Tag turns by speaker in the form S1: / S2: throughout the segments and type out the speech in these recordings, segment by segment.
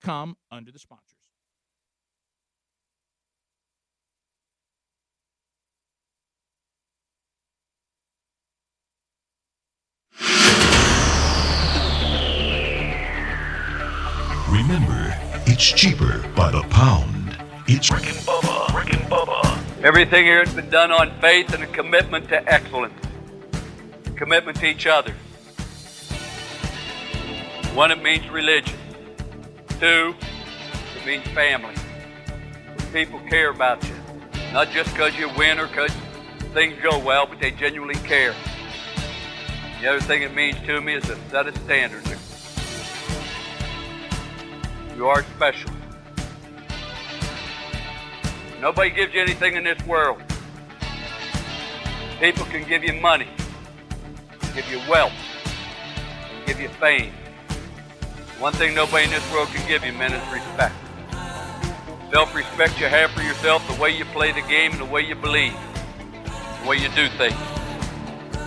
S1: com under the sponsors.
S2: Remember, it's cheaper by the pound. It's Rick and Bubba. Rick and Bubba.
S3: Everything here has been done on faith and a commitment to excellence, commitment to each other. One, it means religion. Two, it means family. People care about you, not just because you win or because things go well, but they genuinely care. The other thing it means to me is a set of standards. You are special. Nobody gives you anything in this world. People can give you money, give you wealth, give you fame. One thing nobody in this world can give you, men, is respect. Self-respect you have for yourself, the way you play the game, and the way you believe, the way you do things.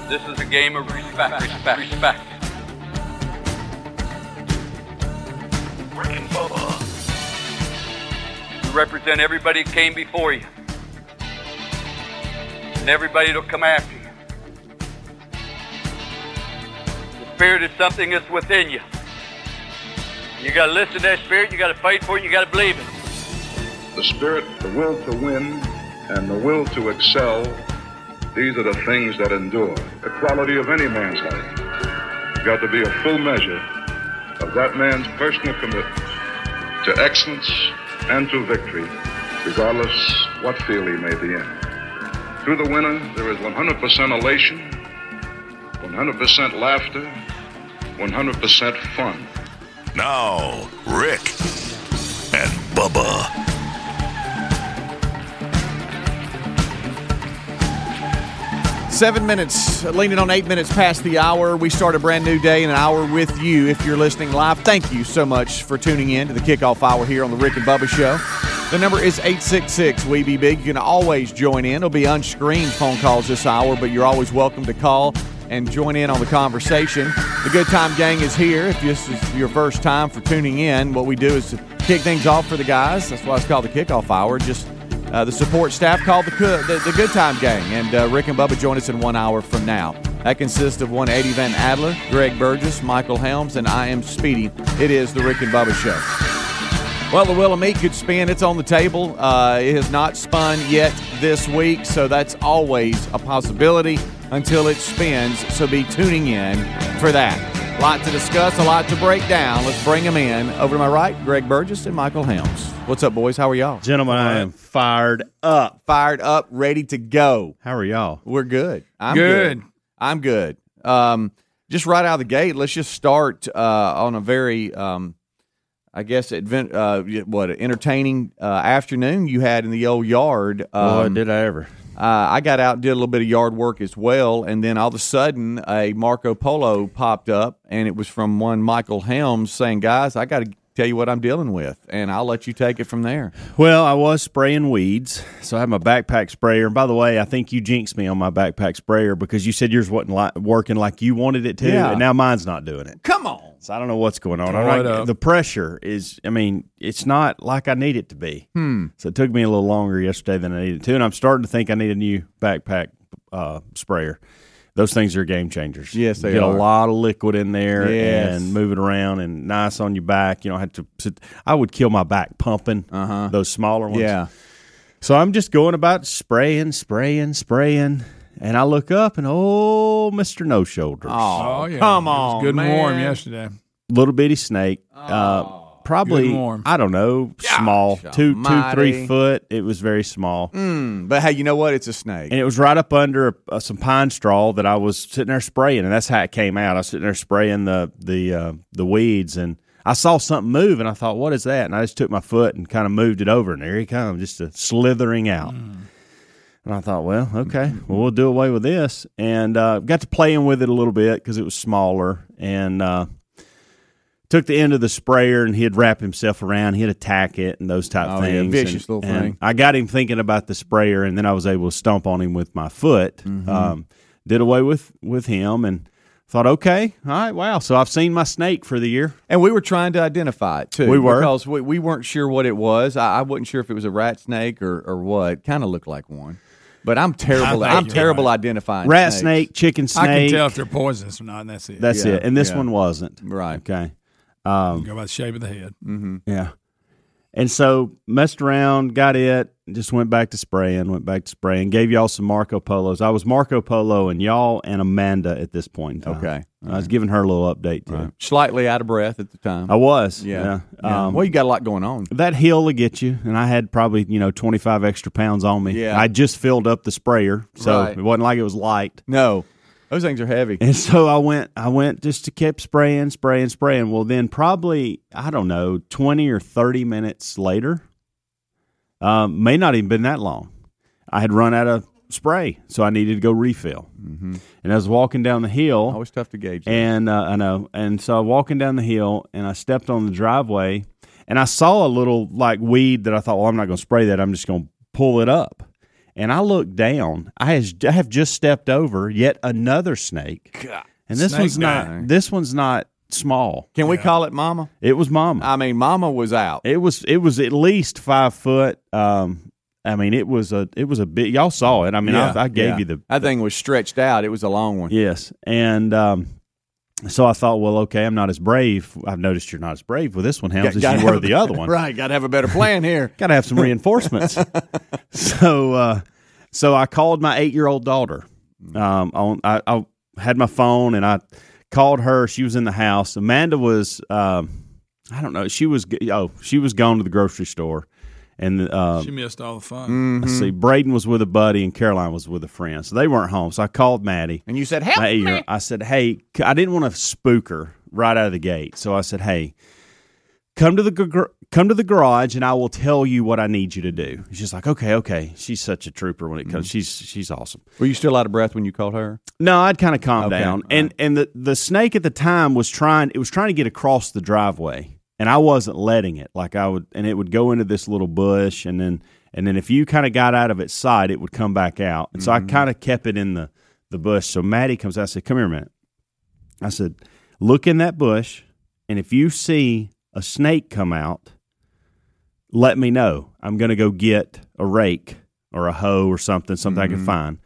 S3: This is a game of respect, respect, respect.
S2: Rick and Bubba.
S3: You represent everybody that came before you. And everybody that'll come after you. The spirit is something that's within you. You gotta listen to that spirit, you gotta fight for it, you gotta believe it.
S4: The spirit, the will to win, and the will to excel, these are the things that endure. The quality of any man's life. has Got to be a full measure of that man's personal commitment to excellence and to victory, regardless what field he may be in. Through the winner, there is 100% elation, 100% laughter, 100% fun.
S2: Now, Rick and Bubba.
S5: Seven minutes, leaning on eight minutes past the hour. We start a brand new day and an hour with you. If you're listening live, thank you so much for tuning in to the kickoff hour here on the Rick and Bubba Show. The number is 866 We Be Big. You can always join in. It'll be unscreened phone calls this hour, but you're always welcome to call and join in on the conversation. The Good Time Gang is here. If this is your first time for tuning in, what we do is kick things off for the guys. That's why it's called the kickoff hour. Just uh, the support staff called the, Coo- the, the Good Time Gang, and uh, Rick and Bubba join us in one hour from now. That consists of 180 Van Adler, Greg Burgess, Michael Helms, and I am Speedy. It is the Rick and Bubba Show. Well, the Willow Meat could spin. It's on the table. Uh, it has not spun yet this week, so that's always a possibility until it spins. So be tuning in for that. A lot to discuss, a lot to break down. Let's bring them in. Over to my right, Greg Burgess and Michael Helms. What's up, boys? How are y'all?
S6: Gentlemen, I am fired up.
S5: fired up, ready to go.
S6: How are y'all?
S5: We're good. I'm good.
S1: Good.
S5: I'm good. Um, just right out of the gate, let's just start uh, on a very, um, I guess, advent, uh, what entertaining uh, afternoon you had in the old yard.
S6: Boy,
S5: Um,
S6: did I ever.
S5: uh, I got out, and did a little bit of yard work as well, and then all of a sudden, a Marco Polo popped up, and it was from one Michael Helms saying, "Guys, I got to tell you what I'm dealing with, and I'll let you take it from there."
S6: Well, I was spraying weeds, so I had my backpack sprayer. And by the way, I think you jinxed me on my backpack sprayer because you said yours wasn't li- working like you wanted it to,
S5: Yeah.
S6: and now mine's not doing it.
S5: Come on.
S6: So I don't know what's going on. I'm
S1: Throw it
S6: not-
S1: up.
S6: the pressure is, I mean, it's not like I need it to be. Hmm. So it took me a little longer yesterday than I needed to, and I'm starting to think I need a new backpack uh, sprayer. Those things are game changers.
S5: Yes, they
S6: you get
S5: are.
S6: a lot of liquid in there
S5: Yes.
S6: and move it around and nice on your back. You don't have to. Sit, I would kill my back pumping
S5: Uh-huh.
S6: those smaller ones.
S5: Yeah.
S6: So I'm just going about spraying, spraying, spraying, and I look up and oh, Mister No Shoulders,
S5: Oh,
S1: Oh yeah,
S5: come
S1: It was
S5: on,
S1: good and warm
S5: man.
S1: yesterday.
S6: little bitty snake. Uh, probably
S1: good warm.
S6: I don't know, small, two, two,
S5: almighty.
S6: three foot. It was very small,
S5: Mm, but hey, you know what? It's a snake.
S6: and it was right up under uh, some pine straw that I was sitting there spraying, and that's how it came out. I was sitting there spraying the the uh, the weeds, and I saw something move, and I thought, "What is that?" And I just took my foot and kind of moved it over, and there he comes, just a slithering out.
S5: Hmm.
S6: And I thought, well, okay, well, we'll do away with this. And uh, got to playing with it a little bit because it was smaller. And uh, took the end of the sprayer and he'd wrap himself around, he'd attack it and those type
S5: Oh, yeah,
S6: things.
S5: vicious
S6: And-
S5: little
S6: and
S5: thing.
S6: I got him thinking about the sprayer
S5: Mm-hmm.
S6: and then I was able to stomp on him with my foot. Um, did away with, with him and Thought, okay, all right, wow. So I've seen my snake for the year.
S5: And we were trying to identify it too.
S6: We were.
S5: because we, we weren't sure what it was. I, I wasn't sure if it was a rat snake or, or what. Kind of looked like one, but I'm terrible.
S1: I
S5: I'm
S1: think you're
S5: terrible
S1: right.
S5: identifying
S6: Rat
S5: snakes.
S6: snake, chicken snake.
S1: I can tell if they're poisonous or not, and that's it.
S6: That's
S5: Yeah,
S6: it. And this
S5: yeah.
S6: one wasn't.
S5: Right.
S6: Okay. Um,
S1: Go by the shape of the head.
S5: Mm-hmm.
S6: Yeah. And so messed around, got it, and just went back to spraying, went back to spraying, gave y'all some Marco Polos. I was Marco Polo and y'all and Amanda at this point. in time.
S5: Okay.
S6: I was giving her a little update too.
S5: Slightly out of breath at the time.
S6: I was.
S5: yeah.
S6: Yeah.
S5: Yeah.
S6: Um,
S5: well, you got a lot going on.
S6: that hill will get you. And I had probably, you know, 25 extra pounds on me.
S5: Yeah.
S6: I just filled up the sprayer. So
S5: Right.
S6: it wasn't like it was light.
S5: No, those things are heavy.
S6: And so I went, I went just to kept spraying, spraying, spraying. Well, then probably, I don't know, 20 or 30 minutes later, um, may not even been that long. I had run out of spray. So I needed to go refill. And I was walking down the hill.
S5: Mm-hmm. Always tough to gauge.
S6: And uh, I know. And so I'm walking down the hill and I stepped on the driveway and I saw a little like weed that I thought, well, I'm not going to spray that. I'm just going to pull it up. And I looked down. I, has, I have just stepped over yet another snake. And this
S1: Snake
S6: one's not.
S1: guy.
S6: This one's not small.
S5: Can we call it Mama?
S6: It was mama.
S5: I mean, Mama was out.
S6: it was. It was at least five foot. Um, I mean, it was a. It was a bit. Y'all saw it. I mean,
S1: Yeah,
S6: I, I gave
S5: Yeah.
S6: you the
S5: That thing was stretched out. It was a long one.
S6: Yes, and um, so I thought, well, okay, I'm not as brave. I've noticed you're not as brave with this one, Helms,
S5: Gotta
S6: as you were
S5: have-
S6: the other one.
S5: Right. Got to have a better plan here.
S6: Got to have some reinforcements. so, uh, so I called my eight year old daughter.
S5: Mm.
S6: Um, on I, I had my phone and I called her. She was in the house. Amanda was, um, I don't know, she was g- oh, she was gone to the grocery store, and uh,
S1: She missed all the fun.
S5: Mm-hmm.
S6: let's see, Braden was with a buddy and Caroline was with a friend, so they weren't home. So I called Maddie.
S5: And you said, "Help
S6: my
S5: me."
S6: ear. I said, "Hey, c- I didn't want to spook her right out of the gate, so I said, "Hey, come to the gar- come to the garage, and I will tell you what I need you to do." She's like, "Okay, okay." She's such a trooper when it comes. She's she's awesome.
S5: Were you still out of breath when you called her?
S6: No, I'd kind of calm
S5: Okay,
S6: down,
S5: all
S6: and and the the snake at the time was trying. It was trying to get across the driveway, and I wasn't letting it. Like I would, and it would go into this little bush, and then and then if you kind of got out of its sight, it would come back out. And
S5: Mm-hmm.
S6: so I kind of kept it in the the bush. So Maddie comes out. I said, "Come here a minute." I said, "Look in that bush, and if you see a snake come out, let me know. I'm going to go get a rake or a hoe or something, something
S5: Mm-hmm.
S6: I can find."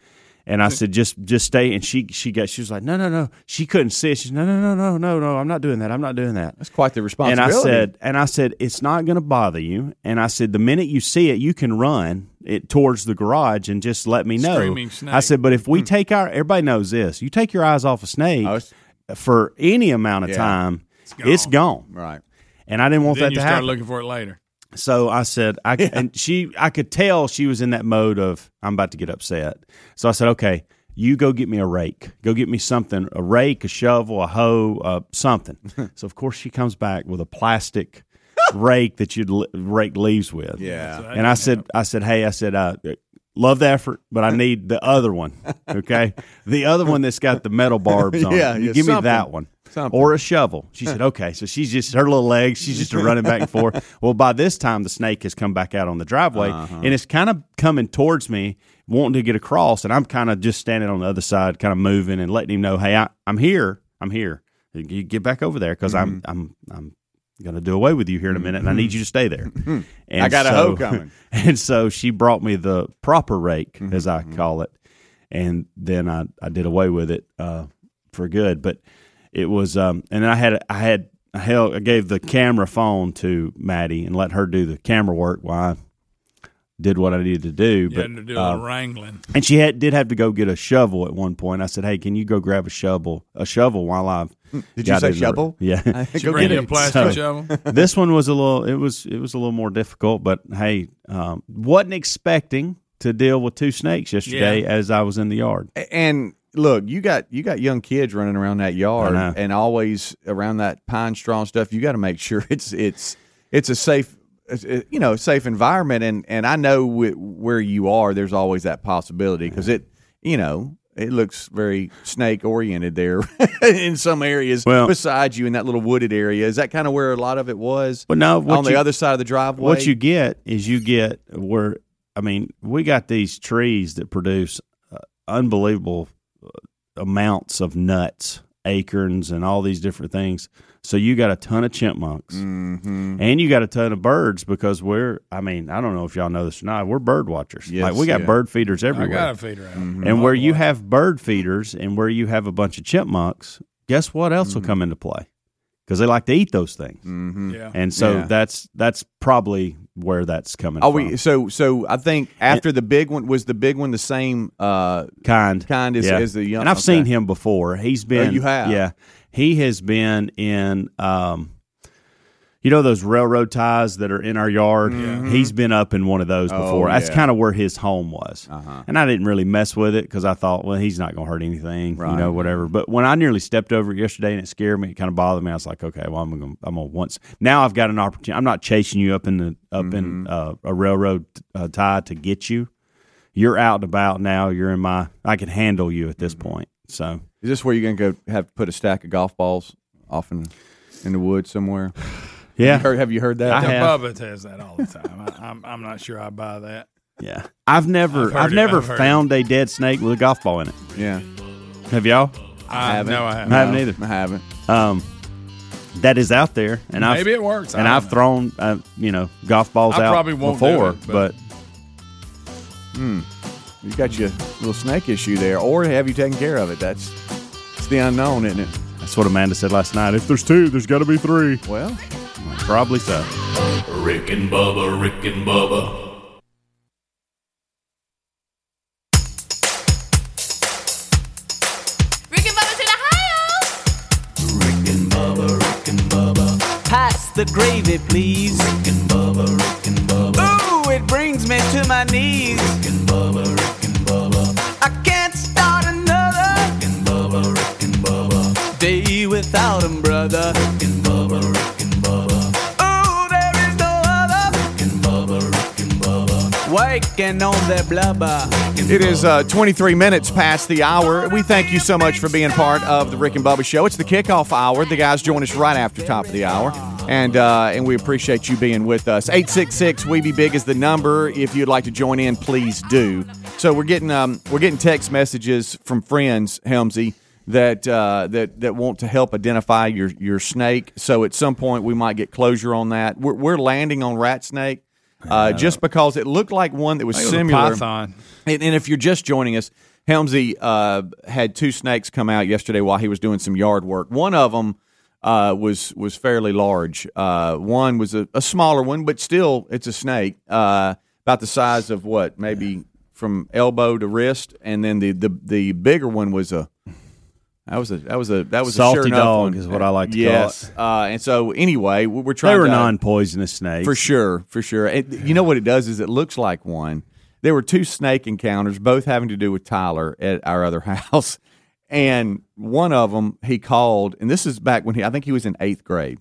S6: And I said, "Just, just stay." And she, she got, she was like, "No, no, no." She couldn't see. it. She's, "No, no, no, no, no, no. I'm not doing that. I'm not doing that."
S5: That's quite the
S6: And I
S5: responsibility.
S6: said, and I said, it's not going to bother you. And I said, the minute you see it, you can run it towards the garage and just let me know.
S1: Screaming snake.
S6: I said, but if we take our, everybody knows this. You take your eyes off a snake
S5: Oh, it's-
S6: for any amount of
S5: Yeah.
S6: time,
S1: gone.
S6: it's gone.
S5: "Right."
S6: And I didn't want
S1: Then
S6: that
S1: you
S6: to
S1: start
S6: happen.
S1: looking for it later.
S6: So I said, I and she, I could tell she was in that mode of I'm about to get upset. So I said, okay, you go get me a rake, go get me something, a rake, a shovel, a hoe, uh, something. so of course she comes back with a plastic rake that you'd l- rake leaves with.
S5: Yeah.
S6: And I said, I said, hey, I said, uh, love the effort, but I need the other one. Okay, the other one that's got the metal barbs on. it.
S5: Yeah,
S6: you
S5: yeah,
S6: give me that
S5: something.
S6: one.
S5: Something.
S6: Or a shovel. She said, okay. So she's just, her little legs, she's just running back and forth. Well, by this time, the snake has come back out on the driveway and it's kind of coming towards me, wanting to get across. And I'm kind of just standing on the other side, kind of moving and letting him know, hey, I, I'm here. I'm here. You get back over there because I'm, I'm, I'm going to do away with you here in a minute and I need you to stay there. And
S5: I got a hoe coming. Mm-hmm,
S6: And so she brought me the proper rake, as I call it. And then I, I did away with it uh, for good. But it was, um, and then I had, I had, I held, I gave the camera phone to Maddie and let her do the camera work while I did what I needed to do.
S1: You
S6: but
S1: had to do a
S6: uh,
S1: little wrangling.
S6: and she had, did have to go get a shovel at one point. I said, "Hey, can you go grab a shovel? A shovel while I've."
S5: Mm, Did
S6: got
S5: you say
S6: in the-
S5: shovel?
S6: Yeah.
S1: Did you bring you a plastic
S6: So-
S1: shovel?
S6: this one was a little. It was it was a little more difficult, but hey, um, wasn't expecting to deal with two snakes yesterday
S1: Yeah.
S6: as I was in the yard.
S5: and look, you got you got young kids running around that yard
S6: I know.
S5: and always around that pine straw and stuff. You got to make sure it's it's it's a safe it's- it- you know safe environment. And and I know wh- where you are. There's always that possibility because it you know. It looks very snake oriented there in some areas.
S6: Well-
S5: beside you in that little wooded area, is that kind of where a lot of it was?
S6: But no, what
S5: on
S6: you-
S5: the other side of the driveway.
S6: What you get is you get where I mean, we got these trees that produce uh, unbelievable uh, amounts of nuts acorns and all these different things. So you got a ton of chipmunks, mm-hmm. and you got a ton of birds because we're. I mean, I don't know if y'all know this or not. We're bird watchers.
S5: Yes,
S6: like we got
S5: yeah. Mm-hmm.
S6: bird feeders
S1: I
S6: everywhere.
S1: got a feeder out.
S6: And where you have bird feeders and where you have a bunch of chipmunks, guess what else
S5: Mm.
S6: will come into play? Because they like to eat those things,
S1: Yeah.
S6: and so
S5: Mm-hmm. Yeah.
S6: that's that's probably where that's coming.
S5: Oh,
S6: from.
S5: we so so. I think after the big one was the big one the same. Uh,
S6: kind,
S5: Kind as- as the young-
S6: And I've
S5: okay. Oh,
S6: seen him before. He's been.
S5: you have?
S6: Yeah, he has been in. Um, you know those railroad ties that are in our yard. He's been up in one of those before. That's
S5: Mm-hmm. Oh, yeah.
S6: kind of where his home was. And I didn't really mess with it because I thought, well, he's not going to hurt anything, you know, whatever. But when I nearly stepped over it yesterday and it scared me, it kind of bothered me. I was like, okay, well, I'm going, to I'm going to once. Now I've got an opportunity. I'm not chasing you up in the up in uh, a railroad uh, tie to get you you're out and about now. You're in my. I can handle you at this point. So
S5: is this where you're gonna go have to put a stack of golf balls off in, in the woods somewhere?
S6: yeah,
S5: You heard- have you heard that?
S6: I
S1: The
S6: have.
S1: Bubba says that all the time. I, I'm, I'm not sure I buy that.
S6: yeah. I've never,
S1: I've
S6: I've,
S1: heard it,
S6: never
S1: I've heard
S6: found a dead snake with a golf ball in it.
S5: yeah,
S6: Have y'all?
S1: I,
S5: haven't.
S1: No, I haven't.
S6: I haven't either.
S5: I haven't.
S6: Um, that is out there, and I've
S1: Maybe it works. I
S6: and
S1: don't
S6: I've
S1: know.
S6: thrown, uh, you know, golf balls
S1: I
S6: out
S1: probably won't do
S6: before,
S1: it,
S6: but,
S1: but-
S5: hmm, You got your little snake issue there, or have you taken care of it? That's it's the unknown, isn't it?
S6: that's what Amanda said last night. If there's two, there's got to be three.
S5: Well,
S6: Probably so.
S2: Rick and Bubba, Rick and Bubba.
S7: Rick and Bubba's in Ohio.
S8: Pass the gravy, please. Rick and Bubba, Rick and Bubba. Ooh, it brings me to my knees. Rick and Bubba, Rick and Bubba. I can't start another. Rick and Bubba, Rick and Bubba. Day without 'em, brother. Rick and Bubba, Rick and Bubba. Ooh, there is no other. Rick and Bubba, Rick and Bubba. Waking on their blubber.
S5: It is uh, 23 minutes past the hour. We thank you so much for being part of the Rick and Bubba Show. It's the kickoff hour. The guys join us right after top of the hour, and uh, and we appreciate you being with us. 866 we be big is the number. If you'd like to join in, please do. So we're getting um, we're getting text messages from friends, Helmsy, that uh, that that want to help identify your your snake. So at some point we might get closure on that. We're, we're landing on rat snake. Uh, just because it looked like one that was
S1: I think it was a
S5: similar,
S1: python.
S5: and, and if you're just joining us, Helmsy uh, had two snakes come out yesterday while he was doing some yard work. One of them uh, was was fairly large. Uh, one was a, a smaller one, but still, it's a snake uh, about the size of what maybe from elbow to wrist. And then the the, the bigger one was a that was a that was a that was
S6: Salty
S5: a sure enough
S6: dog
S5: one.
S6: is what I like to call
S5: yes. call it. Uh, and so anyway, we- we're trying.
S6: They were
S5: to,
S6: non-poisonous snakes.
S5: for sure, for sure. It, you know what it does is it looks like one. There were two snake encounters, both having to do with Tyler at our other house, and one of them he called, and this is back when he I think he was in eighth grade,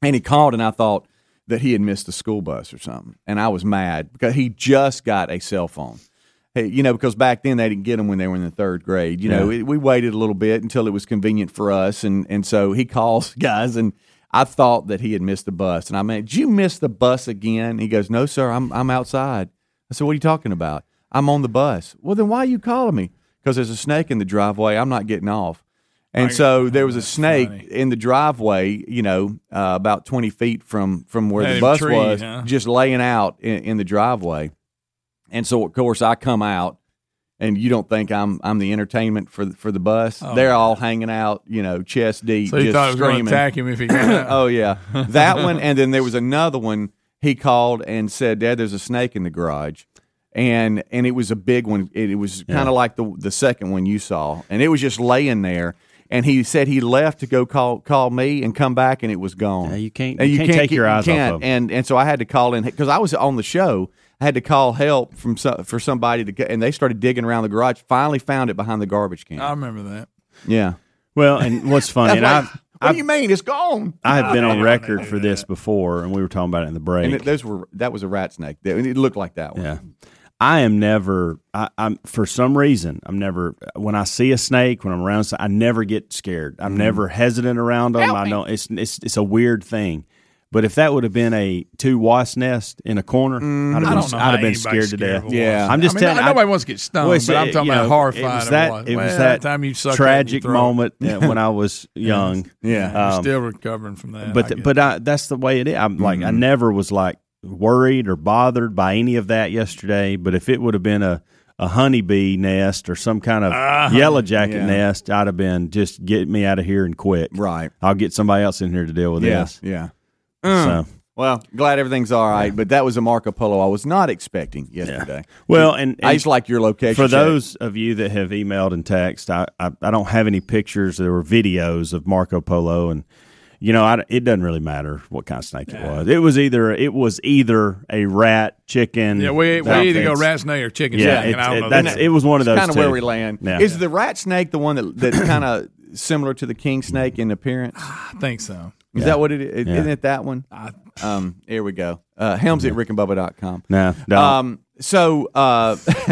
S5: and he called, and I thought that he had missed the school bus or something, and I was mad because he just got a cell phone. Hey, you know, because back then they didn't get them when they were in the third grade. You know,
S6: Yeah.
S5: it, we waited a little bit until it was convenient for us, and and so he calls guys, and I thought that he had missed the bus, and I mean, did you miss the bus again? He goes, No, sir, I'm I'm outside. I said, What are you talking about? I'm on the bus. Well, then why are you calling me? Because there's a snake in the driveway. I'm not getting off. And so there was a snake in the driveway, you know, uh, about 20 feet from from where the
S1: Native
S5: bus
S1: tree,
S5: was,
S1: huh?
S5: just laying out in, in the driveway. And so, of course, I come out, and you don't think I'm I'm the entertainment for the, for the bus.
S1: Oh,
S5: They're all hanging out, you know, chest deep,
S1: So you
S5: just
S1: thought it was going to
S5: screaming.
S1: attack him if he got out.
S5: oh yeah, that one. And then there was another one. He called and said, "Dad, there's a snake in the garage." And and it was a big one. It, it was kind of like the the second one you saw, and it was just laying there. And he said he left to go call call me and come back, and it was gone.
S6: Yeah, you can't-
S5: And
S6: you can't take
S5: get-
S6: your
S5: you
S6: eyes off
S5: can't.
S6: of 'em.
S5: And and so I had to call in because I was on the show. I had to call help from some, for somebody to get, and they started digging around the garage. Finally, found it behind the garbage
S6: Uh.
S5: can.
S1: I remember that.
S5: yeah.
S6: Well, and what's funny, and
S5: Like,
S6: I've,
S5: what
S6: I've,
S5: do you mean? It's gone.
S6: I have been on record for this before, and we were talking about it in the break.
S5: And it, those were that was a rat snake. That- It looked like that one.
S6: Yeah. I am never. I, I'm for some reason. I'm never. When I see a snake, when I'm around,
S5: Mm-hmm.
S6: some- I never get scared. I'm never hesitant around them. I know it's it's it's a weird thing, But if that would have been a two wasp nest in a corner, I'd have
S1: I
S6: been,
S1: don't know.
S6: I'd
S1: how
S6: have been
S1: anybody's
S6: scared, to
S1: scared
S6: death.
S1: of a wasp.
S5: Mm-hmm. Yeah.
S6: I'm
S1: I
S6: just
S1: mean,
S6: telling.
S1: no-
S6: I-
S1: nobody wants to get stung,
S6: Well,
S1: but I'm
S6: it-
S1: talking
S6: you
S1: about
S6: know,
S1: horrified.
S6: It was
S1: of
S6: that.
S1: what-
S6: It was
S1: well,
S6: that
S1: time you sucked it in your
S6: tragic
S1: throat.
S6: moment that when I was young.
S5: Yeah.
S1: You're
S6: Um,
S1: still recovering from that.
S6: but
S1: I
S6: th-
S1: guess. Mm-hmm.
S6: but I, that's the way it is. I'm like I never was like worried or bothered by any of that yesterday. But if it would have been a a honeybee nest or some kind of
S1: Ah,
S6: yellow jacket
S5: Yeah.
S6: nest, I'd have been just get me out of here and quick.
S5: Right.
S6: I'll get somebody else in here to deal with this.
S5: Yeah.
S1: Mm.
S6: So.
S5: Well, glad everything's all right, but that was a Marco Polo I was not expecting yesterday.
S6: Well, and,
S5: I
S6: and
S5: just like your location
S6: for
S5: check.
S6: those of you that have emailed and text, I, I I don't have any pictures. There were videos of Marco Polo, and you know, I, it doesn't really matter what kind of snake it was. It was either it was either a rat, chicken.
S1: yeah, we, we
S6: something.
S1: either go rat snake or chicken
S6: Yeah,
S1: snake,
S6: it's,
S1: and I don't know.
S6: it, that's, it was one of those.
S5: kind of
S6: two.
S5: where we land.
S6: Yeah.
S5: Is the rat snake the one that that's kind of similar to the king snake in appearance?
S1: I think so.
S5: Is that what it is?
S6: Yeah.
S5: Isn't it that one? Um, here we go. Uh, Helms at rickandbubba.com.
S6: No,
S5: Um, so, uh,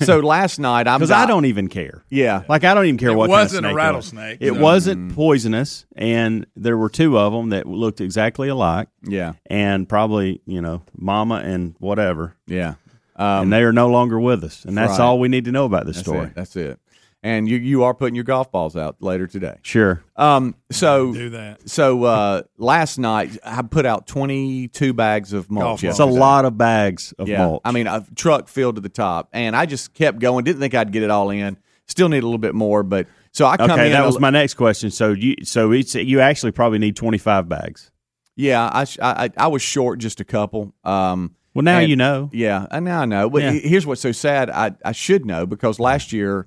S5: so last night I'm
S6: because I don't even care.
S5: Yeah. Mm-hmm.
S6: Like I don't even care
S1: It
S6: what kind of
S1: wasn't a
S6: snake it was.
S1: rattlesnake,
S6: It
S1: so-
S6: wasn't poisonous, and there were two of them that looked exactly alike,
S5: Yeah.
S6: and probably you know, mama and whatever.
S5: Yeah. Um,
S6: and they are no longer with us. And that's
S5: Right.
S6: all we need to know about this
S5: That's
S6: story.
S5: it. That's it. And you you are putting your golf balls out later today.
S6: Sure.
S5: Um. So
S1: Do that.
S5: So uh, last night I put out 22 bags of mulch.
S1: Golf
S6: It's
S1: balls.
S6: a
S5: yesterday.
S6: lot of bags of
S5: Yeah,
S6: mulch.
S5: I mean a truck filled to the top, and I just kept going. Didn't think I'd get it all in. Still need a little bit more, but so I come
S6: okay,
S5: in.
S6: that
S5: a
S6: was
S5: li-
S6: my next question. So you so it's you actually probably need 25 bags.
S5: Yeah, I, sh- I I- I was short just a couple. Um.
S6: Well, now
S5: and-
S6: you know.
S5: Yeah, and now I know. But
S6: Yeah.
S5: he- here's what's so sad. I I should know because last year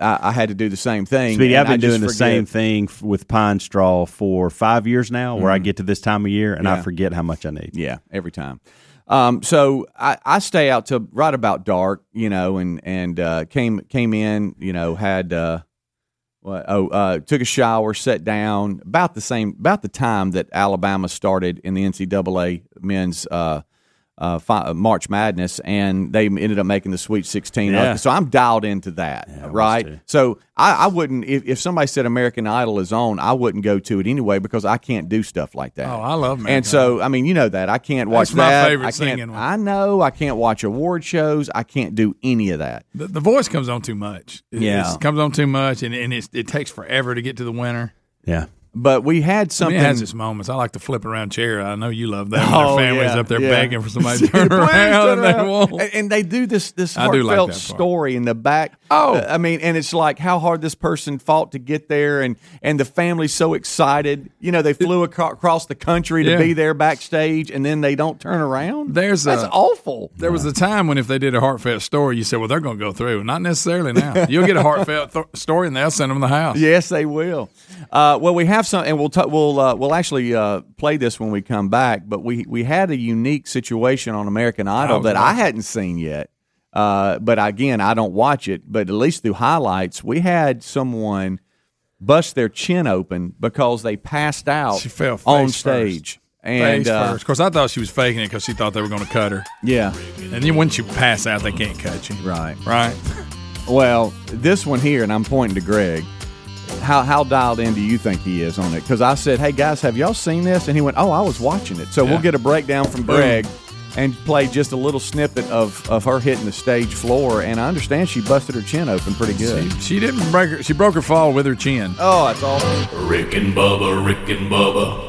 S5: I, I had to do the same thing.
S6: Speedy,
S5: and
S6: I've
S5: I
S6: been
S5: just
S6: doing the
S5: forget.
S6: same thing f- with pine straw for five years now, where I get to this time of year and I
S5: Mm-hmm. Yeah.
S6: forget how much I need.
S5: Yeah, every time. Um, so I, I stay out till right about dark, you know, and and uh, came came in, you know, had uh, what? Oh, uh, took a shower, sat down. About the same, about the time that Alabama started in the NCAA men's uh, uh, fi- March Madness, and they ended up making the Sweet Sixteen.
S6: Yeah.
S5: So I'm dialed into that, right? So I, I wouldn't if, if somebody said American Idol is on, I wouldn't go to it anyway because I can't do stuff like that.
S1: Oh, I love American
S5: And so I mean, you know that I can't watch
S1: That's my
S5: that.
S1: favorite
S5: I can't.
S1: singing one.
S5: I know I can't watch award shows. I can't do any of that.
S1: The, the voice comes on too much. It,
S5: Yeah.
S1: it's- comes on too much, and, and it's, it takes forever to get to the winner.
S6: Yeah.
S5: But we
S1: I
S5: had
S1: mean,
S5: something.
S1: it has its moments. I like the flip around chair. I know you love that. when
S5: Oh,
S1: their families
S5: yeah,
S1: up there
S5: yeah.
S1: begging for somebody to
S5: Please
S1: turn around,
S5: turn
S1: and
S5: around.
S1: they won't.
S5: And- and they do this this
S1: I do like
S5: heartfelt
S1: that part.
S5: story in the back.
S1: Oh.
S5: Uh, I mean, and it's like how hard this person fought to get there, and and the family's so excited. You know, they flew aco- across the country to
S1: Yeah.
S5: be there backstage, and then they don't turn around.
S1: There's
S5: that's
S1: a-
S5: awful.
S1: There was a time when if they did a heartfelt story, you said, "Well, they're going to go through." Not necessarily now. You'll get a heartfelt th- story, and they'll send them to the house.
S5: Yes, they will. Uh, well, we have some, and we'll ta- we'll uh, we'll actually uh, play this when we come back. But we we had a unique situation on American Idol
S1: Oh,
S5: that
S1: yeah.
S5: I hadn't seen yet. Uh, but again, I don't watch it. But at least through highlights, we had someone bust their chin open because they passed out
S1: She fell face
S5: on
S1: first.
S5: stage. And
S1: Face
S5: uh,
S1: first. Of course, I thought she was faking it because she thought they were going to cut her.
S5: yeah,
S1: And then once you pass out, they can't cut you.
S5: right.
S1: Right.
S5: Well, this one here, and I'm pointing to Greg. How how dialed in do you think he is on it? Because I said, "Hey guys, have y'all seen this?" And he went, "Oh, I was watching it." So we'll
S1: Yeah.
S5: get a breakdown from Greg and play just a little snippet of of her hitting the stage floor. And I understand she busted her chin open pretty good.
S1: She didn't break her. She broke her fall with her chin.
S5: Oh, that's all.
S9: Rick and Bubba, Rick and Bubba.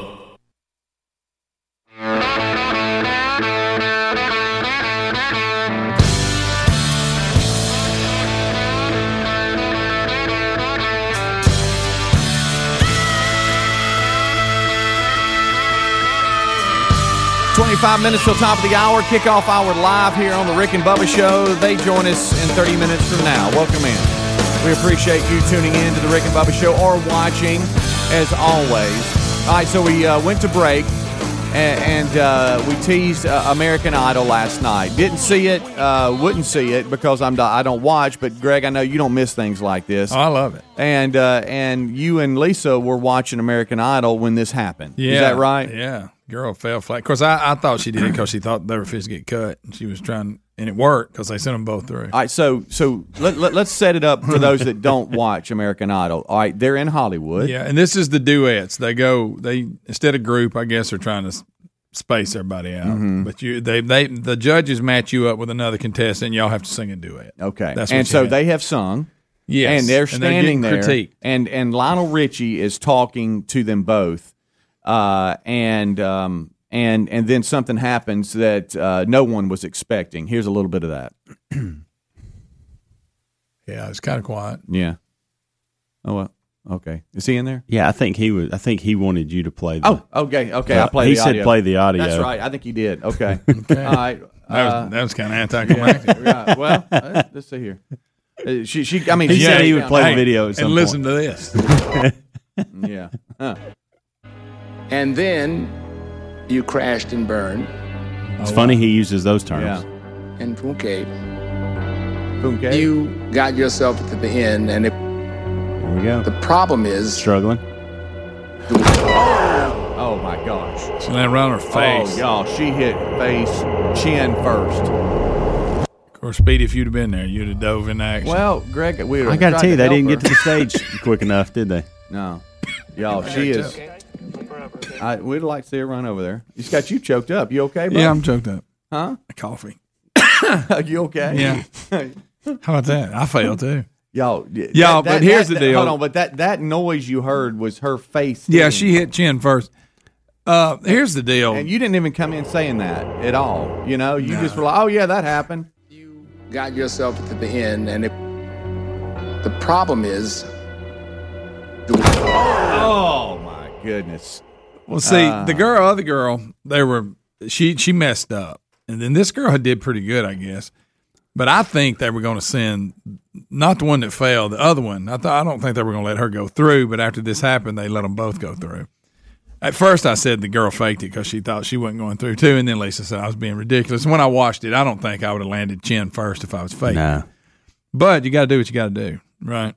S5: Twenty five minutes till top of the hour. Kickoff hour live here on the Rick and Bubba Show. They join us in thirty minutes from now. Welcome in. We appreciate you tuning in to the Rick and Bubba Show or watching, as always. All right, so we uh, went to break and, and uh, we teased uh, American Idol last night. Didn't see it, uh, wouldn't see it because I'm not- I don't watch. But Greg, I know you don't miss things like this.
S1: Oh, I love it.
S5: and uh, and you and Lisa were watching American Idol when this happened.
S1: Yeah.
S5: Is that right?
S1: Yeah. girl fell flat. Of course, I, I thought she did it because she thought they were fish get cut. And she was trying, and it worked because they sent them both through.
S5: All right, so so let, let, us set it up for those that don't watch American Idol. All right, they're in Hollywood.
S1: yeah, and this is the duets. They go they instead of group, I guess they're trying to s- space everybody out.
S5: Mm-hmm.
S1: But you they they the judges match you up with another contestant. and Y'all have to sing a duet.
S5: Okay,
S1: That's
S5: and
S1: what you
S5: so
S1: had.
S5: they have sung.
S1: Yes,
S5: and they're standing
S1: getting
S5: there,
S1: critiqued.
S5: and and Lionel Richie is talking to them both, uh, and um, and and then something happens that uh, no one was expecting. Here's a little bit of that.
S1: Yeah, it's kind of quiet.
S5: Yeah. Oh, well, okay. Is he in there?
S6: Yeah, I think he was. I think he wanted you to play. The,
S5: Oh, okay, okay. I
S6: Uh,
S5: played.
S6: he
S5: the
S6: said
S5: audio.
S6: play the audio.
S5: That's right. I think he did. Okay. All right.
S1: That was,
S5: Uh,
S1: that was kind of anticlimactic.
S5: right. Well, uh, let's see here. Uh, she, she. I mean,
S6: He
S5: she-
S6: said he would
S5: yeah.
S6: play
S1: Hey,
S6: the video at some
S1: and
S6: point.
S1: listen to this.
S5: Yeah. Huh.
S10: And then you crashed and burned.
S6: It's funny he uses those terms.
S5: Yeah.
S10: And okay,
S5: Okay.
S10: you got yourself to the end. And it,
S6: Here we go.
S10: the problem is,
S6: Struggling.
S5: Oh my gosh.
S1: So then around her face.
S5: Oh y'all, she hit face chin first.
S1: Of course, Speedy, if you'd have been there, you'd have dove in action.
S5: Well, Greg, we.
S6: I got to tell you, they didn't get to the stage quick enough, did they?
S5: No. Y'all, she is. I, we'd like to see her run over there. She's got you choked up. You okay, bro?
S1: yeah, I'm choked up.
S5: Huh?
S1: Coffee.
S5: you okay?
S1: Yeah. How about that? I failed too.
S5: Y'all, y-
S1: Y'all, but here's
S5: that-
S1: the deal.
S5: Hold on, but that that noise you heard was her face.
S1: Yeah,
S5: hitting.
S1: she hit chin first. Uh, here's the deal.
S5: And you didn't even come in saying that at all. You know, you just were like, "Oh yeah, that happened."
S10: you got yourself to the end. And it, the problem is,
S5: Oh my goodness.
S1: well, see, the girl, other girl, they were she she messed up, and then this girl did pretty good, I guess. But I think they were going to send not the one that failed, the other one. I thought I don't think they were going to let her go through, but after this happened, they let them both go through. At first, I said the girl faked it because she thought she wasn't going through too, and then Lisa said I was being ridiculous. When I watched it, I don't think I would have landed chin first if I was fake.
S6: Nah.
S1: But you got to do what you got to do, right?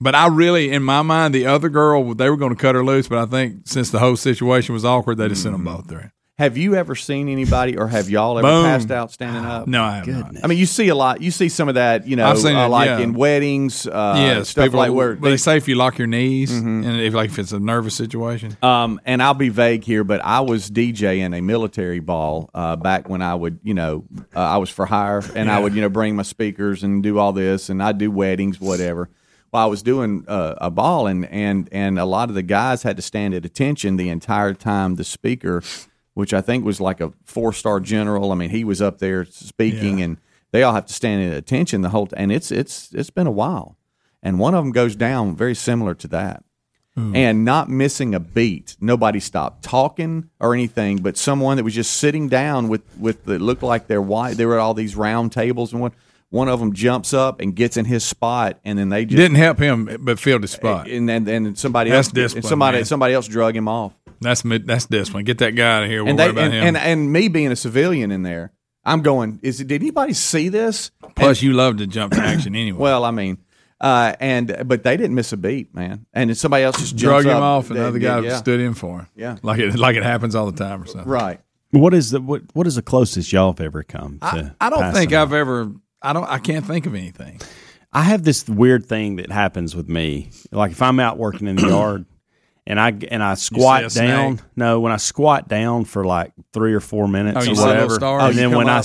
S1: But I really, in my mind, the other girl they were going to cut her loose, but I think since the whole situation was awkward, they just sent them both through.
S5: Mm-hmm. Have you ever seen anybody, or have y'all ever
S1: Boom.
S5: passed out standing up?
S1: No, I have not.
S5: I mean, you see a lot. You see some of that, you know,
S1: I've seen
S5: uh,
S1: it,
S5: like
S1: yeah.
S5: in weddings, uh,
S1: yes,
S5: stuff
S1: people
S5: like where Mm-hmm.
S1: they, say if you lock your knees and if like if it's a nervous situation,
S5: Um, and I'll be vague here, but I was DJing a military ball uh, back when I would, you know, uh, I was for hire, and I would, you know, bring my speakers and do all this, and I do weddings, whatever. Well, I was doing uh, a ball, and and and a lot of the guys had to stand at attention the entire time the speaker, which I think was like a four star general. I mean, he was up there speaking, and they all have to stand at attention the whole. T- and it's it's it's been a while, and one of them goes down very similar to that
S1: Mm.
S5: and not missing a beat. Nobody stopped talking or anything, but someone that was just sitting down with with the looked like their wife. There were all these round tables, and one one of them jumps up and gets in his spot, and then they just
S1: didn't help him, but filled his spot.
S5: and then and somebody
S1: That's
S5: else
S1: discipline,
S5: and somebody
S1: man.
S5: somebody else drug him off.
S1: that's mi- that's discipline. Get that guy out of here. We'll
S5: And
S1: worry
S5: they
S1: about him.
S5: and, and and me being a civilian in there, I'm going. Is it, did anybody see this?
S1: Plus, you love to jump to action anyway.
S5: Well, I mean. Uh, and but they didn't miss a beat, man. And then somebody else just
S1: drug
S5: jumps
S1: him
S5: up.
S1: off, and
S5: They-
S1: the other guy
S5: yeah.
S1: stood in for him.
S5: Yeah.
S1: like it like it happens all the time or something.
S5: right.
S6: What is the what? What is the closest y'all have ever come? To
S1: I, I don't
S6: passing
S1: think
S6: out?
S1: I've ever. I don't. I can't think of anything.
S6: I have this weird thing that happens with me. Like if I'm out working in the yard and I and I squat
S1: snake?
S6: down. No, when I squat down for like three or four minutes
S1: Oh, you
S6: or
S1: see little
S6: whatever,
S1: stars?
S6: and
S1: Oh, you
S6: then
S5: come
S6: when I
S5: up-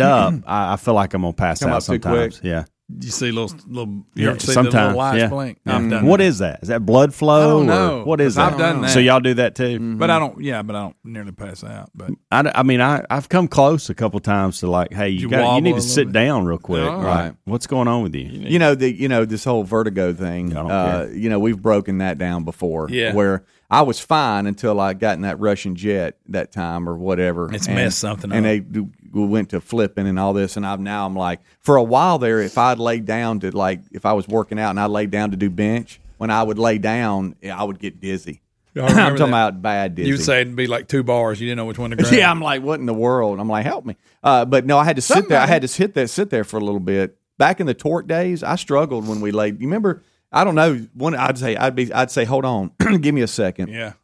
S6: up, I, I feel like I'm gonna pass
S5: Come
S6: out
S5: up too
S6: sometimes.
S5: quick.
S6: Yeah,
S1: You see little little. You
S6: yeah
S1: ever see the little lights
S6: yeah.
S1: blink?
S6: Yeah.
S1: I've done
S6: What
S1: that.
S6: is that? Is that blood flow?
S1: I don't
S6: or
S1: know,
S6: what is
S1: 'cause I've
S6: that?
S1: done that. Mm-hmm.
S6: So y'all do that too? Mm-hmm.
S1: But I don't. Yeah, but I don't nearly pass out. But
S6: I, d- I mean, I, I've come close a couple times to like, hey, you,
S1: You
S6: got you
S1: wobble
S6: need
S1: a
S6: to
S1: little
S6: sit
S1: bit.
S6: down real quick.
S1: Yeah.
S6: Like,
S5: Right.
S6: What's going on with you?
S5: You know the you know this whole vertigo thing.
S6: I don't
S5: Uh,
S6: care.
S5: you know we've broken that down before.
S1: Yeah.
S5: where I was fine until I got in that Russian jet that time or whatever.
S1: It's
S5: and,
S1: messed something
S5: and
S1: up.
S5: they do- we went to flipping and all this, and I'm now I'm like for a while there, if I'd laid down to like if I was working out and I laid down to do bench, when I would lay down, I would get dizzy.
S1: I
S5: I'm
S1: remember
S5: talking
S1: that.
S5: about bad dizzy.
S1: you would say it'd be like two bars. You didn't know which one to grab.
S5: Yeah, I'm like, what in the world? I'm like, help me. Uh, but no, I had to sit there. I had to sit there, sit there for a little bit. Back in the torque days, I struggled when we laid. You remember? I don't know. One, I'd say, I'd be, I'd say, hold on, give me a second.
S1: yeah.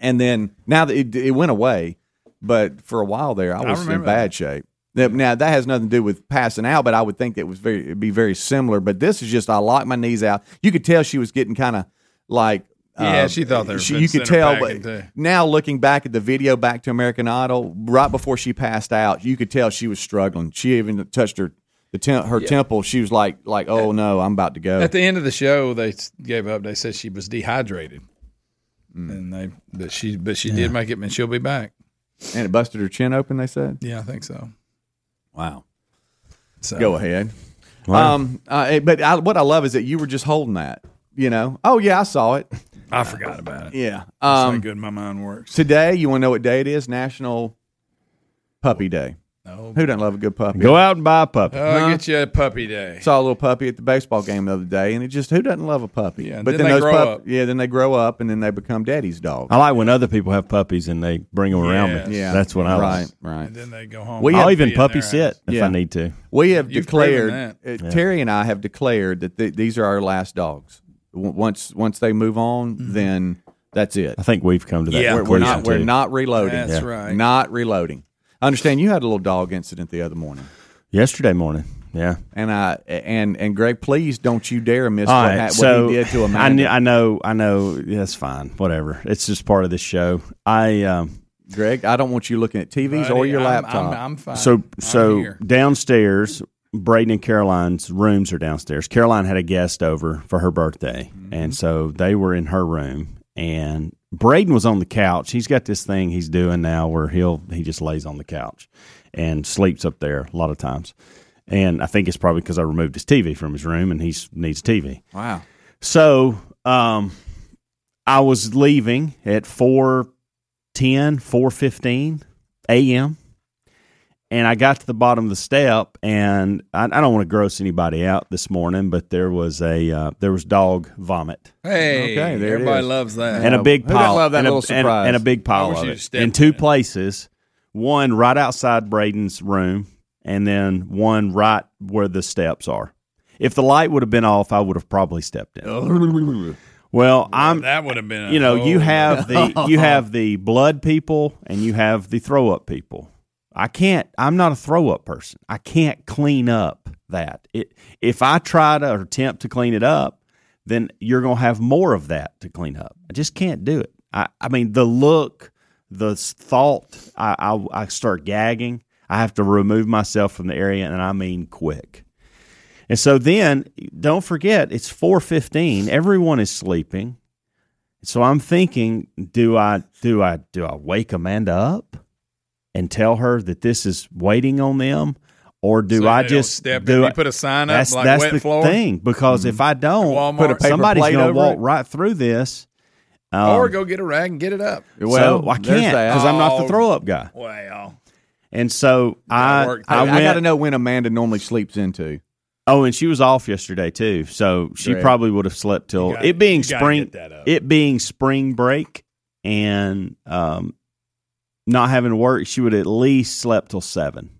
S5: And then now that it, it went away, but for a while there, I
S1: I
S5: was in
S1: remember
S5: bad shape. Now- Now that has nothing to do with passing out, but I would think that was very it'd be very similar. But this is just I locked my knees out. You could tell she was getting kind of like um,
S1: Yeah, she thought they were
S5: you
S1: putting
S5: could
S1: center
S5: tell,
S1: back
S5: but
S1: in, too.
S5: now looking back at the video back to American Idol, right before she passed out, you could tell she was struggling. She even touched her the tem- her temple. She was like like oh no, I'm about to go.
S1: At the end of the show, they s- gave up. They said she was dehydrated,
S6: Mm.
S1: and they but she but she did make it, and she'll be back.
S5: and it busted her chin open. They said,
S1: Yeah, I think so.
S5: "Wow,
S1: So
S5: go ahead."
S6: Wow.
S5: Um, uh, eh, but I, what I love is that you were just holding that. You know, oh yeah, I saw it.
S1: I forgot about it.
S5: Yeah.
S1: That's how
S5: Um,
S1: good my mind works.
S5: today, you want to know what day it is? National Puppy Day.
S1: No,
S5: Who doesn't love a good puppy?
S6: Go out and buy a puppy.
S1: oh, get you a puppy day.
S5: Saw a little puppy at the baseball game the other day, and it just who doesn't love a puppy?
S1: Yeah, and then they grow up.
S5: yeah, then they grow up, and then they become daddy's dog.
S6: I like when other people have puppies and they bring them around me.
S5: Yeah,
S6: that's what I
S5: right,
S6: like.
S5: right.
S1: And then they go home.
S5: Well,
S1: and
S5: yeah,
S6: I'll
S1: be
S6: even
S1: in
S6: puppy
S1: their
S6: sit
S1: house.
S6: if
S5: Yeah.
S6: I need to.
S5: We have
S1: You've
S5: declared
S1: proven that.
S5: uh, Terry and I have declared that th- these are our last dogs. W- once once they move on, then that's it.
S6: I think we've come to that.
S1: Mm-hmm. Yeah,
S5: We're, we're not
S6: conclusion,
S5: we're
S6: too.
S5: not reloading.
S1: That's Yeah. right.
S5: Not reloading. I understand you had a little dog incident the other morning,
S6: Yesterday morning. Yeah.
S5: and I and and Greg, please don't you dare miss
S6: All
S5: what,
S6: right,
S5: ha- what
S6: so
S5: he did to
S6: I, kn-
S5: Amanda.
S6: I know, I know. yeah, That's fine. Whatever. It's just part of the show. I um,
S5: Greg, I don't want you looking at TVs or
S1: Buddy,
S5: your
S1: I'm-
S5: laptop.
S1: I'm, I'm fine.
S6: so
S1: I'm
S6: so
S1: here.
S6: downstairs. Braden and Caroline's rooms are downstairs. Caroline had a guest over for her birthday,
S1: Mm-hmm.
S6: and so they were in her room. And Braden was on the couch. He's got this thing he's doing now where he'll he just lays on the couch and sleeps up there a lot of times. And I think it's probably because I removed his TV from his room and he needs TV.
S5: wow.
S6: So um, I was leaving at 4.10, 4.15 a.m., and I got to the bottom of the step, and I, I don't want to gross anybody out this morning, but there was a uh, there was dog vomit
S1: hey,
S5: Okay, there it
S1: everybody
S5: is.
S1: loves that.
S6: and
S5: Yeah,
S6: a big
S5: Uh, who doesn't
S6: pile
S5: love that
S6: and, a,
S5: little
S6: and, a-
S5: surprise?
S6: and a big
S1: I
S6: pile
S1: wish
S6: of
S1: you'd
S6: it
S1: stepped
S6: in
S1: in
S6: two
S1: it.
S6: places one right outside braden's room and then one right where the steps are if the light would have been off i would have probably stepped in well i'm
S1: that would have been. A
S6: you know you
S1: whole-
S6: have the you have the blood people and you have the throw up people i can't i'm not a throw up person i can't clean up that it, if i try to or attempt to clean it up then you're going to have more of that to clean up i just can't do it i, I mean the look the s- thought I, I i start gagging i have to remove myself from the area and i mean quick and so then don't forget it's 4:15 everyone is sleeping so I'm thinking, do I do I do I wake Amanda up and tell her that this is waiting on them, or do
S1: So
S6: I
S1: they don't
S6: just
S1: step
S6: do
S1: in?
S6: I,
S1: You put a sign up
S6: that's
S1: like
S6: that's
S1: wet
S6: the
S1: floor?
S6: thing because if I don't,
S1: Walmart. Put a paper
S6: somebody's
S5: plate
S6: going to
S5: over
S6: walk
S5: it?
S6: right through this. Um,
S1: or go get a rag and get it up.
S6: so I
S5: there's
S6: can't
S5: that.
S6: because I'm not the
S1: Oh.
S6: throw up guy,
S1: Wow.
S6: and so
S1: Gotta
S6: I
S1: work
S6: I
S5: I,
S1: that.
S6: went.
S5: got to know when Amanda normally sleeps into.
S6: Oh, and she was off yesterday too, so she
S5: Great.
S6: probably would have slept till
S1: You gotta-
S6: it being
S1: you gotta
S6: spring.
S1: get that up.
S6: It being spring break and um, not having to work, she would at least slept till seven.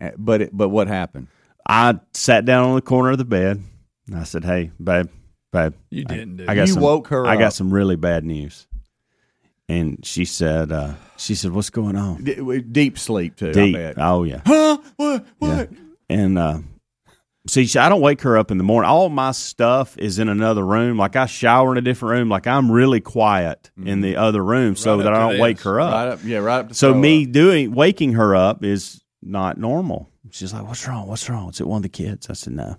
S5: Uh, But it, but what happened?
S6: I sat down on the corner of the bed and I said, "Hey, babe, babe,
S1: You didn't do.
S6: I got
S5: You
S6: some,
S5: woke her
S6: I
S5: up.
S6: got some really bad news." And she said, uh, "She said, what's going on?"
S5: D- deep sleep too.
S6: Deep.
S5: I bet.
S6: Oh yeah.
S5: Huh? What?
S6: Yeah. And uh, see, she- I don't wake her up in the morning. All my stuff is in another room. Like I shower in a different room. Like I'm really quiet
S5: Mm-hmm.
S6: in the other room so
S1: Right
S6: Oh, that
S1: up
S6: I
S1: to
S6: don't
S1: this.
S6: wake her up.
S5: Right up. Yeah. Right up. To
S6: So
S5: throw
S6: me
S5: up.
S6: doing waking her up is not normal. She's like, "What's wrong? What's wrong? Is it one of the kids?" I said, "No."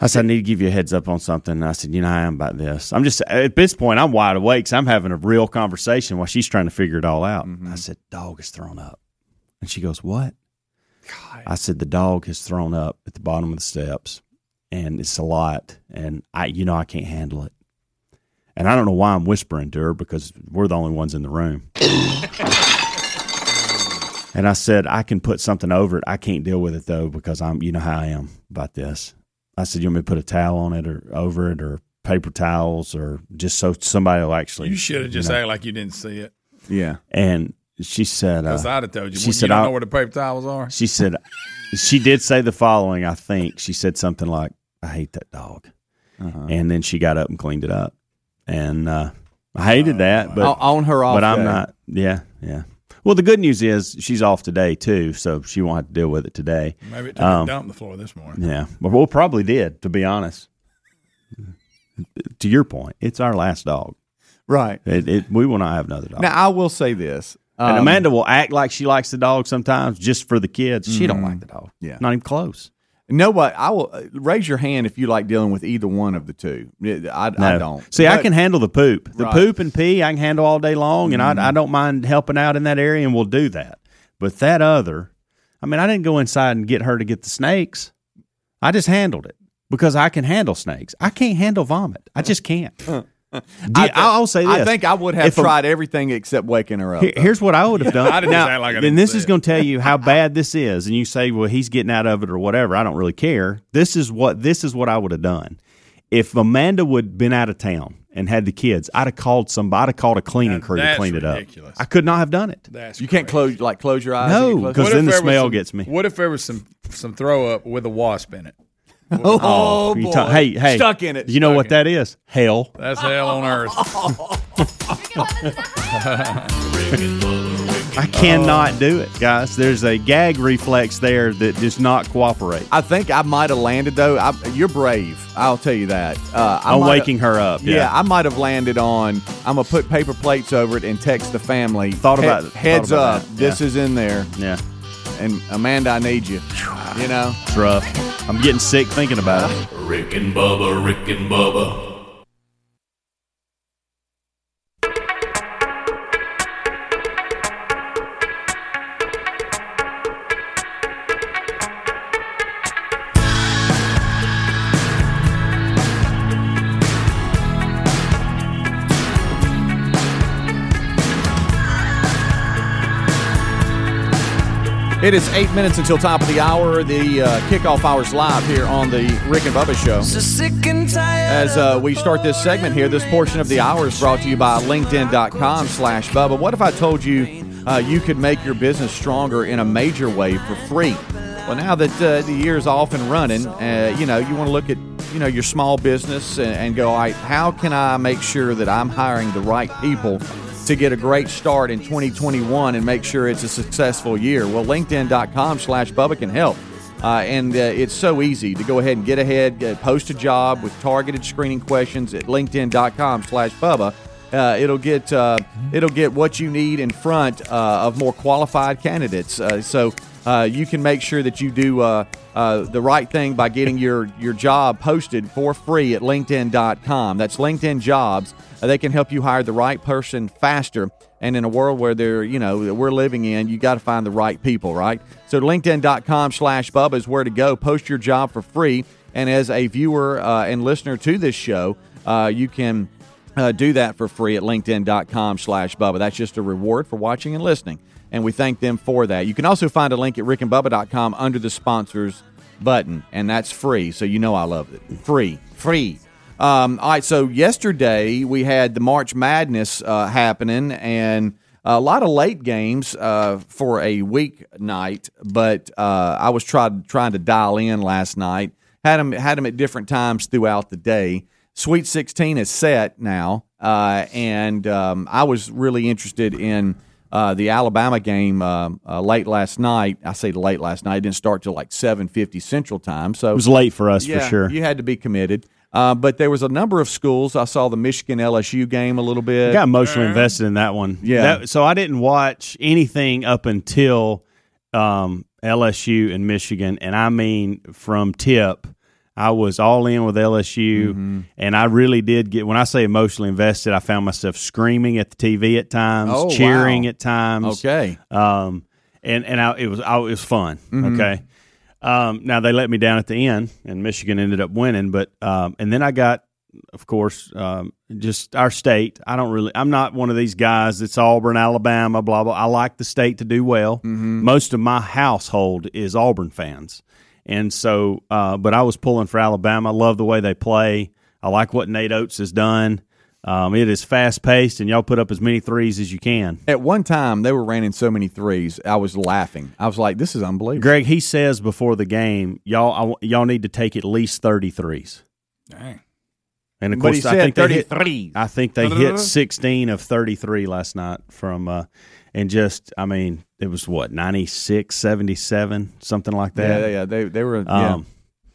S6: I said, "I need to give you a heads up on something." And I said, "You know, I am about this. I'm just at this point, I'm wide awake, so I'm having a real conversation while she's trying to figure it all out."
S5: Mm-hmm.
S6: I said, "Dog is thrown up," and she goes, "What?" I said, "The dog has thrown up at the bottom of the steps, and it's a lot, and I, you know, I can't handle it." And I don't know why I'm whispering to her because we're the only ones in the room. And I said, I can put something over it. I can't deal with it though because I'm, you know how I am about this. I said, you want me to put a towel on it or over it or paper towels or just so somebody will actually.
S1: You should have just
S6: know.
S1: acted like you didn't see it.
S5: Yeah.
S6: And she said,
S1: Because
S6: uh,
S1: I'd have told you.
S6: she
S1: Well,
S6: said,
S1: you don't
S6: "I'll-
S1: know where the paper towels are.
S6: she said, she did say the following. I think she said something like, "I hate that dog,"
S5: Uh-huh.
S6: and then she got up and cleaned it up. And uh, I hated that, but
S5: O- on her off
S6: But I'm
S5: day.
S6: not. Yeah, yeah. Well, the good news is she's off today too, so she won't have to deal with it today.
S1: Maybe it took a
S6: Um,
S1: dump on the floor this morning.
S6: Yeah, but we'll probably did. To be honest, to your point, it's our last dog.
S5: Right.
S6: It, it, we will not have another dog.
S5: Now, I will say this.
S6: and
S5: Um,
S6: Amanda will act like she likes the dog sometimes, just for the kids. She don't like the dog.
S5: Mm-hmm. Yeah.
S6: not even close.
S5: No, but I will uh, raise your hand if you like dealing with either one of the two. I, I
S6: No.
S5: don't.
S6: See, I
S5: But-
S6: can handle the poop. The
S5: Right. Mm-hmm.
S6: poop and pee I can handle all day long, and I, I don't mind helping out in that area, and we'll do that. But that other, I mean, I didn't go inside and get her to get the snakes. I just handled it because I can handle snakes. I can't handle vomit. I just can't. Do-
S5: I thi-
S6: I'll say this.
S5: I think I would have
S6: If a-
S5: tried everything except waking her up.
S6: Here-
S5: though.
S6: here's what I would have done.
S1: I didn't
S6: Now,
S1: sound like I
S6: then
S1: didn't
S6: this
S1: say
S6: is
S1: it.
S6: going to tell you how bad this is, and you say, "Well, he's getting out of it or whatever." I don't really care. This is what this is what I would have done. If Amanda would been out of town and had the kids, I'd have called somebody. I'd have called a cleaning
S1: Now,
S6: crew to
S1: that's
S6: clean it
S1: ridiculous.
S6: up. I could not have done it.
S1: That's
S5: you can't
S1: crazy.
S5: close like close your eyes.
S6: No,
S5: and get close-
S6: 'cause
S1: What
S6: then
S1: if
S6: the
S1: there was
S6: smell
S1: some-
S6: gets me.
S1: What if there was some some throw up with a wasp in it?
S5: oh,
S6: You
S5: boy.
S6: talk- hey, hey,
S5: stuck in it.
S6: You know what that is? Hell.
S1: That's hell on earth.
S6: I cannot
S5: Oh.
S6: do it, guys. There's a gag reflex there that does not cooperate.
S5: I think I might have landed though. I, you're brave. I'll tell you that. Uh, I
S6: I'm
S5: might have-
S6: Oh, waking her up.
S5: Yeah,
S6: Yeah.
S5: I might have landed on. I'm gonna put paper plates over it and text the family.
S6: Thought
S5: "He-
S6: about- thought
S5: heads
S6: about
S5: up.
S6: that,
S5: This
S6: yeah.
S5: is in there,
S6: yeah.
S5: and Amanda, I need you. You know, Uh,
S6: It's rough. I'm getting sick thinking about it.
S9: Rick and Bubba, Rick and Bubba,
S5: it is eight minutes until top of the hour. The uh, kickoff hours live here on the Rick and Bubba Show. As uh, we start this segment here, this portion of the hour is brought to you by LinkedIn.com slash Bubba. What if I told you uh, you could make your business stronger in a major way for free? Well, now that uh, the year's off and running, uh, you know, you want to look at, you know, your small business and, and go, all right, how can I make sure that I'm hiring the right people to get a great start in 2021 and make sure it's a successful year? Well, LinkedIn.com slash Bubba can help. Uh, and uh, it's so easy to go ahead and get ahead, uh, post a job with targeted screening questions at linkedin.com slash Bubba. Uh, it'll get uh, it'll get what you need in front uh, of more qualified candidates, uh, so uh, you can make sure that you do uh, uh, the right thing by getting your your job posted for free at LinkedIn.com. That's LinkedIn Jobs. Uh, they can help you hire the right person faster. And in a world where they're, you know, that we're living in, you got to find the right people, right? So LinkedIn.com slash Bubba is where to go. Post your job for free. And as a viewer uh, and listener to this show, uh, you can uh, do that for free at LinkedIn.com slash Bubba. That's just a reward for watching and listening. And we thank them for that. You can also find a link at rickandbubba.com under the sponsors button. And that's free. So you know I love it. Free. Free. Um, all right, so yesterday we had the March Madness uh, happening, and a lot of late games uh, for a week night. But uh, I was trying trying to dial in last night. Had them had them at different times throughout the day. Sweet sixteen is set now, uh, and um, I was really interested in uh, the Alabama game um uh, late last night. I say late last night; it didn't start till like seven fifty Central Time. So
S6: It was late for us for sure.
S5: you had to be committed. Uh, but there was a number of schools. I saw the Michigan LSU game a little bit.
S6: I got emotionally invested in that one.
S5: Yeah.
S6: That- so I didn't watch anything up until um, LSU and Michigan, and I mean from tip. I was all in with LSU,
S5: Mm-hmm.
S6: and I really did get. When I say emotionally invested, I found myself screaming at the TV at times,
S5: Oh,
S6: cheering
S5: wow.
S6: at times.
S5: okay. Mm-hmm.
S6: um, and and I, it was I, it was fun. Okay, um, now they let me down at the end, and Michigan ended up winning. But um, and then I got, of course, um, just our state. I don't really. I'm not one of these guys that's Auburn, Alabama, blah blah. I like the state to do well.
S5: Mm-hmm.
S6: Most of my household is Auburn fans, and so. Uh, but I was pulling for Alabama. I love the way they play. I like what Nate Oates has done. Um, it is fast paced, and y'all put up as many threes as you can.
S5: At one time, they were raining so many threes. I was laughing. I was like, "This is unbelievable."
S6: Greg, he says before the game, y'all, I, want- y'all need to take at least 33s.
S1: Dang.
S6: And of
S5: But he
S6: course, I
S5: said
S6: think they hit,
S5: 33.
S6: I think they hit 16 of 33 last night from, uh, and just, I mean, it was what, 96, 77, something like that.
S5: Yeah, yeah, they they were.
S6: Um,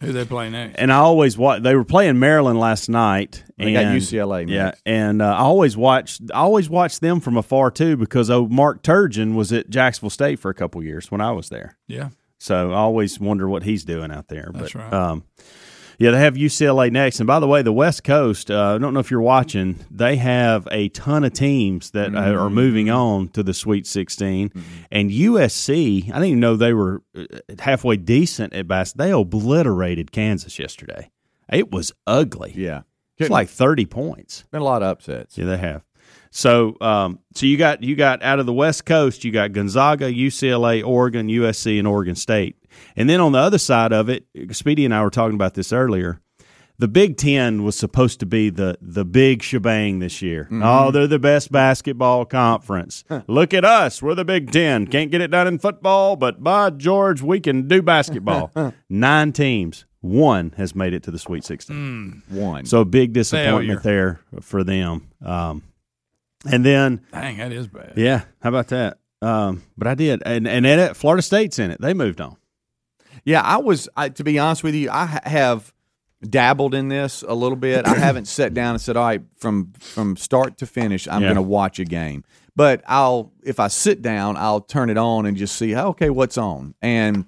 S1: Who they play next?
S6: and I always watch. They were playing Maryland last night.
S5: They
S6: and,
S5: got UCLA
S6: Yeah,
S5: next.
S6: and uh, I always watch. I always watch them from afar too because oh, Mark Turgeon was at Jacksonville State for a couple years when I was there.
S1: Yeah.
S6: So I always wonder what he's doing out there.
S1: That's
S6: but,
S1: right.
S6: Um, yeah, they have UCLA next. And by the way, the West Coast, uh, I don't know if you're watching, they have a ton of teams that uh
S5: Mm-hmm.
S6: are moving on to the Sweet 16. And USC, I didn't even know they were uh, halfway decent at bas. They obliterated Kansas yesterday. It was ugly.
S5: yeah,
S6: It's like 30 points.
S5: been a lot of upsets.
S6: Yeah, they have. So, um, so you got you got out of the West Coast, you got Gonzaga, UCLA, Oregon, USC, and Oregon State, and then on the other side of it, Speedy and I were talking about this earlier. The Big Ten was supposed to be the the big shebang this year. Oh, they're the best basketball conference. Look at us, we're the Big Ten. Can't get it done in football, but by George, we can do basketball. Nine teams, one has made it to the Sweet Sixteen.
S1: Hmm.
S5: One.
S6: So a big disappointment there for them. Um, and then
S1: Dang, that is bad.
S6: yeah, how about that? Um, but I did, and and at Florida State's in it. They moved on.
S5: Yeah, I was. I, to be honest with you, I ha- have dabbled in this a little bit. I haven't sat down and said, "All right, from from start to finish, I'm
S6: Yeah.
S5: going to watch a game." But I'll if I sit down, I'll turn it on and just see, okay, what's on, and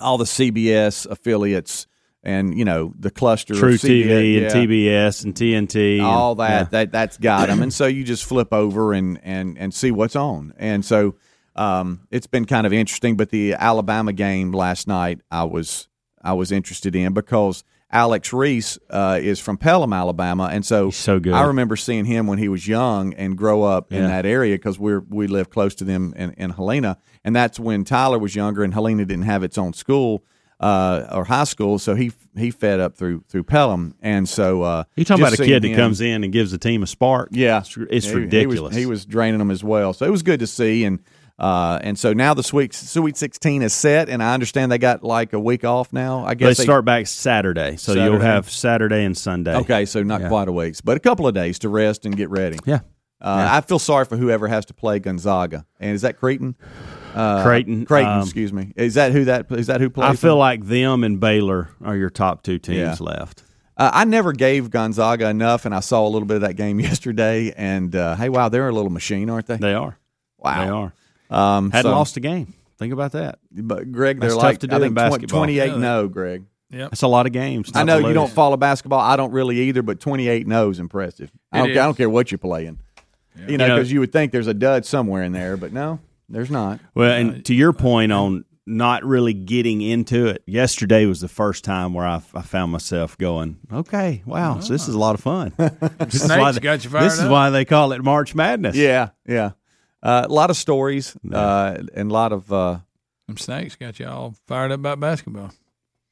S5: all the CBS affiliates, and you know the cluster of
S6: True TV
S5: CBS, yeah
S6: and TBS and TNT,
S5: all
S6: and,
S5: that
S6: yeah.
S5: that that's got them and so you just flip over and and and see what's on and so um it's been kind of interesting but the alabama game last night i was i was interested in because alex reese uh, is from pelham alabama and so
S6: He's so good.
S5: i remember seeing him when he was young and grow up in
S6: Yeah.
S5: that area because we're we live close to them in, in helena and that's when tyler was younger and helena didn't have its own school uh, or high school, so he he fed up through through Pelham, and so uh,
S6: You talking about
S5: just
S6: a
S5: seeing
S6: kid that
S5: him-
S6: comes in and gives the team a spark?
S5: yeah,
S6: it's, it's
S5: He- he was-
S6: ridiculous.
S5: He was, draining them as well, so it was good to see. And uh, and so now the sweet sweet sixteen is set, and I understand they got like a week off now. I
S6: they
S5: guess
S6: start back Saturday, so you'll
S5: Saturday.
S6: have Saturday and Sunday.
S5: Okay, so not quite a week, but a couple of days to rest and get ready.
S6: yeah.
S5: Uh, I feel sorry for whoever has to play Gonzaga, and is that Creighton? Uh,
S6: Creighton,
S5: Creighton.
S6: um,
S5: excuse me. Is that who that is that who plays?
S6: I feel
S5: them?
S6: like them and Baylor are your top two teams
S5: Yeah.
S6: left.
S5: Uh, I never gave Gonzaga enough, and I saw a little bit of that game yesterday. And uh, hey, wow, they're a little machine, aren't they?
S6: They are. They
S5: wow,
S6: are.
S5: they are. Um,
S6: Hadn't
S5: so-
S6: lost a game. Think about that.
S5: But Greg, they're
S6: That's
S5: like
S6: tough to do
S5: I
S6: in
S5: think twen-
S6: basketball.
S5: 28
S1: Yeah.
S5: no, Greg.
S1: Yep.
S6: That's a lot of games.
S5: I
S6: not
S5: know
S6: to
S5: you don't
S6: lose.
S5: follow basketball. I don't really either, but 28 no is impressive. I
S1: It
S5: don't, I
S1: is.
S5: don't care what you're playing. You know,
S6: You know-
S5: because you would think there's a dud somewhere in there, but no, there's not.
S6: Well, and to your point on not really getting into it, yesterday was the first time where I, I found myself going, okay, wow, so this is
S11: Ah.
S6: a lot of fun. this is, why
S1: Snakes
S6: they,
S1: got you fired
S6: this is
S1: up.
S6: why they call it March Madness.
S5: Yeah, yeah. Uh, a lot of stories uh, and a lot of uh,
S1: Them snakes got you all fired up about basketball.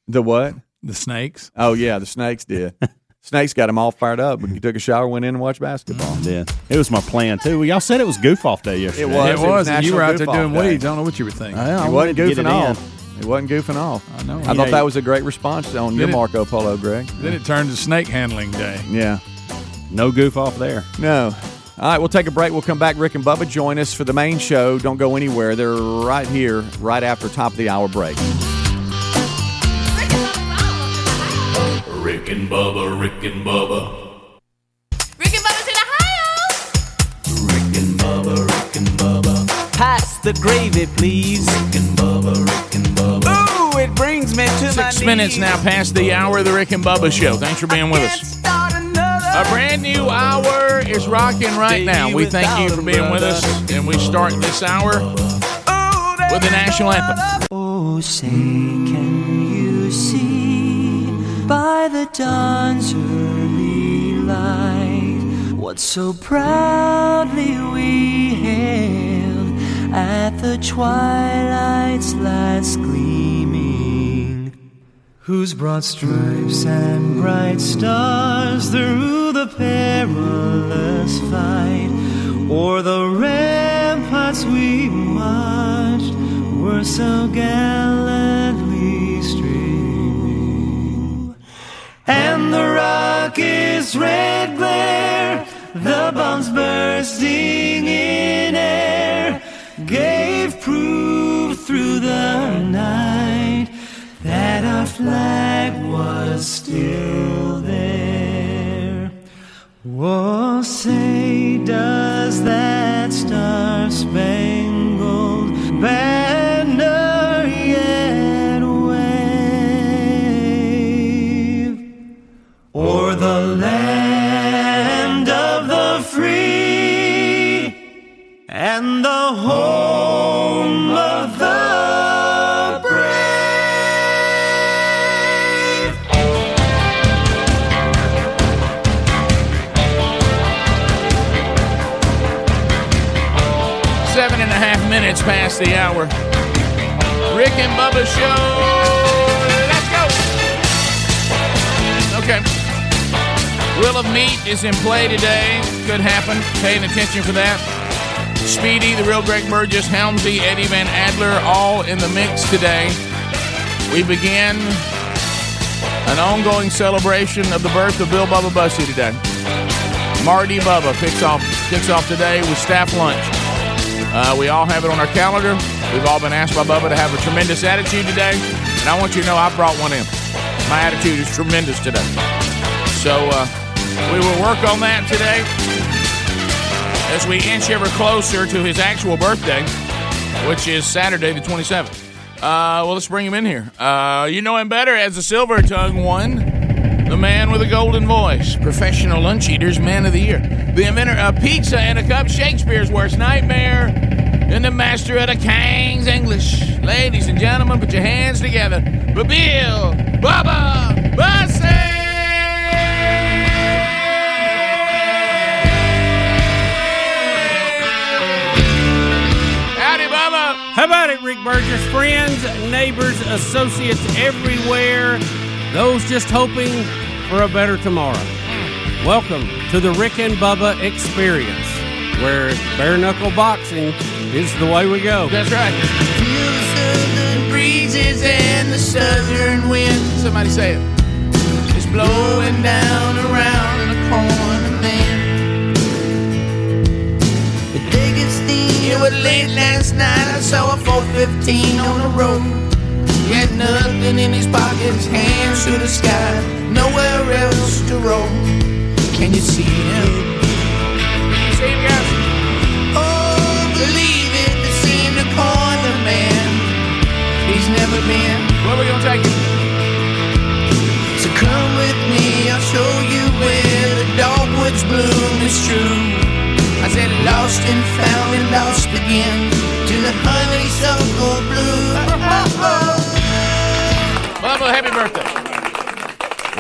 S5: the what?
S1: The snakes.
S5: Oh, yeah, the snakes did. snakes got them all fired up. We took a shower, went in and watched basketball.
S6: Yeah. It was my plan, too. Well, y'all said it was goof off day yesterday.
S5: It was.
S1: it was, and you
S5: National
S1: were out there
S5: Goof Off
S1: doing
S5: Day.
S1: weeds. I don't know what you were thinking.
S6: I
S5: It
S6: wanted
S5: wasn't
S6: to get it
S5: goofing
S6: in.
S5: off. It wasn't goofing off.
S1: I know.
S5: I thought that was a great response on your
S1: it?
S5: Marco Polo, Greg.
S1: Then it turned to snake handling day.
S5: Yeah.
S6: No goof off there.
S5: No. All right, we'll take a break. We'll come back. Rick and Bubba join us for the main show. Don't go anywhere. They're right here, right after top of the hour break.
S7: Rick and Bubba's all up in the house.
S9: Rick and Bubba, Rick and Bubba.
S7: Rick and Bubba's in Ohio.
S8: Pass the gravy, please. Ooh, it brings me to my
S12: Six minutes
S8: knees.
S12: now past the hour of the Rick and Bubba Show. Thanks for being with
S8: Can't
S12: us.
S8: start another.
S12: A brand new hour is rocking right now. We thank you for being with us, and we start this hour
S8: Ooh, there's
S12: with the national anthem.
S13: Oh, say, can you see by the dawn's early light what so proudly we hailed at the twilight's last gleaming? Whose broad stripes and bright stars through the perilous fight, o'er the ramparts we marched, were so gallantly streaming. And the rock is
S12: this red glare, the bombs bursting in air gave proof through the night that our flag was still there. Oh, say, does that star spangled banner yet wave o'er the land of the free and the home of the
S14: Seven and a half minutes past the hour. Rick and Bubba Show. Let's go. Okay. Will of Meat is in play today. Could happen. Paying attention for that. Speedy, the real Greg Burgess, Helmsy, Eddie Van Adler, all in the mix today. We begin an ongoing celebration of the birth of Bill Bubba Bussy today. Marty Bubba kicks off kicks off today with staff lunch. Uh, we all have it on our calendar. We've all been asked by Bubba to have a tremendous attitude today, and I want you to know I brought one in. My attitude is tremendous today. So uh, we will work on that today as we inch ever closer to his actual birthday, which is Saturday the 27th. Uh, well, let's bring him in here. Uh, you know him better as the Silver Tongue one, the man with a golden voice, professional lunch eaters, man of the year, the inventor of pizza and a cup, Shakespeare's worst nightmare, and the master of the King's English. Ladies and gentlemen, put your hands together for Bill Bubba Bussey! Howdy, Bubba!
S11: How about it, Rick Burgess? Friends, neighbors, associates everywhere, those just hoping for a better tomorrow. Welcome to the Rick and Bubba Experience, where bare knuckle boxing is the way we go.
S14: That's right.
S12: southern breezes and the southern wind.
S14: Somebody say it.
S12: It's blowing down around the corner, man. The day gets thin. It was late last night. I saw a 415 on the road. He had nothing in his pockets, hands to the sky, nowhere else to roam. Can you see him? See him, guys. Oh, believe it, it's in the corner, man. He's never been.
S14: Where we gonna take him?
S12: So come with me, I'll show you where the dogwoods bloom is true. I said lost and found and lost again to the honeysuckle blue.
S14: Bubba, happy birthday.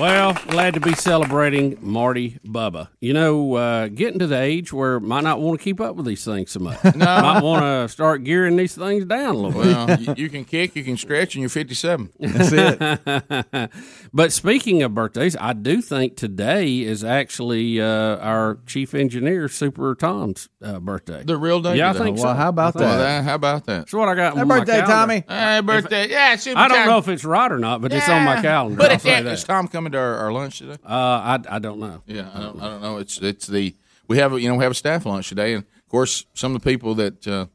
S11: Well, glad to be celebrating Marty Bubba. You know, uh, getting to the age where might not want to keep up with these things so much. No. Might want to start gearing these things down a little bit.
S14: Well, you, you can kick, you can stretch, and you're 57.
S11: it. but speaking of birthdays, I do think today is actually uh, our chief engineer, Super Tom's uh, birthday.
S14: The real day?
S11: Yeah, I
S14: today.
S11: think
S14: Well,
S11: so.
S14: how about
S11: I think
S14: that?
S11: so.
S14: Well, how about that?
S11: That's what I got.
S14: Happy
S11: on my
S14: birthday,
S11: calendar.
S14: Tommy. Happy birthday. Yeah, Super
S11: I don't
S14: Tommy.
S11: know if it's right or not, but it's on my
S14: Yeah.
S11: calendar.
S14: But
S11: I'll
S14: it's, is
S11: say that.
S14: Tom coming to our, our lunch today?
S11: Uh, I, I don't know.
S14: Yeah, I don't, I don't know. It's it's the we have a- you know we have a staff lunch today, and of course some of the people that uh,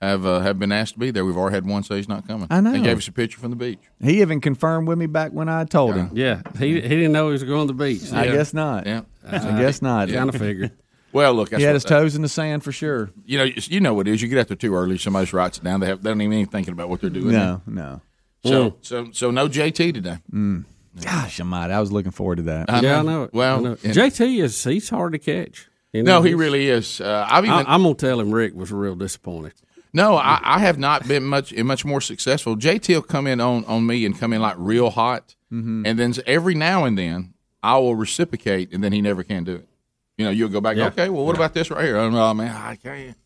S14: have uh, have been asked to be there. We've already had one say he's not coming.
S5: I know.
S14: They gave us a picture from the beach.
S5: He even confirmed with me back when I told him.
S11: Yeah, he, he didn't know he was going to the beach.
S5: I
S14: Yeah.
S5: guess not.
S14: Yeah.
S5: I guess not.
S11: Kind of figured.
S14: Well, look, that's
S5: He had
S14: what-
S5: his toes in the sand for sure.
S14: You know, you know what it is. You get out there too early. Somebody just writes it down. They have they don't even thinking about what they're doing.
S5: No, no.
S14: So so so no JT today.
S5: Mm. Gosh, I might. I was looking forward to that.
S14: I
S11: yeah,
S14: know.
S11: I know it.
S14: Well,
S11: I know it.
S14: and-
S11: JT is he's hard to catch. You
S14: No,
S11: know,
S14: he
S11: he's-
S14: really is. Uh, I've even
S11: I, I'm gonna tell him Rick was real disappointed.
S14: No, I, I have not been much much more successful. JT will come in on, on me and come in like real hot,
S1: Mm-hmm.
S5: Mm.
S14: and then every now and then I will reciprocate, and then he never can do it. You know, you'll go back.
S11: Yeah.
S14: Okay, well, what about this right here? Oh no, man, I can't.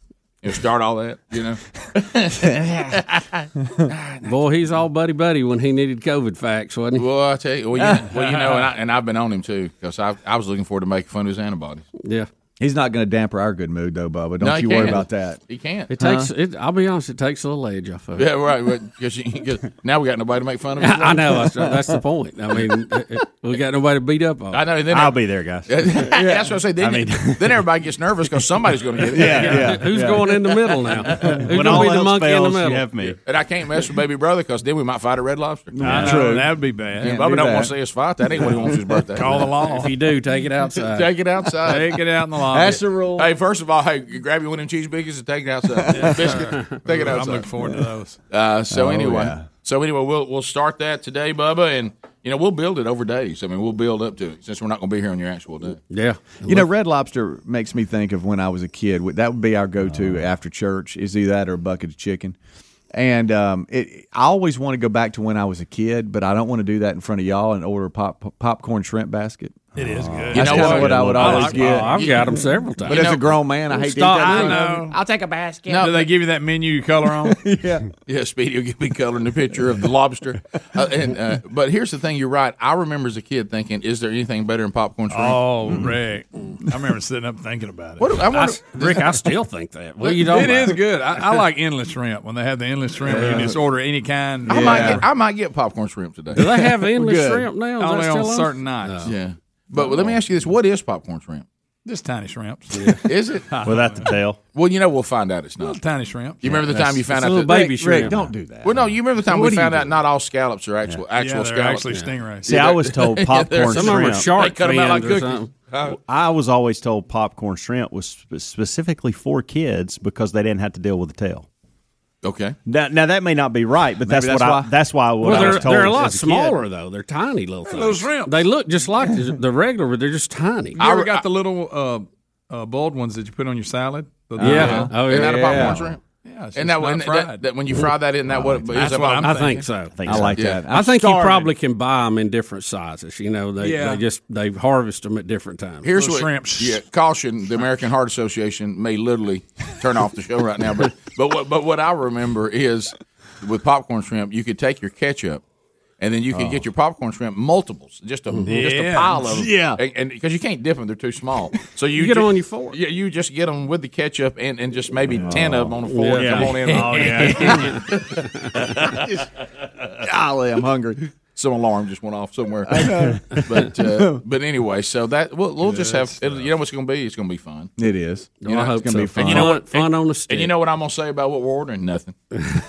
S14: And start all that. You know,
S11: Boy, he's all buddy buddy when he needed COVID facts, wasn't he?
S14: well, I tell you, well, you know, well, you know and, I, and I've been on him too because I I was looking forward to making fun of his antibodies.
S11: Yeah.
S5: He's not going to damper our good mood though, Bubba. Don't
S14: No, he
S5: you worry
S14: can't.
S5: about that.
S14: He can't.
S11: It takes. It, I'll be honest. It takes a little edge off of it.
S14: Yeah, right. Because now we got nobody to make fun of.
S11: I know. That's, that's the point. I mean, it- it- we got nobody to beat up on.
S14: I know. Then
S11: I'll
S14: be
S6: there, guys.
S14: That's what I say. Then,
S11: I mean-
S14: then everybody gets nervous because somebody's going to get it.
S11: Yeah, yeah, Who's yeah. going in the middle now? Who's When gonna be all the else monkey in the fails, you middle? have me.
S14: And I can't mess with baby brother because then we might fight a red lobster.
S11: Yeah. No, True. that'd be bad.
S14: And
S11: Can't
S14: Bubba
S11: do
S14: do not
S11: that.
S14: want to see us fight. That ain't what he wants for his birthday.
S11: Call the law. If you do, take it outside.
S14: take it outside.
S11: Take it out in the lobby. That's the rule.
S14: Hey, first of all, hey, you grab your winning cheese biscuits and take it outside.
S1: Yeah.
S14: Biscuit, take it
S1: I'm
S14: outside.
S1: looking forward to those.
S14: Uh, so
S1: Oh,
S14: anyway,
S1: yeah.
S14: so anyway, we'll we'll start that today, Bubba, and you know we'll build it over days. I mean, we'll build up to it since we're not going to be here on your actual day.
S11: Yeah.
S5: You know, Red Lobster makes me think of when I was a kid. That would be our go-to after church is either that or a bucket of chicken. And um, it, I always want to go back to when I was a kid, but I don't want to do that in front of y'all and order a pop, popcorn shrimp basket.
S1: It is
S11: Ah.
S1: good.
S5: That's kind of what I would
S11: Oh,
S5: always get. But as a grown man, I hate to eat that. food.
S12: I'll take a basket.
S1: Do they give you that menu color on?
S5: yeah,
S14: yeah. Speedy will give me coloring the picture of the lobster. Uh, and uh, but here's the thing, you're right. I remember as a kid thinking, is there anything better than popcorn shrimp?
S1: Oh, Rick. I remember sitting up thinking about it.
S14: What do- I wonder-
S11: Rick, I still think that. What are you
S1: It
S11: talking
S1: is
S11: about?
S1: good. I, I like endless shrimp when they have the endless shrimp. You
S14: Yeah.
S1: can just order any kind.
S14: I might get, I might get popcorn shrimp today.
S1: Do they have endless Good. shrimp now? Is that
S14: Only on
S1: still on?
S14: certain nights.
S1: No.
S14: Yeah. But well, let me ask you this: What is popcorn shrimp?
S1: Just tiny shrimps.
S14: Is it
S6: Without the tail?
S14: Well, you know we'll find out it's not
S1: Little tiny shrimp.
S14: You remember the
S1: Yeah,
S14: time you
S1: that's-
S14: found
S1: it's
S14: out
S1: a
S14: that
S1: little baby shrimp. Don't do that.
S14: Well, no, you remember the time
S1: What
S14: we
S1: do you
S14: found out
S1: do?
S14: not all scallops are actual actual
S1: Yeah, they're
S14: scallops.
S1: actually stingrays.
S6: See, I was told
S14: Yeah,
S6: popcorn
S14: they're-
S6: shrimp.
S14: They cut 'em out like cookies. Huh?
S6: I was always told popcorn shrimp was sp- specifically for kids because they didn't have to deal with the tail.
S14: Okay.
S6: Now, now that may not be right, but
S11: Maybe
S6: that's,
S11: that's
S6: what
S11: why.
S6: I that's why what
S11: well,
S6: I
S11: they're,
S6: was told.
S11: they're a
S6: as
S11: lot
S6: kid.
S11: smaller though. They're tiny little things. They look just like the, the regular, but they're just tiny.
S1: You ever got the little uh, uh, boiled ones that you put on your salad? The- uh,
S11: Yeah. Yeah. Oh,
S14: Isn't that a
S11: yeah.
S14: popcorn shrimp?
S1: Yeah, it's
S14: Isn't
S1: just
S14: that, when-
S1: not
S14: that-
S1: fried. Oh,
S14: that when you fry that, isn't that what?
S1: That's
S14: is that
S1: what I'm
S11: I
S14: popcorn?
S11: think so.
S14: Yeah.
S11: I think you probably can buy them in different sizes. You know, they,
S14: Yeah.
S11: they just they harvest them at different times.
S14: Here's what Yeah, caution: the American Heart Association may literally turn off the show right now. But but what but what I remember is with popcorn shrimp, you could take your ketchup. And then you could
S1: Oh.
S14: get your popcorn shrimp multiples, just a
S12: Mm-hmm.
S14: Mm-hmm. just a
S1: Yeah.
S14: pile of them.
S1: Yeah.
S14: and because you can't dip them, they're too small. So you,
S11: You get 'em
S14: ju-
S11: on your fork.
S14: Yeah, you just get them with the ketchup and, and just maybe ten of them on a fork.
S5: Yeah.
S14: Come on in.
S5: Oh, yeah. Just- golly, I'm hungry.
S14: Some alarm just went off somewhere.
S5: I know.
S14: but uh, but anyway, so that we'll, we'll just have it'll, you know what's going to be. It's going to be fun.
S5: It is.
S14: You know, it's gonna be fun.
S5: And
S14: you know what?
S11: Fun on the stick.
S14: And you know what I'm gonna say about what we're ordering? Nothing.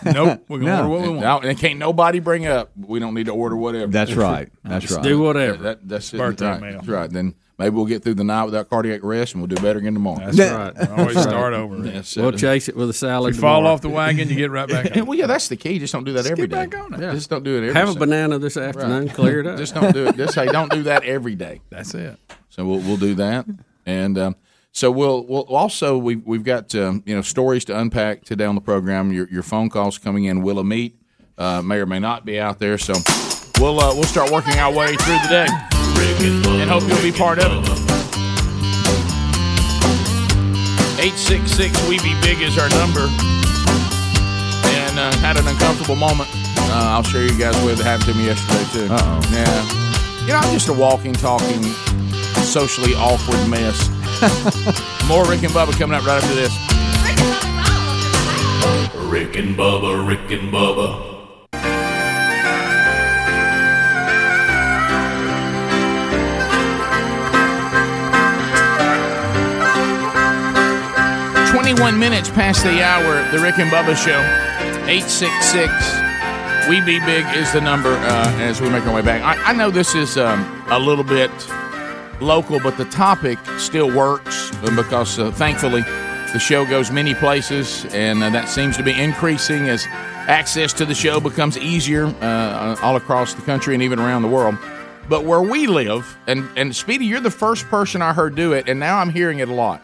S1: nope. We're gonna order what we
S14: And-
S1: want.
S14: now- And can't nobody bring up. We don't need to order whatever.
S5: That's right. That's
S14: Just
S5: right.
S14: Do
S11: whatever.
S14: That, that's it.
S1: Birthday
S14: That's right.
S1: mail.
S14: That's right. Then maybe we'll get through the night without cardiac arrest, and we'll do better again tomorrow.
S1: That's Yeah. right.
S14: That's
S1: Always
S14: right.
S1: start over.
S14: That's
S1: We'll
S11: chase it with a salad.
S1: If you fall off the wagon, you get right back.
S14: well, yeah, that's the key. Just don't do that every day. Yeah. Just don't do it every
S11: Have a
S14: Sunday.
S11: banana this afternoon. Clear it up.
S14: Just don't do it. Just say don't do that every day.
S1: That's it.
S14: So we'll we'll do that, and um, so we'll we'll also we have we've got um, you know stories to unpack today on the program. Your your phone calls coming in. Will a meet uh, may or may not be out there. So we'll uh, we'll start working our way through the day, and hope you'll be part of it. Eight six six we be big is our number, and uh, had an uncomfortable moment. Uh, I'll share you guys with. It happened to me yesterday too.
S6: Uh-oh.
S14: Yeah, you know I'm just a walking, talking, socially awkward mess. More Rick and Bubba coming up right after this.
S9: Rick and Bubba, Rick and Bubba,
S14: Twenty-one minutes past the hour. The Rick and Bubba Show. Eight six six. We be big is the number uh, as we make our way back. I, I know this is um, a little bit local, but the topic still works uh, because uh, thankfully the show goes many places, and uh, that seems to be increasing as access to the show becomes easier uh, all across the country and even around the world. But where we live, and, and Speedy, you're the first person I heard do it, and now I'm hearing it a lot.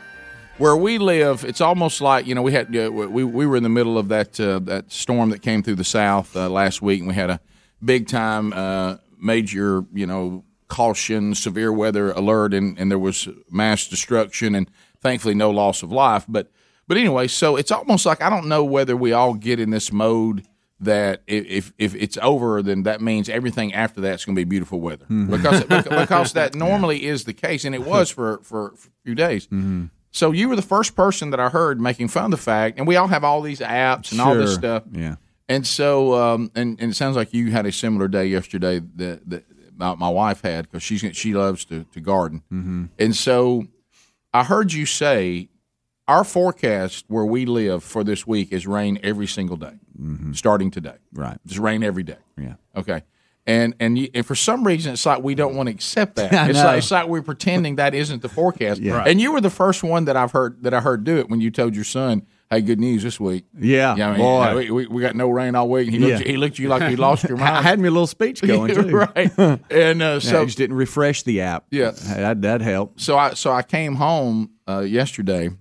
S14: Where we live, it's almost like you know we had uh, we we were in the middle of that uh, that storm that came through the south uh, last week, and we had a big time uh, major you know caution severe weather alert, and, and there was mass destruction, and thankfully no loss of life. But but anyway, so it's almost like I don't know whether we all get in this mode that i- if if it's over, then that means everything after that's going to be beautiful
S6: Mm-hmm.
S14: weather because beca- because that normally is the case, and it was for for a few days. So you were the first person that I heard making fun of the fact, and we all have all these apps and all this
S6: Sure.
S14: stuff.
S6: Yeah.
S14: And so, um, and, and it sounds like you had a similar day yesterday that, that my, my wife had because she's she loves to, to garden.
S15: Mm-hmm.
S14: And so I heard you say our forecast where we live for this week is rain every single day, starting today.
S6: Mm-hmm. Right.
S14: Just rain every day.
S6: Yeah.
S14: Okay. And and, you, and for some reason it's like we don't want to accept that.
S6: I
S14: It's
S6: know.
S14: like, it's like we're pretending that isn't the forecast.
S6: Yeah. Right.
S14: And you were the first one that I've heard that I heard do it when you told your son, "Hey, good news this week."
S6: Yeah,
S14: yeah. I mean,
S6: boy.
S14: we, we, we got no rain all week. He looked,
S6: Yeah.
S14: he looked at you like you lost your mind.
S6: I had me a little speech going too.
S14: right. And uh,
S6: so
S14: so
S6: just didn't refresh the app.
S14: Yeah.
S6: that that helped.
S14: So I so I came home uh, yesterday,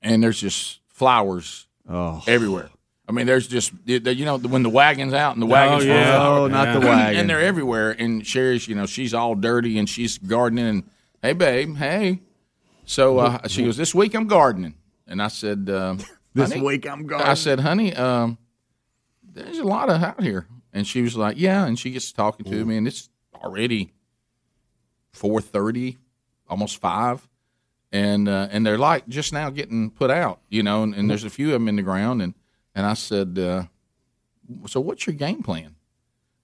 S14: and there's just flowers
S6: Oh.
S14: everywhere. I mean, there's just you you know when the wagon's out and the
S6: Oh,
S14: wagon's full of
S6: yeah.
S14: flowers.
S6: Oh, not the wagon.
S14: and they're everywhere. And Sherry's, you know, she's all dirty and she's gardening. And hey, babe, hey. So uh, she goes, this week I'm gardening, and I said, uh,
S6: This
S14: honey-
S6: week I'm
S14: I
S6: gardening.
S14: said, honey, um, there's a lot of out here, and she was like, yeah. And she gets to talking to me, and it's already four thirty, almost five, and uh, and they're like just now getting put out, you know, and, and there's a few of them in the ground, and and I said, uh, so what's your game plan?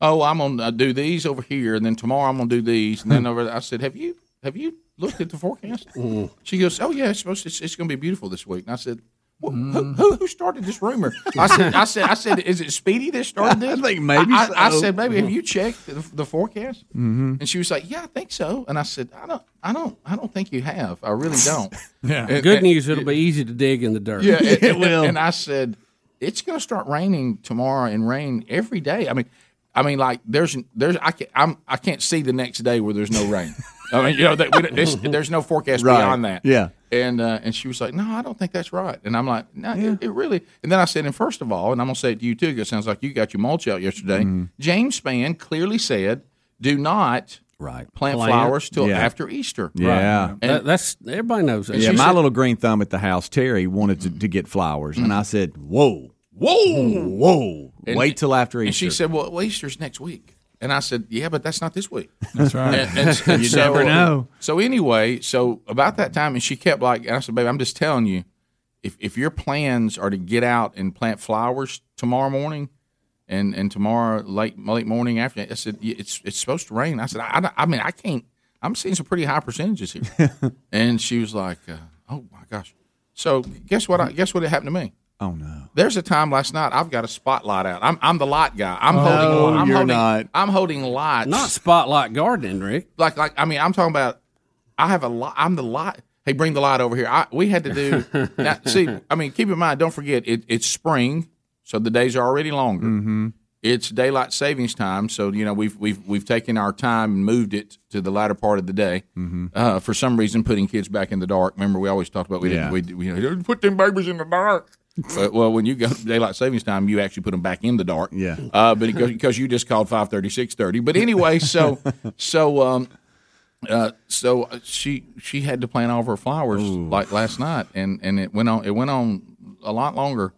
S14: Oh, I'm gonna uh, do these over here, and then tomorrow I'm gonna do these, and then over. there. I said, have you have you looked at the forecast?
S11: Mm-hmm.
S14: She goes, oh yeah, it's supposed to, it's, it's gonna be beautiful this week, and I said. "Wh- Who, who, who started this rumor? I said, I said, I said, is it Speedy that started this? I think
S6: maybe
S14: I, I
S6: so.
S14: said, maybe have you checked the, the forecast?
S11: Mm-hmm.
S14: And she was like, "Yeah, I think so." And I said, "I don't, I don't, I don't think you have. I really don't." And-
S11: Good
S14: and-
S11: news, it'll be easy to dig in the dirt.
S14: Yeah, and- and- And I said, "It's going to start raining tomorrow and rain every day." I mean, I mean, like there's, there's, I can't, I'm, I can't see the next day where there's no rain. I mean, you know, that, we, don't- this, there's no forecast
S6: Right.
S14: beyond that.
S6: Yeah.
S14: And uh, and she was like, "No, I don't think that's right." And I'm like, "No, it, it really." And then I said, "And first of all, and I'm gonna say it to you too, 'cause it sounds like you got your mulch out yesterday."
S6: Mm-hmm.
S14: James Spann clearly said, "Do not
S6: right
S14: plant,
S11: Plant.
S14: flowers till
S6: Yeah.
S14: after Easter."
S6: Yeah.
S14: And-
S11: That- that's everybody knows that.
S6: Yeah, my little green thumb at the house, Terry wanted to, to get flowers, and I said, "Whoa,
S14: Whoa,
S6: whoa!
S14: And-
S6: Wait till after Easter."
S14: And she said, "Well, well, Easter's next week." And I said, "Yeah, but that's not this week."
S6: That's right.
S14: And, and- and
S6: You
S14: so,
S6: never know.
S14: So anyway, so about that time, and she kept like, and I said, "Babe, I'm just telling you, if if your plans are to get out and plant flowers tomorrow morning." And, and tomorrow late late morning after I said "Yeah, it's it's supposed to rain. I said I, I, don't- I mean I can't. I'm seeing some pretty high percentages here. and she was like, uh, "Oh my gosh!" So guess what? I, guess what happened to me?
S6: "Oh no,
S14: There's a time last night I've got a spotlight out. I'm I'm the light guy. I'm
S6: No,
S14: holding. I'm
S6: Oh, you're
S14: holding,
S6: not.
S14: I'm holding lights.
S11: Not spotlight gardening, Rick.
S14: Like like I mean I'm talking about. I have a light. I'm the light. Hey, bring the light over here. I, we had to do. now, see, I mean, keep in mind. Don't forget, it, it's spring, so the days are already longer.
S6: Mm-hmm.
S14: It's daylight savings time, so you know we've we've we've taken our time and moved it to the latter part of the day. Uh, for some reason, putting kids back in the dark. Remember, we always talked about we
S6: Yeah.
S14: didn't. We, you know, put them babies in the dark. Uh, well, when you go to daylight savings time, you actually put them back in the dark. Yeah. Uh, but because you just called five thirty, six thirty. But anyway, so so um, uh, so she she had to plant all of her flowers like last night, and and it went on it went on a lot longer.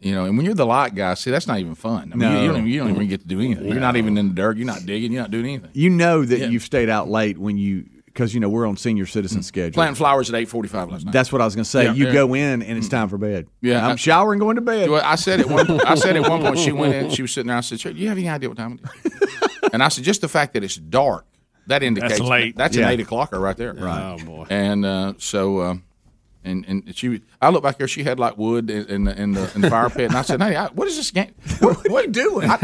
S14: You know, and when you're the light guy, see that's not even fun. I mean, you, you don't even, you don't even get to do anything. You're not even in the dirt. You're not digging. You're not doing anything.
S6: you know that you've stayed out late when you because you know we're on senior citizen schedule.
S14: Planting flowers at eight forty five last night.
S6: That's what I was going to say.
S14: Mm. Yeah,
S6: you
S14: yeah. Mm.
S6: go in and it's time for bed.
S14: Yeah,
S6: I'm
S14: I-
S6: showering, going to bed.
S14: Well, I said at one. I said at one point she went in. She was sitting there. I said, "Sir, "Do you have any idea what time it is?" And I said, "Just the fact that it's dark that indicates
S12: late.
S14: That's
S12: Yeah.
S14: an eight o'clocker right there.
S12: Right. Oh, boy.
S14: And uh, so, uh, and and she, I looked back here. She had like wood in, in the in the, in the fire pit, and I said, "Hey, I, what is this game? What, what are you doing?" I,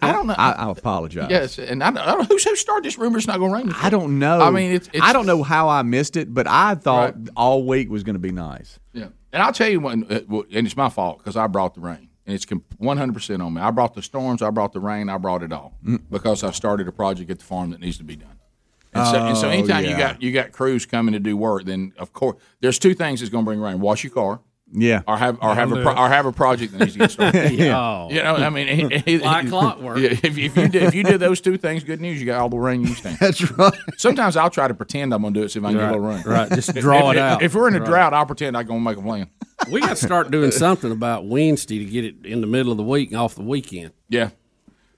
S14: I don't know.
S6: I, I apologize.
S14: yes, and I, don't- I don't, who who started this rumor? It's not going to rain. today?
S6: I don't know.
S14: I mean, it's, it's
S6: Oh, I don't know how I missed it, but I thought all week was going to be nice.
S14: Yeah, and I'll tell you when, uh, well, and it's my fault because I brought the rain, and it's one hundred percent on me. I brought the storms, I brought the rain, I brought it all
S6: Mm.
S14: because I started a project at the farm that needs to be done. And so, and so
S6: Oh,
S14: anytime
S6: yeah.
S14: you got you got crews coming to do work, then of course there's two things that's going to bring rain: wash your car,
S6: Yeah.
S14: or have or have
S6: Don't
S14: a
S6: do
S14: pro-
S6: it.
S14: or have a project that needs to get started.
S6: Yeah. Oh.
S14: You know, I mean,
S6: Like clockwork.
S14: Yeah, if, if you do, if you do those two things, good news, you got all the rain you stand.
S6: That's right.
S14: Sometimes I'll try to pretend I'm going to do it, see if I can get a
S11: Right,
S14: little rain.
S11: right. Just
S14: If-
S11: draw
S14: if-
S11: it out.
S14: If we're in a
S11: Right.
S14: drought, I'll pretend I'm going to make a plan.
S11: We got to start doing something about Wednesday to get it in the middle of the week and off the weekend.
S14: Yeah.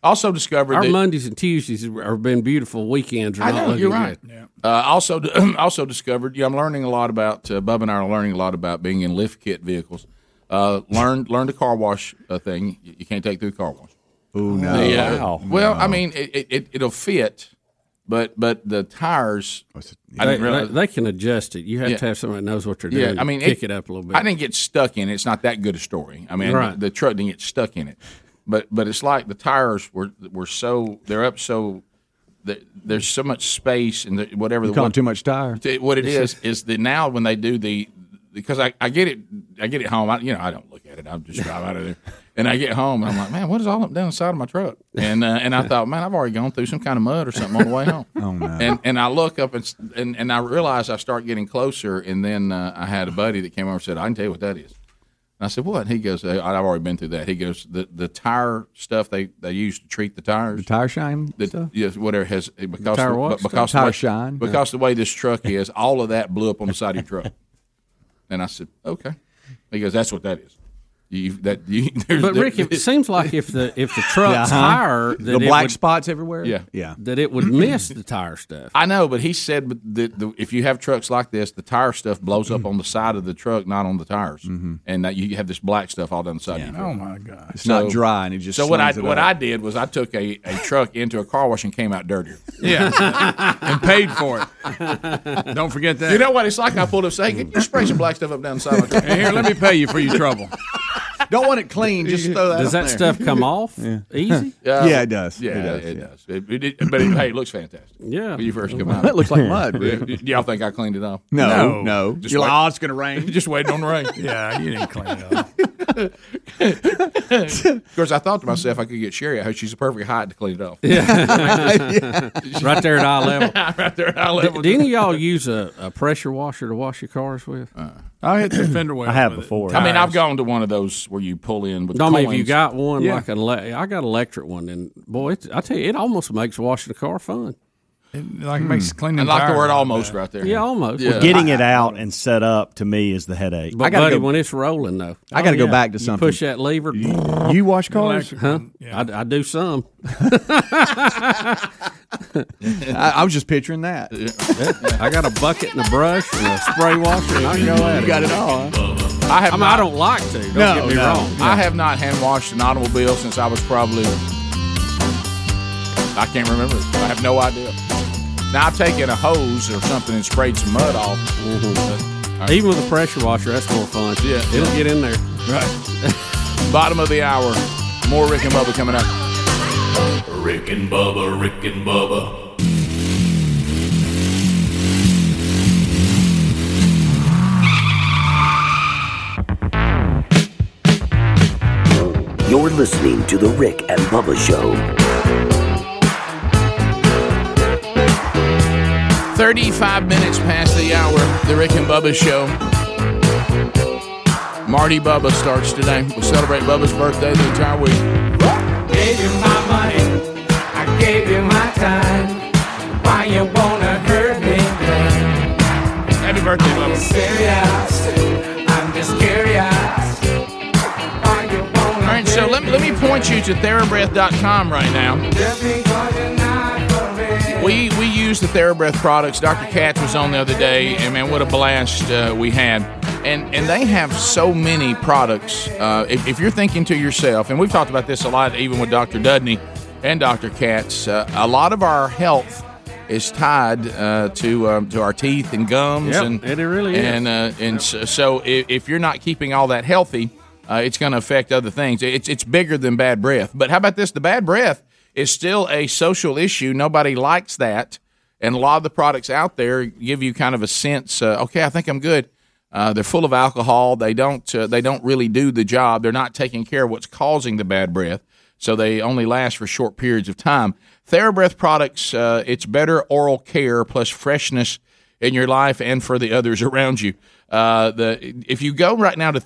S14: Also discovered
S11: Our
S14: that
S11: Mondays and Tuesdays have been beautiful weekends. Are
S14: I
S11: not
S14: know
S11: looking
S14: you're right.
S11: good.
S14: Uh, also, also discovered. Yeah, I'm learning a lot about. Uh, Bub and I are learning a lot about being in lift kit vehicles. Uh, learned learned the car wash uh, thing. You you can't take through the car wash.
S6: Oh no!
S14: The, uh,
S6: Wow.
S14: Well, I mean, it, it- it it'll fit, but but the tires. I
S11: They,
S14: didn't realize.
S11: they- they can adjust it. You have
S14: Yeah.
S11: to have somebody that knows what they're
S14: Yeah,
S11: doing.
S14: I mean,
S11: to pick it, up a little bit.
S14: I didn't get stuck in it. It's not that good a story. I mean,
S11: Right.
S14: the, the truck didn't get stuck in it, but but it's like the tires were were so they're up so. that There's so much space and the, whatever
S5: You
S14: the
S5: call it too much tire.
S14: T- What it is is that now when they do the because I, I get it I get it home I, you know I don't look at it I just drive out of there and I get home and I'm like man what is all up down the side of my truck and uh, and I thought man I've already gone through some kind of mud or something on the way home
S5: Oh no!
S14: and and I look up and s- and, and I realize I start getting closer and then uh, I had a buddy that came over and said I can tell you what that is and I said what he goes "Uh, I've already been through that he goes the the tire stuff they they use to treat the tires
S5: The tire shine.
S14: the, Yes, whatever has because
S5: tire
S14: the-
S5: wax
S14: but-
S5: stuff?
S14: because the
S5: Tire
S14: way,
S5: shine, yeah.
S14: because the way this truck is, all of that blew up on the side of your truck. And I said, okay. He goes, that's what that is. You, that you, there's-
S11: but
S14: there-
S11: Rick, it seems like if the if the truck's
S14: Yeah, huh?
S11: higher,
S14: The
S11: that it
S14: black
S11: would-
S5: spots everywhere?
S14: Yeah.
S11: that it would miss the tire stuff.
S14: I know, but he said that the, if you have trucks like this, the tire stuff blows up on the side of the truck, not on the tires, and that you have this black stuff all down the side. Of your truck.
S1: Oh my God!
S5: Mm-hmm. It's not dry and it just
S14: So what I
S5: slings it
S14: what
S5: up.
S14: I did was I took a, a truck into a car wash and came out dirtier.
S1: Yeah, and paid for it. Don't forget that.
S14: You know what it's like? I pulled up saying, "Can you spray some black stuff up down the side?" Of my truck?"
S1: Here, let me pay you for your trouble.
S5: Don't want it clean. Just throw that.
S11: Does that stuff come off easy?
S14: Uh,
S5: yeah, it does.
S14: Yeah,
S5: it does.
S14: it does. It- it- it- but it- hey, it looks fantastic.
S11: Yeah. Oh,
S14: when you first come out,
S5: That looks like
S14: Do
S5: mud, Rick.
S14: y'all think I cleaned it up?
S5: No, no. You're like,
S14: wait-
S5: oh, it's gonna rain.
S14: just waiting on the rain.
S1: yeah, you didn't clean it up.
S14: Of course, I thought to myself, I could get Sherry. out here. She's a perfect height to clean it off.
S11: Yeah. right there at eye level.
S14: right there at eye level.
S11: Do, do any of y'all use a, a pressure washer to wash your cars with?
S14: Uh,
S1: I hit the fender well.
S14: I mean, I've gone to one of those where you pull in with.
S11: I mean, if
S14: coins.
S11: you got one
S14: Yeah.
S11: like an ele- I got an electric one, and boy, it's, I tell you, it almost makes washing the car fun.
S1: It like makes cleaning.
S14: I like the word almost right there.
S11: Yeah, almost.
S6: Well, getting it out and set up to me is the headache.
S11: But buddy, when it's rolling though,
S6: I gotta go back to
S11: Oh, You
S6: something.
S11: Push that lever.
S6: you wash cars?
S11: huh? I, I do some.
S5: I, I was just picturing that.
S11: I got a bucket and a brush and a spray washer, and I go at it.
S5: You got it all.
S14: I have.
S11: I mean,
S14: not-
S11: I don't like to. Don't
S14: No,
S11: get me
S14: no,
S11: wrong.
S14: I have not hand washed an automobile since I was probably. I can't remember. I have no idea. Now I've taken a hose or something and sprayed some mud off. Mm-hmm.
S11: Even with a pressure washer, that's more fun. Yeah, it'll get in there.
S14: Right. Bottom of the hour. More Rick and Bubba coming up.
S9: Rick and Bubba, Rick and Bubba,
S15: You're listening to The Rick and Bubba Show.
S14: 35 minutes past the hour, the Rick and Bubba show. Marty Bubba starts today. We celebrate Bubba's birthday the entire week.
S8: Gave you my money, I gave you my time. Why you wanna hurt me?
S14: Happy birthday,
S8: I'm just serious. I'm just curious. Why you wanna
S14: All right, so let, me- let me point you to TheraBreath.com right now.
S8: Just because you're not for me.
S14: We we use the TheraBreath products. Dr. Katz was on the other day, and man, what a blast uh, we had. And and they have so many products. Uh, if, if you're thinking to yourself, and we've talked about this a lot, even with Dr. Dudney and Dr. Katz, uh, a lot of our health is tied uh, to um, to our teeth and gums,
S11: Yep,
S14: and
S11: and it really is.
S14: and uh, and so, so if, if you're not keeping all that healthy, uh, it's going to affect other things. It's it's bigger than bad breath. But how about this? The bad breath is still a social issue. Nobody likes that, and a lot of the products out there give you kind of a sense. Uh, okay, I think I'm good. Uh, they're full of alcohol. They don't uh, they don't really do the job. They're not taking care of what's causing the bad breath. So they only last for short periods of time. TheraBreath products, uh, it's better oral care plus freshness in your life and for the others around you. Uh, the if you go right now to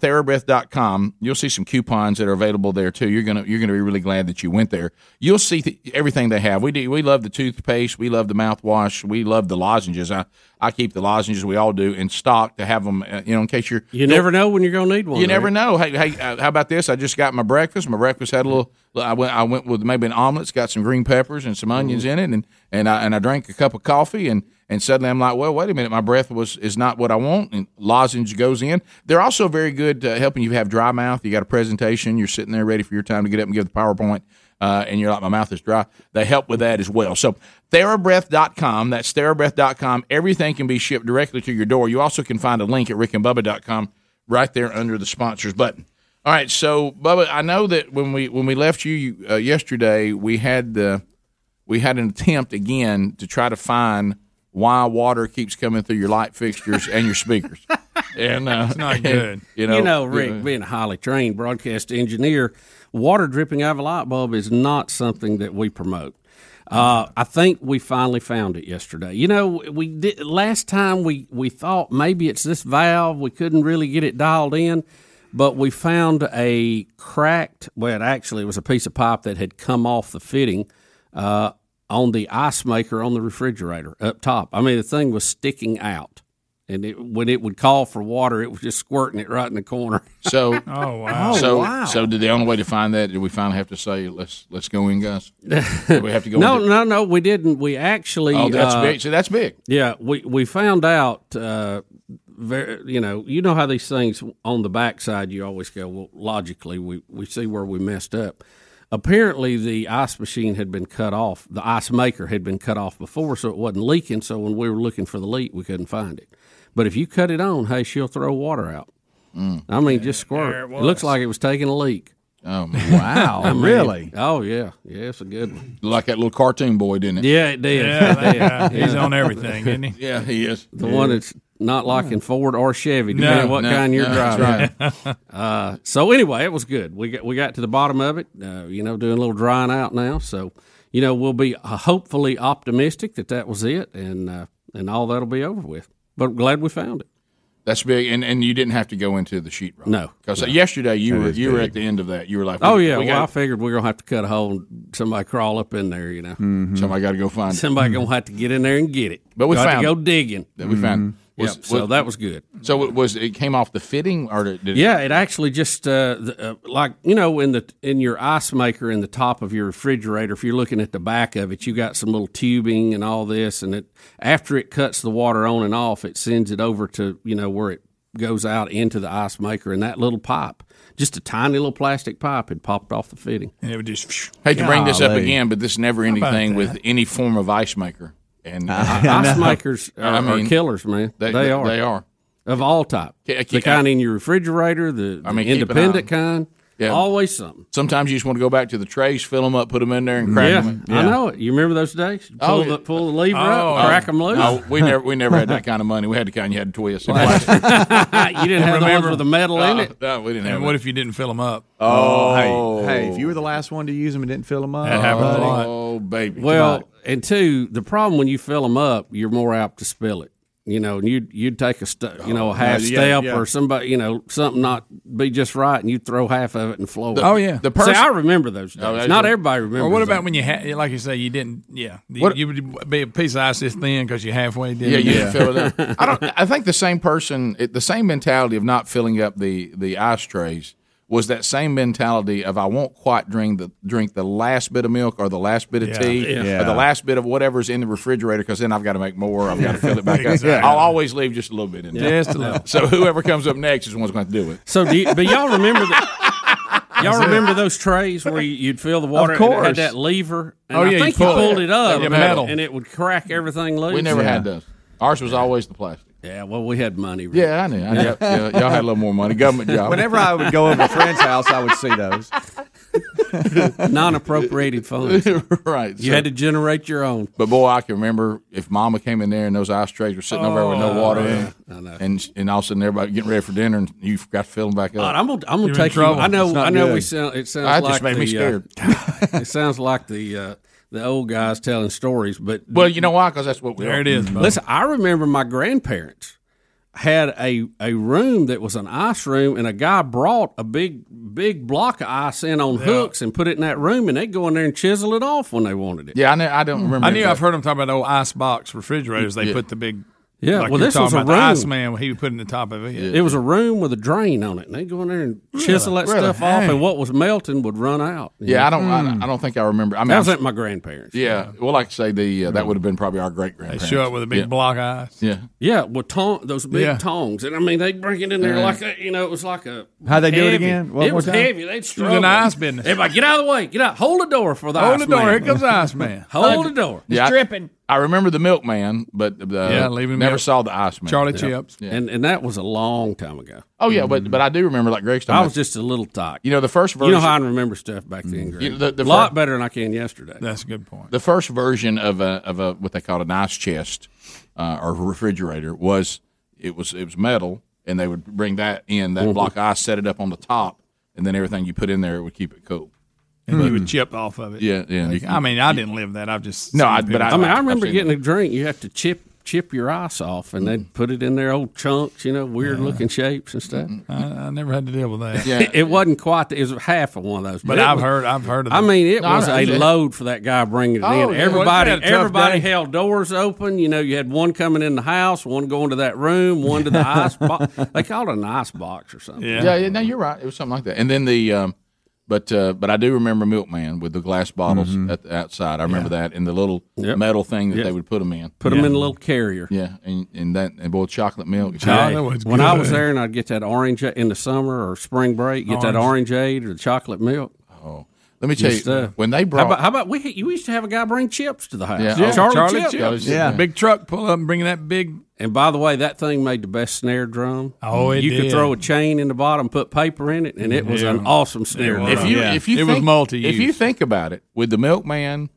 S14: therabreath.com, you'll see some coupons that are available there too. You're gonna you're gonna be really glad that you went there. You'll see th- everything they have. We do. We love the toothpaste. We love the mouthwash. We love the lozenges. I I keep the lozenges. We all do in stock to have them. Uh, you know, in case you're
S11: You never know when you're going to need one.
S14: you
S11: right?
S14: never know. Hey, hey, uh, how about this? I just got my breakfast. My breakfast had a little. I went. I went with maybe an omelet. Got some green peppers and some onions
S11: Mm-hmm.
S14: in it, and and I and I drank a cup of coffee, and and suddenly I'm like, well, wait a minute. My breath was is not what I want. And lozenge goes in. They're also very good uh, helping you have dry mouth. You got a presentation. You're sitting there ready for your time to get up and give the PowerPoint. Uh, and you're like, my mouth is dry. They help with that as well. So, therabreath.com, that's therabreath.com. Everything can be shipped directly to your door. You also can find a link at rickandbubba.com right there under the sponsors button. All right, so Bubba, I know that when we when we left you, you uh, yesterday, we had the we had an attempt again to try to find why water keeps coming through your light fixtures and your speakers. and uh, and, you know,
S11: Rick, being a highly trained broadcast engineer, water dripping out of a light bulb is not something that we promote. Uh, I think we finally found it yesterday. You know, we did last time. We we thought maybe it's this valve. We couldn't really get it dialed in, but we found a cracked. Well, it actually, it was a piece of pipe that had come off the fitting. Uh, on the ice maker on the refrigerator up top. I mean, the thing was sticking out. And it, when it would call for water, it was just squirting it right in the corner.
S14: So,
S1: oh
S14: so so did the only way to find that? Did we finally have to say let's let's go in, guys? Did we have to go.
S11: no,
S14: in?
S11: no, no, we didn't. We actually.
S14: Oh, that's
S11: uh,
S14: big. See, that's big.
S11: Yeah, we we found out. Uh, very, you know, you know how these things on the backside. You always go well. Logically, we we see where we messed up. Apparently, the ice machine had been cut off. The ice maker had been cut off before, so it wasn't leaking. So when we were looking for the leak, we couldn't find it. But if you cut it on, hey, she'll throw water out.
S14: Mm.
S11: I mean, just
S12: there it
S11: squirt. It,
S12: was.
S11: looks like it was taking a leak.
S14: Oh
S12: wow.
S11: I mean,
S12: Really?
S11: Oh yeah, yeah, it's a good one.
S14: Like that little cartoon boy, didn't it?
S11: Yeah, it did.
S14: Yeah,
S11: It
S14: that
S11: did.
S14: guy. He's
S11: Yeah.
S14: on everything, isn't he? Yeah, he is.
S11: The
S14: Yeah.
S11: one that's not liking Ford or Chevy,
S14: No,
S11: depending on what
S14: no,
S11: kind you're
S14: no,
S11: driving.
S14: that's right.
S11: uh, so anyway, it was good. We got we got to the bottom of it. Uh, you know, doing a little drying out now. So you know, we'll be uh, hopefully optimistic that that was it, and uh, and all that'll be over with. But I'm glad we found it.
S14: That's big, and, and you didn't have to go into the sheetrock.
S11: No,
S14: because
S11: No.
S14: yesterday you
S11: That
S14: were
S11: is
S14: you were
S11: big.
S14: at the end of that. You were like,
S11: Oh
S14: we-
S11: yeah,
S14: we
S11: well I
S14: got-
S11: figured we are gonna have to cut a hole and somebody crawl up in there, you know.
S14: Mm-hmm. Somebody got to go find it. Mm-hmm.
S11: Somebody gonna have to get in there and get it.
S14: But we
S11: Got
S14: found
S11: to go
S14: it.
S11: digging. Mm-hmm.
S14: That we found.
S11: Yep, so that was good.
S14: So it was it came off the fitting or did it,
S11: Yeah, it actually just uh, the, uh, like you know in the in your ice maker in the top of your refrigerator. If you're looking at the back of it, you got some little tubing and all this, and it after it cuts the water on and off, it sends it over to you know where it goes out into the ice maker, and that little pipe, just a tiny little plastic pipe, had popped off the fitting,
S1: and it would just
S14: Hate to bring this up again, but this never ending thing with any form of ice maker and
S11: ice makers are, uh, are killers, man. They, are.
S14: They are.
S11: of all type.
S14: Ca- ca-
S11: the kind in your refrigerator, the,
S14: I mean,
S11: the
S14: keep an eye
S11: independent
S14: on
S11: kind. Always something.
S14: Sometimes you just want to go back to the trays, fill them up, put them in there, and crack
S11: yeah,
S14: them.
S11: I know it. You remember those days? Pull
S14: Oh, yeah.
S11: the pull the lever up, crack them loose.
S14: No, we never we never had that kind of money. We had the kind you had to twist. you
S11: You didn't have the ones with the metal in it?
S14: Uh, No, we didn't
S1: And
S14: have.
S1: what
S14: it.
S1: if you didn't fill them up?
S5: Oh, hey, hey, if you were the last one to use them and didn't fill them up,
S1: That happens a
S5: buddy.
S1: lot.
S14: Oh, baby.
S11: Well, and two, the problem when you fill them up, you're more apt to spill it. You know, and you'd you'd take a st- you know a half
S14: Oh, yeah,
S11: step
S14: yeah.
S11: or somebody you know something not be just right, and you throw half of it and flow it.
S1: The- Oh, yeah. the
S11: the
S1: person-
S11: See, I remember those days.
S1: Oh, that's
S11: not
S1: right.
S11: everybody remembers.
S1: Or what about
S11: those.
S1: when you had, like you say, you didn't? Yeah, you,
S11: What-
S1: you would be a piece of ice this thin because you halfway did.
S14: Yeah, you didn't fill it up. I don't. I think the same person, it- the same mentality of not filling up the the ice trays was that same mentality of I won't quite drink the drink the last bit of milk or the last bit of
S12: Yeah.
S14: tea
S12: Yeah.
S14: or the last bit of whatever's in the refrigerator because then I've got to make more. I've got to fill it back
S12: Exactly.
S14: up. I'll always leave just a little bit in there.
S12: Just a little.
S14: So whoever comes up next is the one's going to do it.
S11: So, do you, but y'all remember that? Y'all remember those trays where you- you'd fill the water and it
S14: course.
S11: had that lever? And
S14: Oh,
S11: I
S14: yeah, you
S11: think you,
S14: pull it.
S11: pulled it up
S14: They were metal.
S11: and it would crack everything loose.
S14: We never had those. Ours was always the plastic.
S11: Yeah, well, we had money.
S14: Yeah, I knew. I knew. Yeah, y'all had a little more money. Government job.
S5: Whenever I would go over to a friend's house, I would see those.
S11: Non-appropriated funds.
S14: right.
S11: You had to generate your own.
S14: But boy, I can remember if Mama came in there and those ice trays were sitting over there with no
S11: Oh,
S14: water
S11: yeah.
S14: in,
S11: I
S14: it,
S11: know.
S14: and and all of a sudden everybody getting ready for dinner, and you forgot to fill them back up.
S11: God, I'm gonna, I'm gonna take you. I know. I know. We sound. It sounds
S14: that
S11: like
S14: just made me
S11: the, uh,
S14: scared.
S11: it sounds like the uh, the old guys telling stories. But Mm-hmm.
S14: Well, you know why? Because that's what we are. Bud.
S11: Listen, I remember my grandparents had a a room that was an ice room, and a guy brought a big big block of ice in on hooks and put it in that room, and they'd go in there and chisel it off when they wanted it.
S14: Yeah, I know. I don't
S1: Hmm. I knew I've heard them talk about old ice box refrigerators. They
S11: Yeah.
S1: put the big
S11: Yeah,
S1: Like
S11: well,
S1: you're
S11: this was
S1: talking
S11: a
S1: about the ice
S11: room.
S1: man. He would put in the top of it.
S11: It was a room with a drain on it, and they go in there and chisel that
S1: Really?
S11: stuff off,
S1: Hey.
S11: and what was melting would run out. you
S14: Yeah, I
S11: know?
S14: don't.
S1: Hmm.
S14: I, I don't think I remember. I mean,
S11: that was
S14: I-
S11: at my grandparents.
S14: Yeah. Well, like I say, the uh, that would have been probably our great grandparents.
S1: show up with a big
S14: yeah.
S1: block of ice.
S14: Yeah.
S11: Yeah, with tong- those big
S1: Yeah.
S11: tongs, and I mean they bring it in there
S1: Yeah.
S11: like a, you know it was like a
S1: How'd they do it
S11: heavy.
S1: again? One
S11: it
S1: more
S11: was
S1: time?
S11: heavy. They'd
S1: It was
S11: struggle.
S1: an ice business.
S11: Everybody, get out of the way. Get out. Hold the door for the
S1: Hold the
S11: ice
S1: door.
S11: man.
S1: Here comes the ice man.
S11: Hold the door.
S14: Yeah, I- I, remember the milkman, but uh,
S11: Yeah, leave him
S14: never
S11: milk.
S14: saw the ice man.
S11: Charlie
S14: Yeah.
S11: Chips.
S14: Yeah.
S11: And and that was a long time ago.
S14: oh yeah, but but I do remember like Greg's talking
S11: I
S14: about-
S11: was just a little tight.
S14: You know the first version. Mm-hmm.
S11: You know how I remember stuff back then. Greg.
S14: You know, the- the
S11: a lot
S14: fir-
S11: better than I can yesterday.
S1: That's a good point.
S14: the first version of a of a what they called an ice chest uh, or refrigerator was it was it was metal, and they would bring that in that
S11: Mm-hmm.
S1: Mhm.
S14: block of ice, set it up on the top, and then everything you put in there would keep it cool.
S1: and you would chip off of it.
S14: Hmm. Yeah, yeah.
S1: Like, I mean, I didn't live that. I've just
S14: No,
S1: seen
S14: I- but
S1: people-
S11: I mean, I remember getting a drink. You have to chip chip your ice off, and
S1: Mm.
S11: they'd put it in their old chunks, you know, weird looking shapes and stuff.
S1: I, I never had to deal with that.
S11: it, wasn't quite. The, it was half of one of those.
S1: But
S11: it
S1: I've
S11: was-
S1: heard- I've heard of
S11: I
S1: them.
S11: mean, it
S1: No, I
S11: was a
S1: know.
S11: load for that guy bringing it
S1: Oh, yeah. Well,
S11: in.
S1: he
S11: Everybody,
S1: had a tough
S11: everybody
S1: day.
S11: held doors open. You know, you had one coming in the house, one going to that room, one to the ice box. They called it an ice box or something.
S14: Yeah. yeah, No, you're right. It was something like that. And then the, um, but uh, but I do remember Milkman with the glass bottles
S11: Mm-hmm.
S14: at the outside. I remember that and the little metal thing that they would put them in.
S11: Put 'em in a little carrier.
S14: Yeah, and and that and boy, chocolate milk.
S11: Hey, when I was there, and I'd get that orange in the summer or spring break, get that
S14: Orange.
S11: orangeade or the chocolate milk.
S14: Oh, let me tell you, when they
S11: How
S14: brought-
S11: about, how about we? You used to have a guy bring chips to the house.
S14: Yeah, Yeah, oh,
S11: Charlie,
S14: Charlie
S11: Chips.
S14: Chips. Yeah.
S1: Big truck pull up and bring that big.
S11: And by the way, that thing made the best snare drum.
S1: Oh, it
S11: you
S1: did.
S11: could throw a chain in the bottom, put paper in it, and it was an awesome snare.
S14: If
S11: drum.
S14: you if you think-
S1: multi-use.
S14: if you think about it, with the Milkman,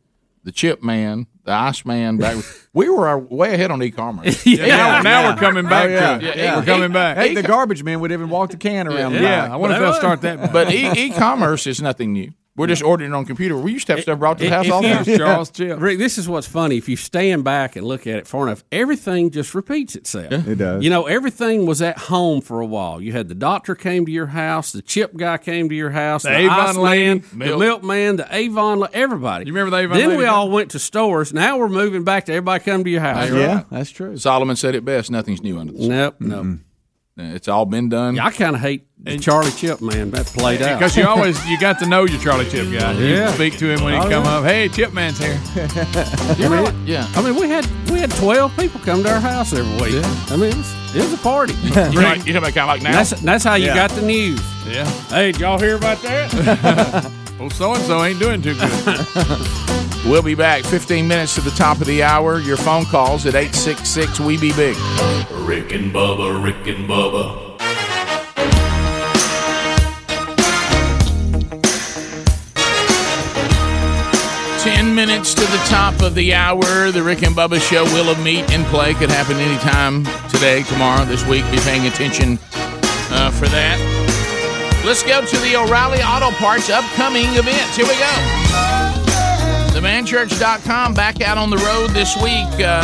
S14: the Chip Man, the Ice Man, back, we were our- way ahead on e-commerce. Oh,
S1: Yeah, now- now we're coming back to it. We're coming back.
S5: Hey, the garbage man would even walk the can around. by.
S14: But e- e-commerce is nothing new. We're just ordering on computer. We used to have stuff brought to the house
S11: If
S14: all the
S11: you-
S14: time.
S11: Rick, this is what's funny. If you stand back and look at it far enough, everything just repeats itself. It
S5: does.
S11: You know, everything was at home for a while. You had the doctor came to your house, the chip guy came to your house,
S1: The
S11: the,
S1: Avon
S11: ice
S1: lady,
S11: man, the
S1: milk.
S11: milkman, the Avon, la- everybody. You remember the
S1: Avon
S11: Then
S1: lady?
S11: we all went to stores. Now we're moving back to everybody come to your house.
S5: that's true. Mm-hmm.
S14: Solomon said it best: nothing's new under the sun.
S11: Nope, nope.
S14: It's all been done.
S11: I kind of hate the Charlie Chip man that played out
S1: Because you always you got to know your Charlie Chip guy. You
S11: Yeah.
S1: speak to him when he
S11: Oh,
S1: come
S11: yeah.
S1: up. Hey, Chip Man's here.
S11: You really?
S14: Yeah.
S11: I mean, we had we had twelve people come to our house every week. I mean, it was, it was a party. you
S14: know, you know, kind of like now.
S11: That's, that's how you
S1: Yeah.
S11: got the news.
S1: Yeah.
S11: Hey, did y'all hear about that?
S1: Well, so and so ain't doing too good.
S14: We'll be back 15 minutes to the top of the hour. Your phone calls at 866 We Be E Big.
S9: Rick and Bubba, Rick and Bubba,
S14: Ten minutes to the top of the hour. The Rick and Bubba Show will of meet and play could happen anytime today, tomorrow, this week. Be paying attention uh, for that. Let's go to the O'Reilly Auto Parts upcoming events. Here we go. TheManChurch.com back out on the road this week, uh,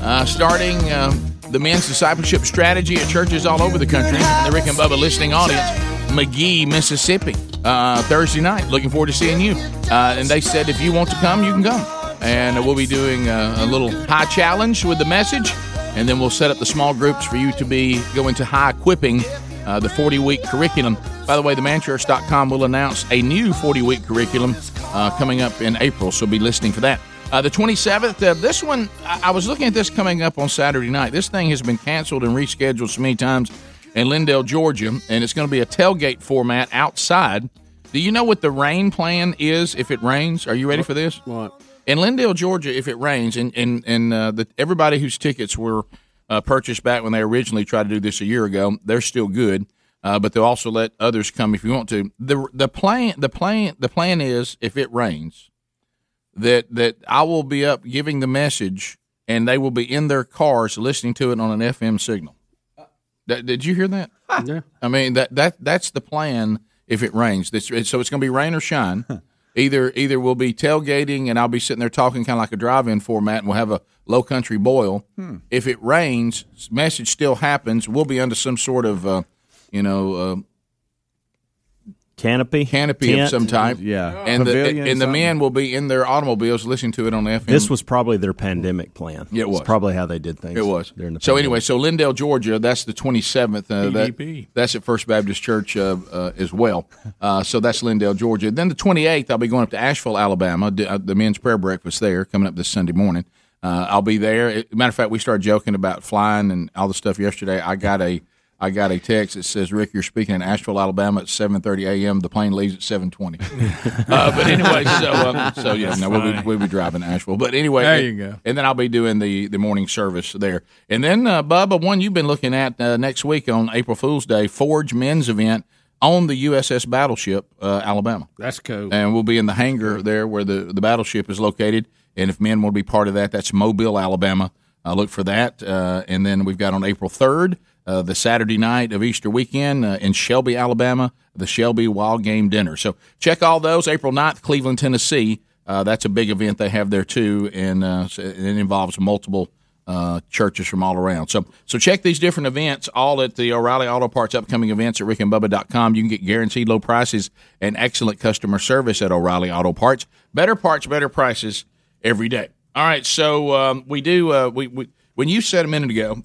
S14: uh, starting uh, the men's discipleship strategy at churches all over the country. The Rick and Bubba listening audience, McGee, Mississippi, uh, Thursday night. Looking forward to seeing you. Uh, and they said if you want to come, you can come. And we'll be doing uh, a little high challenge with the message, and then we'll set up the small groups for you to be going to high equipping uh, the 40 week curriculum. By the way, themanchurch.com will announce a new 40 week curriculum uh, coming up in April, so be listening for that. Uh, the 27th, uh, this one, I-, I was looking at this coming up on Saturday night. This thing has been canceled and rescheduled so many times in Lindale, Georgia, and it's going to be a tailgate format outside. Do you know what the rain plan is if it rains? Are you ready for this?
S11: What?
S14: In Lindale, Georgia, if it rains, and and and uh, the, everybody whose tickets were uh, purchased back when they originally tried to do this a year ago, they're still good. uh, but they'll also let others come if you want to. the the plan the plan the plan is if it rains, that that I will be up giving the message, and they will be in their cars listening to it on an FM signal. That, did you hear that?
S11: Yeah.
S14: I mean that that that's the plan if it rains. This so it's going to be rain or shine. Either either we'll be tailgating and I'll be sitting there talking kind of like a drive-in format, and we'll have a low country boil.
S16: Hmm.
S14: If it rains, message still happens. We'll be under some sort of uh, you know. Uh,
S6: Canopy,
S14: canopy of
S6: Tent?
S14: some type,
S6: Yeah.
S14: and
S6: Pavilion,
S14: the and the
S6: something.
S14: men will be in their automobiles listening to it on FM.
S6: This was probably their pandemic plan.
S14: Mm. Yeah, it
S6: It's
S14: was.
S6: probably how they did things.
S14: It was.
S6: during the
S14: so
S6: pandemic.
S14: anyway, so Lindell, Georgia, that's the 27th. Uh, that,
S6: PDP.
S14: that's at First Baptist Church uh, uh, as well. Uh, so that's Lindell, Georgia. Then the 28th, I'll be going up to Asheville, Alabama, do, uh, the men's prayer breakfast there coming up this Sunday morning. Uh, I'll be there. It- matter of fact, we started joking about flying and all the stuff yesterday. I got a I got a text that says, "Rick, you're speaking in Asheville, Alabama at 7:30 a.m. The plane leaves at 7:20." uh, but anyway, so uh, so yeah,
S1: That's
S14: no, we'll be,
S1: funny.
S14: we'll be driving to Asheville. But anyway,
S1: There you go.
S14: and then I'll be doing the, the morning service there. And then, uh, Bubba, one you've been looking at uh, next week on April Fool's Day, Forge Men's Event on the USS Battleship, uh, Alabama.
S11: That's cool.
S14: And we'll be in the hangar there where the, the battleship is located. And if men want to be part of that, that's Mobile, Alabama. Uh, look for that. Uh, and then we've got on April 3rd, uh, the Saturday night of Easter weekend uh, in Shelby, Alabama, the Shelby Wild Game Dinner. So check all those. April 9th, Cleveland, Tennessee. Uh, that's a big event they have there too, and uh, so it involves multiple uh, churches from all around. So, so check these different events all at the O'Reilly Auto Parts upcoming events at rickandbubba.com. You can get guaranteed low prices and excellent customer service at O'Reilly Auto Parts. Better parts, better prices every day. All right, so um, we do. Uh, we, we when you said a minute ago,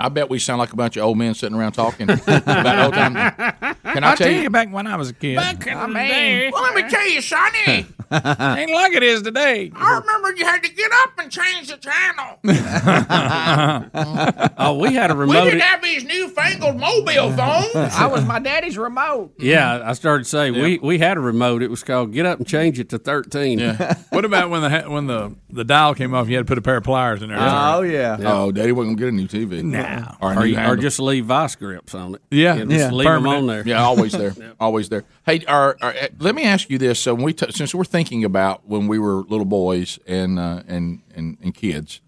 S14: I bet we sound like a bunch of old men sitting around talking about old time. Can I,
S1: I'll
S14: tell you?
S1: back when I was a kid.
S16: Well, let me tell you, Sonny.
S1: Ain't like it is today.
S16: I remember you had to get up and change the channel.
S11: oh, we had a
S16: We
S11: remote.
S16: didn't have these newfangled mobile phones.
S11: I was
S16: my daddy's remote.
S11: yeah, I started to say we, we had a remote. It was called Get Up and Change It to 13.
S1: Yeah. what about when the ha- when the, the dial came off? You had to put a pair of pliers in there.
S11: Oh, yeah. Yeah.
S14: Oh, Daddy wasn't gonna get a new TV.
S1: No.
S14: Or, a
S11: Or
S14: new
S11: you- or
S14: handle.
S11: just leave vice grips on it.
S14: Yeah,
S11: You know, just leave 'em on there.
S14: Yeah, always there, always there. Hey, our, our, eh, let me ask you this: so when we t- since we're thinking about when we were little boys and uh, and, and and kids,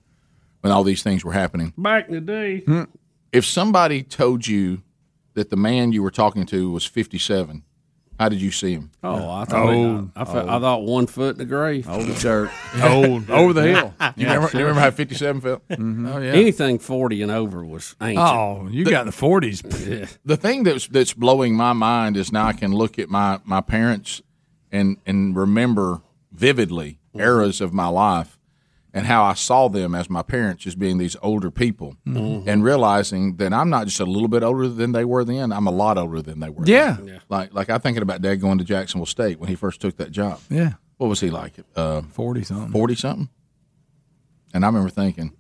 S14: when all these things were happening,
S11: Back in the day.
S14: if somebody told you that the man you were talking to was fifty-seven, how did you see him?
S11: Oh, I thought I, I, fe- I thought one foot in the grave.
S14: Oh,
S11: Old
S14: shirt. Old. Over the hill. You remember- you remember how 57 felt?
S11: Mm-hmm.
S14: Oh, yeah.
S11: Anything 40 and over was ancient.
S1: Oh,
S14: forties.
S11: Yeah.
S14: The thing that's that's blowing my mind is now I can look at my my parents and and remember vividly
S1: Mm-hmm.
S14: eras of my life and how I saw them as my parents as being these older people
S1: Mhm.
S14: and realizing that I'm not just a little bit older than they were then, I'm a lot older than they were.
S1: Yeah.
S14: then. Like like I'm thinking about dad going to Jacksonville State when he first took that job.
S1: Yeah.
S14: What was he like? Uh,
S1: 40 something.
S14: 40 something? And I remember thinking,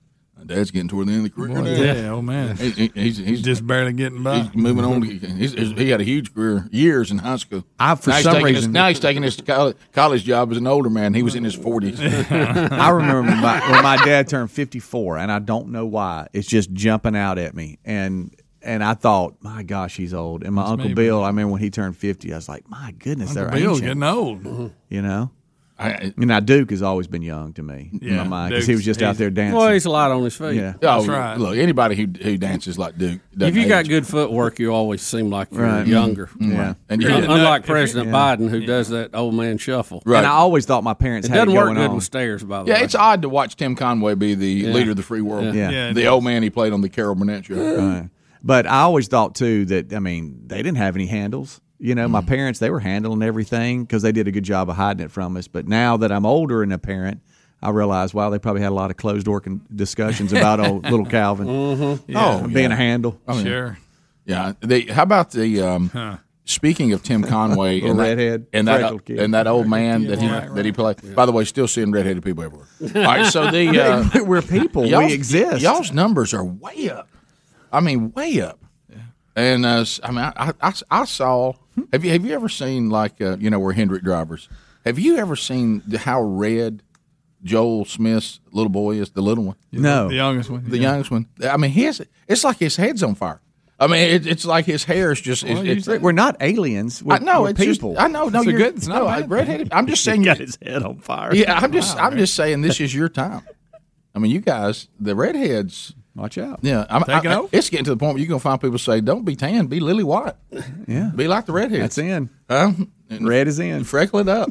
S14: Dad's getting toward the end of the career.
S1: Boy,
S14: now.
S1: yeah, old man.
S14: He- he- he's, he's
S1: just barely getting by.
S14: He's moving on. to- He's, he's- he had a huge career, years in high school.
S1: I- for
S14: now he's
S1: some
S14: taking
S1: reason-
S14: his, now he's taking his college, college job as an older man. He was in his forties.
S5: I remember my, when my dad turned 54, and I don't know why. It's just jumping out at me. And and I thought, my gosh, he's old. And my
S1: It's
S5: Uncle
S1: me,
S5: Bill, I remember when he turned 50, I was like, my goodness,
S1: Uncle
S5: they're
S1: Bill's
S5: ancient.
S1: getting old.
S5: You know?
S14: I,
S5: mean, now Duke has always been young to me in
S14: Yeah,
S5: my mind because he was just
S14: Duke's-
S5: out there dancing.
S11: Well, he's a lot on his feet.
S5: Yeah.
S14: Oh, Look, anybody who who dances like Duke.
S11: If
S14: doesn't
S11: you got
S14: age.
S11: good footwork, you always seem like you're
S14: Right.
S11: younger.
S14: Mm. Yeah. And you're
S11: Un-
S14: getting-
S11: unlike
S14: If you-
S11: President
S14: yeah.
S11: Biden, who does that old man shuffle.
S14: Right. And I
S5: always thought my parents
S11: it
S14: had it
S11: doesn't work
S14: going
S11: good
S14: on.
S11: with stairs, by the
S14: yeah,
S11: way.
S14: it's odd to watch Tim Conway be the
S11: Yeah.
S14: leader of the free world.
S5: Yeah. Yeah, it
S14: the
S5: is.
S14: old man he played on the Carol Burnett show.
S5: Right. But I always thought too that I mean they didn't have any handles. You know, my parents they were handling everything because they did a good job of hiding it from us. But now that I'm older and a parent, I realize wow they probably had a lot of closed door con- discussions about old little Calvin.
S11: Mm-hmm.
S5: Oh, being a handle.
S1: Sure.
S14: Yeah. They, how about the um, speaking of Tim Conway
S5: Little
S14: and that,
S5: redhead,
S14: and that
S5: freckled kid.
S14: and that old man that he
S5: Right,
S14: that he played. By the way, still seeing redheaded people everywhere. All right, so the uh,
S5: we're people. We
S14: y'all's-
S5: exist.
S14: Y'all's numbers are way up. I mean, way up. And uh, s- I mean, I, I, I saw. Have you have you ever seen like uh, you know we're Hendrick drivers? Have you ever seen the, how red Joel Smith's little boy is? The little one.
S1: No. The youngest one,
S14: The
S1: yeah.
S14: youngest one. I mean, his it's like his head's on fire. I mean, it, it's like his hair is just.
S5: Well, you said- we're not aliens. We're-
S14: I know,
S5: we're
S14: it's just-
S5: people.
S14: I know. No,
S5: It's a
S14: you're
S5: good- it's not a
S14: no,
S5: bad
S14: I-
S5: thing.
S14: redheaded. I'm just saying.
S5: He
S14: you
S5: got his head on fire.
S14: Yeah, I'm just.
S5: Wow,
S14: I'm just saying this is your time. I mean, you guys, the redheads.
S5: Watch out.
S14: Yeah, I'm,
S5: Taking
S14: I- I-
S5: over.
S14: It's getting to the point where you're gonna find people say, "Don't be tan, be lily white."
S5: Yeah,
S14: be like the redhead.
S5: That's in.
S14: Huh?
S5: Red is in.
S14: Freckle it up.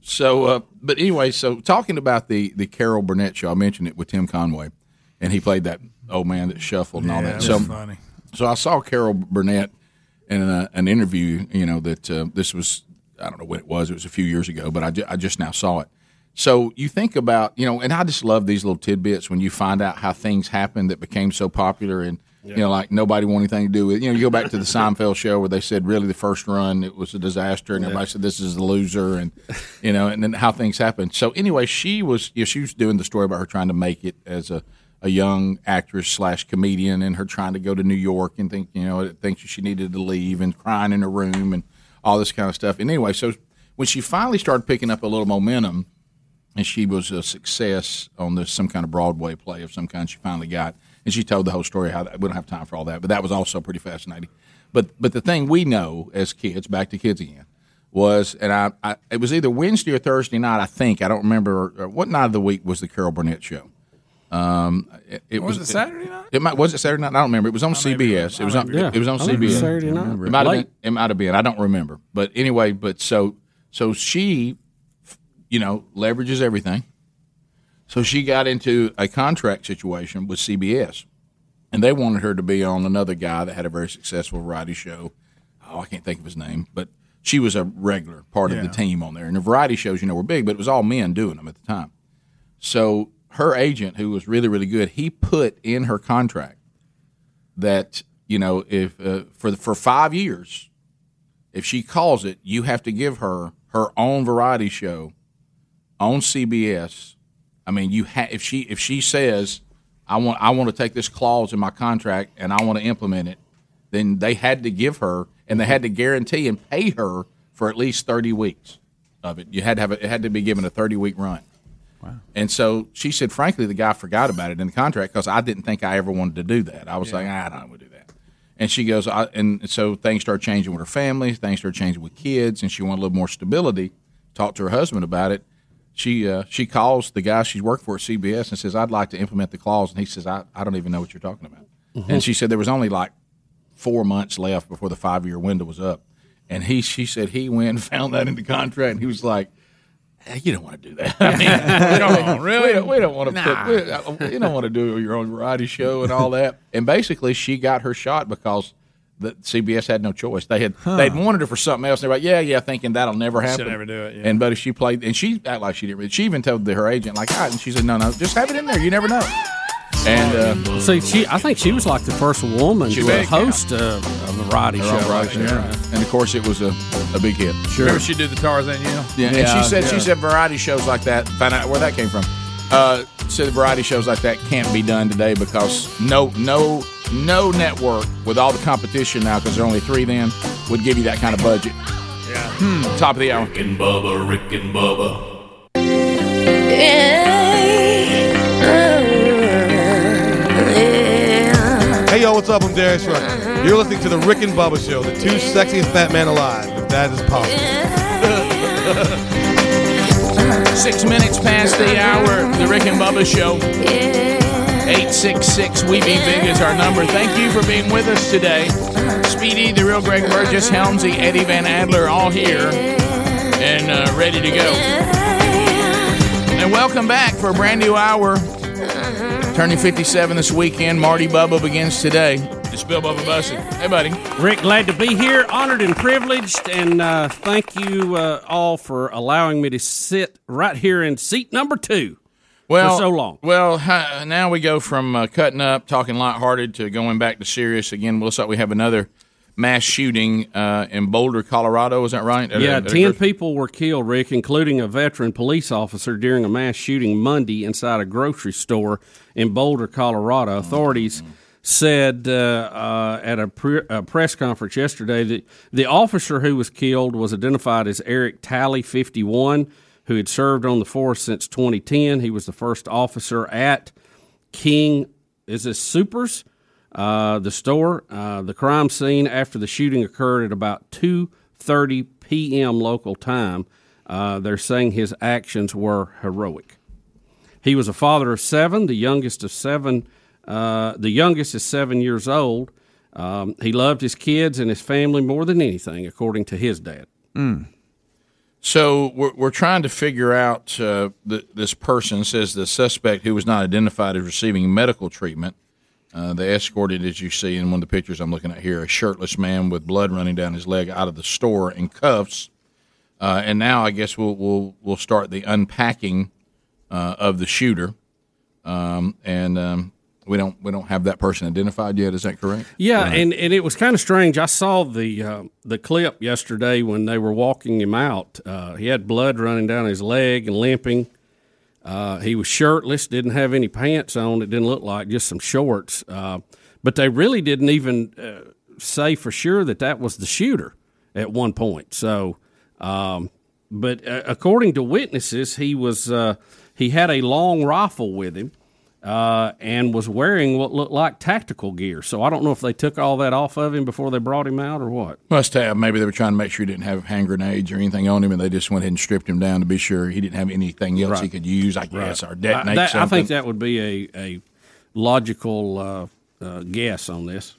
S14: so, uh, but anyway, so talking about the the Carol Burnett show, I mentioned it with Tim Conway, and he played that old man that shuffled and all
S1: Yeah,
S14: that.
S1: that's
S14: So
S1: funny.
S14: so I saw Carol Burnett in a, an interview. You know that uh, this was I don't know when it was. It was a few years ago, but I, ju- I just now saw it. So you think about you know, and I just love these little tidbits when you find out how things happened that became so popular and. You know, like nobody wanted anything to do with. it. You know, you go back to the Seinfeld show where they said, "Really, the first run it was a disaster," and everybody said, "This is the loser," and you know, and then how things happened. So anyway, she was, you know, she was doing the story about her trying to make it as a a young actress slash comedian and her trying to go to New York and think you know thinks she needed to leave and crying in her room and all this kind of stuff. And anyway, so when she finally started picking up a little momentum, and she was a success on this some kind of Broadway play of some kind. She finally got, and she told the whole story. How that, we don't have time for all that, but that was also pretty fascinating. But but the thing we know as kids, back to kids again, was and I, I it was either Wednesday or Thursday night. I think I don't remember uh, what night of the week was the Carol Burnett show. Um, it, it
S1: Was
S14: was,
S1: it Saturday night?
S14: It might was it Saturday night. I don't remember. It was on CBS. It was on.
S1: Yeah.
S14: It was on
S1: I think it
S14: CBS.
S1: was Saturday
S14: It
S1: night.
S14: might have
S1: Late.
S14: been. It might have been. I don't remember. But anyway, but so so she, you know, leverages everything. So she got into a contract situation with CBS, and they wanted her to be on another guy that had a very successful variety show. Oh, I can't think of his name, but she was a regular part of the
S1: Yeah.
S14: team on there. And the variety shows, you know, were big, but it was all men doing them at the time. So her agent, who was really really good, he put in her contract that you know if uh, for the, for five years, if she calls it, you have to give her her own variety show on CBS. I mean, you ha- if she if she says I want I want to take this clause in my contract and I want to implement it, then they had to give her and they had to guarantee and pay her for at least thirty weeks of it. You had to have a, it had to be given a thirty week run. And so she said, frankly, the guy forgot about it in the contract because I didn't think I ever wanted to do that. I was like, "Ah, I don't want to do that. And she goes, I, and so things start changing with her family, things start changing with kids, and she wanted a little more stability. Talked to her husband about it. She uh, she calls the guy she's worked for at CBS and says, I'd like to implement the clause. And he says, I, I don't even know what you're talking about. And she said there was only like four months left before the five year window was up. And he she said he went and found that in the contract and he was like, "Eh, You don't want to do that. I mean, we
S1: Oh,
S14: don't,
S1: really?
S14: We don't, we don't want to
S1: Nah.
S14: put, we, uh, you don't want to do your own variety show and all that. And basically, she got her shot because the CBS had no choice. They had they'd wanted her for something else. And they're like, yeah, yeah, thinking that'll never
S1: She'll
S14: happen.
S1: never do it, yeah.
S14: And but if she played, and she act like she didn't. really- She even told the, her agent like, ah, and she said, no, no, just have it in there. You never know. And uh,
S11: see, she I think she was like the first woman
S14: She
S11: to
S14: was,
S11: host a, a variety
S14: Her
S11: show.
S14: own variety show, right. And of course, it was a, a big hit.
S1: Remember she did the Tarzan yell?
S14: Yeah, and she said she said variety shows like that. Find out where that came from. Uh, said variety shows like that can't be done today because no no no network with all the competition now because there are only three then would give you that kind of budget.
S9: Yeah.
S5: Hmm.
S14: Top of the hour.
S9: Rick and Bubba, Rick and Bubba.
S17: Hey yo, what's up? I'm Darius Rucker. You're listening to the Rick and Bubba Show, the two sexiest fat men alive, if that is possible.
S12: Six minutes past the hour, the Rick and Bubba Show. 866 We Be Big is our number. Thank you for being with us today. Speedy, the real Greg Burgess, Helmsy, Eddie Van Adler, all here and uh, ready to go. And welcome back for a brand new hour. Turning 57 this weekend, Marty Bubba begins today. It's Bill Bubba Bussy. Hey, buddy.
S11: Rick, glad to be here, honored and privileged, and uh, thank you uh, all for allowing me to sit right here in seat number two.
S14: Well,
S11: for so long.
S14: Well, hi, now we go from uh, cutting up, talking lighthearted, to going back to serious again. Looks like we have another mass shooting uh, in Boulder, Colorado. Is that right? At a-
S11: yeah,
S14: at a
S11: ten
S14: grocery-
S11: people were killed, Rick, including a veteran police officer during a mass shooting Monday inside a grocery store in Boulder, Colorado. Authorities said uh, uh, at a, pre- a press conference yesterday that the officer who was killed was identified as Eric Talley, fifty-one, who had served on the force since 2010. He was the first officer at King. Is this Supers? uh, the store. Uh, the crime scene after the shooting occurred at about 2:30 p.m. local time. Uh, they're saying his actions were heroic. He was a father of seven, the youngest of seven. Uh, the youngest is seven years old. Um, he loved his kids and his family more than anything, according to his dad.
S13: Mm.
S14: So we're, we're trying to figure out uh, th- this person says the suspect who was not identified is receiving medical treatment. Uh, they escorted, as you see in one of the pictures I'm looking at here, a shirtless man with blood running down his leg out of the store in cuffs. Uh, and now I guess we'll we'll we'll start the unpacking uh, of the shooter. Um, and um, we don't we don't have that person identified yet. Is that correct?
S11: Yeah, and, and it was kind of strange. I saw the uh, the clip yesterday when they were walking him out. Uh, he had blood running down his leg and limping. Uh, he was shirtless, didn't have any pants on. It didn't look like just some shorts. Uh, but they really didn't even uh, say for sure that that was the shooter at one point. So, um, but uh, according to witnesses, he was uh, he had a long rifle with him uh, and was wearing what looked like tactical gear. So I don't know if they took all that off of him before they brought him out or what.
S14: Must have. Maybe they were trying to make sure he didn't have hand grenades or anything on him, and they just went ahead and stripped him down to be sure he didn't have anything else he
S11: Right.
S14: could use, I guess, or detonate
S11: I, that- I
S14: something.
S11: think that would be a, a logical uh, uh, guess on this.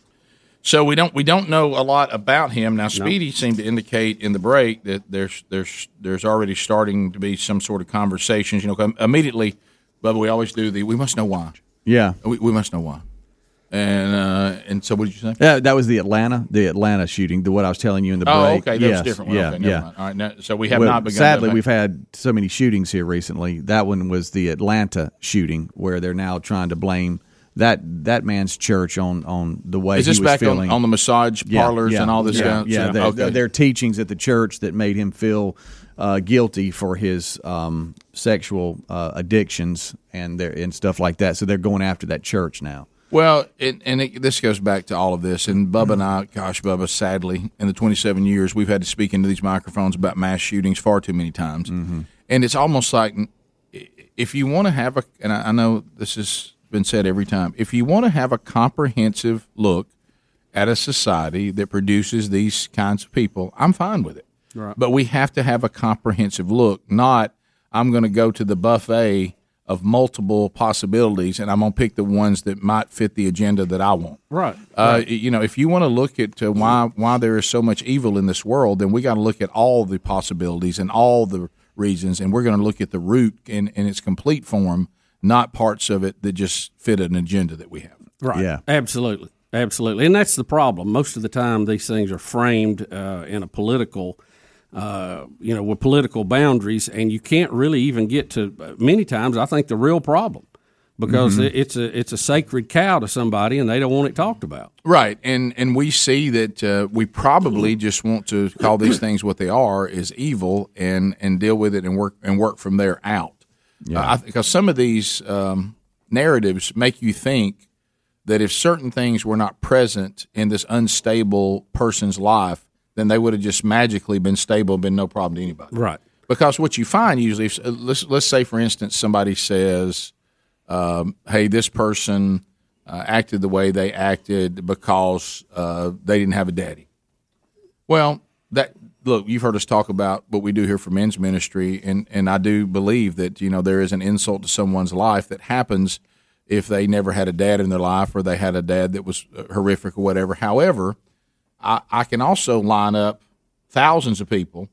S14: So we don't we don't know a lot about him now. Speedy seemed to indicate in the break that there's there's there's already starting to be some sort of conversations. You know, 'cause immediately, Bubba, we always do the we must know why.
S5: Yeah.
S14: We, we must know why. And uh, and so what did you say?
S5: Yeah, that was the Atlanta, the Atlanta shooting, the what I was telling you in the
S14: Oh,
S5: break.
S14: okay, that was a different one.
S5: Yeah,
S14: Okay, never
S5: yeah.
S14: mind. All right, now- so we have
S5: Well,
S14: not begun to
S5: Sadly,
S14: make-
S5: we've had so many shootings here recently. That one was the Atlanta shooting, where they're now trying to blame that that man's church on on the way
S14: Is this
S5: he was
S14: back on-
S5: feeling
S14: on the massage parlors and all this
S5: yeah,
S14: stuff?
S5: Yeah,
S14: Yeah,
S5: they-
S14: okay.
S5: their teachings at the church that made him feel uh, guilty for his um, sexual uh, addictions and their and stuff like that. So they're going after that church now.
S14: Well, it, and it, this goes back to all of this. And Bubba and I, gosh, Bubba, sadly, in the 27 years, we've had to speak into these microphones about mass shootings far too many times. And it's almost like i- if you want to have a, and I, I know this has been said every time, if you want to have a comprehensive look at a society that produces these kinds of people, I'm fine with it.
S12: Right.
S14: But we have to have a comprehensive look, not I'm going to go to the buffet of multiple possibilities and I'm going to pick the ones that might fit the agenda that I want.
S11: Right.
S14: Uh, You know, if you want to look at uh, why why there is so much evil in this world, then we got to look at all the possibilities and all the reasons, and we're going to look at the root in, in its complete form, not parts of it that just fit an agenda that we have.
S11: Right. Yeah. Absolutely. Absolutely. And that's the problem. Most of the time, these things are framed uh, in a political, uh, you know, with political boundaries, and you can't really even get to uh, many times. I think the real problem because
S14: Mhm.
S11: it- it's a it's a sacred cow to somebody, and they don't want it talked about.
S14: Right, and and we see that uh, we probably just want to call these things what they are is evil, and and deal with it and work and work from there out. Yeah, because some of these um, narratives make you think that if certain things were not present in this unstable person's life, then they would have just magically been stable, been no problem to anybody.
S11: Right.
S14: Because what you find usually, if, uh, let's let's say for instance, somebody says, um, "Hey, this person uh, acted the way they acted because uh, they didn't have a daddy." Well, that look, you've heard us talk about what we do here for men's ministry, and and I do believe that you know there is an insult to someone's life that happens if they never had a dad in their life or they had a dad that was uh, horrific or whatever. However, I, I can also line up thousands of people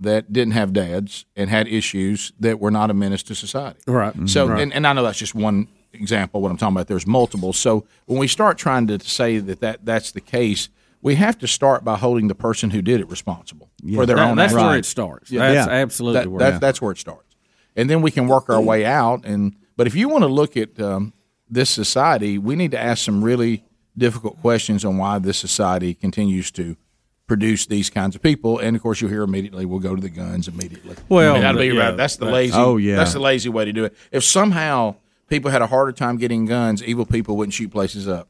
S14: that didn't have dads and had issues that were not a menace to society.
S11: Right.
S14: So, and, and I know that's just one example. What I'm talking about, there's multiple. So, when we start trying to say that, that that's the case, we have to start by holding the person who did it responsible for their
S11: That-
S14: own.
S11: that's
S14: actions.
S11: where it starts. That's absolutely
S14: That-
S11: where
S14: that-
S11: it-
S14: That's where it starts, and then we can work our way out. And but if you want to look at um, this society, we need to ask some really difficult questions on why this society continues to produce these kinds of people. And of course, you'll hear immediately we'll go to the guns immediately.
S12: Well,
S14: that'll be
S12: yeah,
S14: right. That's the
S12: that's-
S14: lazy.
S12: Oh, yeah.
S14: that's the lazy way to do it. If somehow people had a harder time getting guns, evil people wouldn't shoot places up.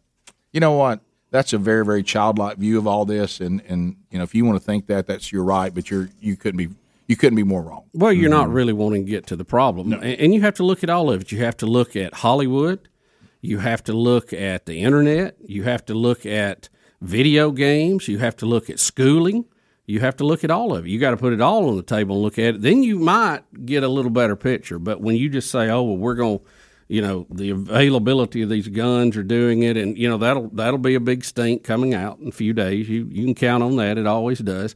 S14: You know what? That's a very very childlike view of all this, and and you know if you want to think that, that's your right, but you're you couldn't be you couldn't be more wrong.
S11: Well, you're
S14: Mm-hmm.
S11: not really wanting to get to the problem, and, and you have to look at all of it. You have to look at Hollywood. You have to look at the internet. You have to look at video games. You have to look at schooling. You have to look at all of it. You got to put it all on the table and look at it. Then you might get a little better picture. But when you just say, "Oh, well, we're going," you know, the availability of these guns are doing it, and you know that'll that'll be a big stink coming out in a few days. You you can count on that. It always does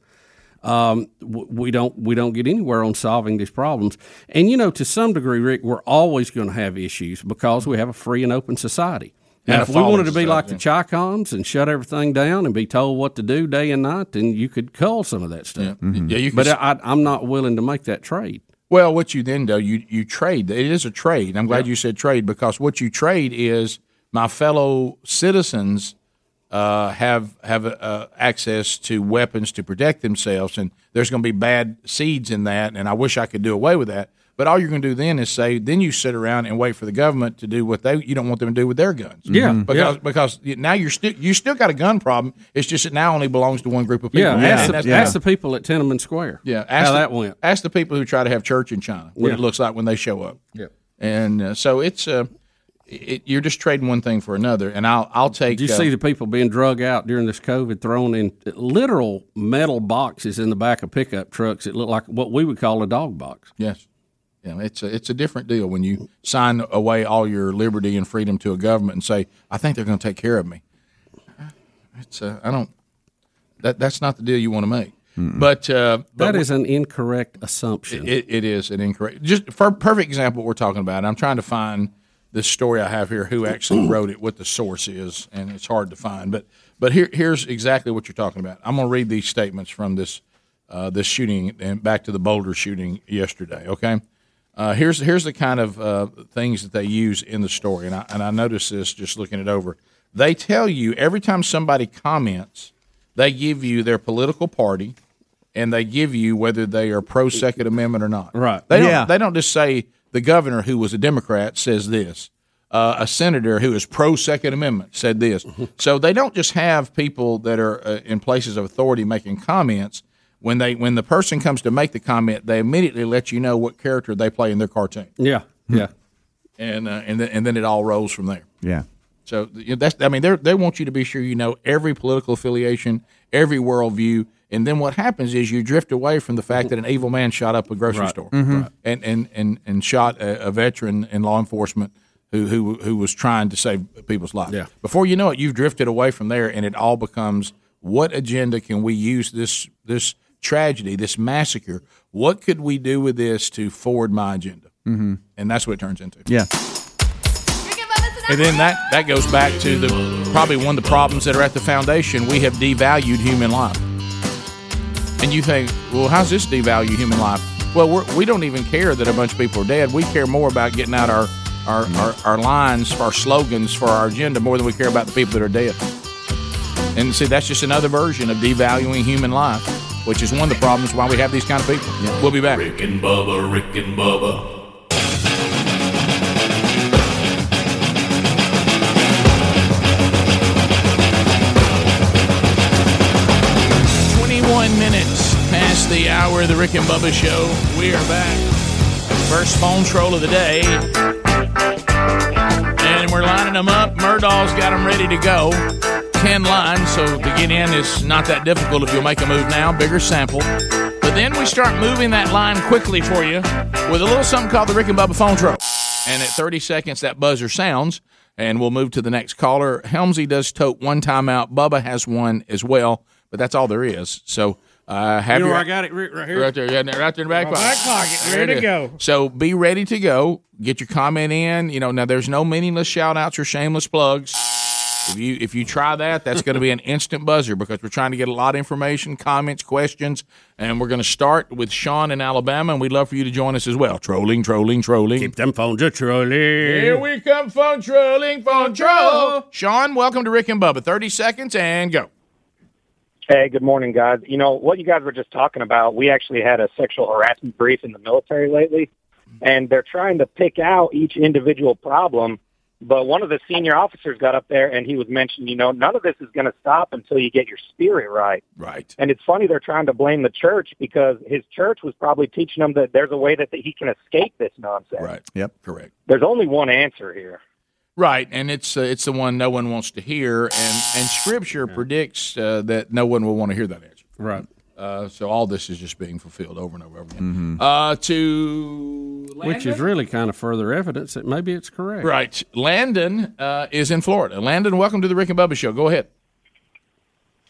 S11: um, w- we don't we don't get anywhere on solving these problems. And you know, to some degree, Rick, we're always going to have issues because we have a free and open society.
S12: Yeah,
S11: And
S12: a
S11: if we wanted
S12: fallen
S11: to be like the
S12: society.
S11: Chicoms and shut everything down and be told what to do day and night, then you could cull some of that stuff.
S14: Yeah. Mhm. Yeah, you could
S11: but
S14: s-
S11: I, I'm not willing to make that trade.
S14: Well, what you then do, you you trade. It is a trade. I'm glad you said trade because what you trade is my fellow citizens uh, have have uh, access to weapons to protect themselves, and there's going to be bad seeds in that. And I wish I could do away with that. But all you're going to do then is say, then you sit around and wait for the government to do what they you don't want them to do with their guns. Mm-hmm.
S11: Yeah, Mhm.
S14: because
S11: yeah.
S14: because now you're still you still got a gun problem. It's just it now only belongs to one group of people.
S11: Yeah,
S14: And
S11: ask,
S14: that's-
S11: the, ask the people at Tiananmen Square.
S14: yeah, ask
S11: how
S14: the,
S11: that went.
S14: Ask the people who try to have church in China what it
S11: Yeah.
S14: looks like when they show up.
S11: Yeah.
S14: and uh, so it's uh, it, you're just trading one thing for another. And I'll I'll take.
S11: Did you
S14: uh,
S11: see the people being drug out during this COVID, thrown in literal metal boxes in the back of pickup trucks that look like what we would call a dog box?
S14: Yes. Yeah, it's a, it's a different deal when you sign away all your liberty and freedom to a government and say, "I think they're going to take care of me." It's uh, I don't that that's not the deal you want to make. But, uh,
S11: That
S14: but
S11: is an incorrect assumption.
S14: It, it is an incorrect. Just for perfect example, we're talking about. and I'm trying to find the story I have here, who actually wrote it, what the source is, and it's hard to find. But but here here's exactly what you're talking about. I'm going to read these statements from this uh, this shooting and back to the Boulder shooting yesterday. Okay. Uh, here's here's the kind of uh, things that they use in the story, and I and I noticed this just looking it over. They tell you every time somebody comments, they give you their political party, and they give you whether they are pro Second Amendment or not. Right. They don't.
S12: Yeah.
S14: They don't just say the governor who was a Democrat says this. Uh, a senator who is pro Second Amendment said this. so they don't just have people that are uh, in places of authority making comments. When they when the person comes to make the comment, they immediately let you know what character they play in their cartoon,
S11: Yeah, yeah,
S14: and uh, and then and then it all rolls from there.
S6: Yeah.
S14: So you know, that's I mean they they want you to be sure you know every political affiliation, every worldview, and then what happens is you drift away from the fact that an evil man shot up a grocery
S12: Right.
S14: store
S6: Mm-hmm.
S12: Mhm.
S14: and and and and shot a, a veteran in law enforcement who who who was trying to save people's lives.
S12: Yeah.
S14: Before you know it, you've drifted away from there, and it all becomes what agenda can we use this this tragedy, this massacre? What could we do with this to forward my agenda?
S6: Mm-hmm.
S14: And that's what it turns into.
S6: Yeah.
S14: And then that, that goes back to the probably one of the problems that are at the foundation. We have devalued human life. And you think, well, how's this devalue human life? Well, we're, we don't even care that a bunch of people are dead. We care more about getting out our our, our, our lines, our slogans for our agenda more than we care about the people that are dead. And see, that's just another version of devaluing human life, which is one of the problems why we have these kind of people. We'll be back.
S9: Rick and Bubba, Rick and Bubba,
S14: Twenty-one minutes past the hour of the Rick and Bubba show. We are back. First phone troll of the day. And we're lining them up. Murdahl's got them ready to go. 10 lines, so to get in is not that difficult if you'll make a move now. Bigger sample. But then we start moving that line quickly for you with a little something called the Rick and Bubba phone troll. And at 30 seconds, that buzzer sounds, and we'll move to the next caller. Helmsy does tote one timeout. Bubba has one as well, but that's all there is. So uh, have
S12: You know
S14: your-
S12: where I got it, Rick, right here?
S14: Right there, yeah, right there in the back
S12: My
S14: pocket.
S12: back pocket.
S14: There
S12: Ready
S14: it
S12: to
S14: is.
S12: go.
S14: So be ready to go. Get your comment in. You know, now there's no meaningless shout outs or shameless plugs. If you if you try that, that's going to be an instant buzzer because we're trying to get a lot of information, comments, questions, and we're going to start with Sean in Alabama, and we'd love for you to join us as well. Trolling, trolling, trolling. Keep
S11: them phones a trolling.
S14: Here we come, phone trolling, phone troll. Sean, welcome to Rick and Bubba. Thirty seconds and go.
S18: Hey, good morning, guys. You know what you guys were just talking about? We actually had a sexual harassment brief in the military lately, and they're trying to pick out each individual problem. But one of the senior officers got up there and he was mentioning, you know, none of this is going to stop until you get your spirit right.
S14: Right.
S18: And it's funny they're trying to blame the church because his church was probably teaching him that there's a way that, that he can escape this nonsense.
S14: Right.
S6: Yep.
S14: Correct.
S18: There's only one answer here.
S14: Right, and it's uh, it's the one no one wants to hear, and and Scripture predicts uh, that no one will want to hear that answer.
S12: Right.
S14: Uh, so all this is just being fulfilled over and over. and over. Uh, to
S11: Which is really kind of further evidence that maybe it's correct.
S14: Right, Landon uh, is in Florida. Landon, welcome to the Rick and Bubba Show. Go ahead.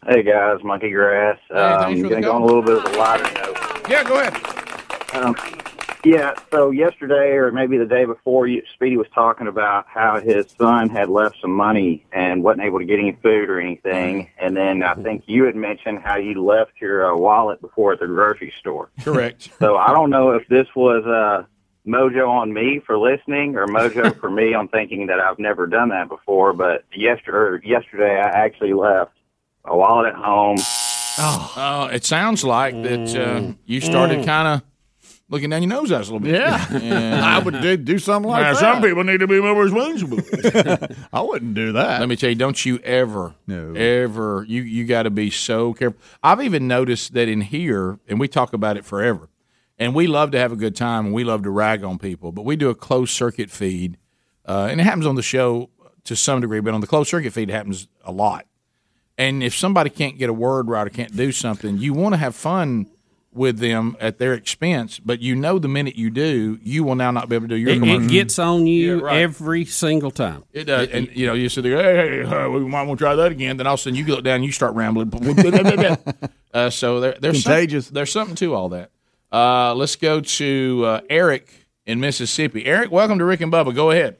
S19: Hey guys, Monkey Grass. Um,
S14: for the
S19: gonna go on a little bit of a lighter note.
S14: Yeah, go ahead.
S19: Um, yeah, so yesterday or maybe the day before, you, Speedy was talking about how his son had left some money and wasn't able to get any food or anything. And then I think you had mentioned how you left your uh, wallet before at the grocery store.
S14: Correct.
S19: So I don't know if this was uh, mojo on me for listening or mojo for me on thinking that I've never done that before. But yesterday, yesterday I actually left a wallet at home.
S14: Oh, it sounds like that uh, you started
S19: Mm.
S14: kind of looking down your nose at us a little bit.
S19: Yeah.
S5: I would do, do something like
S14: Now,
S5: that.
S14: some people need to be more responsible.
S5: I wouldn't do that.
S14: Let me tell you, don't you ever, ever, you you got to be so careful. I've even noticed that in here, and we talk about it forever, and we love to have a good time, and we love to rag on people, but we do a closed circuit feed, uh, and it happens on the show to some degree, but on the closed circuit feed it happens a lot. And if somebody can't get a word right or can't do something, you want to have fun with them at their expense, but you know the minute you do, you will now not be able to do your
S11: It,
S14: commercial.
S11: it gets on you every single time.
S14: It does, and you know you sit there. Hey, hey, uh, we might want to try that again. Then all of a sudden you look down, and you start rambling. uh, so there, there's some- there's something to all that. Uh, let's go to uh, Eric in Mississippi. Eric, welcome to Rick and Bubba. Go ahead.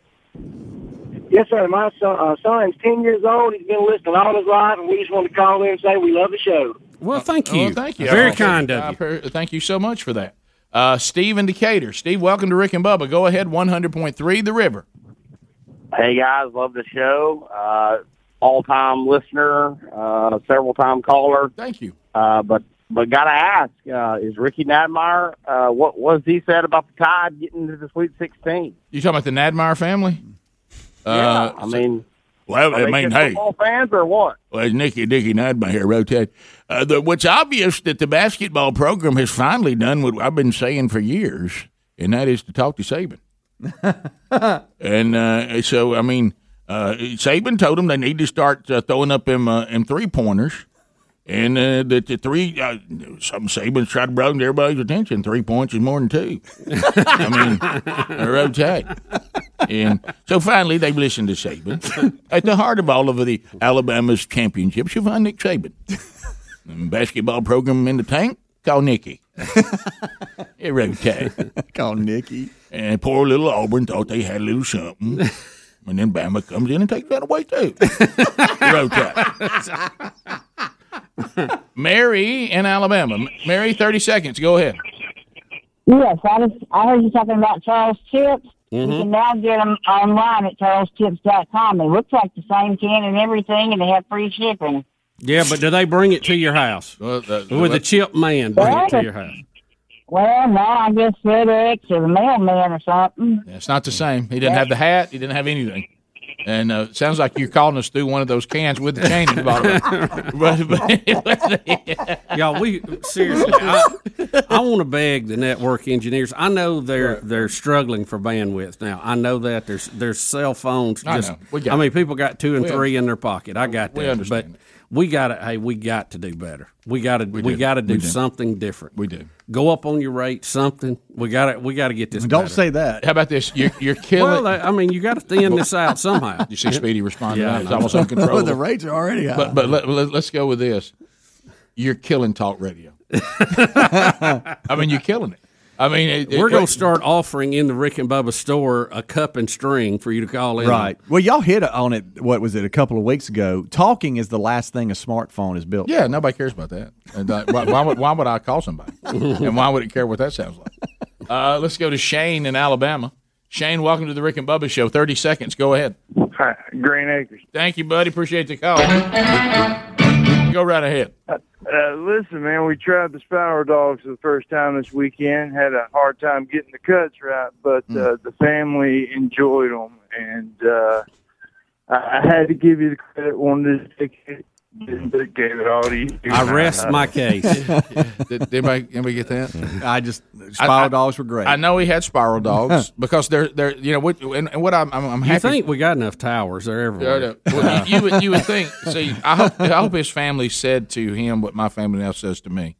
S20: Yes, sir. My son, uh, son's 10 years old. He's been listening all his life, and we just want to call in and say we love the show.
S11: Well, thank you.
S14: Well, Oh, thank you.
S11: Very
S14: I-
S11: kind
S14: I
S11: of you.
S14: appre- Thank you so much for that. Uh, Steve in Decatur. Steve, welcome to Rick and Bubba. Go ahead. One hundred point three, the river.
S21: Hey guys, love the show. Uh, All time listener, uh, several time caller.
S14: Thank you.
S21: Uh, but but gotta ask, uh, is Ricky Nadmeyer? Uh, what was he said about the Tide getting to the Sweet Sixteen?
S14: You talking about the Nadmeyer family? Uh,
S21: Yeah, I mean,
S14: well,
S21: Are
S14: I
S21: they
S14: mean,
S21: just
S14: hey,
S21: football fans or what?
S14: Well, Nicky Dicky Nudma here, rotate. Uh, the, what's obvious that the basketball program has finally done what I've been saying for years, and that is to talk to Saban. and uh, so, I mean, uh, Saban told them they need to start uh, throwing up them, uh, them three pointers, and uh, that the three, uh, some Saban's tried to bring to everybody's attention. Three points is more than two. I mean, uh, rotate. And so finally, they've listened to Saban. At the heart of all of the Alabama's championships, you find Nick Saban. And basketball program in the tank, call Nicky. Every time. call Nicky. And poor little Auburn thought they had a little something. And then Bama comes in and takes that away too. Rotate. Mary in Alabama. Mary, 30 seconds. Go ahead.
S22: Yes, I was. I heard you talking about Charles Chips. You
S14: Mhm.
S22: can now get them online at charleschips.com. They look like the same can and everything, and they have free shipping.
S11: Yeah, but do they bring it to your house? With a chip man bring it to your house.
S22: Well, no, I guess FedEx or the mailman or something.
S14: It's not the same. He didn't have the hat. He didn't have anything. And uh, it sounds like you're calling us through one of those cans with the chain in the bottom. But- but-
S11: Y'all, we seriously, I, I want to beg the network engineers. I know they're they're struggling for bandwidth now. I know that there's there's cell phones.
S14: I
S11: Just,
S14: know. We got
S11: I mean,
S14: it.
S11: people got two and
S14: We-
S11: three in their pocket. I got that.
S14: We understand
S11: But we got to. Hey, we got to do better. We got to. We,
S14: do.
S11: got to do
S14: We do.
S11: something different.
S14: We do.
S11: Go up on your rate. Something. We got to. We got to get this.
S14: Don't
S11: say
S5: that.
S14: How about this? You're, you're killing.
S11: Well, I I mean, you got to thin this out somehow.
S14: you see Speedy responding. Yeah,
S11: Yeah, I
S14: it's
S11: know.
S14: almost uncontrollable.
S11: The rates are already high.
S14: But, but let, let, us go with this. You're killing talk radio. I mean, you're killing it. I mean, it, it-
S11: We're going to start offering in the Rick and Bubba store a cup and string for you to call in.
S5: Right. Well, y'all hit on it. What was it? A couple of weeks ago. Talking is the last thing a smartphone is built.
S14: Yeah, nobody cares about that. And uh, why, why would why would I call somebody? And why would it care what that sounds like? Uh, let's go to Shane in Alabama. Shane, welcome to the Rick and Bubba Show. Thirty seconds. Go ahead.
S23: Hi, Green Acres.
S14: Thank you, buddy. Appreciate the call. Go right ahead.
S23: Uh, listen, man, we tried the Spider Dogs for the first time this weekend. Had a hard time getting the cuts right, but
S14: Hmm.
S23: uh, the family enjoyed them, and uh, I I had to give you the credit. Wanted to take it that gave it all to you.
S11: I rest my case.
S14: Did, did anybody, anybody get that?
S5: I just spiral dogs were great.
S14: I know he had spiral dogs because they're they're you know what and, and what I'm I'm, I'm
S11: You
S14: happy.
S11: think we got enough towers? They're everywhere.
S14: Yeah, I know. Well, you, you would you would think. See, I hope I hope his family said to him what my family now says to me.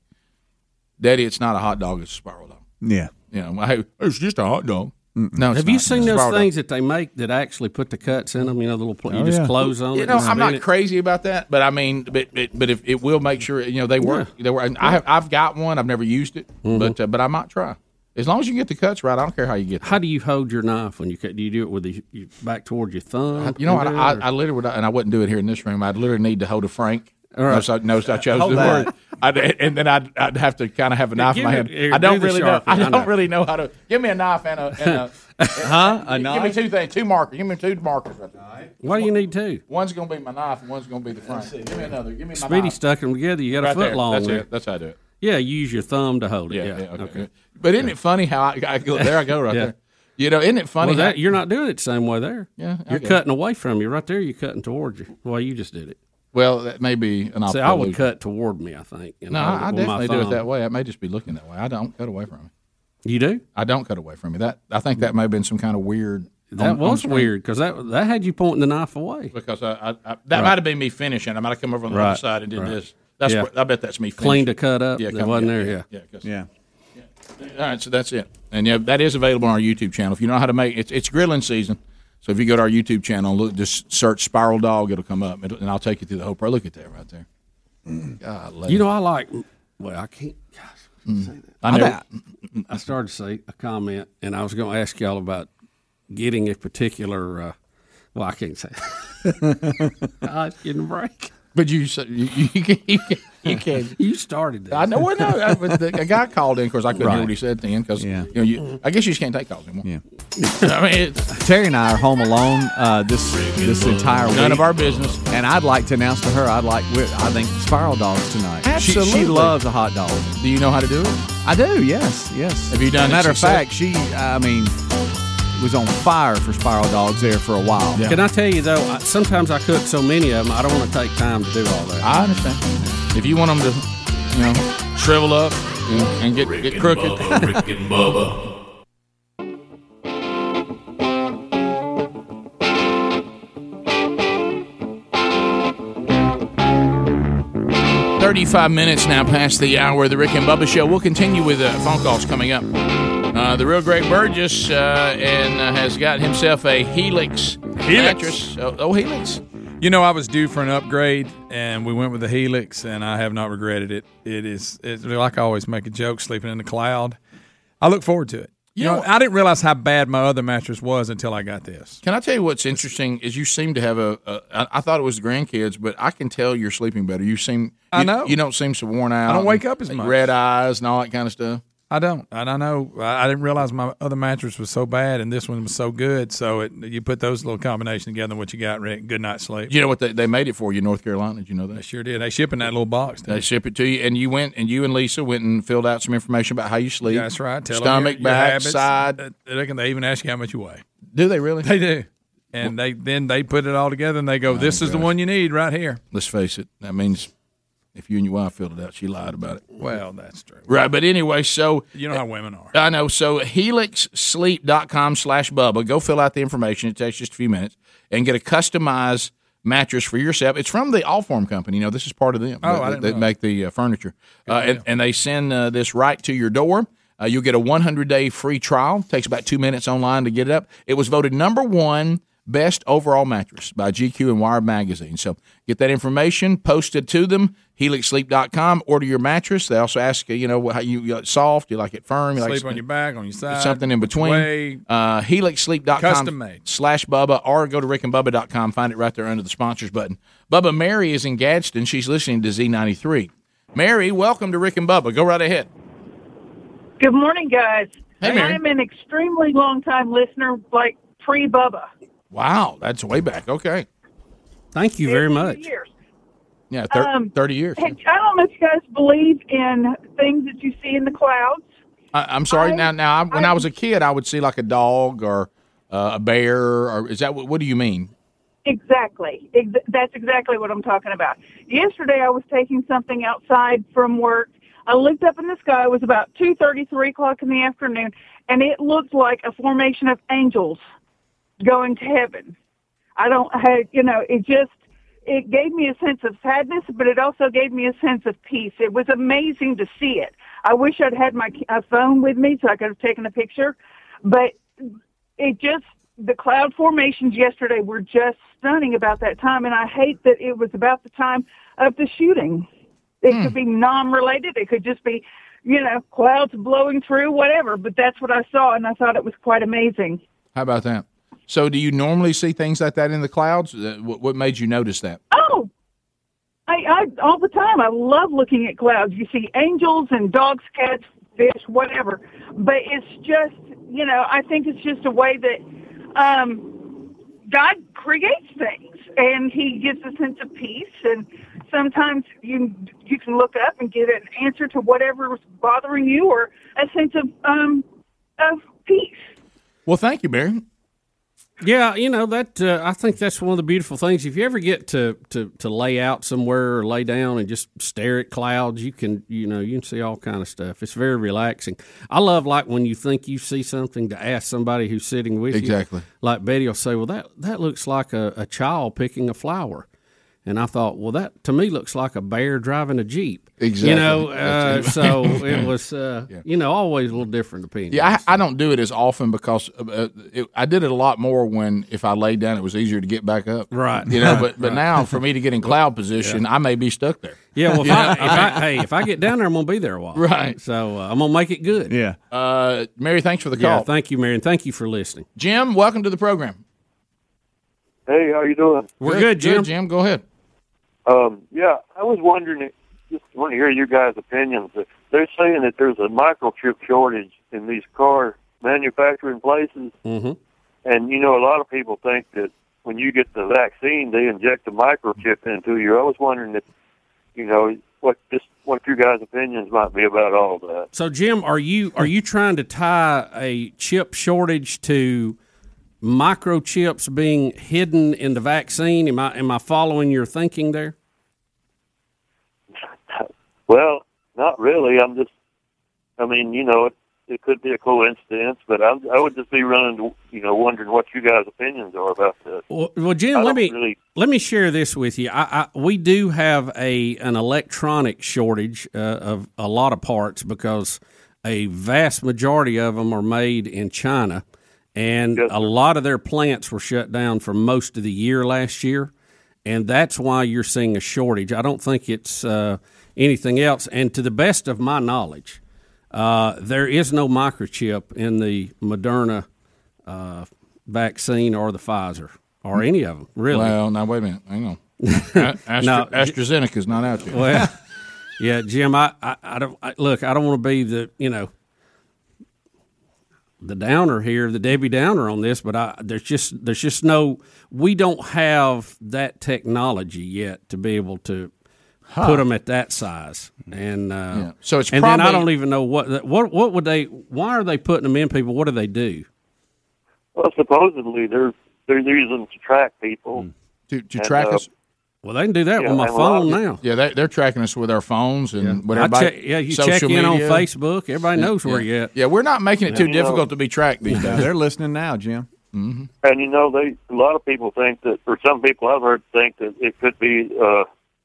S14: Daddy, it's not a hot dog; it's a spiral dog.
S5: Yeah.
S14: You know, I, it's just a hot dog. No, it's
S11: have you
S14: not.
S11: seen
S14: It's a
S11: those
S14: spiral dog.
S11: things that they make that actually put the cuts in them? You know, the little pl- you
S14: Oh,
S11: just
S14: yeah.
S11: close on
S14: You
S11: it.
S14: know,
S11: and
S14: I'm
S11: spin
S14: not
S11: it.
S14: crazy about that, but I mean, but but, but if it will make sure you know they work, they work. And I have, I've got one. I've never used it,
S11: Mm-hmm.
S14: but uh, but I might try. As long as you get the cuts right, I don't care how you get.
S11: How do you hold your knife when you cut? Do you do it with the you back toward your thumb?
S14: You know, I,
S11: and do
S14: I,
S11: it,
S14: I literally would, and I wouldn't do it here in this room. I'd literally need to hold a Frank.
S11: All right.
S14: Notice I, notice I chose
S11: Hold
S14: the
S11: that.
S14: word, I'd, and then I'd, I'd have to kind of have a knife in
S11: give
S14: my
S11: it-
S14: hand.
S11: here,
S14: I don't
S11: do the
S14: really know.
S11: sharp
S14: I
S11: one. I
S14: don't
S11: know.
S14: really know how to. uh, Give me a knife and a. And a
S11: huh? A
S14: give me two things, two markers. Give me two markers right there.
S11: Why do you need two?
S14: One's going to be my knife, and one's going to be the Frank. Give me another. Give me my
S11: Speedy
S14: knife.
S11: stuck them together. You got
S14: Right
S11: a foot
S14: there.
S11: long.
S14: That's
S11: there.
S14: it. That's how I do it.
S11: Yeah, you use your thumb to hold it. Yeah.
S14: yeah,
S11: okay.
S14: But isn't it funny how I, I go, there I go right
S11: Yeah.
S14: there. You know, isn't it funny?
S11: Well, that,
S14: how,
S11: you're not doing it the same way there.
S14: Yeah, I
S11: you're
S14: get it.
S11: cutting away from you. Right there, you're cutting toward you. The way you just did it.
S14: well, that may be an
S11: See, I would
S14: optical
S11: cut toward me. I think.
S14: illusion.
S11: and
S14: No,
S11: hold
S14: I, I
S11: with my
S14: definitely do it
S11: thumb.
S14: that way. I may just be looking that way. I don't cut away from it.
S11: You do?
S14: I don't cut away from it. That I think that may have been some kind of weird.
S11: That
S14: on- on
S11: was
S14: screen.
S11: weird because that that had you pointing the knife away.
S14: because I, I, I that
S11: Right.
S14: might have been me finishing. I might have come over on the
S11: Right,
S14: other side and did
S11: right.
S14: this. That's
S11: Yeah.
S14: where- I bet that's me finishing.
S11: Cleaned a cut up that
S14: come-
S11: wasn't
S14: yeah,
S11: there,
S14: Yeah,
S11: yeah.
S14: 'cause- All right, so that's it. And yeah, that is available on our YouTube channel. If you know how to make it's it's grilling season. So if you go to our YouTube channel, look, just search Spiral Dog, it'll come up, it'll- and I'll take you through the whole pro. Look at that right there. Golly.
S11: You know, I like. Well, I can't.
S14: Mm. I never-
S11: bet- I started to say a comment, and I was going to ask y'all about getting a particular. Uh, well, I can't say. I didn't break.
S14: But you, said- you, you, you, you can.
S11: You started that.
S14: I know. Well, no, I, but the, a guy called in. Of course, I couldn't
S5: Right.
S14: hear what he said then because you know, you, I guess you just can't take calls anymore.
S5: Yeah.
S14: I mean, it's
S5: Terry and I are home alone uh, this this entire week.
S14: none of our business.
S5: and I'd like to announce to her, I'd like we- I think spiral dogs tonight. She- She,
S14: Absolutely.
S5: loves a hot dog.
S14: Do you know how to do it?
S5: I do. Yes. Yes.
S14: Have you done
S5: As
S14: it
S5: a matter of
S14: success-
S5: fact, she. I mean, was on fire for spiral dogs there for a while.
S11: Can I tell you though? I, sometimes I cook so many of them, I don't want to take time to do all that.
S14: I understand. If you want them to, you know, shrivel up and, and get get crooked.
S9: Bubba, Rick and Bubba.
S14: Thirty-five minutes now past the hour of the Rick and Bubba show. We'll continue with uh, phone calls coming up. Uh, the real Greg Burgess uh, and uh, has got himself a Helix, mattress. Oh, oh, Helix.
S1: You know, I was due for an upgrade, and we went with the Helix, and I have not regretted it. It is, it's like I always make a joke, sleeping in the cloud. I look forward to it. You, know, I didn't realize how bad my other mattress was until I got this.
S14: Can I tell you what's interesting is you seem to have a. a I, I thought it was the grandkids, but I can tell you're sleeping better. You seem.
S1: I
S14: you-
S1: know.
S14: you don't seem so worn out.
S1: I don't wake
S14: and-
S1: up as
S14: and
S1: much.
S14: Red eyes and all that kind of stuff.
S1: I don't, and I know I I didn't realize my other mattress was so bad, and this one was so good. So it, you put those little combination together, what you got, Rick? Good night's sleep.
S14: You know what they, they made it for you, in North Carolina. Did you know that? They
S1: sure did. They ship in that little box.
S14: They ship it to you, and you went and you and Lisa went and filled out some information about how you sleep.
S1: That's right. Tell 'em
S14: Stomach,
S1: your- your
S14: back,
S1: habits.
S14: side.
S1: Uh, They can they even ask you how much you weigh.
S14: Do they really?
S1: They do. And they then they put it all together and they go,
S14: Oh,
S1: "This is the one you need right here."
S14: Let's face it. That means if you and your wife filled it out, she lied about it.
S1: Well, that's true.
S14: Right, but anyway, so
S1: You know how women are.
S14: I know. So helixsleep.com slash Bubba. Go fill out the information. It takes just a few minutes and get a customized mattress for yourself. It's from the Allform Company. You know, this is part of them.
S1: Oh,
S14: that,
S1: I didn't
S14: that
S1: know.
S14: make the uh, furniture. Uh, and, and they send uh, this right to your door. Uh, you'll get a 100 day free trial. Takes about two minutes online to get it up. It was voted number one best overall mattress by GQ and Wired Magazine. So get that information posted to them. HelixSleep.com. Order your mattress. They also ask uh, you, you know, how you, you like soft, you like it firm, you like
S1: Sleep on your back, on your side,
S14: something in between.
S1: Way,
S14: Uh, HelixSleep.com
S1: Custom made.
S14: slash Bubba or go to rickandbubba.com. Find it right there under the sponsors button. Bubba Mary is in Gadsden. She's listening to Z93. Mary, welcome to Rick and Bubba. Go right ahead.
S2: Good morning, guys.
S14: Hey, Mary.
S2: I'm an extremely long time listener, like pre Bubba.
S14: Wow, that's way back. Okay.
S11: Thank you very much.
S2: Years.
S14: Yeah, thir-
S2: Um,
S14: 30 years.
S2: Hey, I don't know if you guys believe in things that you see in the clouds.
S14: I, I'm sorry. now, now I, when I, was a kid, I would see like a dog or uh, a bear. Or is that what, what do you mean?
S2: Exactly. Ex- That's exactly what I'm talking about. Yesterday, I was taking something outside from work. I looked up in the sky. It was about two thirty, three o'clock in the afternoon, and it looked like a formation of angels going to heaven. I don't have, you know, it just it gave me a sense of sadness, but it also gave me a sense of peace. It was amazing to see it. I wish I'd had my ca- uh, phone with me so I could have taken a picture, but it just the cloud formations yesterday were just stunning about that time, and I hate that it was about the time of the shooting. It could be non-related. It could just be, you know, clouds blowing through, whatever. But that's what I saw, and I thought it was quite amazing.
S14: How about that? So, do you normally see things like that in the clouds? Uh, What, what made you notice that?
S2: Oh, I, I all the time. I love looking at clouds. You see angels and dogs, cats, fish, whatever. But it's just, you know, I think it's just a way that um, God creates things, and He gives a sense of peace. And sometimes you you can look up and get an answer to whatever was bothering you, or a sense of um, of peace.
S14: Well, thank you, Barry.
S11: Yeah, you know that. Uh, I think that's one of the beautiful things. If you ever get to, to to lay out somewhere or lay down and just stare at clouds, you can you know you can see all kind of stuff. It's very relaxing. I love like when you think you see something to ask somebody who's sitting with you.
S14: Exactly.
S11: Like Betty will say, "Well, that that looks like a, a child picking a flower," and I thought, "Well, that to me looks like a bear driving a jeep."
S14: Exactly.
S11: You know, uh,
S14: That's-
S11: so it was uh, you know always a little different opinion.
S14: Yeah, I, I don't do it as often because uh, uh, it, I did it a lot more when if I laid down, it was easier to get back up. Right. You know, but but
S11: Right.
S14: now for me to get in cloud position, I may be stuck there.
S11: Yeah, well, if
S14: You
S11: I,
S14: know?
S11: if I, hey, if I get down there, I'm going to be there a while.
S14: Right.
S11: So uh, I'm going to make it good.
S6: Yeah.
S14: Uh, Mary, thanks for the
S11: Yeah,
S14: call.
S11: thank you, Mary, and thank you for listening.
S14: Jim, welcome to the program.
S3: Hey, how you doing?
S11: We're good, Jim.
S14: Jim, go ahead.
S3: Um, yeah, I was wondering, just want to hear your guys' opinions. They're saying that there's a microchip shortage in these car manufacturing places,
S11: Mm-hmm.
S3: and you know, a lot of people think that when you get the vaccine, they inject a microchip into you. I was wondering if, you know, what just what your guys' opinions might be about all that.
S11: So, Jim, are you are you trying to tie a chip shortage to microchips being hidden in the vaccine? Am I am I following your thinking there?
S3: Well, not really. I'm just, I mean, you know, it, it could be a coincidence, but I, I would just be running, you know, wondering what you guys' opinions are about this.
S11: Well, well Jim,
S3: I
S11: let me
S3: don't really-
S11: let me share this with you. I, I we do have a an electronic shortage uh, of a lot of parts because a vast majority of them are made in China, and a lot of their plants were shut down for most of the year last year, and that's why you're seeing a shortage. I don't think it's uh, anything else. And to the best of my knowledge, uh, there is no microchip in the Moderna uh, vaccine or the Pfizer or any of them, really.
S14: Well, now wait a minute. Hang on. A- Astra,
S11: No.
S14: AstraZeneca's not out yet.
S11: Well, yeah, Jim, I, I, I don't I, look. I don't want to be the you know the downer here, the Debbie Downer on this, but I, there's just there's just no we don't have that technology yet to be able to put 'em
S14: Huh.
S11: put them at that size, and uh,
S14: So it's
S11: and then I
S14: probably-
S11: don't even know what what what would they why are they putting them in people? What do they do?
S3: Well, supposedly they're they're using to track people.
S14: To, to
S3: And,
S14: track
S3: uh,
S14: us.
S11: Well, they can do that
S3: Yeah,
S11: with my
S3: and a lot
S11: phone
S3: of
S11: now.
S14: Yeah, they, they're tracking us with our phones and with
S11: I
S14: everybody.
S11: check- yeah, you
S14: social
S11: check in on
S14: media.
S11: Facebook. Everybody knows
S14: yeah.
S11: where you're at.
S14: Yeah, we're not making it too difficult to be tracked these days.
S5: They're listening now, Jim.
S3: And you know, they a lot of people think that, or some people I've heard think that it could be, uh,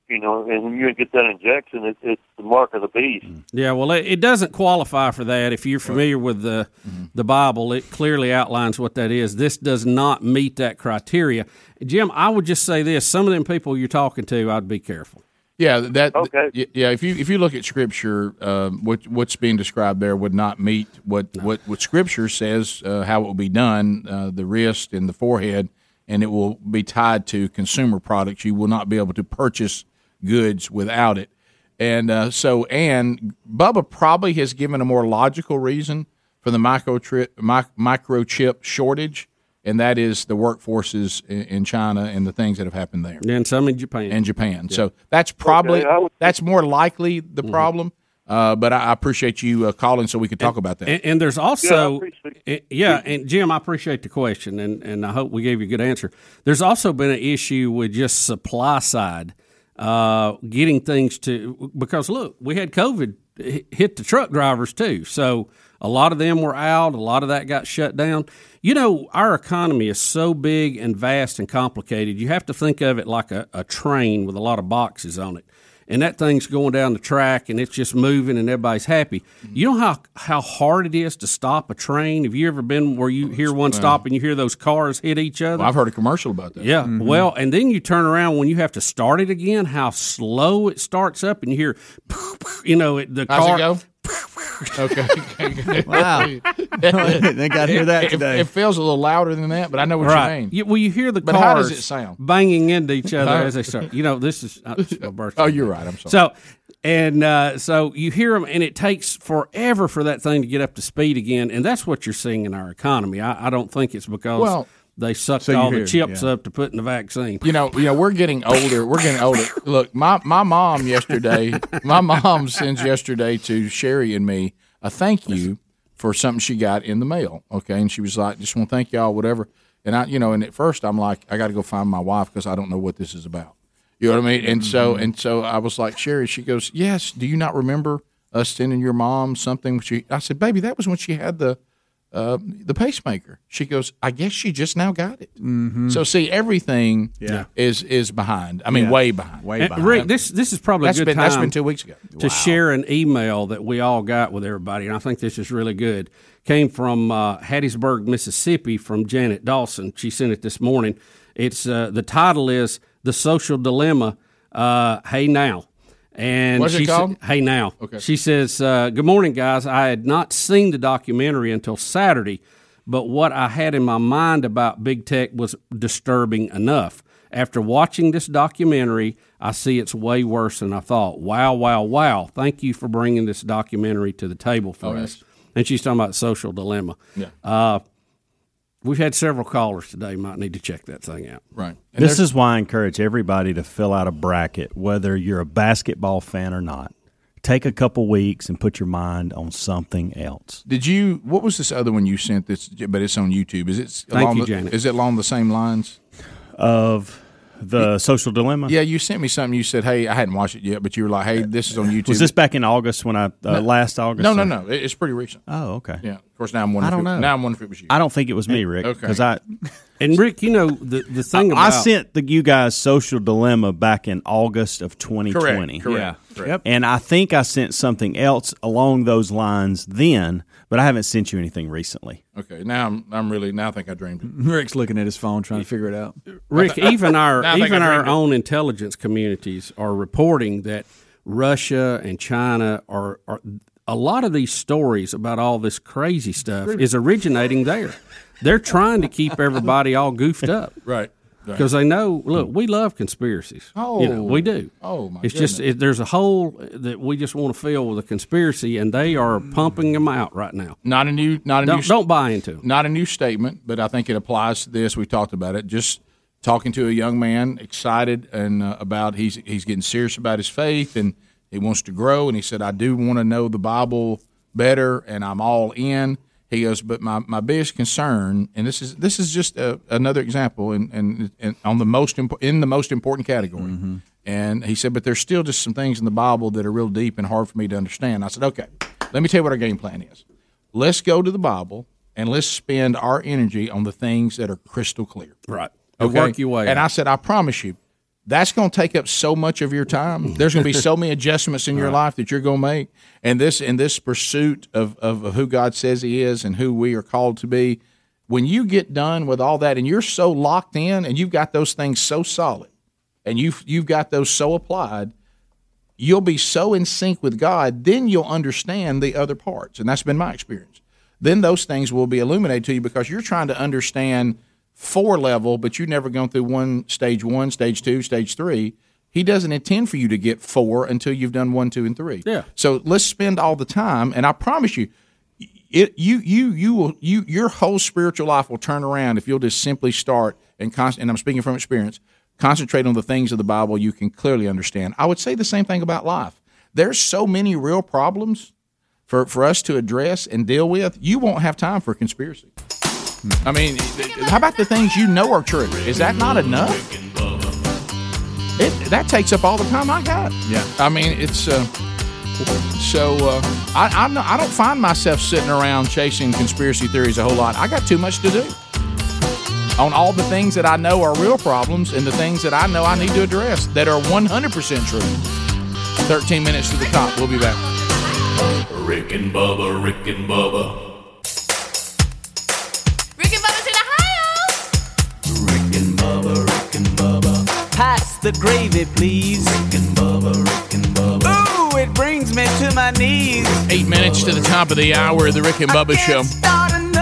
S3: you know, and when you get that injection, it, it's the mark of the beast.
S11: Yeah, well, it, it doesn't qualify for that. If you're familiar with the the Bible, it clearly outlines what that is. This does not meet that criteria. Jim, I would just say this: some of them people you're talking to, I'd be careful.
S14: Yeah, that. y- Yeah, if you if you look at Scripture, um, what what's being described there would not meet what what what Scripture says uh, how it will be done, uh, the wrist and the forehead, and it will be tied to consumer products. You will not be able to purchase goods without it, and uh, so and Bubba probably has given a more logical reason for the microchip mic- microchip shortage, and that is the workforces in, in China and the things that have happened there.
S11: And some in Japan.
S14: And Japan. So that's probably
S3: Okay, I would-
S11: Mm-hmm.
S14: that's more likely the problem. Uh, but I, I appreciate you uh, calling so we can talk about that.
S11: And, and there's also, yeah, yeah, and Jim, I appreciate the question, and, and I hope we gave you a good answer. There's also been an issue with just supply side, uh, getting things to, because look, we had COVID hi- hit the truck drivers too. So a lot of them were out, a lot of that got shut down. You know, our economy is so big and vast and complicated, you have to think of it like a, a train with a lot of boxes on it and that thing's going down the track and it's just moving and everybody's happy.
S14: Mm-hmm.
S11: You know how how hard it is to stop a train. Have you ever been where you hear one
S14: well.
S11: stop and you hear those cars hit each other?
S14: Oh, Well, I've heard Mm-hmm. a commercial about that.
S11: Yeah. Well, and then you turn around when you have to start it again. How slow it starts up, and you hear, you know, it, the
S14: How's
S11: car
S14: it go? okay.
S11: Wow.
S14: They
S11: Think I'd hear that today.
S14: It, feels a little louder than that, but I know what
S11: right.
S14: you mean.
S11: You- well, you hear the
S14: But
S11: cars
S14: how does it sound?
S11: banging into each other
S14: Huh?
S11: as they start. You know, this is uh, it's my birthday.
S14: Oh, you're right. I'm sorry.
S11: So, and uh, so you hear them, and it takes forever for that thing to get up to speed again, and that's what you're seeing in our economy. I, I don't think it's because
S14: Well-
S11: they sucked
S14: So you
S11: all the
S14: hear,
S11: chips
S14: yeah.
S11: up to put in the vaccine.
S14: You know, you know, we're getting older. We're getting older. Look, my, my mom yesterday, my mom sends yesterday to Sherry and me a thank you for something she got in the mail. Okay, and she was like, "Just want to thank y'all, whatever." And I, you know, and at first I'm like, I got to go find my wife because I don't know what this is about. You know what I mean? And so and so I was like, Sherry, she goes, Yes, do you not remember us sending your mom something? She I said, Baby, that was when she had the uh, the pacemaker. She goes, I guess she just now got it.
S11: Mhm.
S14: So see, everything
S11: Yeah.
S14: is is behind. I mean,
S11: Yeah.
S14: way behind.
S11: And, Rick, this this is probably
S14: That's
S11: a good
S14: been-
S11: time.
S14: that's been two weeks ago.
S11: to share an email that we all got with everybody, and I think this is really good. Came from uh, Hattiesburg, Mississippi, from Janet Dawson. She sent it this morning. It's uh, the title is "The Social Dilemma." Uh, hey now, and
S14: What's it
S11: she sa-
S14: called?
S11: Hey now,
S14: Okay.
S11: she says, uh, Good morning, guys. I had not seen the documentary until Saturday, but what I had in my mind about big tech was disturbing enough. After watching this documentary, I see it's way worse than I thought. Wow, wow, wow. Thank you for bringing this documentary to the table
S14: Oh,
S11: for us. And she's talking about social dilemma.
S14: Yeah.
S11: Uh, we've had several callers today. Might need to check that thing out.
S14: Right.
S6: this is why I encourage everybody to fill out a bracket, whether you're a basketball fan or not. Take a couple weeks and put your mind on something else.
S14: Did you? What was this other one you sent? This, but it's on YouTube. Is it
S6: Thank
S14: along
S6: you,
S14: the,
S6: Janet.
S14: Is it along the same lines
S6: of the social dilemma?
S14: Yeah, you sent me something. You said, "Hey, I hadn't watched it yet," but you were like, "Hey, this is on YouTube."
S6: Was this back in August when I uh,
S14: No.
S6: last August?
S14: No, no, no. It- It's pretty recent.
S6: Oh, okay.
S14: Yeah. Of course, now I'm wondering.
S6: I don't
S14: if it-
S6: know.
S14: Now I'm wondering if it was you.
S6: I don't think it was me, Rick.
S14: Okay.
S6: Because I
S11: and Rick, you know the the thing
S6: I,
S11: about-
S6: sent the, you guys social dilemma back in August of 2020.
S11: Correct, correct, Yeah. correct. Yep.
S6: And I think I sent something else along those lines then, but I haven't sent you anything recently.
S14: Okay. Now I'm. I'm really. Now I think I dreamed it.
S5: Rick's looking at his Mm-hmm. phone trying to figure it out.
S11: Rick, even our
S14: I think
S11: even
S14: I
S11: our
S14: dreamed it.
S11: own intelligence communities are reporting that Russia and China are, are a lot of these stories about all this crazy stuff is originating there. They're trying to keep everybody all goofed up,
S14: right? right.
S11: Because they know, look, we love conspiracies. You know,
S14: Oh.
S11: we do.
S14: Oh, my
S11: It's just
S14: goodness.
S11: it, there's a hole that we just want to fill with a conspiracy, and they are pumping them out right now.
S14: Not a new. Not a
S11: Don't-
S14: new.
S11: don't buy into.
S14: Not a new statement, but I think it applies to this. We talked about it. Just talking to a young man, excited and uh, about he's he's getting serious about his faith and he wants to grow. And he said, "I do want to know the Bible better, and I'm all in." He goes, "But my, my biggest concern, and this is this is just a, another example, and and and on the most impo- in the most important category." And he said, but there's still just some things in the Bible that are real deep and hard for me to understand. I said, okay, let me tell you what our game plan is. Let's go to the Bible and let's spend our energy on the things that are crystal clear.
S11: Right. And
S14: Okay.
S11: work your way
S14: And
S11: up.
S14: I said, I promise you, that's going to take up so much of your time. There's going to be so many adjustments in your life that you're going to make. And this and this pursuit of, of, of who God says He is and who we are called to be. When you get done with all that and you're so locked in and you've got those things so solid and you've you've got those so applied, you'll be so in sync with God, then you'll understand the other parts. And that's been my experience. Then those things will be illuminated to you because you're trying to understand four level, but you've never gone through one stage one, stage two, stage three. He doesn't intend for you to get four until you've done one, two, and three.
S11: Yeah.
S14: So let's spend all the time, and I promise you, it you you you will you your whole spiritual life will turn around if you'll just simply start and con- and I'm speaking from experience. Concentrate on the things of the Bible you can clearly understand. I would say the same thing about life.
S1: There's so many real problems for, for us to address and deal with. You won't have time for conspiracy. I mean, th- how about the things you know are true? Is that not enough? It, that takes up all the time I got. Yeah. I mean, it's uh, so uh, I I'm not, I don't find myself sitting around chasing conspiracy theories a whole lot. I got too much to do on all the things that I know are real problems and the things that I know I need to address that are 100% true. 13 minutes to the top. We'll be back.
S9: Rick and Bubba, Rick and Bubba,
S8: Rick and Bubba's in Ohio. Rick and Bubba, Rick and Bubba. Pass the gravy, please. Rick and Bubba, Rick and Bubba. Ooh, it brings me to my knees.
S14: Eight minutes to the top of the hour of the Rick and Bubba Show.
S8: Start another.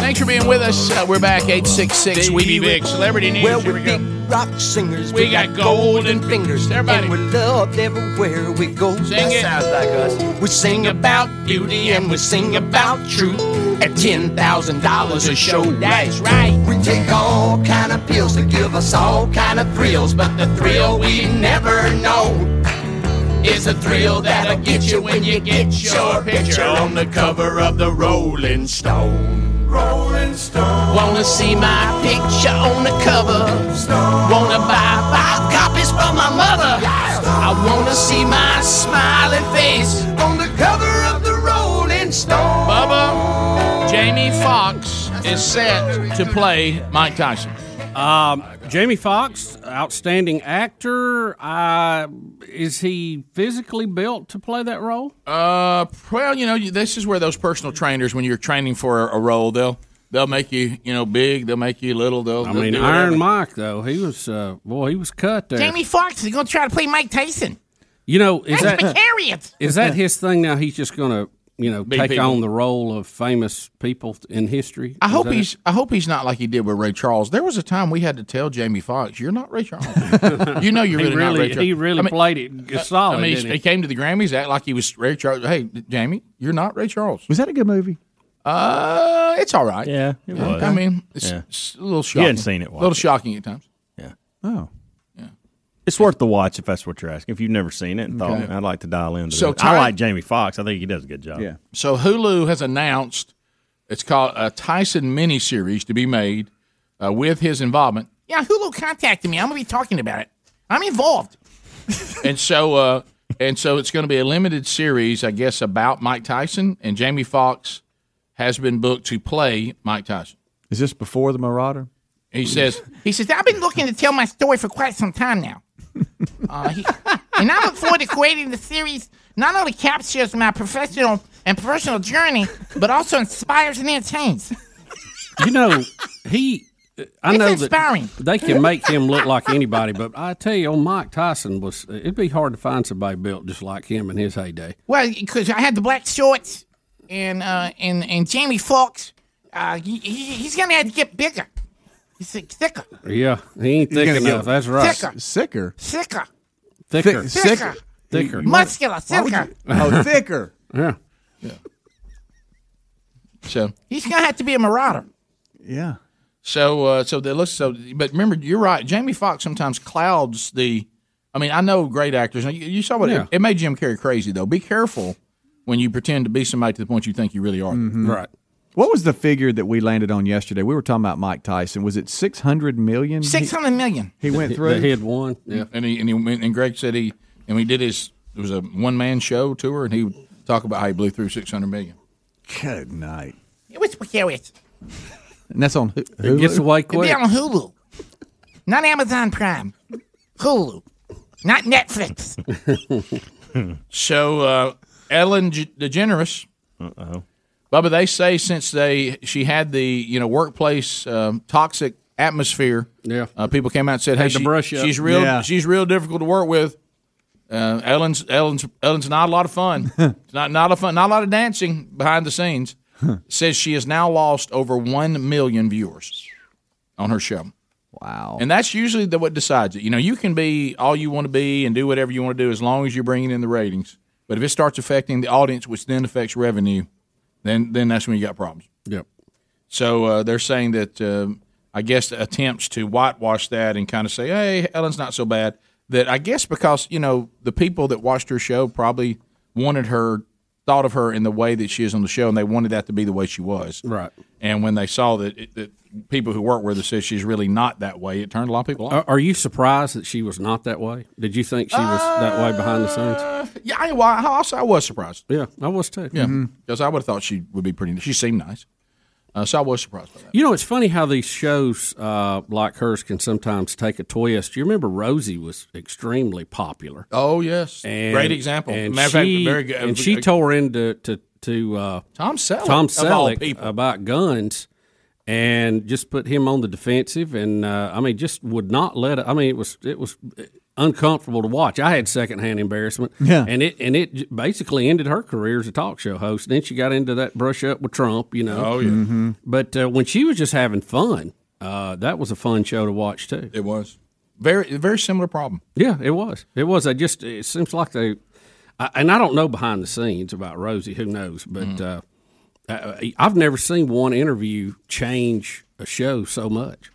S14: Thanks for being with us. Uh, we're back, 866 We Be Big. Celebrity News.
S12: Well,
S14: Here
S12: we're
S14: we go.
S12: big rock singers.
S14: We got golden
S12: fingers.
S14: Everybody.
S12: And we're loved everywhere we go. that
S14: it.
S12: sounds like us. We sing about beauty and we sing about truth. At $10,000 a show. That's right. We take all kind of pills to give us all kind of thrills. But the thrill we never know is a thrill that'll get you when you get your picture on the cover of the Rolling Stone. Rolling Stone. Wanna see my picture on the cover? Wanna buy five copies for my mother? I wanna see my smiling face on the cover of the Rolling Stone.
S14: Bubba, Jamie Foxx is set to play Mike Tyson.
S11: Um, Jamie Foxx, outstanding actor. Uh, is he physically built to play that role?
S14: Uh, well, you know, you- this is where those personal trainers, when you're training for a role, they'll they'll make you, you know, big. They'll make you little. They'll.
S11: I
S14: they'll
S11: mean,
S14: do whatever.
S11: Iron Mike though he was uh, boy he was cut there.
S24: Jamie Foxx is going to try to play Mike Tyson.
S11: You know is
S24: That's
S11: that
S24: precarious.
S11: is that his thing now? He's just gonna you know
S14: Big
S11: take
S14: people.
S11: on the role of famous people in history.
S14: I
S11: Is
S14: hope
S11: that it?
S14: he's. I hope he's not like he did with Ray Charles. There was a time we had to tell Jamie Foxx, "You're not Ray Charles. you know, you're
S11: He
S14: really, not
S11: really-
S14: Ray Charles."
S11: he really played it
S14: uh,
S11: solid,
S14: I mean,
S11: didn't
S14: he,
S11: he?
S14: came to the Grammys, act like he was Ray Charles. Hey, Jamie, you're not Ray Charles.
S5: Was that a good movie?
S14: Uh, it's all right.
S5: Yeah,
S1: it
S5: was.
S14: I mean, it's,
S5: Yeah.
S14: it's a little
S5: You
S14: shocking.
S5: hadn't seen it,
S14: A
S5: watch
S14: little
S5: it.
S14: shocking at times.
S5: Oh.
S6: It's worth the watch if that's what you're asking. If you've never seen it and thought,
S14: Okay.
S6: I'd like to dial into
S14: So
S6: so
S14: Ty-
S6: I like Jamie Foxx. I think he does a good job. Yeah.
S14: So Hulu has announced it's called a Tyson miniseries to be made uh, with his involvement.
S24: Yeah, Hulu contacted me. I'm going to be talking about it. I'm involved.
S14: and so uh, and so it's going to be a limited series, I guess, about Mike Tyson and Jamie Foxx has been booked to play Mike Tyson.
S5: Is this before the Marauder?
S14: He says
S24: He says, I've been looking to tell my story for quite some time now. Uh, he- and I look forward to creating the series not only captures my professional and personal journey, but also inspires and entertains.
S11: You know, he. I
S24: It's
S11: know
S24: inspiring.
S11: that they can make him look like anybody, but I tell you, old Mike Tyson was. It'd be hard to find somebody built just like him in his heyday.
S24: Well, because I had the black shorts and uh, and and Jamie Foxx, uh, he, he, he's gonna have to get bigger. He's like, thicker,
S11: Yeah, he ain't thick
S5: gonna get
S11: enough. That's right.
S24: thicker.
S5: Sicker.
S24: thicker,
S11: Thicker.
S5: Thick- sicker.
S11: Thicker.
S24: muscular, thicker.
S5: Oh, thicker.
S11: Yeah.
S14: so.
S24: He's gonna have to be a marauder.
S5: Yeah.
S14: So uh, so they look so. But remember, you're right. Jamie Foxx sometimes clouds the. I mean, I know great actors. You, you saw what
S11: Yeah.
S14: it, it made Jim Carrey crazy though. Be careful when you pretend to be somebody to the point you think you really are.
S5: Right. Mm-hmm. What was the figure that we landed on yesterday? We were talking about Mike Tyson. Was it 600 million?
S24: Six hundred million.
S5: He went through.
S11: He had one.
S14: Yeah, and he and he went- and Greg said he and we did his. It was a one man show tour, and he would talk about how he blew through six hundred million.
S5: Good night.
S24: It was precarious.
S5: And that's on Hu- Hulu.
S11: gets away
S24: It'd be on Hulu, not Amazon Prime. Hulu, not Netflix.
S14: So uh, Ellen G- DeGeneres,
S6: Uh-oh.
S14: Bubba, they say since they she had the you know workplace um, toxic atmosphere,
S11: yeah,
S14: uh, people came out and said, "Hey,
S11: Had to
S14: she,
S11: brush up.
S14: she's real,
S11: Yeah.
S14: she's real difficult to work with." Uh, Ellen's Ellen's Ellen's not a lot of fun. it's not not a fun, not a lot of dancing behind the scenes. Says she has now lost over one million viewers on her show.
S5: Wow,
S14: and that's usually the, what decides it. You know, you can be all you want to be and do whatever you want to do as long as you're bringing in the ratings. But if it starts affecting the audience, which then affects revenue, then then that's when you got problems.
S11: Yep.
S14: So uh, they're saying that um I guess attempts to whitewash that and kind of say, "Hey, Ellen's not so bad." that I guess because you know the people that watched her show probably wanted her thought of her in the way that she is on the show, and they wanted that to be the way she was. Right. And when they saw that, it, that people who work with her said she's really not that way, it turned a lot of people off.
S11: Are, are you surprised that she was not that way? Did you think she was that way behind the scenes?
S14: Uh, Yeah, I, well, I also I was surprised.
S11: Yeah, I was too. Mm-hmm.
S14: Yeah, because I would have thought she would be pretty. She seemed nice, uh, so I was surprised by that.
S11: You know, it's funny how these shows uh, like hers can sometimes take a twist. You remember Rosie was extremely popular.
S14: Oh yes,
S11: And-
S14: great example.
S11: And
S14: Matter of
S11: she,
S14: fact, very good.
S11: And she tore into to to uh,
S14: Tom Selleck,
S11: Tom
S14: of all
S11: Selleck about guns, and just put him on the defensive. And uh, I mean, just would not let. I mean, it was it was uncomfortable to watch. I had secondhand embarrassment.
S5: Yeah.
S11: and it and it j- basically ended her career as a talk show host. then she got into that brush up with Trump. You know.
S14: Oh, yeah. Mhm.
S11: But uh, when she was just having fun, uh, that was a fun show to watch too.
S14: It was very very similar problem.
S11: Yeah, it was. It was. I just it seems like they, I, and I don't know behind the scenes about Rosie. Who knows? But
S14: Mm.
S11: uh, I, I've never seen one interview change a show so much.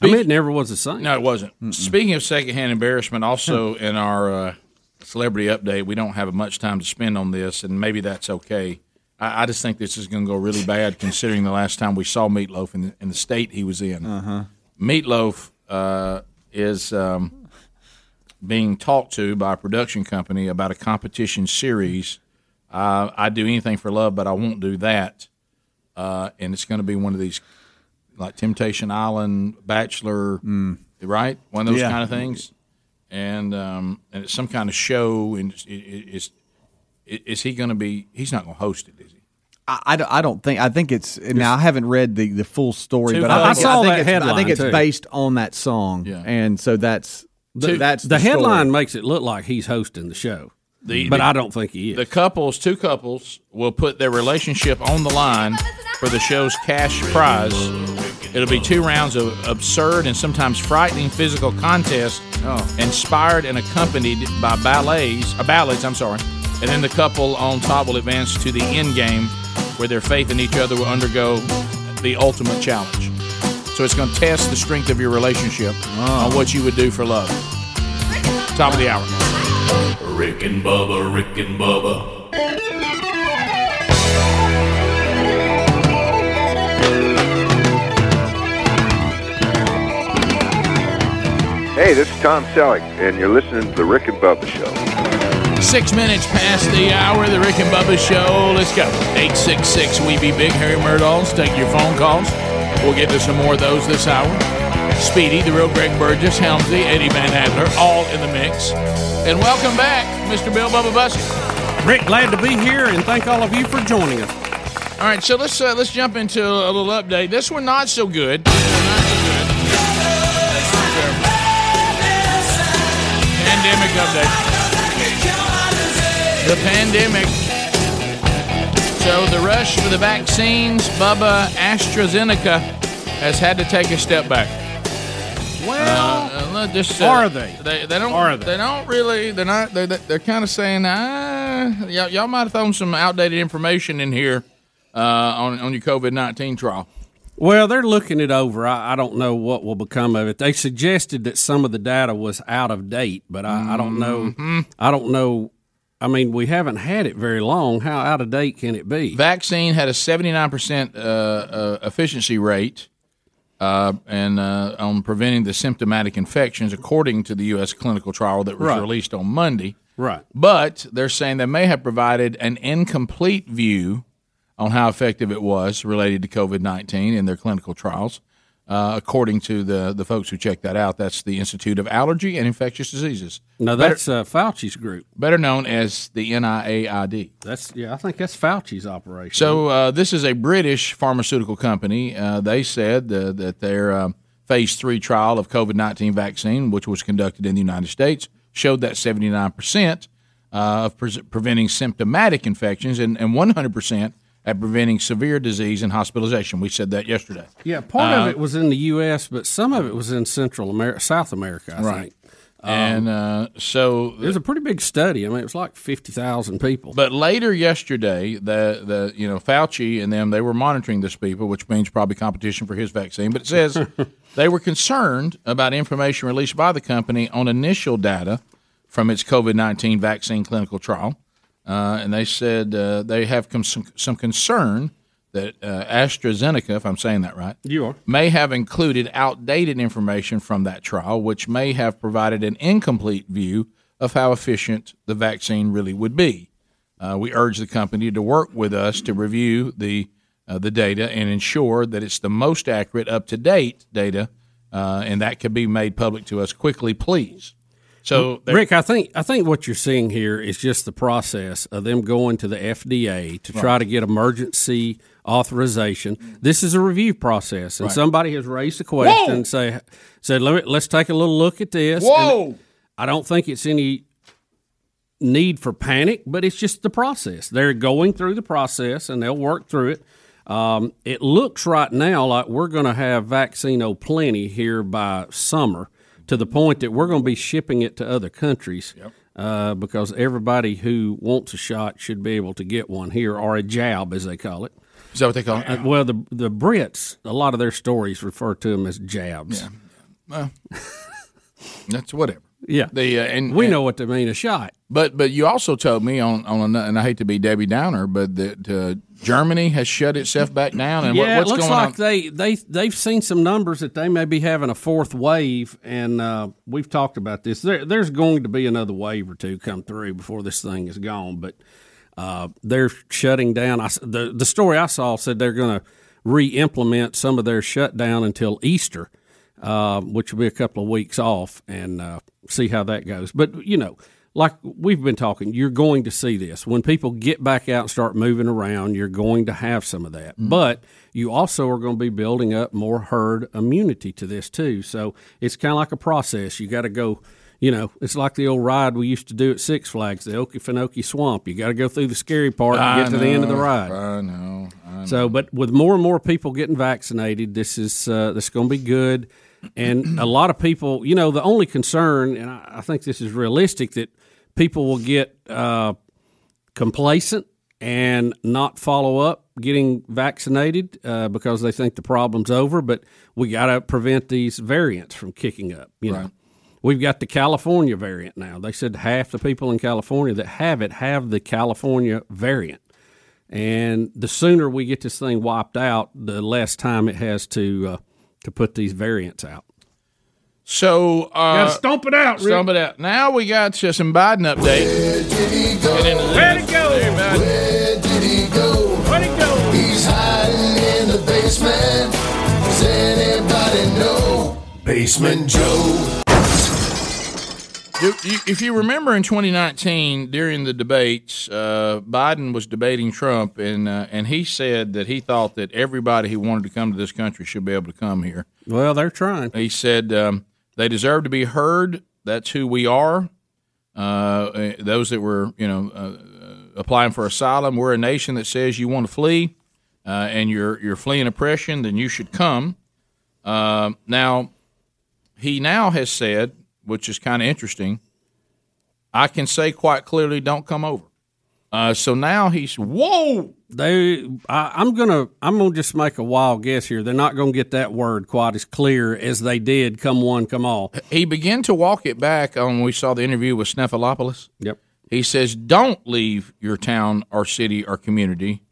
S11: I mean, it never was the same.
S14: No, it wasn't. Speaking of secondhand embarrassment, also in our uh, celebrity update, we don't have much time to spend on this, and maybe that's okay. I, I just think this is going to go really bad, considering the last time we saw Meatloaf in the, in the state he was in. Uh-huh. Meatloaf uh, is um, being talked to by a production company about a competition series. Uh, I'd do anything for love, but I won't do that. Uh, and it's going to be one of these, like Temptation Island, Bachelor,
S5: Mm.
S14: right? One of those
S12: Yeah.
S14: kind of things. And um, and it's some kind of show. And it's- it, it, it's, i- is he going to be? He's not going to host it. Is he?
S5: I, I don't- I don't think I think it's now I haven't read the, the full story,
S14: Two
S5: but I,
S14: votes.
S5: think,
S14: I saw
S5: I think
S14: that
S5: it's, I think
S11: headline,
S5: it's
S11: too.
S5: based on that song, yeah. and so that's
S11: The,
S5: that's
S11: the,
S5: the,
S11: headline
S5: story.
S11: makes it look like he's hosting the show,
S14: The-
S11: but
S14: the-
S11: I don't think he is.
S14: The couples, two couples, will put their relationship on the line for the show's cash prize. It'll be two rounds of absurd and sometimes frightening physical contest, inspired and accompanied by ballets, uh, ballads. I'm sorry, and then the couple on top will advance to the end game, where their faith in each other will undergo the ultimate challenge. So it's going to test the strength of your relationship on what you would do for love. Top of the hour.
S9: Rick and Bubba, Rick and Bubba,
S10: Hey, this is Tom Selleck, and you're listening to the Rick and Bubba Show.
S12: Six minutes past the hour, the Rick and Bubba Show. Let's go. 866 We Be Big. Harry Murdals, take your phone calls. We'll get to some more of those this hour. Speedy, the real Greg Burgess, Helmsley, Eddie Van Adler, all in the mix. And welcome back, Mr. Bill Bubba Bussett.
S11: Rick, glad to be here, and thank all of you for joining us.
S12: All right, so let's uh, let's jump into a little update. This one not so good. Pandemic update. The pandemic. So the rush for the vaccines, Bubba AstraZeneca, has had to take a step back.
S14: Well,
S12: Uh, uh, just,
S14: are they?
S12: They, they don't.
S14: Are
S12: Are
S14: they?
S12: they? they don't really. They're not. They, they, they're kind of saying, ah, y'all, y'all might have thrown some outdated information in here uh, on on your COVID nineteen trial.
S11: Well, they're looking it over. I, I don't know what will become of it. They suggested that some of the data was out of date, but I, I don't
S12: Mm-hmm.
S11: know. I don't know. I mean, we haven't had it very long. How out of date can it be?
S12: Vaccine had a seventy nine percent uh, efficiency rate, uh, and uh, on preventing the symptomatic infections, according to the U.S. clinical trial that was
S11: Right.
S12: released on Monday.
S11: Right.
S12: But they're saying they may have provided an incomplete view on how effective it was related to COVID 19 in their clinical trials. Uh, according to the, the folks who checked that out, that's the Institute of Allergy and Infectious Diseases.
S11: No, that's uh, Fauci's group.
S12: Better known as the NIAID.
S11: That's yeah. I think that's Fauci's operation.
S12: So uh, this is a British pharmaceutical company. Uh, they said uh, that their um, phase three trial of COVID nineteen vaccine, which was conducted in the United States, showed that seventy nine percent uh, of pre- preventing symptomatic infections and and one hundred percent at preventing severe disease and hospitalization. We said that yesterday.
S11: yeah, part of
S12: uh,
S11: it was in the U.S., but some of it was in Central America, South America. I
S12: Right.
S11: think. Um,
S14: and uh, so
S11: It was a pretty big study. I mean, it was like fifty thousand people.
S14: But later yesterday, the the you know Fauci and them they were monitoring this people, which means probably competition for his vaccine. But it says they were concerned about information released by the company on initial data from its COVID nineteen vaccine clinical trial, uh, and they said uh, they have com- some, some concern that uh, AstraZeneca, if I'm saying that right,
S11: You are.
S14: may have included outdated information from that trial, which may have provided an incomplete view of how efficient the vaccine really would be. Uh, we urge the company to work with us to review the uh, the data and ensure that it's the most accurate, up to date data, uh, and that can be made public to us quickly, please. So, there-
S11: Rick, I think I think what you're seeing here is just the process of them going to the FDA to try
S14: Right.
S11: to get emergency authorization. This is a review process, and
S14: Right.
S11: somebody has raised a question and say said let me, let's take a little look at this. And
S14: Whoa.
S11: I don't think it's any need for panic, but it's just the process. They're going through the process and they'll work through it. Um, it looks right now like we're going to have vaccine o plenty here by summer, to the point that we're going to be shipping it to other countries uh, because everybody who wants a shot should be able to get one here or a jab, as they call it. Uh,
S14: Is that what they call it?
S11: well, the the Brits, a lot of their stories refer to them as jabs.
S14: Yeah. well, that's whatever.
S11: Yeah.
S14: The uh, and
S11: We
S14: and-
S11: know what they mean a shot.
S14: But but you also told me on on ano- and I hate to be Debbie Downer, but that uh, Germany has shut itself back down. And what-
S11: yeah,
S14: what's
S11: it looks
S14: going
S11: like
S14: on?
S11: they they they've seen some numbers that they may be having a fourth wave, and uh, we've talked about this. There, there's going to be another wave or two come through before this thing is gone, but uh, they're shutting down. I s the the story I saw said they're going to re-implement some of their shutdown until Easter, uh, which will be a couple of weeks off, and uh, see how that goes. But you know. Like we've been talking, you're going to see this. When people get back out and start moving around, you're going to have some of that.
S14: Mm.
S11: But you also are going to be building up more herd immunity to this too. So it's kind of like a process. You got to go, you know, it's like the old ride we used to do at Six Flags, the Okefenokee Swamp. You got to go through the scary part to
S14: I
S11: get to the end of the
S14: know,
S11: ride.
S14: I know. I know.
S11: So, but with more and more people getting vaccinated, this is uh, this is going to be good. And a lot of people, you know, the only concern, and I, I think this is realistic, that people will get uh, complacent and not follow up getting vaccinated uh, because they think the problem's over. But we got to prevent these variants from kicking up. You know,
S14: Right.
S11: we've got the California variant now. They said half the people in California that have it have the California variant. And the sooner we get this thing wiped out, the less time it has to uh, to put these variants out.
S14: So uh,
S11: Gotta
S14: stomp it out. Stomp it out. Now we got uh, some Biden update. Where did he go?
S12: Where'd it go? Where did he go? Where'd it go? He's hiding in the basement. Does anybody know? Basement Joe.
S14: You- you- if you remember in 2019 during the debates, uh, Biden was debating Trump, and uh, and he said that he thought that everybody who wanted to come to this country should be able to come here.
S11: Well, they're trying.
S14: He said um, they deserve to be heard. That's who we are. Uh, Uh, those that were you know uh, uh, applying for asylum, we're a nation that says you want to flee, uh, and you're you're fleeing oppression, then you should come. Uh, now, he now has said, which is kind of interesting. I can say quite clearly, don't come over. Uh, so now he's whoa.
S11: They, I, I'm gonna, I'm gonna just make a wild guess here. They're not gonna get that word quite as clear as they did. Come one, come all.
S14: He began to walk it back on. when we saw the interview with Snefelopoulos.
S11: Yep.
S14: He says, "Don't leave your town, or city, or community.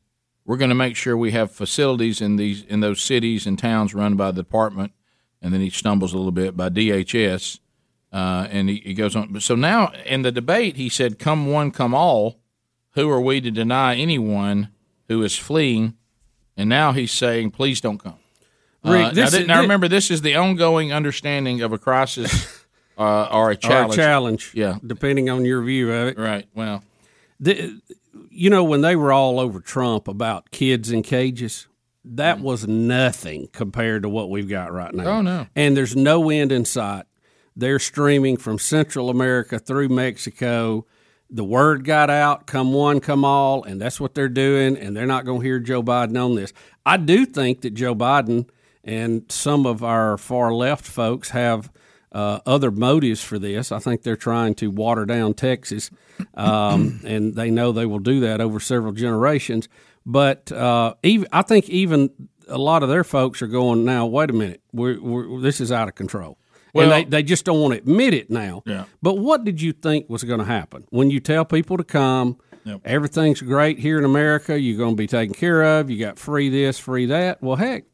S14: We're going to make sure we have facilities in these in those cities and towns run by the department." And then he stumbles a little bit by DHS, uh, and he, he goes on. But So now in the debate, he said, "Come one, come all. Who are we to deny anyone who is fleeing?" And now he's saying, "Please don't come." Uh,
S11: Rick,
S14: now,
S11: this
S14: thi-
S11: is-
S14: now
S11: thi-
S14: remember, this is the ongoing understanding of a crisis uh, or a challenge.
S11: Or a challenge.
S14: Yeah.
S11: Depending on your view of it.
S14: Right. Well,
S11: the, you know, when they were all over Trump about kids in cages,
S14: Mm.
S11: that was nothing compared to what we've got right now.
S14: Oh, no.
S11: And there's no end in sight. They're streaming from Central America through Mexico. The word got out, come one, come all, and that's what they're doing. And they're not going to hear Joe Biden on this. I do think that Joe Biden and some of our far left folks have uh, other motives for this. I think they're trying to water down Texas, um, and they know they will do that over several generations. But uh, even, I think even a lot of their folks are going now. Wait a minute, we're, we're, this is out of control.
S14: Well-
S11: and they, they just don't want to admit it now.
S14: Yeah.
S11: But what did you think was going to happen when you tell people to come? Everything's great here in America. You're going to be taken care of. You got free this, free that. Well, heck,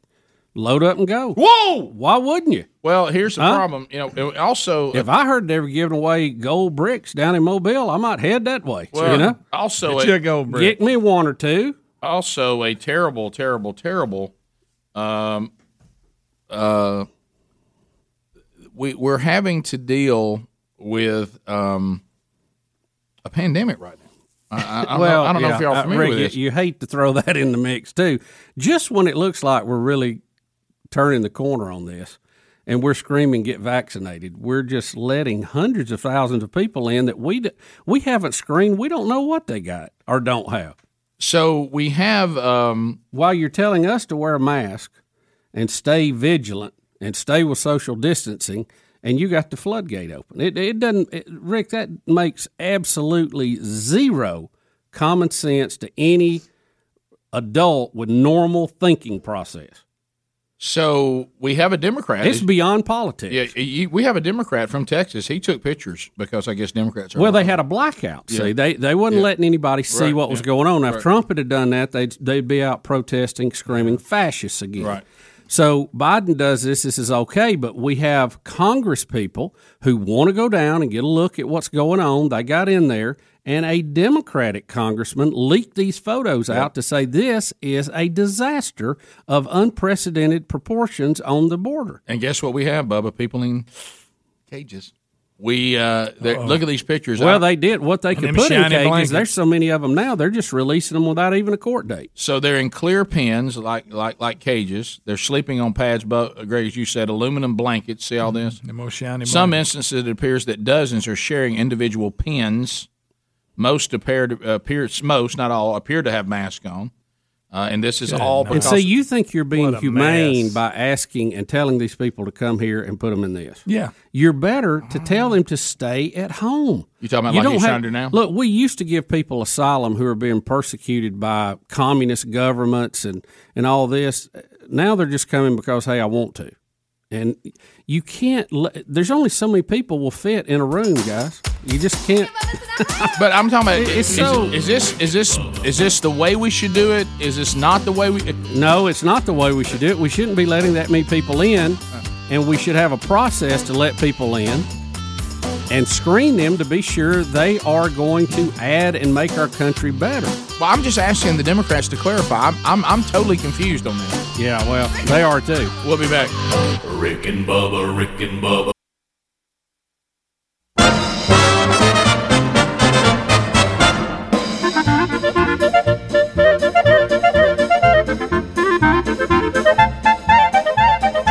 S11: load up and go.
S14: Whoa!
S11: Why wouldn't you?
S14: Well, here's the
S11: Huh?
S14: problem. You know, and also uh,
S11: If I heard they were giving away gold bricks down in Mobile, I might head that way. you know,
S14: also
S11: Get
S14: a-
S11: you a gold brick. Get me one or two.
S14: Also, a terrible, terrible, terrible. Um, uh, we we're having to deal with um, a pandemic right now. I, I, I don't know, I don't know if
S11: yeah,
S14: y'all
S11: uh,
S14: are familiar
S11: Rick,
S14: with
S11: you-
S14: this.
S11: You, hate to throw that in the mix too. Just when it looks like we're really turning the corner on this, and we're screaming get vaccinated, we're just letting hundreds of thousands of people in that we d- we haven't screened. We don't know what they got or don't have.
S14: So we have. Um,
S11: While you're telling us to wear a mask and stay vigilant and stay with social distancing. And you got the floodgate open. It, it doesn't, it, Rick. That makes absolutely zero common sense to any adult with normal thinking process.
S14: So we have a Democrat.
S11: It's beyond politics.
S14: Yeah, you- we have a Democrat from Texas. He took pictures because I guess Democrats are.
S11: Well, they had a blackout.
S14: Yeah.
S11: See, they they wasn't letting anybody see
S14: Right,
S11: what was
S14: yeah.
S11: going on. Now, if
S14: Right.
S11: Trump had done that, they'd they'd be out protesting, screaming fascists again. Right. So Biden does this. This is okay, but we have Congress people who want to go down and get a look at what's going on. They got in there, and a Democratic congressman leaked these photos out to say this is a disaster of unprecedented proportions on the border.
S14: And guess what we have, Bubba? People in cages. We uh, they're-
S11: Uh-oh.
S14: look at these pictures.
S11: Well,
S14: I-
S11: they did what they could
S14: them
S11: put in
S14: shiny
S11: cages.
S14: blankets.
S11: There's so many of them now; they're just releasing them without even a court date.
S14: So they're in clear pens, like like like cages. They're sleeping on pads, but uh, Greg, as you said, aluminum blankets. See all this?
S1: The most shiny
S14: Some
S1: blankets.
S14: instances, it appears that dozens are sharing individual pins. Most appear to, uh, appear most, not all, appear to have masks on, uh, and this is all
S11: And
S14: because
S11: so you think you're being
S14: What a
S11: humane
S14: mess.
S11: by asking and telling these people to come here and put them in this.
S14: Yeah.
S11: you're better to tell them to stay at home.
S14: You talking about like he's trying to do now?
S11: Look, we used to give people asylum who are being persecuted by communist governments and and all this. Now they're just coming because hey, I want to, and you can't. Let, there's only so many people will fit in a room, guys. You just can't.
S14: But I'm talking about
S11: It's
S14: is,
S11: so-
S14: is this is this is this the way we should do it? Is this not the way we?
S11: No, it's not the way we should do it. We shouldn't be letting that many people in, and we should have a process to let people in and screen them to be sure they are going to add and make our country better.
S14: Well, I'm just asking the Democrats to clarify. I'm I'm, I'm totally confused on this.
S11: Yeah, well, they are too.
S14: We'll be back.
S9: Rick and Bubba, Rick and Bubba.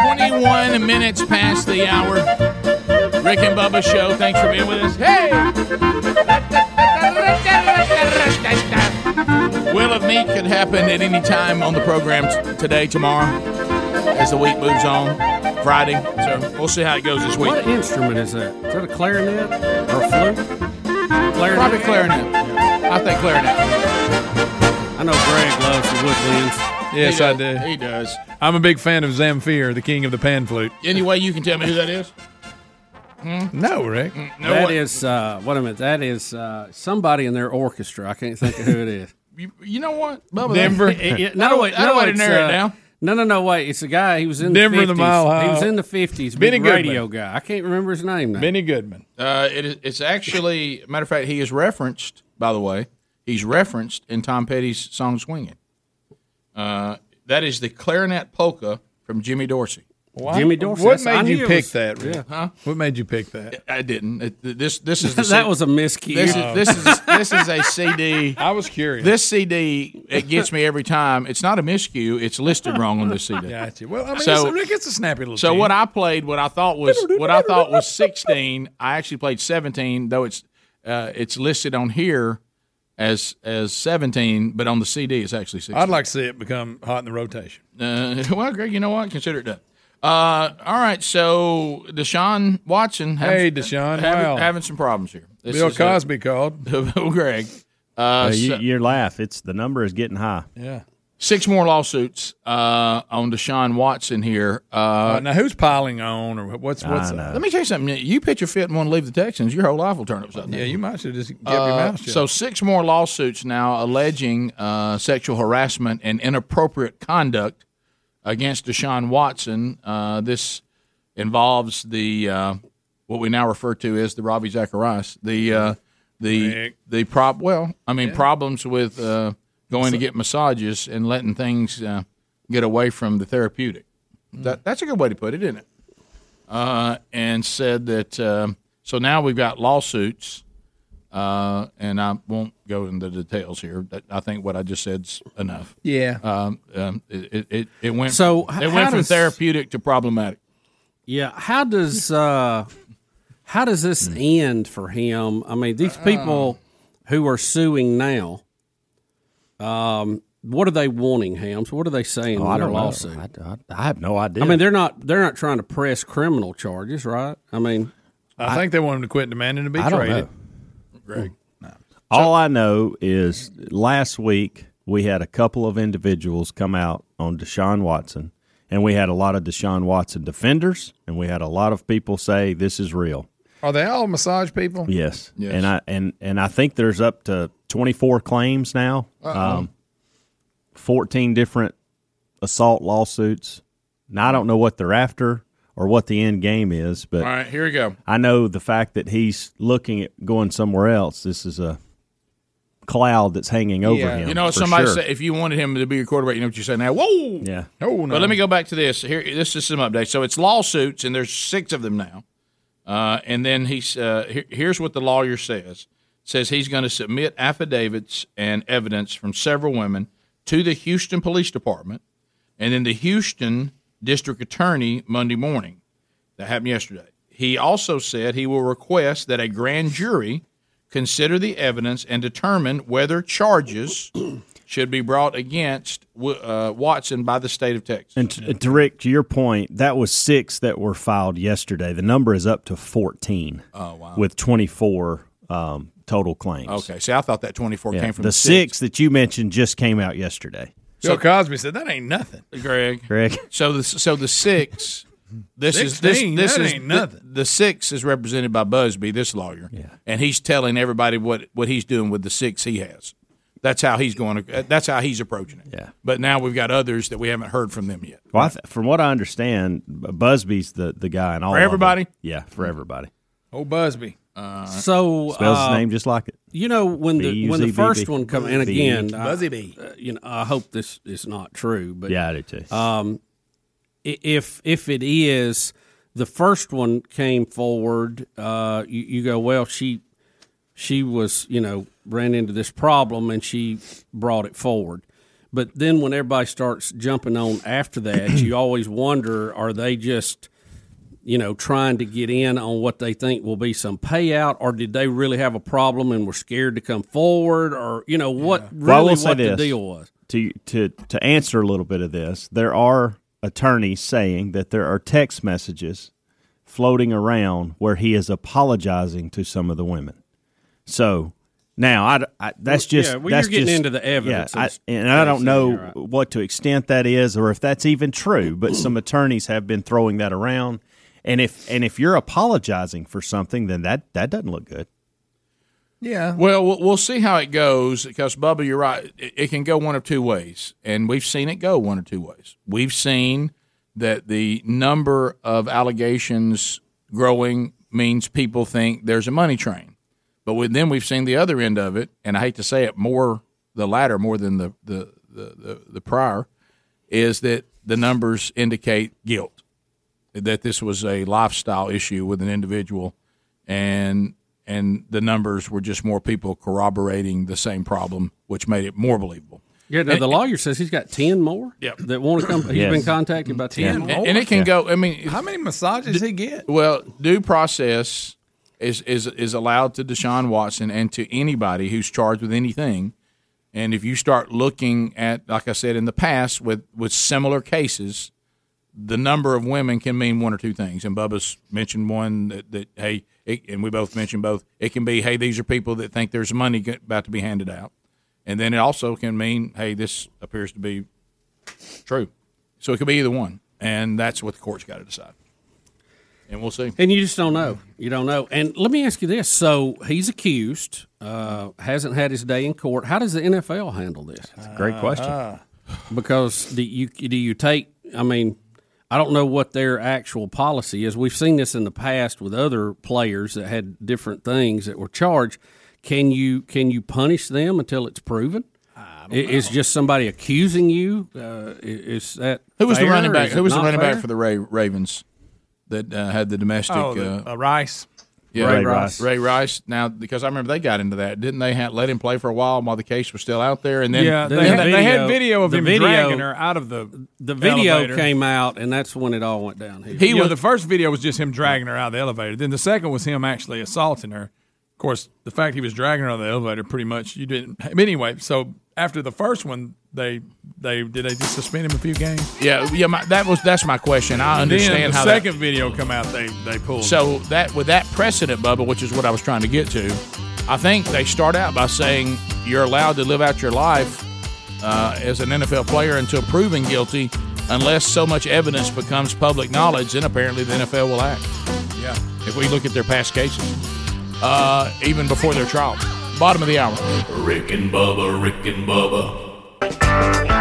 S14: Twenty-one minutes past the hour. Rick and Bubba show. Thanks for being with us. Hey. Will of meat could happen at any time on the program t- today, tomorrow, as the week moves on. Friday. So we'll see how it goes this week.
S11: What instrument is that? Is that a clarinet or a flute? Clarinet.
S14: Probably clarinet. I think clarinet.
S11: I know Greg loves the woodwinds.
S1: Yes,
S14: He
S1: I do.
S14: does. He does.
S1: I'm a big fan of Zamfir, the king of the pan flute.
S14: Any way you can tell me who that is? Hmm?
S1: No, Rick.
S14: Mm, No,
S11: That
S14: what-
S11: is, uh, wait a minute, that is uh, somebody in their orchestra. I can't think of who it is.
S14: You, you know what? Bubba,
S11: Denver.
S14: that-
S11: no, wait,
S14: I don't
S11: no,
S14: want to
S11: it's,
S14: narrow
S11: uh,
S14: it down.
S11: No, no, no, wait. It's a guy. He was in
S1: Denver the
S11: the 50s.
S1: Mile
S11: He
S1: High.
S11: was in the 50s.
S1: Benny
S11: big
S1: Goodman.
S11: radio guy. I can't remember his name now.
S1: Benny Goodman.
S14: Uh, it is, it's actually, matter of fact, he is referenced. By the way, he's referenced in Tom Petty's song "Swinging." Uh, that is the clarinet polka from Jimmy Dorsey.
S1: Why- Jimmy Dorsey, what that's- made I you knew it pick was- that, Rick?
S14: Huh?
S1: What made you pick that?
S14: I didn't. It- th- this this is the
S1: That was a
S11: miscue.
S14: This
S1: Oh.
S14: is this is this is a CD.
S1: I was curious.
S14: This CD it gets me every time. It's not a miscue. It's listed wrong on this CD.
S1: Gotcha. Well, I mean,
S14: So-
S1: it's, Rick, it's a snappy little.
S14: So
S1: tune.
S14: what I played, what I thought was what I thought was sixteen. I actually played seventeen, though it's uh, it's listed on here as as seventeen, but on the CD it's actually sixteen.
S1: I'd like to see it become hot in the rotation.
S14: Uh, well, Greg, you know what? Consider it done. Uh, all right. So Deshaun Watson.
S1: Hey, Deshaun,
S14: having,
S1: wow.
S14: having some problems here. This
S1: Bill
S14: is a-
S1: Cosby called.
S14: Bill Greg. Uh,
S6: Uh, you,
S14: so-
S6: your laugh. It's the number is getting high.
S1: Yeah.
S14: Six more lawsuits uh, on Deshaun Watson here. Uh,
S1: Uh, now who's piling on or what's what's?
S14: Let me tell you something. You pitch a fit and want to leave the Texans, your whole life will turn upside down.
S1: Yeah, you might should just kept
S14: Uh,
S1: your mouth shut.
S14: so six more lawsuits now alleging uh, sexual harassment and inappropriate conduct against Deshaun Watson. Uh, this involves the uh, what we now refer to as the Robbie Zacharias, the uh, the the prop. Well, I mean problems with uh, going to get massages and letting things uh, get away from the therapeutic.
S1: Hmm.
S14: That, that's a good way to put it, isn't it? Uh, and said that. um so now we've got lawsuits uh, and I won't go into the details here. That- I think what I just said's enough.
S1: Yeah.
S14: Um, um, it, it- it it went
S11: So h-
S14: it
S11: how
S14: went from
S11: does-
S14: therapeutic to problematic.
S11: Yeah. How does uh, how does this
S6: Hmm.
S11: end for him? I mean,
S1: Uh,
S11: these people who are suing now, um, what are they wanting, Hams? What are they saying
S6: Oh,
S11: in
S6: I
S11: their
S6: don't know.
S11: lawsuit?
S6: I, I, I have no idea.
S11: I mean, they're not they're not trying to press criminal charges, right? I mean,
S1: I, think they want him to quit demanding to be
S11: I don't
S1: traded.
S11: know.
S1: Greg.
S6: All I know is last week we had a couple of individuals come out on Deshaun Watson, and we had a lot of Deshaun Watson defenders, and we had a lot of people say this is real.
S1: Are they all massage people?
S6: Yes,
S1: Yes.
S6: and I and and I think there's up to 24 claims now,
S1: Uh-oh.
S6: um, 14 different assault lawsuits. Now I don't know what they're after or what the end game is, but
S14: All right, here we go.
S6: I know the fact that he's looking at going somewhere else. This is a cloud that's hanging over him.
S14: You know,
S6: for
S14: somebody
S6: sure.
S14: said if you wanted him to be your quarterback, you know what you say now. Whoa.
S6: Yeah.
S1: Oh, no.
S14: But let me go back to this. Here, this is some updates. So it's lawsuits, and there's six of them now. Uh, and then he's uh, here, here's what the lawyer says: says he's going to submit affidavits and evidence from several women to the Houston Police Department, and then the Houston District Attorney Monday morning. That happened yesterday. He also said he will request that a grand jury consider the evidence and determine whether charges should be brought against Wi- uh, Watson by the state of Texas.
S6: And to, to Rick, to your point, that was six that were filed yesterday. The number is up to 14.
S14: Oh, wow.
S6: With 24 um, total claims.
S14: Okay, see, I thought that 24
S6: Yeah,
S14: came from
S6: the six that you mentioned just came out yesterday.
S1: Bill Cosby said that ain't nothing.
S14: Greg.
S6: Greg.
S14: So the so the six. This is
S1: 16,
S14: this this
S1: that
S14: is
S1: ain't
S14: the-
S1: nothing.
S14: The, six is represented by Busby, this lawyer, and he's telling everybody what what he's doing with the six he has. That's how he's going to. That's how he's approaching it. Yeah. But now we've got others that we haven't heard from them yet.
S6: Well, I th- from what I understand, B- Busby's the, the guy in all
S14: For
S6: of it.
S14: everybody?
S6: Yeah, for everybody.
S1: Oh, Busby.
S11: So
S6: Spells
S11: uh,
S6: his name just like it.
S11: You know when the when the
S6: B-U-Z-B-B.
S11: first one come and
S6: Buzzy.
S11: again, I-
S6: Buzzy bee.
S11: uh, you know, I hope this is not true, but
S6: Yeah, I do too.
S11: Um, i- if if it is, the first one came forward. Uh, you, you go well. She she was you know ran into this problem and she brought it forward. But then when everybody starts jumping on after that, you always wonder: Are they just you know, trying to get in on what they think will be some payout, or did they really have a problem and were scared to come forward, or you know what
S6: Well, I
S11: really
S6: will say
S11: what the
S6: this.
S11: deal was?
S6: To to to answer a little bit of this, there are attorneys saying that there are text messages floating around where he is apologizing to some of the women. So now I, I- that's
S11: Well,
S6: just
S11: yeah, well,
S6: that's
S11: you're getting
S6: just-
S11: into the evidence
S6: Yeah, I-
S11: that's
S6: and I don't
S11: basically,
S6: know
S11: you're right.
S6: what to extent that is or if that's even true, but some attorneys have been throwing that around. And if and if you're apologizing for something, then that that doesn't look good.
S1: Yeah.
S14: Well, we'll- we'll see how it goes because Bubba, you're right. It, it can go one of two ways, and we've seen it go one of two ways. We've seen that the number of allegations growing means people think there's a money train, but with, then we've seen the other end of it, and I hate to say it, more the latter more than the the the the, the prior is that the numbers indicate guilt that this was a lifestyle issue with an individual and and the numbers were just more people corroborating the same problem which made it more believable
S11: Yeah, no,
S14: And-
S11: the lawyer says he's got ten more.
S14: Yeah,
S11: that want to come. He's
S14: Yes.
S11: been contacted by ten,
S14: and,
S11: more.
S14: and it can go i mean
S1: How many massages he get?
S14: well due process is is is allowed to deshaun watson and to anybody who's charged with anything and if you start looking at like i said in the past with with similar cases the number of women can mean one or two things. And Bubba's mentioned one that, that hey, it, and we both mentioned both. It can be, hey, these are people that think there's money go- about to be handed out. And then it also can mean, hey, this appears to be true. So it could be either one. And that's what the court's got to decide. And we'll see.
S11: And you just don't know. You don't know. And let me ask you this: so he's accused, uh, hasn't had his day in court. How does the NFL handle this? That's
S6: a great question. Ah.
S11: Because do you do you take? I mean, I don't know what their actual policy is. We've seen this in the past with other players that had different things that were charged. Can you can you punish them until it's proven? I- Is just somebody accusing you? Uh, i- is that
S14: Who was the
S11: fair?
S14: running back?
S11: Is
S14: Who
S11: it
S14: was the
S11: not
S14: running
S11: fair?
S14: back for the Ray, Ravens that uh, had the domestic?
S1: Oh, the,
S14: uh,
S1: uh, Rice.
S14: yeah,
S1: Ray Rice.
S14: Ray Rice. Now, because I remember they got into that, didn't they? ha let him play for a while while the case was still out there, and then
S1: yeah, they, had, they had video of him dragging her out of the
S11: The video
S1: elevator.
S11: came out, and that's when it all went downhill.
S1: He was, the first video was just him dragging her out of the elevator. Then the second was him actually assaulting her. Of course, the fact he was dragging her out of the elevator pretty much you didn't. but Anyway, so after the first one, they they did they just suspend him a few games.
S14: Yeah, yeah. My, that was that's my question. I
S1: And then
S14: understand
S1: the
S14: how
S1: second video come out. They they
S14: That,
S1: pulled.
S14: so that with that precedent, Bubba, which is what I was trying to get to, I think they start out by saying you're allowed to live out your life uh, as an NFL player until proven guilty, unless so much evidence becomes public knowledge. Then apparently the NFL will act.
S1: yeah.
S14: If we look at their past cases, uh, even before their trial. Bottom of the hour.
S9: Rick and Bubba, Rick and Bubba,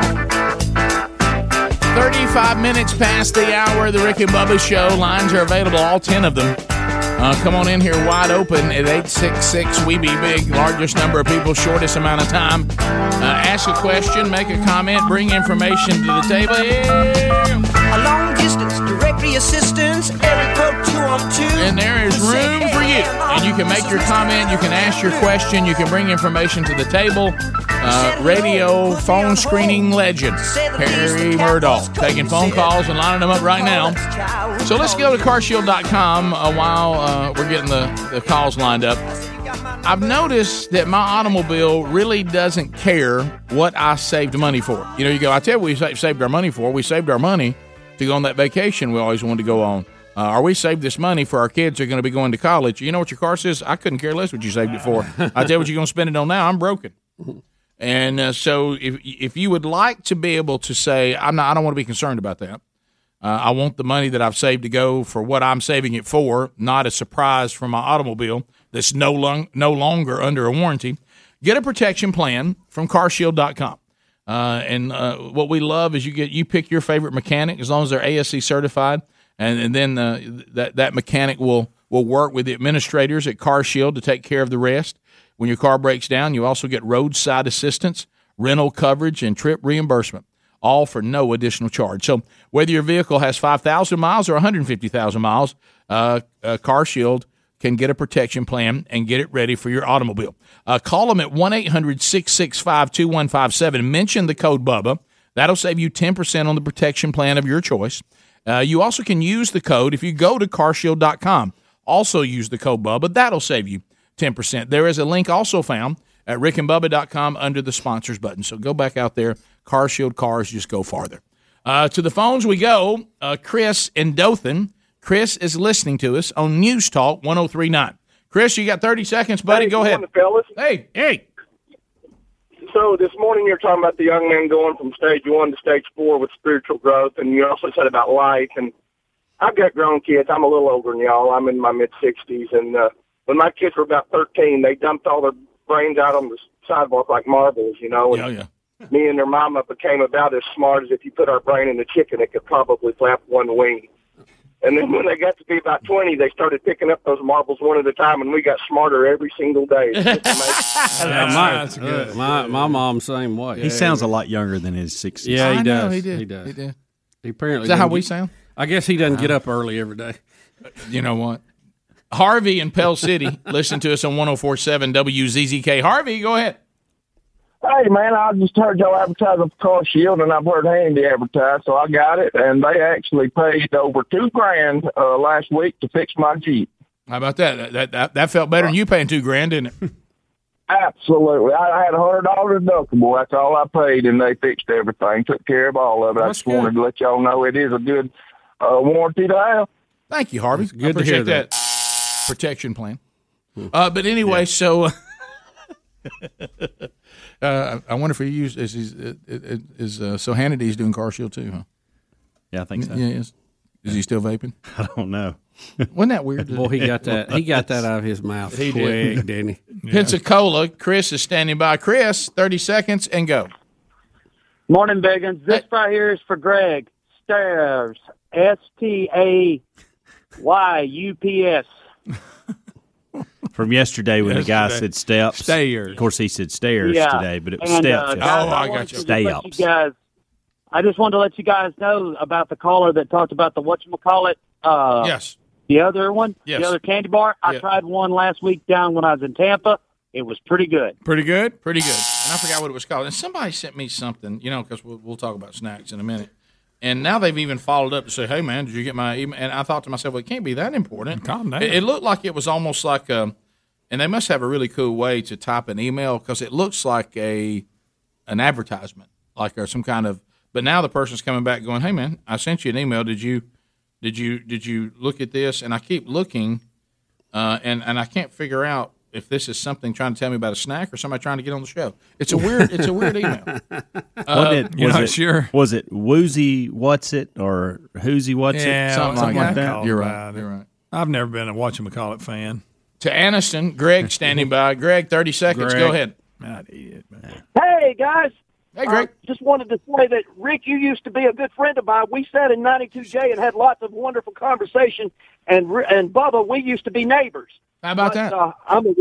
S14: 35 minutes past the hour of the Rick and Bubba Show. Lines are available, all 10 of them. Uh, come on in here wide open at 866 We Be Big. Largest number of people, shortest amount of time. Uh, ask a question, make a comment, bring information to the table.
S13: A long distance directory assistance, area code 212.
S14: And there is room for you. And you can make your comment, you can ask your question, you can bring information to the table. Uh, radio phone screening legend, Perry Murdoch, taking phone calls and lining them up right now. So let's go to carshield.com uh, while uh, we're getting the, the calls lined up. I've noticed that my automobile really doesn't care what I saved money for. You know, you go, I tell you what we sa- saved our money for. We saved our money to go on that vacation we always wanted to go on. Uh, or we saved this money for our kids who are going to be going to college. You know what your car says? I couldn't care less what you saved it for. I tell you what you're going to spend it on now. I'm broken. And uh, so, if if you would like to be able to say, I'm not, I don't want to be concerned about that. Uh, I want the money that I've saved to go for what I'm saving it for, not a surprise from my automobile that's no long, no longer under a warranty. Get a protection plan from CarShield.com. Uh, and uh, what we love is you get you pick your favorite mechanic as long as they're ASC certified, and, and then uh, that that mechanic will will work with the administrators at CarShield to take care of the rest. When your car breaks down, you also get roadside assistance, rental coverage, and trip reimbursement, all for no additional charge. So whether your vehicle has 5,000 miles or 150,000 miles, uh, uh, CarShield can get a protection plan and get it ready for your automobile. Uh, call them at 1 800 665 2157. Mention the code BUBBA. That'll save you 10% on the protection plan of your choice. Uh, you also can use the code if you go to carshield.com. Also use the code BUBBA. That'll save you 10%. There is a link also found at rickandbubba.com under the sponsors button. So go back out there. CarShield cars just go farther. Uh, to the phones we go. Uh, Chris in Dothan. Chris is listening to us on News Talk 1039. Chris, you got 30 seconds, buddy. go ahead.
S20: fellas.
S14: Hey, hey.
S20: So this morning you're talking about the young man going from stage one to stage four with spiritual growth, and you also said about life. And I've got grown kids. I'm a little older than y'all. I'm in my mid 60s, and uh, when my kids were about 13, they dumped all their brains out on the sidewalk like marbles, you know. And
S14: yeah.
S20: me and their mama became about as smart as if you put our brain in a chicken, it could probably flap one wing. And then when they got to be about 20, they started picking up those marbles one at a time, and we got smarter every single day. It's just amazing.
S11: Yeah,
S20: That's-
S11: my,
S20: that's good.
S11: uh, my my mom same way.
S7: He sounds a lot younger than his 60s.
S11: Yeah, he
S14: I
S11: does.
S14: know, he
S11: he
S14: did.
S11: does.
S14: He did. Uh-huh.
S11: He apparently
S14: Is that how
S11: doesn't
S14: we
S11: get-
S14: sound? Uh,
S11: I guess he doesn't get up early every day.
S14: You know what? Harvey in Pell City, listen to us on 1047 WZZK. Harvey, go ahead.
S15: Hey man, I just heard y'all advertise for Car Shield, and I've heard Handy advertise, so I got it. And they actually paid over two grand uh, last week to fix my Jeep.
S14: How about that? That that, that felt better than you paying two grand, didn't it?
S20: Absolutely. I, I had a hundred dollar deductible. That's all I paid, and they fixed everything, took care of all of it. I just wanted to let y'all know it is a good uh, warranty to have.
S14: Thank you, Harvey.
S20: good to
S14: appreciate
S20: hear that.
S14: protection plan. Uh, but anyway, so uh, I I wonder if he used is he's, uh, uh, is uh, so Hannity's doing car shield too, huh?
S6: Yeah, I think so.
S14: Yeah, he is. Is he still vaping?
S6: I don't know.
S14: Wasn't that weird?
S11: Well, he got that. He got that out of his mouth
S14: He
S11: quick,
S14: did.
S11: did. not he?
S14: Pensacola. Chris is standing by. Chris, thirty seconds and go.
S17: Morning, Biggins. This right here is for Greg. Stairs. S T A Y U P S.
S6: From yesterday when the guy
S17: Yesterday.
S6: said steps. Stairs. Of course, he said stairs
S17: Yeah.
S6: today, but it was
S17: And,
S6: steps. Oh,
S17: uh,
S1: Oh,
S17: guys, wanted to just let You guys, I just wanted to let you guys know about the caller that talked about the whatchamacallit. Uh,
S14: yes.
S17: The other one?
S14: Yes.
S17: The other candy bar? I
S14: Yeah.
S17: tried one last week down when I was in Tampa. It was pretty good.
S1: Pretty good.
S14: Pretty good. And I forgot what it was called. And somebody sent me something, you know, because we'll, we'll talk about snacks in a minute. And now they've even followed up to say, "Hey, man, did you get my email?" And I thought to myself, "Well, it can't be that important."
S1: Calm down.
S14: It, it looked like it was almost like a, and they must have a really cool way to type an email because it looks like a, an advertisement, like or some kind of. But now the person's coming back going, "Hey, man, I sent you an email. Did you, did you, did you look at this?" And I keep looking, uh, and and I can't figure out if this is something trying to tell me about a snack or somebody trying to get on the show. It's a weird, it's a weird email. Uh,
S6: What did, was it, Was it Woozy What's It or Whoozy What's It? Something, like, that.
S14: You're right. You're right.
S1: I've never been a Watch McCall fan.
S14: To Aniston, Greg standing by. Greg, thirty seconds. Go
S1: Greg.
S14: ahead.
S15: Hey guys.
S14: Hey Greg.
S15: just wanted to say that Rick, you used to be a good friend of mine. We sat in '92J and had lots of wonderful conversation. And Ri- and Bubba, we used to be neighbors.
S14: How about that?
S15: Uh, I'm a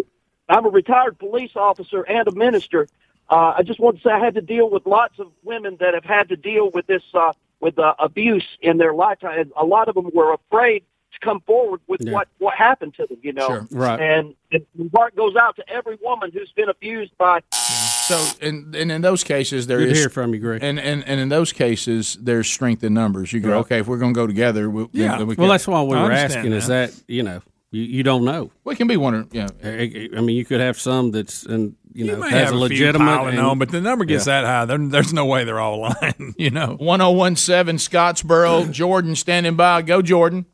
S15: I'm a retired police officer and a minister. Uh, I just want to say I had to deal with lots of women that have had to deal with this uh, with uh, abuse in their lifetime. And a lot of them were afraid to come forward with
S18: Yeah.
S15: what what happened to them. You know,
S18: Sure. Right.
S15: And it- my heart goes out to every woman who's been abused by
S14: So, and and in those cases, there is
S15: Good to hear
S11: from you, Greg.
S14: And and and in those cases, there's strength in numbers. You go,
S11: Right.
S14: okay, if we're going to go together, we'll, then- then we
S11: well,
S14: can-
S11: that's why we were asking is that you know you, you don't know.
S14: We can be wondering. Yeah.
S11: I, I mean, you could have some that's and you know
S1: may
S11: has
S1: have
S11: a
S1: a few
S11: legitimate
S1: piling
S11: and-
S1: on, but the number gets
S11: Yeah.
S1: that high. There, there's no way they're all lying. You know,
S14: 1017 Scottsboro, Jordan standing by. Go, Jordan.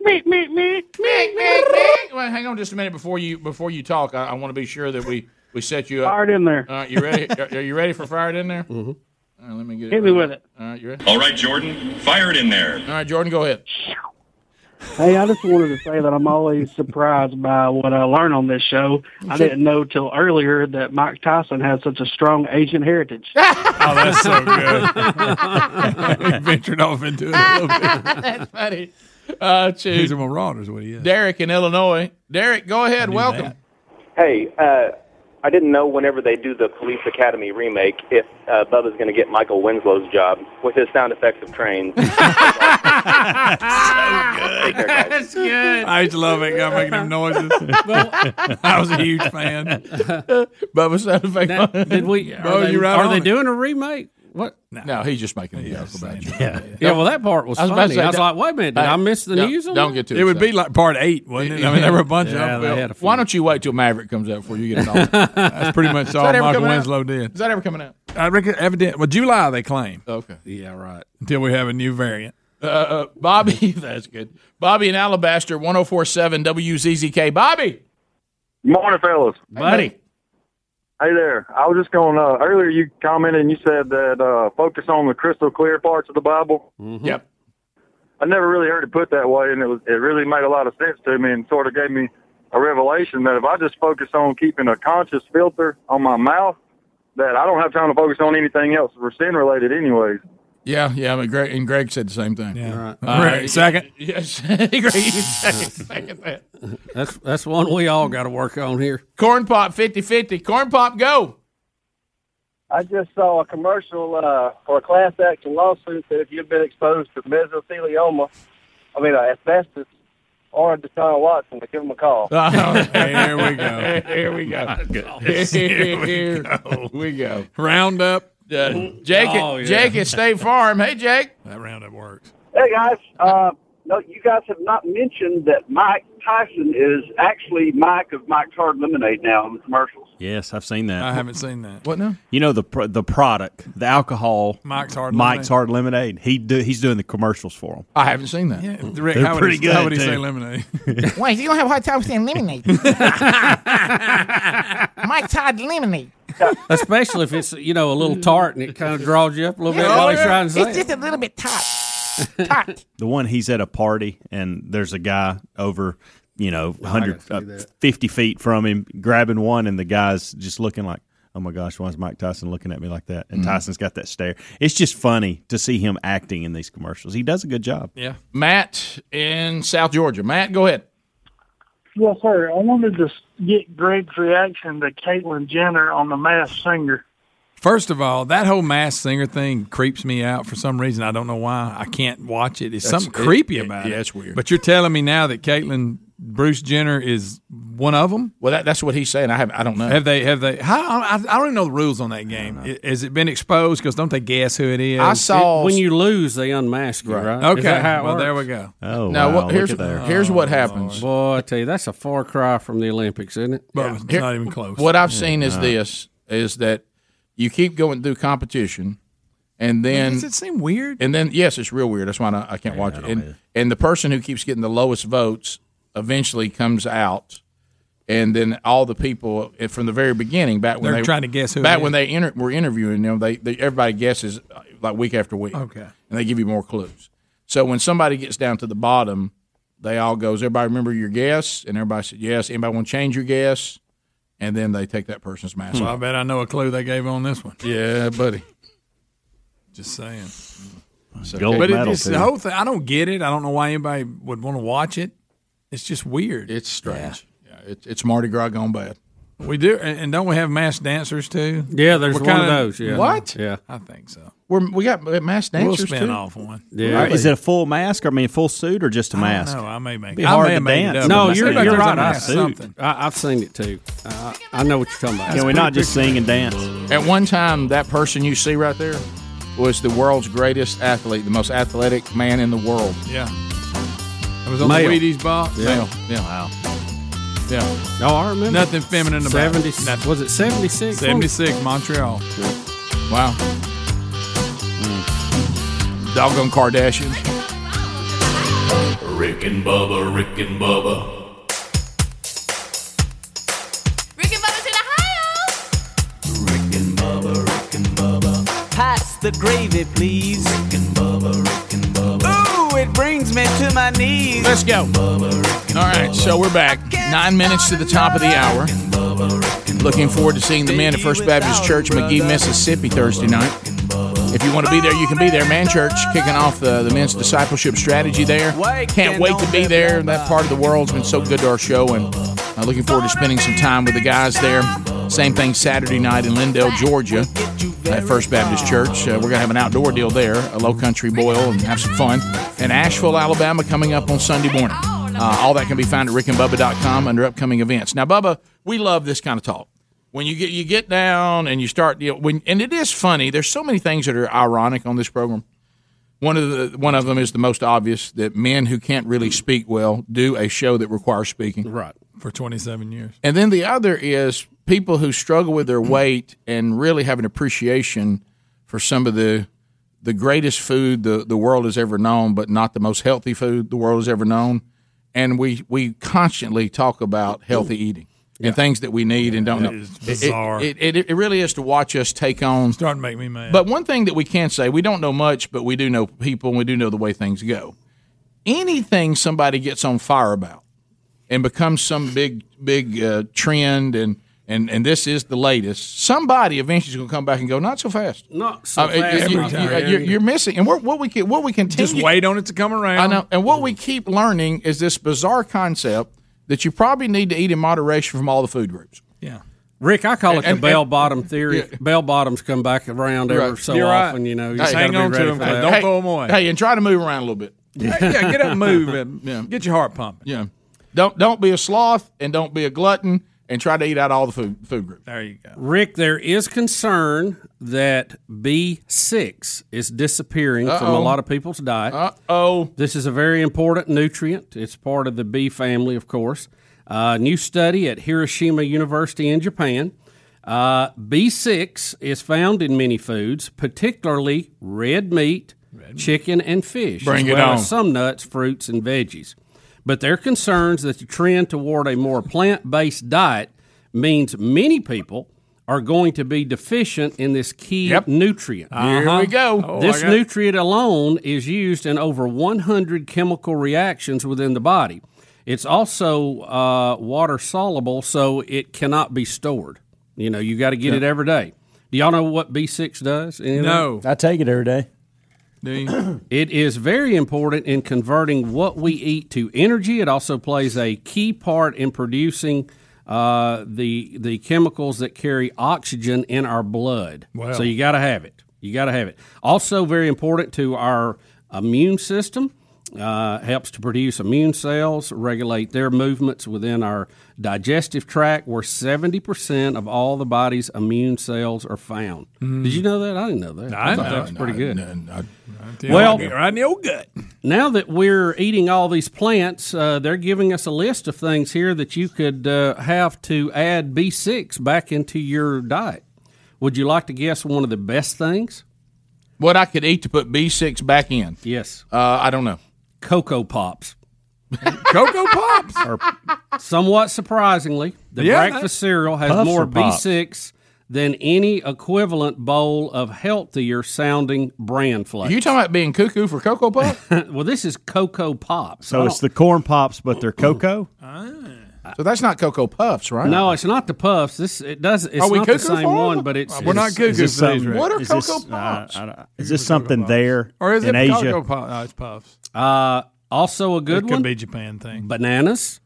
S18: Meet, meet, meet, meet, meet,
S14: Well, hang on just a minute before you before you talk. I, I want to be sure that we we set you up.
S18: Fired in there.
S14: All right, you ready? Are, are you ready for fired in there? Mm-hmm. All right, let me get
S18: Hit me with it.
S14: All right, you ready?
S18: All right, Jordan, fire it in there.
S14: All right, Jordan, go ahead.
S18: Hey, I just wanted to say that I'm always surprised by what I learn on this show. I didn't know till earlier that Mike Tyson had such a strong Asian heritage.
S1: oh, that's so good. we ventured off into it a little bit.
S14: That's funny. Uh, to
S1: He's a Marauders, what he is.
S14: Derek in Illinois. Derek, go ahead. Welcome.
S19: Hey, uh, I didn't know whenever they do the Police Academy remake if uh, Bubba's going to get Michael Winslow's job with his sound effects of trains.
S1: That's good. I just love it. Got making them noises. I was a huge fan.
S14: Bubba sound effect.
S11: Now, did we? Are
S1: Bo,
S11: they,
S1: you Oh, right
S11: are
S1: on
S11: they
S1: it.
S11: doing a remake? What?
S14: No, he's just making a joke about you.
S11: Yeah. Yeah, well, that part was
S14: I was about to
S11: funny.
S14: say,
S11: I was
S14: don't-
S11: like, wait a minute, did
S14: Hey,
S11: I miss the
S14: don't-
S11: news? on
S14: don't
S11: that?
S14: get too
S1: It would be like part eight,
S14: I
S1: wasn't it? I mean, there were a bunch of them.
S14: Why don't you wait till Maverick comes out before you get it on?
S1: That's pretty much
S14: Is
S1: all
S14: that ever
S1: Michael
S14: coming out?
S1: Winslow did.
S14: Is that ever coming out?
S1: I reckon, Uh, evident. Well, July they claim
S14: Okay.
S11: Yeah, right.
S1: until we have a new variant.
S14: Uh, uh, Bobby, that's good. Bobby in Alabaster, 1047 WZZK. Bobby.
S15: Morning, fellas.
S14: Buddy.
S15: Hey there.
S17: I was just going, uh, earlier you commented and you said that uh, focus on the crystal clear parts of the Bible.
S13: Mm-hmm.
S14: Yep.
S17: I never really heard it put that way, and it was it really made a lot of sense to me, and sort of gave me a revelation that if I just focus on keeping a conscious filter on my mouth, that I don't have time to focus on anything else for sin related, anyways.
S14: Yeah, yeah. But Greg, and Greg said the same thing.
S11: Yeah.
S14: Uh,
S11: Greg, second?
S14: Yes. Greg, you second, second that.
S11: That's that's one we all got to work on here.
S14: Corn Pop 50 50. Corn Pop, go.
S17: I just saw a commercial uh, for a class action lawsuit that if you've been exposed to mesothelioma, I mean uh, asbestos, or Deshaun Watson, to give him a call.
S14: Uh,
S1: Here Oh, we go.
S14: Here we go.
S1: Here
S14: we go. we go.
S1: Roundup.
S11: Oh,
S1: Oh,
S14: Jake, at- Jake at State Farm. Hey, Jake.
S1: That roundup works.
S15: Hey guys, uh,
S2: no, you guys have not mentioned that Mike Tyson is actually Mike of Mike's Hard Lemonade now in the commercials.
S7: Yes, I've seen that.
S1: I haven't seen that. What now?
S7: You know the pro- the product, the alcohol,
S1: Mike's Hard
S7: Mike's
S1: Lemonade.
S7: Hard Lemonade. He do, he's doing the commercials for them.
S14: I haven't seen that.
S1: Rick,
S7: They're
S1: how would
S7: pretty
S1: he,
S7: good.
S1: How would he
S7: too.
S1: say lemonade?
S16: Wait, you don't have a hard time saying lemonade. Mike Todd lemonade.
S11: Especially if it's you know a little tart and it kind of draws you up a little bit while he's trying to say.
S16: Oh, It's
S11: it.
S16: just a little bit top.
S7: The one he's at a party and there's a guy over, you know, 100,
S16: see
S7: uh,
S16: that.
S7: 50 feet from him grabbing one, and the guy's just looking like, oh my gosh, why is Mike Tyson looking at me like that? And
S14: Mhm.
S7: Tyson's got that stare. It's just funny to see him acting in these commercials. He does a good job.
S14: Yeah. Matt in South Georgia. Matt, go ahead.
S21: Yes, sir. I wanted to get Greg's reaction to Caitlyn Jenner on the Masked Singer.
S1: First of all, that whole mass singer thing creeps me out for some reason. I don't know why. I can't watch it. It's
S14: That's-
S1: something creepy
S14: it- it-
S1: about it.
S14: yeah, it's weird.
S1: But you're telling me now that Caitlyn Bruce Jenner is one of them?
S14: Well, that, that's what he's saying. I have. I don't know.
S1: Have they? Have they? How? I, I don't even know the rules on that game. I- Has it been exposed? Because don't they guess who it is?
S11: It- when you lose, they unmask you, right?
S1: Okay.
S11: Is that how it
S1: well, there we
S11: works?
S1: go. Oh,
S14: Now, what, here's here's what happens.
S11: Boy, I tell you, that's a far cry from the Olympics, isn't it?
S1: But it's not even close.
S14: What I've seen is
S11: nah.
S14: this: is that you keep going through competition, and then
S1: does it seem weird?
S14: And then yes, it's real weird. That's why I, I can't watch it. And, and the person who keeps getting the lowest votes eventually comes out, and then all the people eh, from the very beginning back when
S1: They're
S14: they
S1: trying to guess who it
S14: back
S1: is.
S14: when they inter- were interviewing them, they, they everybody guesses uh, like week after week.
S1: Okay.
S14: and they give you more clues. So when somebody gets down to the bottom, they all goes. Everybody remember your guess, and everybody said yes. Anybody want to change your guess? And then they take that person's mask
S1: So I
S14: off.
S1: bet I know a clue they gave on this one.
S14: Hmm. Yeah, buddy.
S1: Just saying.
S14: So-
S1: but it, it's the whole thing. I don't get it. I don't know why anybody would want to watch it. It's just weird.
S14: It's strange. Yeah, it, it's Mardi Gras gone bad.
S1: We do, and, and don't we have masked dancers too?
S11: Yeah, there's
S1: We're
S11: one
S1: kinda-
S11: of those. Yeah.
S1: What?
S11: Yeah.
S1: I think so.
S14: We're, we got mass
S1: We'll
S14: dancers
S1: spin
S14: too.
S1: off one.
S7: All right, Is it a full mask? Or, I mean, a full suit or just a mask?
S11: Oh,
S1: know. I may make-
S7: Be
S1: I
S7: hard
S1: may
S7: to
S1: have made it
S7: dance.
S1: up.
S11: No,
S7: with
S11: you're,
S7: a mask.
S11: you're
S7: Everybody's
S11: right.
S7: on a
S11: I've
S7: mask.
S11: seen, I, I've seen it too. I, I know what you're talking about.
S7: Can we not just sing and dance?
S14: At one time, that person you see right there was the world's greatest athlete, the most athletic man in the world.
S1: Yeah. I was on
S14: Male.
S1: the Wheaties box.
S14: Yeah.
S1: Male.
S14: Yeah.
S7: Wow.
S1: Yeah.
S11: No, I remember.
S1: Nothing feminine about it.
S11: 70, Was it 76?
S1: 76, Montreal.
S14: Wow. Mm. Doggone Kardashian.
S9: Rick and Bubba, Rick and Bubba,
S8: Rick and Bubba's in Ohio.
S13: Pass the gravy, please.
S8: Ooh, it brings me to my knees.
S14: Let's go. All right, so we're back. Nine minutes to the top of the hour. Looking forward to seeing the men at First Baptist Church, McGee, Mississippi, Thursday night. If you want to be there, you can be there. Man Church kicking off the, the men's discipleship strategy there. Can't wait to be there. That part of the world's been so good to our show, and uh, looking forward to spending some time with the guys there. Same thing Saturday night in Lindale, Georgia, at First Baptist Church. Uh, we're going to have an outdoor deal there, a low country boil, and have some fun. And Asheville, Alabama, coming up on Sunday morning. Uh, all that can be found at rickandbubba.com under upcoming events. Now, Bubba, we love this kind of talk. When you get you get down and you start, you know, when and it is funny. There's so many things that are ironic on this program. One of the one of them is the most obvious that men who can't really speak well do a show that requires speaking.
S11: Right.
S1: For 27 years.
S14: And then the other is people who struggle with their weight and really have an appreciation for some of the the greatest food the, the world has ever known, but not the most healthy food the world has ever known. And we we constantly talk about healthy eating and things that we need and don't
S1: It
S14: know.
S1: is bizarre.
S14: It, it, it, it really is to watch us take on.
S1: Starting to make me mad.
S14: But one thing that we can say, we don't know much, but we do know people and we do know the way things go. Anything somebody gets on fire about and becomes some big, big uh, trend and, and, and this is the latest, somebody eventually is going to come back and go, not so fast.
S11: Not
S14: I mean, Uh, you, are missing, and we're, what we can, what we continue.
S1: Just wait on it to come around.
S14: I know, and what we keep learning is this bizarre concept that you probably need to eat in moderation from all the food groups.
S1: Yeah.
S11: Rick, I call it the
S14: And-
S11: bell bottom theory. Bell bottoms come back around every
S14: Right.
S11: so
S14: You're right.
S11: often, you know. You
S14: Hey,
S11: just
S14: hang
S11: gotta
S14: on to
S11: be ready
S14: them,
S11: for
S14: hey,
S11: that.
S14: hey, Hey, and try to move around a little bit.
S1: Hey, yeah, get up and move and
S14: Yeah.
S1: get your heart pumping.
S14: Yeah. Don't don't be a sloth and don't be a glutton and try to eat out all the food food groups. There you go.
S11: Rick, there is concern that B6 is disappearing from a
S14: Uh-oh.
S11: lot of people's diet. Uh oh. This is a very important nutrient. It's part of the B family, of course. Uh, new study at Hiroshima University in Japan. Uh, B6 is found in many foods, particularly red meat, chicken, and fish,
S12: Bring
S11: as
S12: it
S11: well
S12: on.
S11: as some nuts, fruits, and veggies. But their concerns that the trend toward a more plant based diet means many people are going to be deficient in this key nutrient. Uh-huh.
S12: Here we go. Oh, I
S11: this
S12: got-
S11: nutrient alone is used in over 100 chemical reactions within the body. It's also uh, water soluble, so it cannot be stored. You know, you got to get it
S7: Yeah.
S11: every day. Do y'all know what B6 does? Any of that?
S7: I take it every day.
S11: it is very important in converting what we eat to energy. It also plays a key part in producing uh, the the chemicals that carry oxygen in our blood.
S12: Wow.
S11: So you got to have it. You got to have it. Also, very important to our immune system. Uh, helps to produce immune cells, regulate their movements within our digestive tract, where seventy percent of all the body's immune cells are found.
S12: Mm.
S11: Did you know that? I didn't know that.
S12: I
S11: thought
S12: know.
S11: that was pretty
S12: I-
S11: good.
S12: I- I-
S11: well,
S12: I-
S1: right in the old gut.
S11: Now that we're eating all these plants, uh, they're giving us a list of things here that you could uh, have to add B6 back into your diet. Would you like to guess one of the best things?
S14: What I could eat to put B6 back in?
S11: Yes.
S14: Uh, I don't know.
S11: Cocoa Pops.
S1: Cocoa Pops?
S11: Or, somewhat surprisingly, the
S12: Yeah, that-
S11: breakfast cereal has
S12: Puffs
S11: more
S12: or Pops?
S11: B6 than any equivalent bowl of healthier sounding brand flakes.
S14: You talking about being cuckoo for Cocoa Pop?
S11: well, this is Cocoa Pops. I
S7: So it's
S11: don't-
S7: the corn pops, but they're
S1: Oh.
S7: cocoa.
S1: Ah.
S14: So that's not Cocoa Puffs, right?
S11: No, it's not the puffs. This it does. It's
S14: Are we
S11: not the
S14: cuckoo
S11: same
S14: for 'em?
S11: one, but it's
S14: We're not
S11: it's-
S14: cuckoo
S7: this
S11: it's something-
S7: something-
S14: What are
S7: is this-
S1: uh,
S14: Cocoa Pops?
S7: I- I don't- is this something there in Asia?
S1: Pop? No, it's puffs.
S11: Uh, also a good
S1: It could
S11: one.
S1: be Japan thing.
S11: Bananas.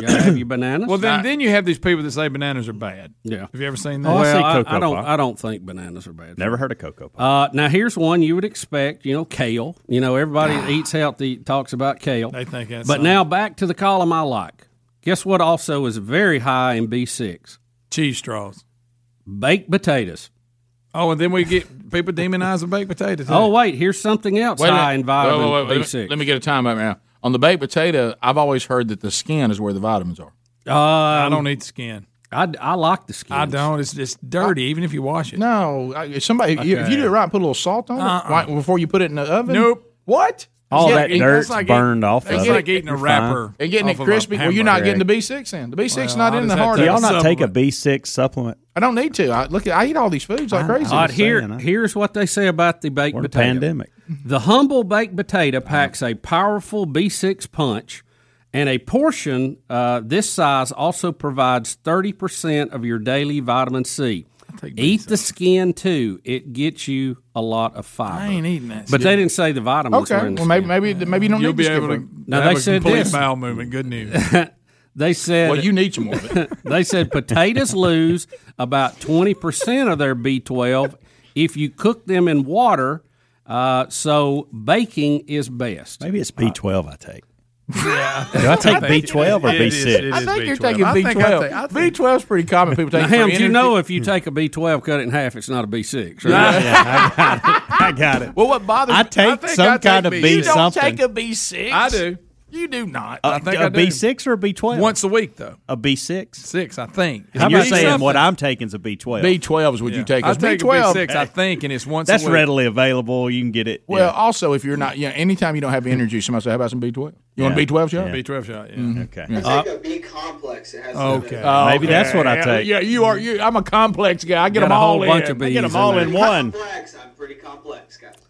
S11: You gotta have your bananas.
S1: Well, then,
S11: I-
S1: then you have these people that say bananas are bad.
S11: Yeah.
S1: Have you ever seen that?
S11: Oh, I see Well, I- Cocoa I don't- Pop. I don't think bananas are bad.
S7: Never heard of cocoa.
S11: uh, now here's one you would expect. You know, kale. You know, everybody that eats healthy talks about kale.
S1: They think that's
S11: But
S1: something.
S11: now back to the column I like. Guess what? Also is very high in B six.
S1: Cheese straws.
S11: Baked potatoes.
S1: Oh, and then we get people demonize the baked potato. too.
S11: Oh wait, here's something else
S14: Wait a
S11: high
S14: minute.
S11: in vitamin
S14: Wait, wait, wait,
S11: B
S14: let me-
S11: six.
S14: Let me get a time out now. On the baked potato, I've always heard that the skin is where the vitamins are.
S11: I
S1: don't eat skin.
S11: Um, I, I like the skin.
S1: I don't. It's just dirty, even if you wash it.
S14: No, I- if somebody you- if you do it right, put a little salt on
S1: Uh-uh.
S14: it right before you put it in the oven.
S1: Nope.
S14: What?
S7: All that
S14: it-
S7: dirt's burned off
S14: they
S7: of
S14: get
S7: it.
S14: it-
S7: You're fine.
S14: and getting it
S7: off of a
S14: crispy. Well, you're not
S7: hamburger.
S14: getting the B6 in. The B6
S7: Well,
S14: not in
S7: I
S14: the
S7: just had
S14: heart.
S7: to-
S14: of
S7: Y'all
S14: it.
S7: not take a B six supplement.
S14: I don't need to. I look. I eat all these foods like crazy.
S11: All right, here, here's what they say about the baked potato.
S7: pandemic.
S11: The humble baked potato packs a powerful B6 punch, and a portion uh, this size also provides 30% of your daily vitamin C. Eat the skin too. It gets you a lot of fiber.
S1: I ain't eating that shit.
S11: But they didn't say the vitamins were
S14: Okay.
S11: in the
S14: Well, maybe maybe maybe you don't
S1: You'll
S14: need
S1: be
S14: to skip
S1: able to.
S14: them.
S11: Now,
S1: have
S11: they
S1: a
S11: said
S1: complete
S11: this.
S1: bowel movement. Good news.
S11: they said
S14: Well, you need some more of it.
S11: they said potatoes lose about 20% of their b12 if you cook them in water uh, so baking is best
S7: maybe it's b12 i take
S1: yeah
S7: Do I take B12 or B6?
S14: I think you're taking B12. B12 is pretty common. People
S11: Now,
S14: take.
S11: Ham, do you know if you take a B12, cut it in half, it's not a B6? Right?
S14: Yeah,
S7: I got it.
S14: Well, what bothers
S7: I
S14: me-
S7: take
S14: think
S7: some
S14: I take
S7: kind of
S14: B-
S7: B
S14: You don't
S7: something. Uh,
S14: take a B6.
S1: I do.
S14: You do not.
S7: A-
S1: I think
S7: a
S1: I do.
S7: B6 or a B12?
S1: Once a week, though.
S7: A B6?
S1: Six, I think.
S7: How about saying what I'm taking is a B12?
S14: B12 is what you take.
S1: I
S14: It's
S1: take
S14: B12.
S1: B six, I think, and it's once.
S7: That's
S1: a week.
S7: readily available. You can get it.
S14: Well, also if you're not, you know, anytime you don't have energy, somebody say, "How about some B12? You want a
S7: Yeah.
S14: B12 shot?
S7: Yeah.
S1: B12 shot. Yeah.
S7: Okay.
S14: Uh,
S3: a B complex. It has
S1: Okay.
S14: Oh,
S7: Maybe that's what I
S14: yeah,
S7: take.
S14: Yeah, you are. You, I'm a complex guy. I get
S7: Got
S14: them
S7: a
S14: all
S7: whole
S14: in.
S7: bunch of
S14: I get
S7: bees
S14: them all
S7: in
S14: in
S7: there.
S14: one.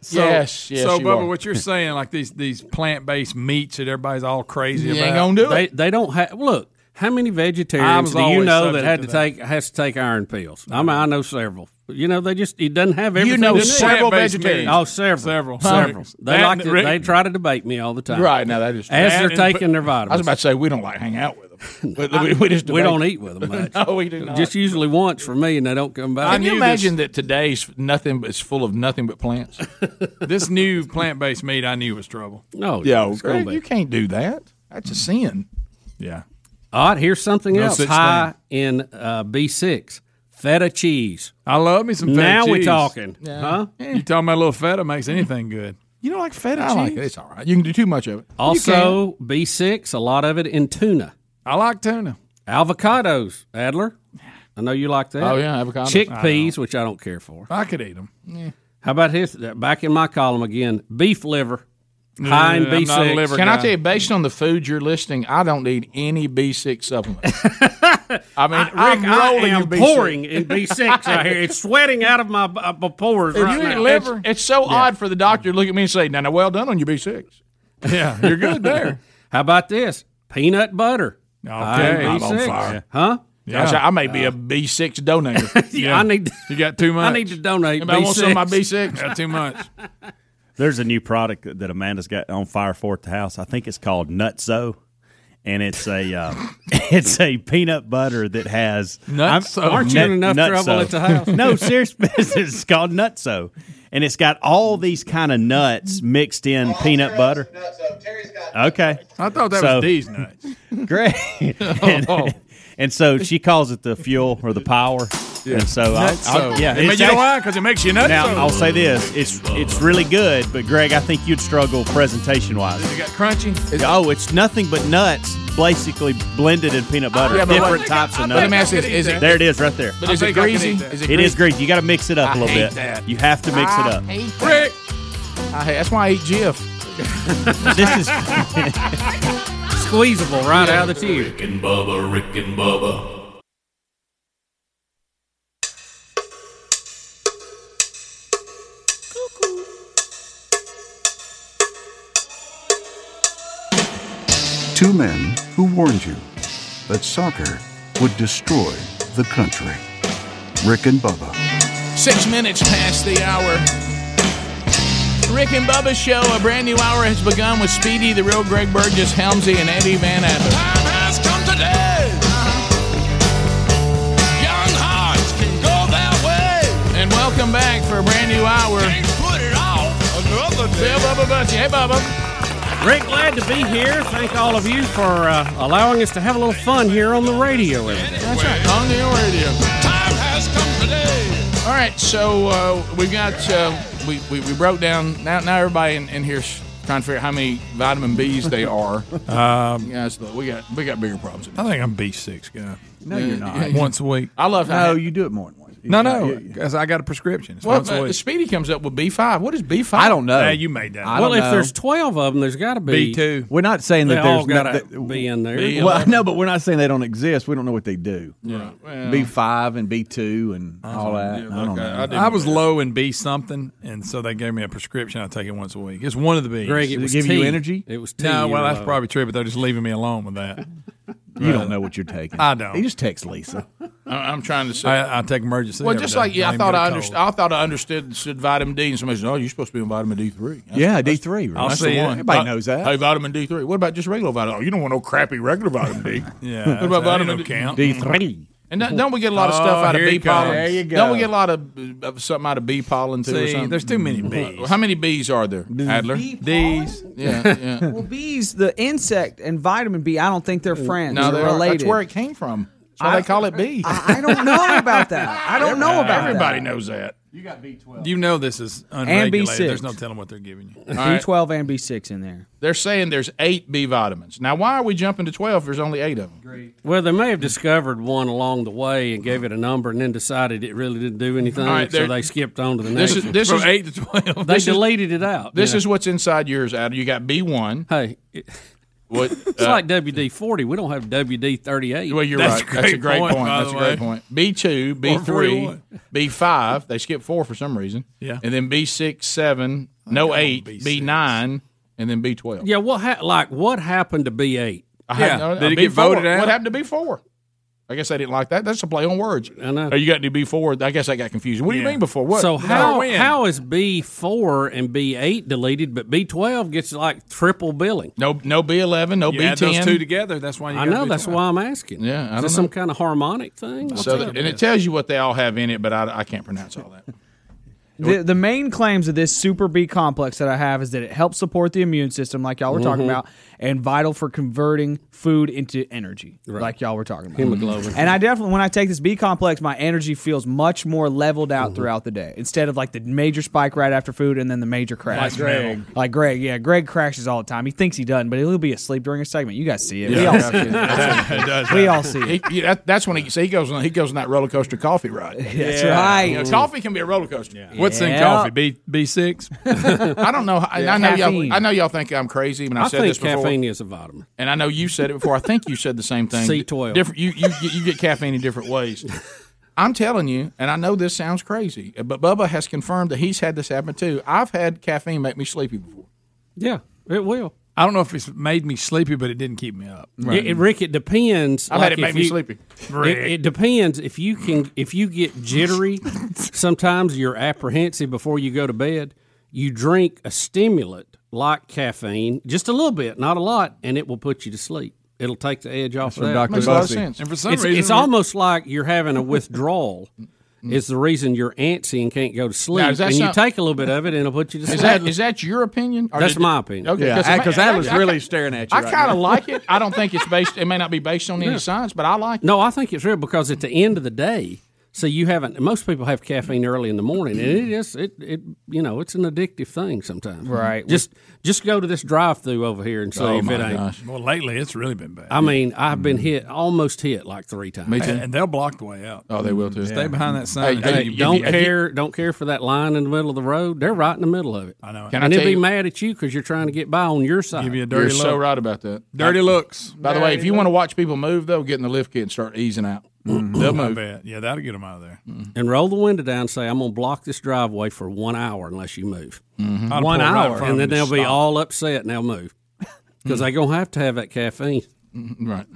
S1: So,
S14: yes, yes.
S1: So,
S14: you
S1: Bubba,
S14: are.
S1: what you're saying, like these these plant based meats that everybody's all crazy
S14: You
S1: about,
S14: ain't gonna do it.
S11: They, they don't have. Look, how many
S1: I
S11: vegetarians
S1: was
S11: do you
S1: always
S11: know
S1: subject
S11: that had
S1: to
S11: to,
S1: that.
S11: take has to take iron pills? I mean, I know several. You know, they just it doesn't have everything.
S14: know
S11: they need.
S14: several Plant-based vegetarians. meat.
S11: Oh, several,
S1: Several.
S11: several.
S1: Huh.
S11: They
S1: That
S11: like
S1: and
S11: to,
S1: Rick-
S11: they try to debate me all the time.
S14: Right now, that is
S11: as
S14: true.
S11: they're
S14: And-
S11: taking their
S14: I was
S11: vitamins.
S14: about to say we don't like hang out with them. We- we, we just
S11: we
S14: debate.
S11: don't eat with them much.
S14: No, we do not.
S11: Just usually once for me, and they don't come back.
S14: Can you imagine that today's nothing but- is full of nothing but plants?
S1: Oh, this new plant based meat I knew was trouble.
S11: No,
S14: yeah,
S1: it's
S14: Greg,
S1: gonna be.
S14: you can't do that. That's a sin. Yeah.
S11: All right, here's something
S14: No
S11: else
S14: such
S11: high in uh, B6 feta cheese.
S1: I love me some feta
S11: now
S1: cheese.
S11: we're talking.
S1: Huh?
S14: Eh.
S1: You talking about a little feta makes anything good. You don't like feta
S11: I like
S1: cheese?
S11: it. It's
S1: all right. You can do too much of it.
S11: Also, B6, a lot of it in tuna.
S1: I like tuna.
S11: Avocados, Adler. I know you like that.
S14: Oh, yeah, avocados.
S11: Chickpeas, which I don't care for.
S1: I could eat them.
S11: How about his? Back in my column again, beef liver, high in B6.
S14: Can I tell you, based on the food you're listing, I don't need any B6 supplements. I mean,
S11: I'm
S14: Rick rolling
S11: am
S14: in B6.
S11: pouring in B6 right here. It's sweating out of my, uh, my pores
S14: If
S11: right
S14: you eat
S11: now.
S14: liver, it's, so odd for the doctor to look at me and say, "Now, now, well done on your B 6
S1: Yeah, you're good there.
S11: How about this? Peanut butter. Okay,
S14: I'm on fire.
S11: Huh? Uh,
S14: Yeah. Gosh, I may be a B six donator.
S11: yeah, I need.
S1: You got too
S11: I need to donate.
S14: Anybody want some of my
S11: B6.
S14: B6? Got too much.
S6: There's a new product that- that Amanda's got on fire for at the house. I think it's called Nutso, and it's a uh, it's a peanut butter that has
S11: Nutso. Aren't you in enough trouble at the house?
S6: no, serious business. It's called Nutso, and it's got all these kind of nuts mixed in peanut butter. Okay,
S1: I thought that
S6: So-
S1: was D's nuts.
S6: Great. and,
S11: Oh.
S6: and so she calls it the fuel or the power. And so, I,
S1: Nuts.
S6: I, yeah,
S1: But
S6: it's
S1: you know
S6: act-
S1: why? Because it makes you nuts.
S6: Now I'll say this: it's it's really good, but Greg, I think you'd struggle presentation wise.
S1: You got crunchy.
S6: oh, it's nothing but nuts, basically blended in peanut butter,
S14: Yeah, but
S6: different
S14: what-
S6: types
S14: I
S6: of
S14: bet
S6: nuts.
S14: I could eat that.
S6: there it is, right there.
S14: But is it greasy? Is it
S6: It
S14: greasy?
S6: is greasy. You got to mix it up
S14: I
S6: a little
S14: hate
S6: bit.
S14: that.
S6: You have to mix it up.
S14: I hate that. Rick. I hate, that's why I eat Jif.
S6: this is
S11: squeezable right out of the tube.
S9: Rick and Bubba, Rick and Bubba.
S10: Two men who warned you that soccer would destroy the country. Rick and Bubba.
S14: Six minutes past the hour. Rick and Bubba show. A brand new hour has begun with Speedy, the real Greg Burgess, Helmsy, and Eddie Van Adler. Time has come today. Young hearts can go their way. And welcome back for a brand new hour. put it off another day. Bill Bubba Bunchy. Hey, Bubba.
S11: Rick, glad to be here. Thank all of you for uh, allowing us to have a little fun here on the radio. every day.
S14: That's right. On the radio. Time has come today. All right, so uh, we've got uh, we, we we broke down now. Now everybody in, in here's trying to figure out how many vitamin B's they are.
S1: Um,
S14: yeah, so we got we got bigger problems.
S1: I think I'm B six guy.
S14: No,
S1: Mm-hmm.
S14: you're not.
S1: Once a week.
S14: I love how-
S1: No, you do it more than once. No, no, because I got a prescription. It's
S14: Well,
S1: once a
S14: uh,
S1: week.
S14: Speedy comes up with B five. What is B five?
S1: I don't know. Hey, you made that I up.
S11: well,
S1: don't
S11: if
S1: know.
S11: there's 12 of them, there's got to be.
S1: B2.
S5: We're not saying
S11: They
S5: that
S11: all
S5: there's not
S11: gotta be in there. Be
S5: well,
S11: eleven.
S5: no, but we're not saying they don't exist. We don't know what they do.
S1: Yeah. Well-
S5: B five and B two and all that. I don't know.
S1: I, was low in B something, and so they gave me a prescription. I take it once a week. It's one of the B's.
S11: Greg, it
S1: Does
S11: was
S1: give you
S11: tea.
S1: energy.
S11: It was tea
S1: No,
S11: you
S1: well,
S11: were
S1: that's
S11: low.
S1: probably true, but they're just leaving me alone with that.
S5: You don't know what you're taking.
S1: I don't.
S5: You just text Lisa.
S14: I- I'm trying to say.
S1: I, I take emergency.
S14: well,
S1: every
S14: just
S1: day.
S14: like yeah, I
S1: ain't
S14: thought
S1: got a
S14: I
S1: cold.
S14: understood. I thought I understood, understood vitamin D, and somebody said, "Oh, you're supposed to be on vitamin D three.
S5: yeah, D three.
S14: I'll
S5: That's
S14: see
S5: the
S14: it.
S5: one. Everybody
S14: Uh,
S5: knows that.
S14: Hey, vitamin D three. What about just regular vitamin? Oh, you don't want no crappy regular vitamin D.
S1: Yeah,
S14: What about
S1: that ain't
S14: vitamin
S1: no
S14: D? Mm-hmm.
S1: count.
S5: D3.
S14: And don't, don't we get a lot of stuff
S1: Oh,
S14: out of
S1: here
S14: bee
S1: it comes.
S14: pollen?
S1: There you go.
S14: Don't we get a lot of, of something out of bee pollen too? or
S1: See,
S14: something? Mm-hmm.
S1: there's too many bees.
S14: How many bees are there, Adler?
S1: D's.
S14: Yeah, yeah.
S22: well, bees, the insect, and vitamin B. I don't think they're friends.
S14: No,
S22: they're
S14: they are.
S22: related.
S14: That's where it came from. So they call it bee.
S22: I, I don't know about that. I don't know about
S14: Everybody
S22: that.
S14: knows that.
S1: You got B twelve. You know this is
S22: And
S1: unregulated.
S22: B6.
S1: There's no telling what they're giving you.
S14: All right.
S22: B12 and B6 in there.
S14: They're saying there's eight B vitamins. Now, why are we jumping to twelve? if There's only eight of them.
S11: Well, they may have discovered one along the way and gave it a number and then decided it really didn't do anything,
S14: All right,
S11: so
S14: there-
S11: they skipped on to the next
S14: This is
S11: one.
S14: this is to twelve.
S11: They deleted it out.
S14: This
S11: you
S14: is what's inside yours, Adler. You got B one.
S11: Hey,
S14: what?
S11: It's like WD 40. We don't have WD 38.
S14: Uh, Well, you're right. That's a great point. That's a great point. B two, B
S11: Or
S14: three,
S11: 41.
S14: B five. They skip four for some reason.
S11: Yeah.
S14: And then B six, seven, no eight, B nine, and then B twelve.
S11: Yeah, what ha- like what happened to B eight?
S14: What happened to B four? I guess they didn't like that. That's a play on words. I know. Oh, you got to do B four. I guess I got confused. What do you
S11: Yeah.
S14: mean before? What?
S11: So how
S14: When?
S11: how is B four and B eight deleted, but B twelve gets like triple billing?
S14: No, no B eleven, no
S11: B
S1: You add those two together. That's why you.
S11: I
S1: gotta
S11: know.
S1: do
S11: That's
S1: 12.
S11: why I'm asking.
S14: Yeah, I
S11: is
S14: don't
S11: this
S14: know.
S11: some kind of harmonic thing? What's
S14: So,
S11: up?
S14: and it tells you what they all have in it, but I, I can't pronounce all that.
S22: The, the main claims of this super B complex that I have is that it helps support the immune system, like y'all were talking
S14: Mhm.
S22: about, and vital for converting food into energy, like y'all were talking about.
S11: Hemoglobin.
S22: And I definitely, when I take this B complex, my energy feels much more leveled out throughout the day instead of like the major spike right after food and then the major crash.
S11: Like Greg.
S22: Like Greg, yeah. Greg crashes all the time. He thinks he doesn't, but he'll be asleep during a segment. You guys see it. we
S14: Yeah.
S22: all see it.
S14: That's what it does.
S22: We all see it.
S14: He- he- that- that's when he so he goes on he goes on that roller coaster coffee ride.
S22: That's right.
S14: You know, coffee can be a roller coaster.
S1: What's in coffee? B B six.
S14: I don't know. I, I know y'all. I know y'all think I'm crazy when I,
S1: I
S14: said
S1: think
S14: this before.
S1: caffeine
S11: is a vitamin,
S14: and I know you said it before. I think you said the same thing.
S11: C12.
S14: Different. You you get- you get caffeine in different ways. I'm telling you, and I know this sounds crazy, but Bubba has confirmed that he's had this happen too. I've had caffeine make me sleepy before.
S11: Yeah, it will.
S1: I don't know if it's made me sleepy, but it didn't keep me up.
S11: Right. It, it- Rick, it depends.
S1: I've had it
S11: if
S1: make me
S11: you-
S1: sleepy.
S11: It, it depends if you can if you get jittery. sometimes you're apprehensive before you go to bed. You drink a stimulant like caffeine, just a little bit, not a lot, and it will put you to sleep. It'll take the edge off.
S1: That's from
S11: that.
S1: Dr. Makes a lot of Bussey. sense. And for some
S11: it's,
S1: reason- Mm-hmm.
S11: it's almost like you're having a withdrawal. Is the reason you're antsy and can't go to sleep,
S14: Now, is that
S11: and you
S14: some-
S11: take a little bit of it, and it'll put you to sleep.
S14: Is that is that your opinion? Or
S11: That's
S14: did-
S11: my opinion.
S14: Okay,
S11: Yeah,
S14: I-
S11: 'cause
S14: I-
S11: Adler's
S14: I-
S11: really staring at you
S14: I
S11: right
S14: kind of
S11: now.
S14: like it. I don't think it's based. It may not be based on any
S11: Yeah.
S14: science, but I like it.
S11: No, I think it's real because at the end of the day, so you haven't. Most people have caffeine early in the morning, and it is it it you know it's an addictive thing sometimes.
S1: Right.
S11: Just just go to this drive-through over here and see
S1: Oh,
S11: if
S1: my
S11: it ain't.
S1: gosh. Well, lately it's really been bad.
S11: I mean, I've
S14: Mm.
S11: been hit almost hit like three times.
S1: Me too. And they'll block the way out.
S14: Oh, they will too.
S1: Stay behind that sign
S11: Hey,
S1: until
S11: hey,
S1: you-
S11: don't
S1: if you-
S11: care. Don't care for that line in the middle of the road. They're right in the middle of it. I know.
S14: Can I
S11: and
S14: tell
S11: they'll be
S14: you-
S11: mad at you because you're trying to get by on your side. Give you a
S14: You're so right about that.
S1: Dirty looks.
S14: By the way, if
S1: Dirty
S14: you want to watch people move, though, get in the lift kit and start easing out. They'll
S1: Mm-hmm. I
S14: move.
S1: bet. Yeah, that'll get them out of there.
S11: and roll the window down and say, I'm going to block this driveway for one hour unless you move.
S1: Mm-hmm. I'd
S11: One
S1: pull right in
S11: hour.
S1: front of
S11: and
S1: them
S11: then they'll
S1: and
S11: be
S1: stop. Mm-hmm.
S11: all upset and they'll move because they're going to have to have that caffeine. Mm-hmm.
S14: Right.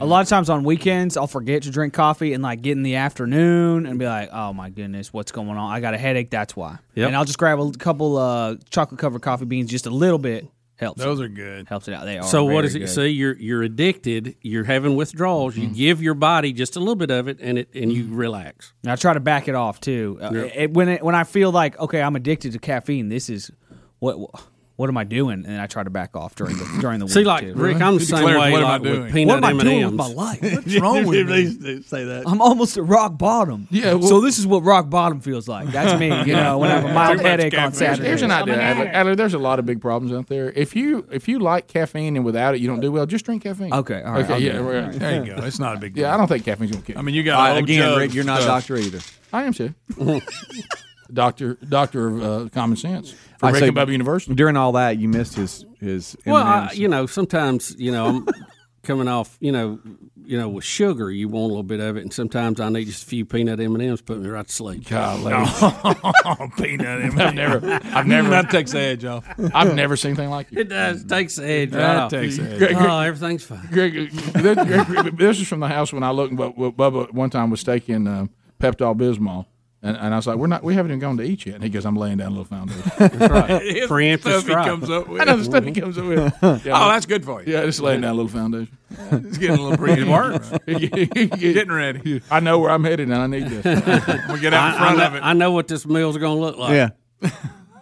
S22: A lot of times on weekends, I'll forget to drink coffee and like get in the afternoon and be like, "Oh my goodness, what's going on? I got a headache. That's why."
S11: Yep.
S22: And I'll just grab a couple uh, chocolate covered coffee beans, just a little bit helps.
S1: Those are good.
S22: Helps it out. They are.
S11: So what
S22: very
S11: is it?
S22: good.
S11: See, you're you're addicted. You're having withdrawals. You give your body just a little bit of it, and it and you relax.
S22: And I try to back it off too. Uh,
S11: Yeah.
S22: it- when it, when I feel like okay, I'm addicted to caffeine. This is what what am I doing? And I try to back off during the during the
S11: See,
S22: week.
S11: like,
S22: too.
S11: Rick, I'm the He same declares, way, "What am I like, with doing?" peanut
S22: What am I doing with
S11: M&Ms?
S22: my life? What's
S5: Yeah,
S22: wrong with me?
S5: please do say that.
S22: I'm almost at rock bottom.
S5: Yeah, well-
S22: so this is what rock bottom feels like. That's me. You know, when I have a mild headache on Saturday.
S14: Here's an idea, Adler. Adler, There's a lot of big problems out there. If you if you like caffeine and without it you don't do well, just drink caffeine.
S22: Okay, all right, I'll
S14: Okay.
S22: do
S14: Yeah.
S22: that.
S14: right.
S22: All right.
S1: There you go. It's not a big deal.
S14: Yeah. I don't think caffeine's gonna kill.
S1: I mean, you got All right, old again, Joe's Rick, you're not a stuff. doctor
S14: either. I am too. doctor, doctor of uh, common sense for
S5: I
S14: Rick
S5: say,
S14: and Bubba University.
S5: During all that, you missed his his.
S11: Well, I,
S5: M&Ms.
S11: you know, sometimes you know I'm coming off. You know, you know, with sugar, you want a little bit of it, and sometimes I need just a few peanut M and M's put me right to sleep.
S14: Golly.
S1: peanut
S14: M&Ms. I've never- I've never-
S1: That takes the edge off.
S14: I've never seen anything like it.
S11: It does. Takes the edge
S14: That
S11: off.
S14: takes the edge off.
S11: Oh, everything's fine.
S14: Greg, this, Greg, this is from the house when I looked. But but Bubba one time was taking um, Pepto Bismol, and, and I was like, "We're not. We haven't even gone to eat yet." And he goes, "I'm laying down a little foundation." That's
S11: right. Preemptive
S14: stuff
S11: strike.
S14: he comes up with. I know the stuff he comes up with.
S1: Oh, that's good for you.
S14: Yeah, just laying down a little foundation.
S1: It's getting a little pretty. It works.
S14: getting
S1: ready.
S14: I know where I'm headed, and I need this.
S1: We get out in front
S11: I, I
S1: of
S11: know,
S1: it.
S11: I know what this meal's going to look like.
S14: Yeah.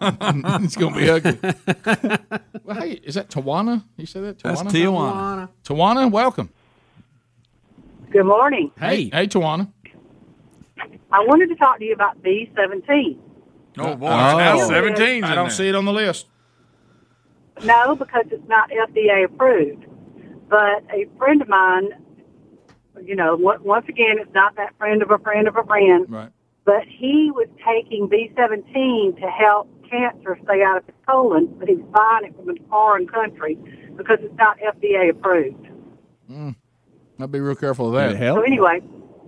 S14: it's going to be ugly. well, hey, is that Tawana? You said that?
S1: That's
S14: Tawana. Tawana, welcome.
S4: Good morning.
S14: Hey, hey, Tawana.
S4: I wanted to talk to you about B17.
S14: Oh boy,
S1: it's now 17's
S14: I
S1: in
S14: don't
S1: there.
S14: see it on the list.
S4: No, because it's not FDA approved. But a friend of mine, you know, on- once again, it's not that friend of a friend of a friend,
S14: Right.
S4: but he was taking B17 to help cancer stay out of his colon, but he's buying it from a foreign country because it's not FDA approved.
S14: I'll be real careful of that.
S5: Did it help?
S4: So anyway,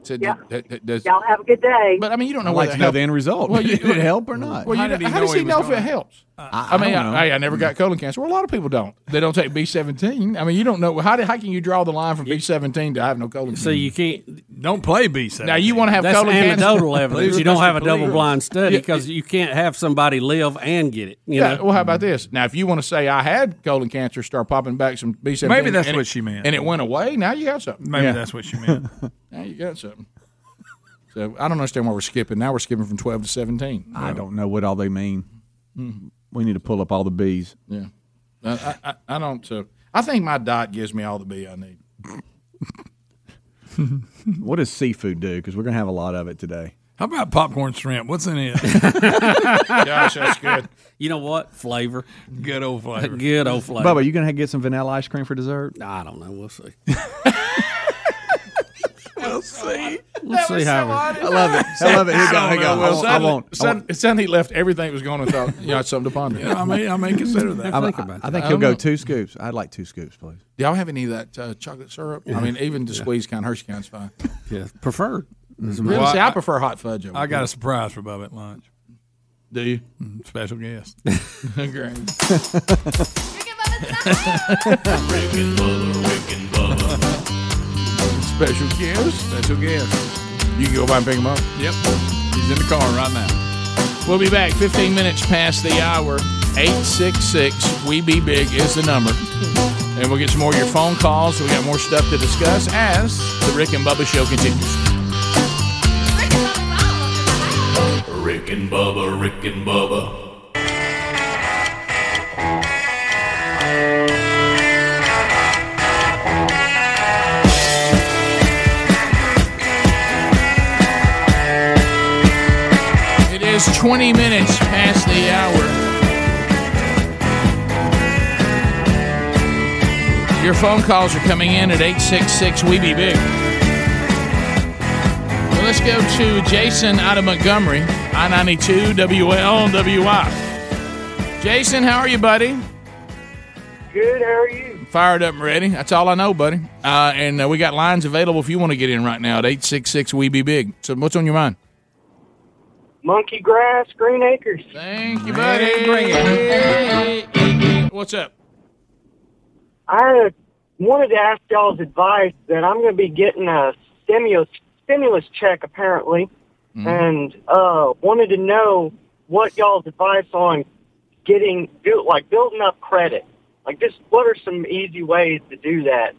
S14: Said,
S4: Yeah.
S14: that- that- does-
S4: y'all have a good day.
S14: But I mean, you don't know
S5: I'd
S14: where
S5: like
S14: that
S5: to know
S14: help-
S5: the end result.
S14: Well, you-
S5: did it help or not?
S14: Well, you don't- how does he know, if it helps? I, mean,
S5: don't know.
S14: I, I never got colon cancer. Well, a lot of people don't. They don't take B seventeen. I mean, you don't know how. Do, how can you draw the line from B seventeen to I have no colon?
S11: So you can't.
S1: Don't play B seventeen.
S14: Now you want to have
S11: That's
S14: colon
S11: anecdotal
S14: cancer?
S11: evidence. You don't have a double blind study because you can't have somebody live and get it. You
S14: yeah.
S11: know?
S14: Well, how about this? Now, if you want to say I had colon cancer, start popping back some B seventeen.
S1: Maybe that's
S14: and
S1: what
S14: it-
S1: she meant.
S14: And it went away. Now you got something.
S1: Maybe that's what she meant.
S14: Now you got something. So I don't understand why we're skipping. Now we're skipping from twelve to seventeen. Mm-hmm.
S5: I don't know what all they mean. We need to pull up all the bees.
S14: Yeah. I, I, I don't. Uh, I think my diet gives me all the B I need.
S10: what does seafood do? Because we're gonna have a lot of it today.
S1: How about popcorn shrimp? What's in it?
S11: Gosh, that's good. You know what? Flavor.
S1: Good old flavor.
S11: Good old flavor.
S10: Bubba, you gonna get some vanilla ice cream for dessert?
S11: I don't know. We'll see.
S1: we'll see.
S11: Let's see how.
S10: I love it. I love it. Here you go. Here you go. I won't- I
S14: Suddenly-
S10: won't. I
S14: suddenly- Suddenly left everything that was going without. You know, something to ponder.
S1: I may, I may consider that.
S10: I'm- I, I think he'll
S14: don't know.
S10: go two scoops. I'd like two scoops, please.
S14: Do y'all have any of that uh, chocolate syrup? I mean, even the
S10: Yeah.
S14: squeeze kind, Hershey kind's fine. Mm-hmm.
S11: Yeah, preferred.
S14: Really? See, I, prefer hot fudge. Over
S1: I got
S14: cream.
S1: a surprise for Bubba at lunch.
S14: Do you?
S1: Mm, Special guest.
S14: Great.
S9: Rick and Bubba, Rick and Bubba.
S14: Special guest. Special guest. You can go by and pick him up.
S1: Yep. He's in the car right now.
S12: We'll be back 15 minutes past the hour. 866 We Be Big is the number. And we'll get some more of your phone calls. We got more stuff to discuss as the Rick and Bubba show continues.
S9: Rick and Bubba, Rick and Bubba.
S12: It is 20 minutes past the hour. Your phone calls are coming in at 866 We Be Big. Well, let's go to Jason out of Montgomery, I 92 WLWI. Jason, how are you, buddy?
S15: Good. How are you?
S12: Fired up and ready. That's all I know, buddy. Uh, and uh, we got lines available if you want to get in right now at 866 We Be Big. So, what's on your mind?
S15: Monkey grass, green acres.
S12: Thank you, buddy. Bring it. What's up?
S15: I wanted to ask y'all's advice that I'm going to be getting a stimulus stimulus check apparently, Mm-hmm.
S2: Mm-hmm.
S15: and uh, wanted to know what y'all's advice on getting built like building up credit. Like, just what are some easy ways to do that?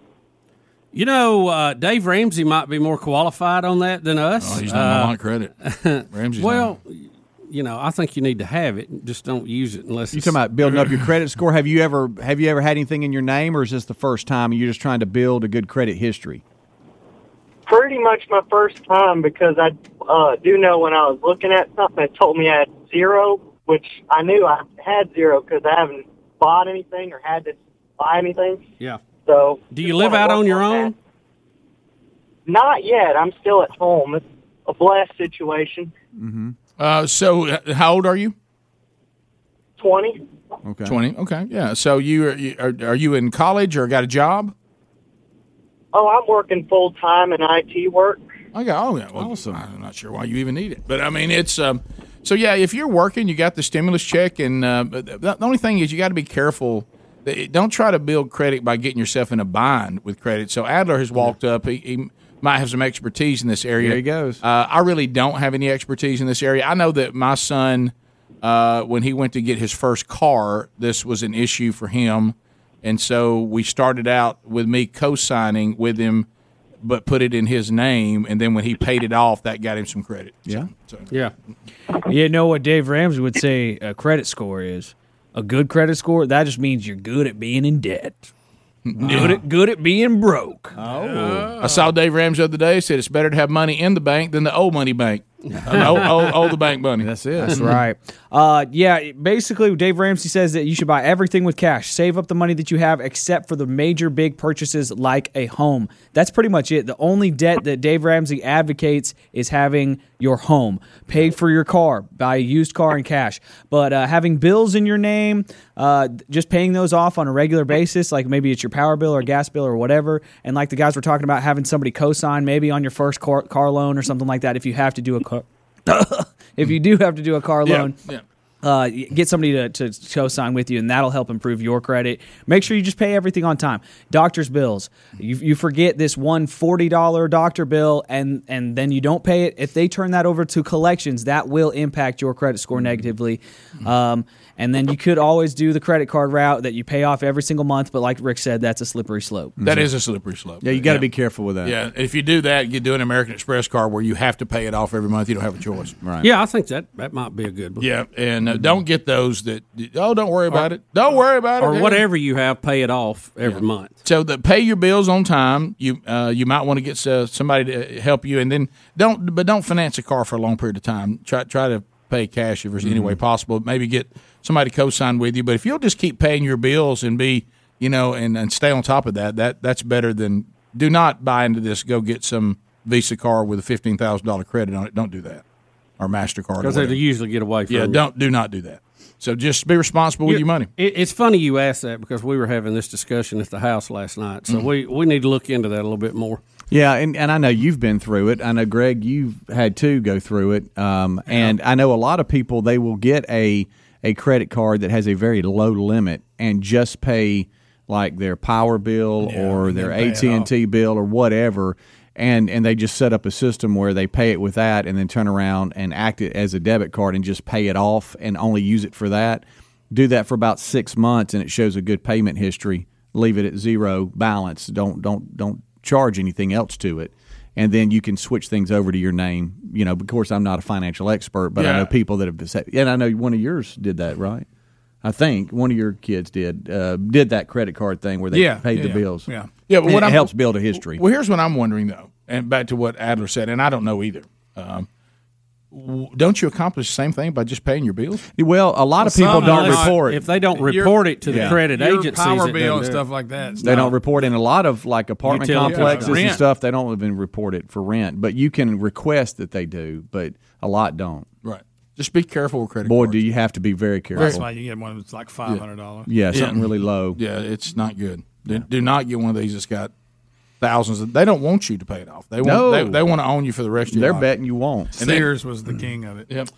S11: You know, uh, Dave Ramsey might be more qualified on that than us.
S14: Oh, he's not gonna
S11: Uh,
S14: want credit. Ramsey's
S11: well, you know, I think you need to have it. Just don't use it unless
S10: You talking about building up your credit score? Have you ever have you ever had anything in your name, or is this the first time and you're just trying to build a good credit history?
S15: Pretty much my first time because I uh, do know when I was looking at something, it told me I had zero, which I knew I had zero because I haven't bought anything or had to buy anything.
S11: Yeah.
S15: So
S11: Do you live out on your own?
S15: Not yet. I'm still at home. It's a blessed situation.
S14: Mm-hmm. Uh, so, uh, how old are you?
S15: Twenty.
S10: Okay.
S14: 20. Okay. Yeah. So, you are, you are, are you in college or got a job?
S15: Oh, I'm working full time in IT work.
S14: I got oh yeah, well, I'm not sure why you even need it, but I mean it's um. So yeah, if you're working, you got the stimulus check, and uh, but the the only thing is you got to be careful. They- Don't try to build credit by getting yourself in a bind with credit. So Adler has walked up. He, he might have some expertise in this area.
S10: There he goes.
S14: Uh, I really don't have any expertise in this area. I know that my son, uh, when he went to get his first car, this was an issue for him. And so we started out with me co signing with him, but put it in his name. And then when he paid it off, that got him some credit. Yeah.
S11: Yeah.
S22: You know what Dave Ramsey would say a credit score is? A good credit score, that just means you're good at being in debt. Good at, good at being broke.
S14: Oh. I saw Dave Ramsey the other day said it's better to have money in the bank than the old money bank. owe, owe, owe the bank money. That's it.
S10: Mm-hmm.
S22: That's right. Uh, yeah, basically, Dave Ramsey says that you should buy everything with cash. Save up the money that you have, except for the major big purchases like a home. That's pretty much it. The only debt that Dave Ramsey advocates is having your home. Pay for your car, buy a used car in cash. But uh, having bills in your name, uh, just paying those off on a regular basis, like maybe it's your power bill or gas bill or whatever. And like the guys were talking about, having somebody co sign maybe on your first car, car loan or something like that if you have to do a car. if you do have to do a car
S8: Yeah,
S22: loan,
S8: yeah.
S22: uh, y- get somebody to, to co-sign with you, and that'll help improve your credit. Make sure you just pay everything on time. Doctor's bills. You, you forget this one $40 doctor bill, and, and then you don't pay it. If they turn that over to collections, that will impact your credit score negatively. Um, and then you could always do the credit card route that you pay off every single month. But like Rick said, that's a slippery slope.
S14: That is a slippery slope.
S10: Yeah, you got to be careful with that.
S14: Yeah, if you do that, you do an American Express card where you have to pay it off every month. You don't have a choice.
S10: Right.
S11: Yeah, I think that that might be a good one.
S14: Yeah, and uh, no, don't get those that. Oh, don't worry about it. Don't worry about
S11: or
S14: it.
S11: whatever you have, pay it off every month.
S14: So the pay your bills on time. You uh, you might want to get uh, somebody to help you, and then don't but don't finance a car for a long period of time. Try try to pay cash if there's
S11: Mm-hmm.
S14: any way possible. Maybe get somebody to co-sign with you. But if you'll just keep paying your bills and be you know and, and stay on top of that, that that's better than do not buy into this. Go get some Visa car with a fifteen thousand dollar credit on it. Don't do that or Mastercard or
S11: Because they
S14: whatever.
S11: usually get away from
S14: Yeah,
S11: you.
S14: don't do not do that. So just be responsible with
S11: You-
S14: your money.
S11: It, it's funny you asked that because we were having this discussion at the house last night. So
S14: Mm-hmm.
S5: Mhm.
S11: we, we need to look into that a little bit more.
S5: Yeah, and, and I know you've been through it. I know Greg, you've had to go through it. Um, and I know a lot of people they will get a a credit card that has a very low limit and just pay like their power bill or their
S20: then
S5: AT
S20: pay it
S5: and T bill or whatever, and and they just set up a system where they pay it with that and then turn around and act it as a debit card and just pay it off and only use it for that. Do that for about six months and it shows a good payment history. Leave it at zero balance. Don't don't don't charge anything else to it. And then you can switch things over to your name. You know, of course, I'm not a financial expert, but I
S20: Yeah.
S5: know people that have said, and I know one of yours did that, right? I think one of your kids did uh, did that credit card thing where they
S14: Yeah,
S5: paid the
S14: yeah,
S5: bills.
S14: yeah. Yeah, but
S5: And
S14: what
S5: it
S14: I'm-
S5: helps build a history.
S14: Well, here's what I'm wondering though, and back to what Adler said, and I don't know either. Um, w- don't you accomplish the same thing by just paying your bills?
S5: Well, a lot of people don't report
S11: If they don't
S14: Your-
S11: report it to the
S14: yeah.
S11: credit
S14: Your
S11: agencies,
S14: power
S11: it
S14: bill
S11: doesn't
S14: and
S11: do it.
S14: stuff like that.
S5: They don't report in a lot of like apartment
S11: Utility
S5: complexes
S11: companies.
S5: and
S11: Rent.
S5: stuff. They don't even report it for rent, but you can request that they do, but a lot don't.
S14: Right. Just be careful with credit.
S5: Boy, do you have to be very careful.
S14: That's
S20: why you get one that's like five hundred dollars.
S5: Yeah, something really low.
S14: Yeah, it's not good. Do, do not get one of these that's got thousands. Of, they don't want you to pay it off. They want
S20: No.
S14: they, they want to own you for the rest of your
S5: They're
S14: life.
S5: betting you won't.
S14: And they-
S20: Sears was the king of it.
S14: Yep.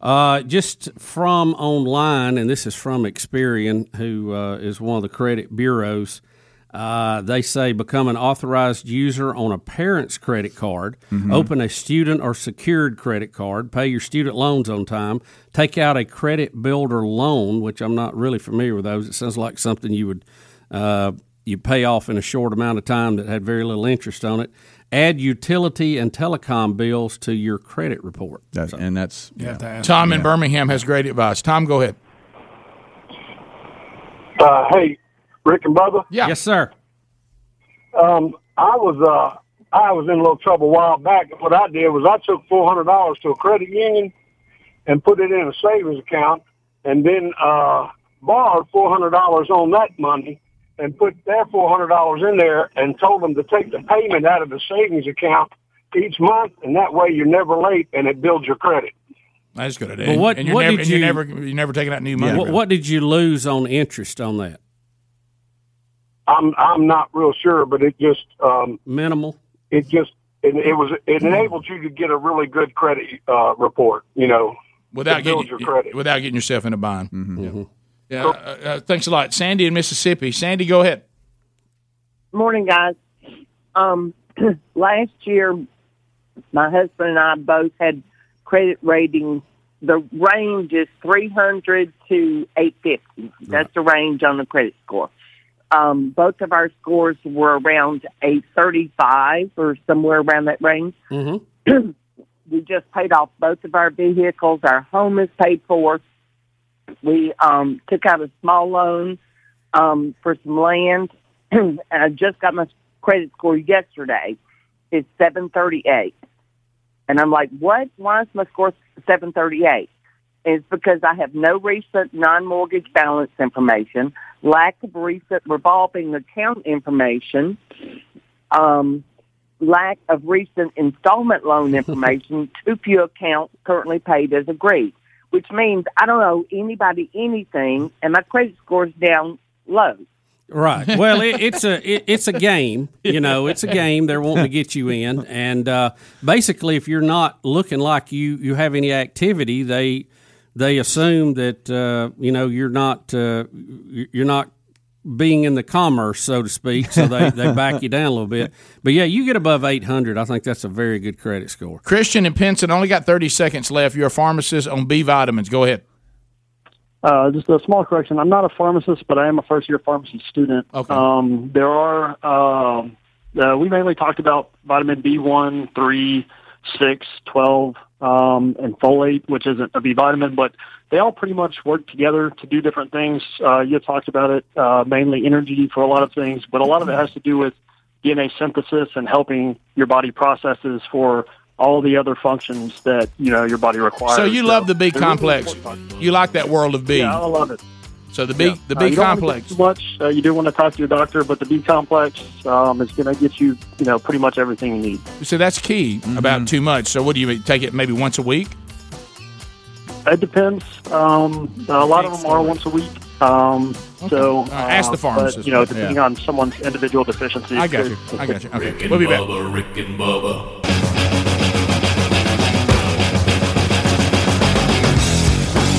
S11: Uh, just from online, and this is from Experian, who uh, is one of the credit bureaus. Uh, they say become an authorized user on a parent's credit card,
S5: Mm-hmm.
S19: Mhm.
S11: open a student or secured credit card, pay your student loans on time, take out a credit builder loan, which I'm not really familiar with those. It sounds like something you would uh, you pay off in a short amount of time that had very little interest on it. Add utility and telecom bills to your credit report.
S5: That's, and that's
S20: You have to ask
S14: Tom
S20: them.
S14: in Birmingham has great advice. Tom, go ahead.
S20: Uh, hey, Rick and Bubba.
S14: Yeah.
S11: Yes, sir.
S20: Um, I was uh, I was in a little trouble a while back. and What I did was I took four hundred dollars to a credit union and put it in a savings account, and then uh, borrowed four hundred dollars on that money and put their four hundred dollars in there and told them to take the payment out of the savings account each month, and that way you're never late and it builds your credit.
S14: That's a good idea.
S11: But what-
S14: and you're
S11: what
S14: never,
S11: did
S14: and you're
S11: you-
S14: never you're never taking out new money.
S11: What, what did you lose on interest on that?
S20: I'm I'm not real sure, but it just um,
S11: minimal.
S20: It just it, it was it enabled you to get a really good credit uh, report. You know,
S14: without
S20: to build
S14: getting
S20: your credit.
S14: without getting yourself in a bind. Yeah, uh, uh, thanks a lot, Sandy in Mississippi. Sandy, go ahead.
S23: Morning, guys. Um, last year, my husband and I both had credit rating. The range is 300 to 850. That's the range on the credit score. Um, both of our scores were around 835 or somewhere around that range.
S11: Mm-hmm.
S23: we just paid off both of our vehicles. Our home is paid for. We um, took out a small loan um, for some land. and I just got my credit score yesterday. It's 738. And I'm like, what? Why is my score 738? It's because I have no recent non-mortgage balance information, lack of recent revolving account information, um, lack of recent installment loan information, too few accounts currently paid as agreed, which means I don't owe anybody anything, and my credit score's down low.
S11: Right. Well, it, it's a it, it's a game. You know, it's a game. They're wanting to get you in, and uh, basically, if you're not looking like you you have any activity, they they assume that uh, you know you're not uh, you- you're not being in the commerce, so to speak. So they, they back you down a little bit. But yeah, you get above eight hundred. I think that's a very good credit score.
S14: Christian in Pinson only got thirty seconds left. You're a pharmacist on B vitamins. Go ahead.
S25: Uh, just a small correction. I'm not a pharmacist, but I am a first year pharmacy student.
S14: Okay.
S25: Um, there are, um, uh, we mainly talked about vitamin B1, 3, 6, 12, um, and folate, which isn't a B vitamin, but they all pretty much work together to do different things. Uh, you talked about it, uh, mainly energy for a lot of things, but a lot of it has to do with DNA synthesis and helping your body processes for all the other functions that you know your body requires.
S14: So you love the B
S25: they're really
S14: complex. You like that world of B.
S25: Yeah, I love it.
S14: So the B
S25: Yeah.
S14: the
S25: Uh,
S14: B
S25: you don't wanna get
S14: complex.
S25: Too much. Uh, you do want to talk to your doctor, but the B complex um, is going to get you, you know, pretty much everything you need.
S14: So that's key about too much. So what do you take it maybe once a week?
S25: It depends. Um, a lot of them are once a week. Um, So uh,
S14: ask the
S25: But,
S14: pharmacist.
S25: you know, depending
S14: Yeah.
S25: on someone's individual deficiencies.
S14: I got you. I got you.
S9: Rick
S14: Okay,
S9: and
S14: we'll be back.
S9: Bubba, Rick and Bubba.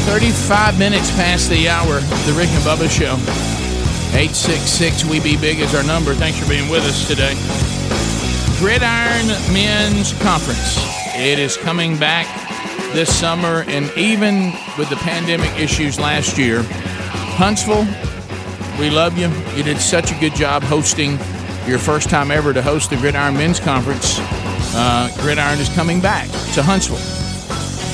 S14: Thirty-five minutes past the hour. The Rick and Bubba Show. Eight six six. We be big is our number. Thanks for being with us today. Gridiron Men's Conference. It is coming back this summer, and even with the pandemic issues last year, Huntsville, we love you. You did such a good job hosting your first time ever to host the Gridiron Men's Conference. Uh, Gridiron is coming back to Huntsville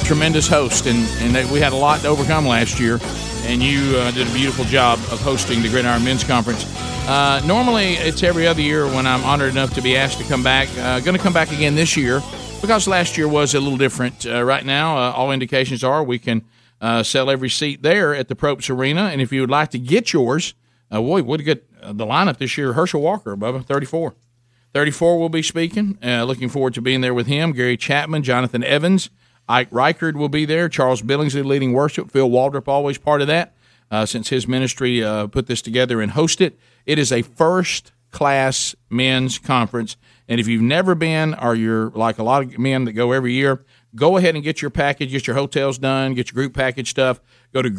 S14: tremendous host, and and they, we had a lot to overcome last year. And you uh, did a beautiful job of hosting the Gridiron Men's Conference. Uh, normally, it's every other year when I'm honored enough to be asked to come back. Uh, Going to come back again this year because last year was a little different. Uh, right now, uh, all indications are we can uh, sell every seat there at the Propes Arena. And if you would like to get yours, uh, boy, what a good uh, the lineup this year. Herschel Walker, Bubba, 34. 34 will be speaking. Uh, looking forward to being there with him. Gary Chapman, Jonathan Evans, Ike Reichard will be there. Charles Billingsley leading worship. Phil Waldrop always part of that uh, since his ministry uh, put this together and host it. It is a first class men's conference. And if you've never been or you're like a lot of men that go every year, go ahead and get your package, get your hotels done, get your group package stuff. Go to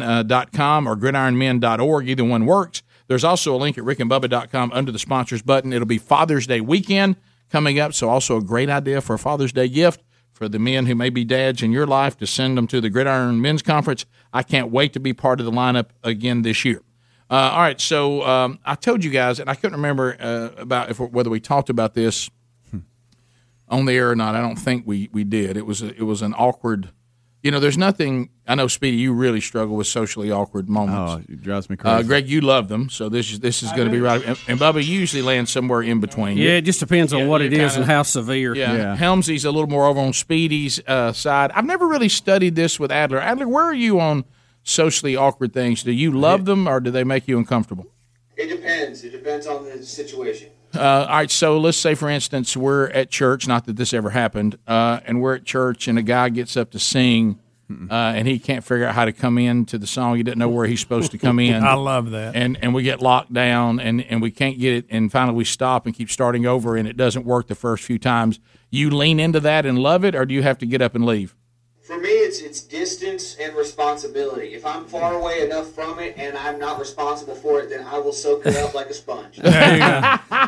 S14: gridironmen.com or gridironmen.org. Either one works. There's also a link at rickandbubba.com under the sponsors button. It'll be Father's Day weekend coming up, so also a great idea for a Father's Day gift for the men who may be dads in your life to send them to the Gridiron Men's Conference. I can't wait to be part of the lineup again this year. Uh, all right, so um, I told you guys, and I couldn't remember uh, about if, whether we talked about this on the air or not. I don't think we we did. It was a, it was an awkward. You know, there's nothing. I know, Speedy, you really struggle with socially awkward moments.
S5: Oh, it drives me
S14: Uh,
S5: crazy.
S14: Greg, you love them, so this is this is going to be right. And, and Bubba you usually lands somewhere in between.
S11: Yeah, it just depends on
S14: Yeah,
S11: what
S14: you
S11: it is
S14: kinda-
S11: and how severe.
S14: Yeah. Helmsy's a little more over on Speedy's uh, side. I've never really studied this with Adler. Adler, where are you on socially awkward things? Do you love them or do they make you uncomfortable?
S22: It depends. It depends on the situation.
S14: Uh, all right, so let's say, for instance, we're at church, not that this ever happened, uh, and we're at church and a guy gets up to sing. Uh, and he can't figure out how to come in to the song. He doesn't know where he's supposed to come in.
S1: I love that.
S14: And and we get locked down and, and we can't get it and finally we stop and keep starting over and it doesn't work the first few times. You lean into that and love it or do you have to get up and leave?
S22: For me, it's it's distance and responsibility. If I'm far away enough from it and I'm not responsible for it, then I will soak it up like a sponge.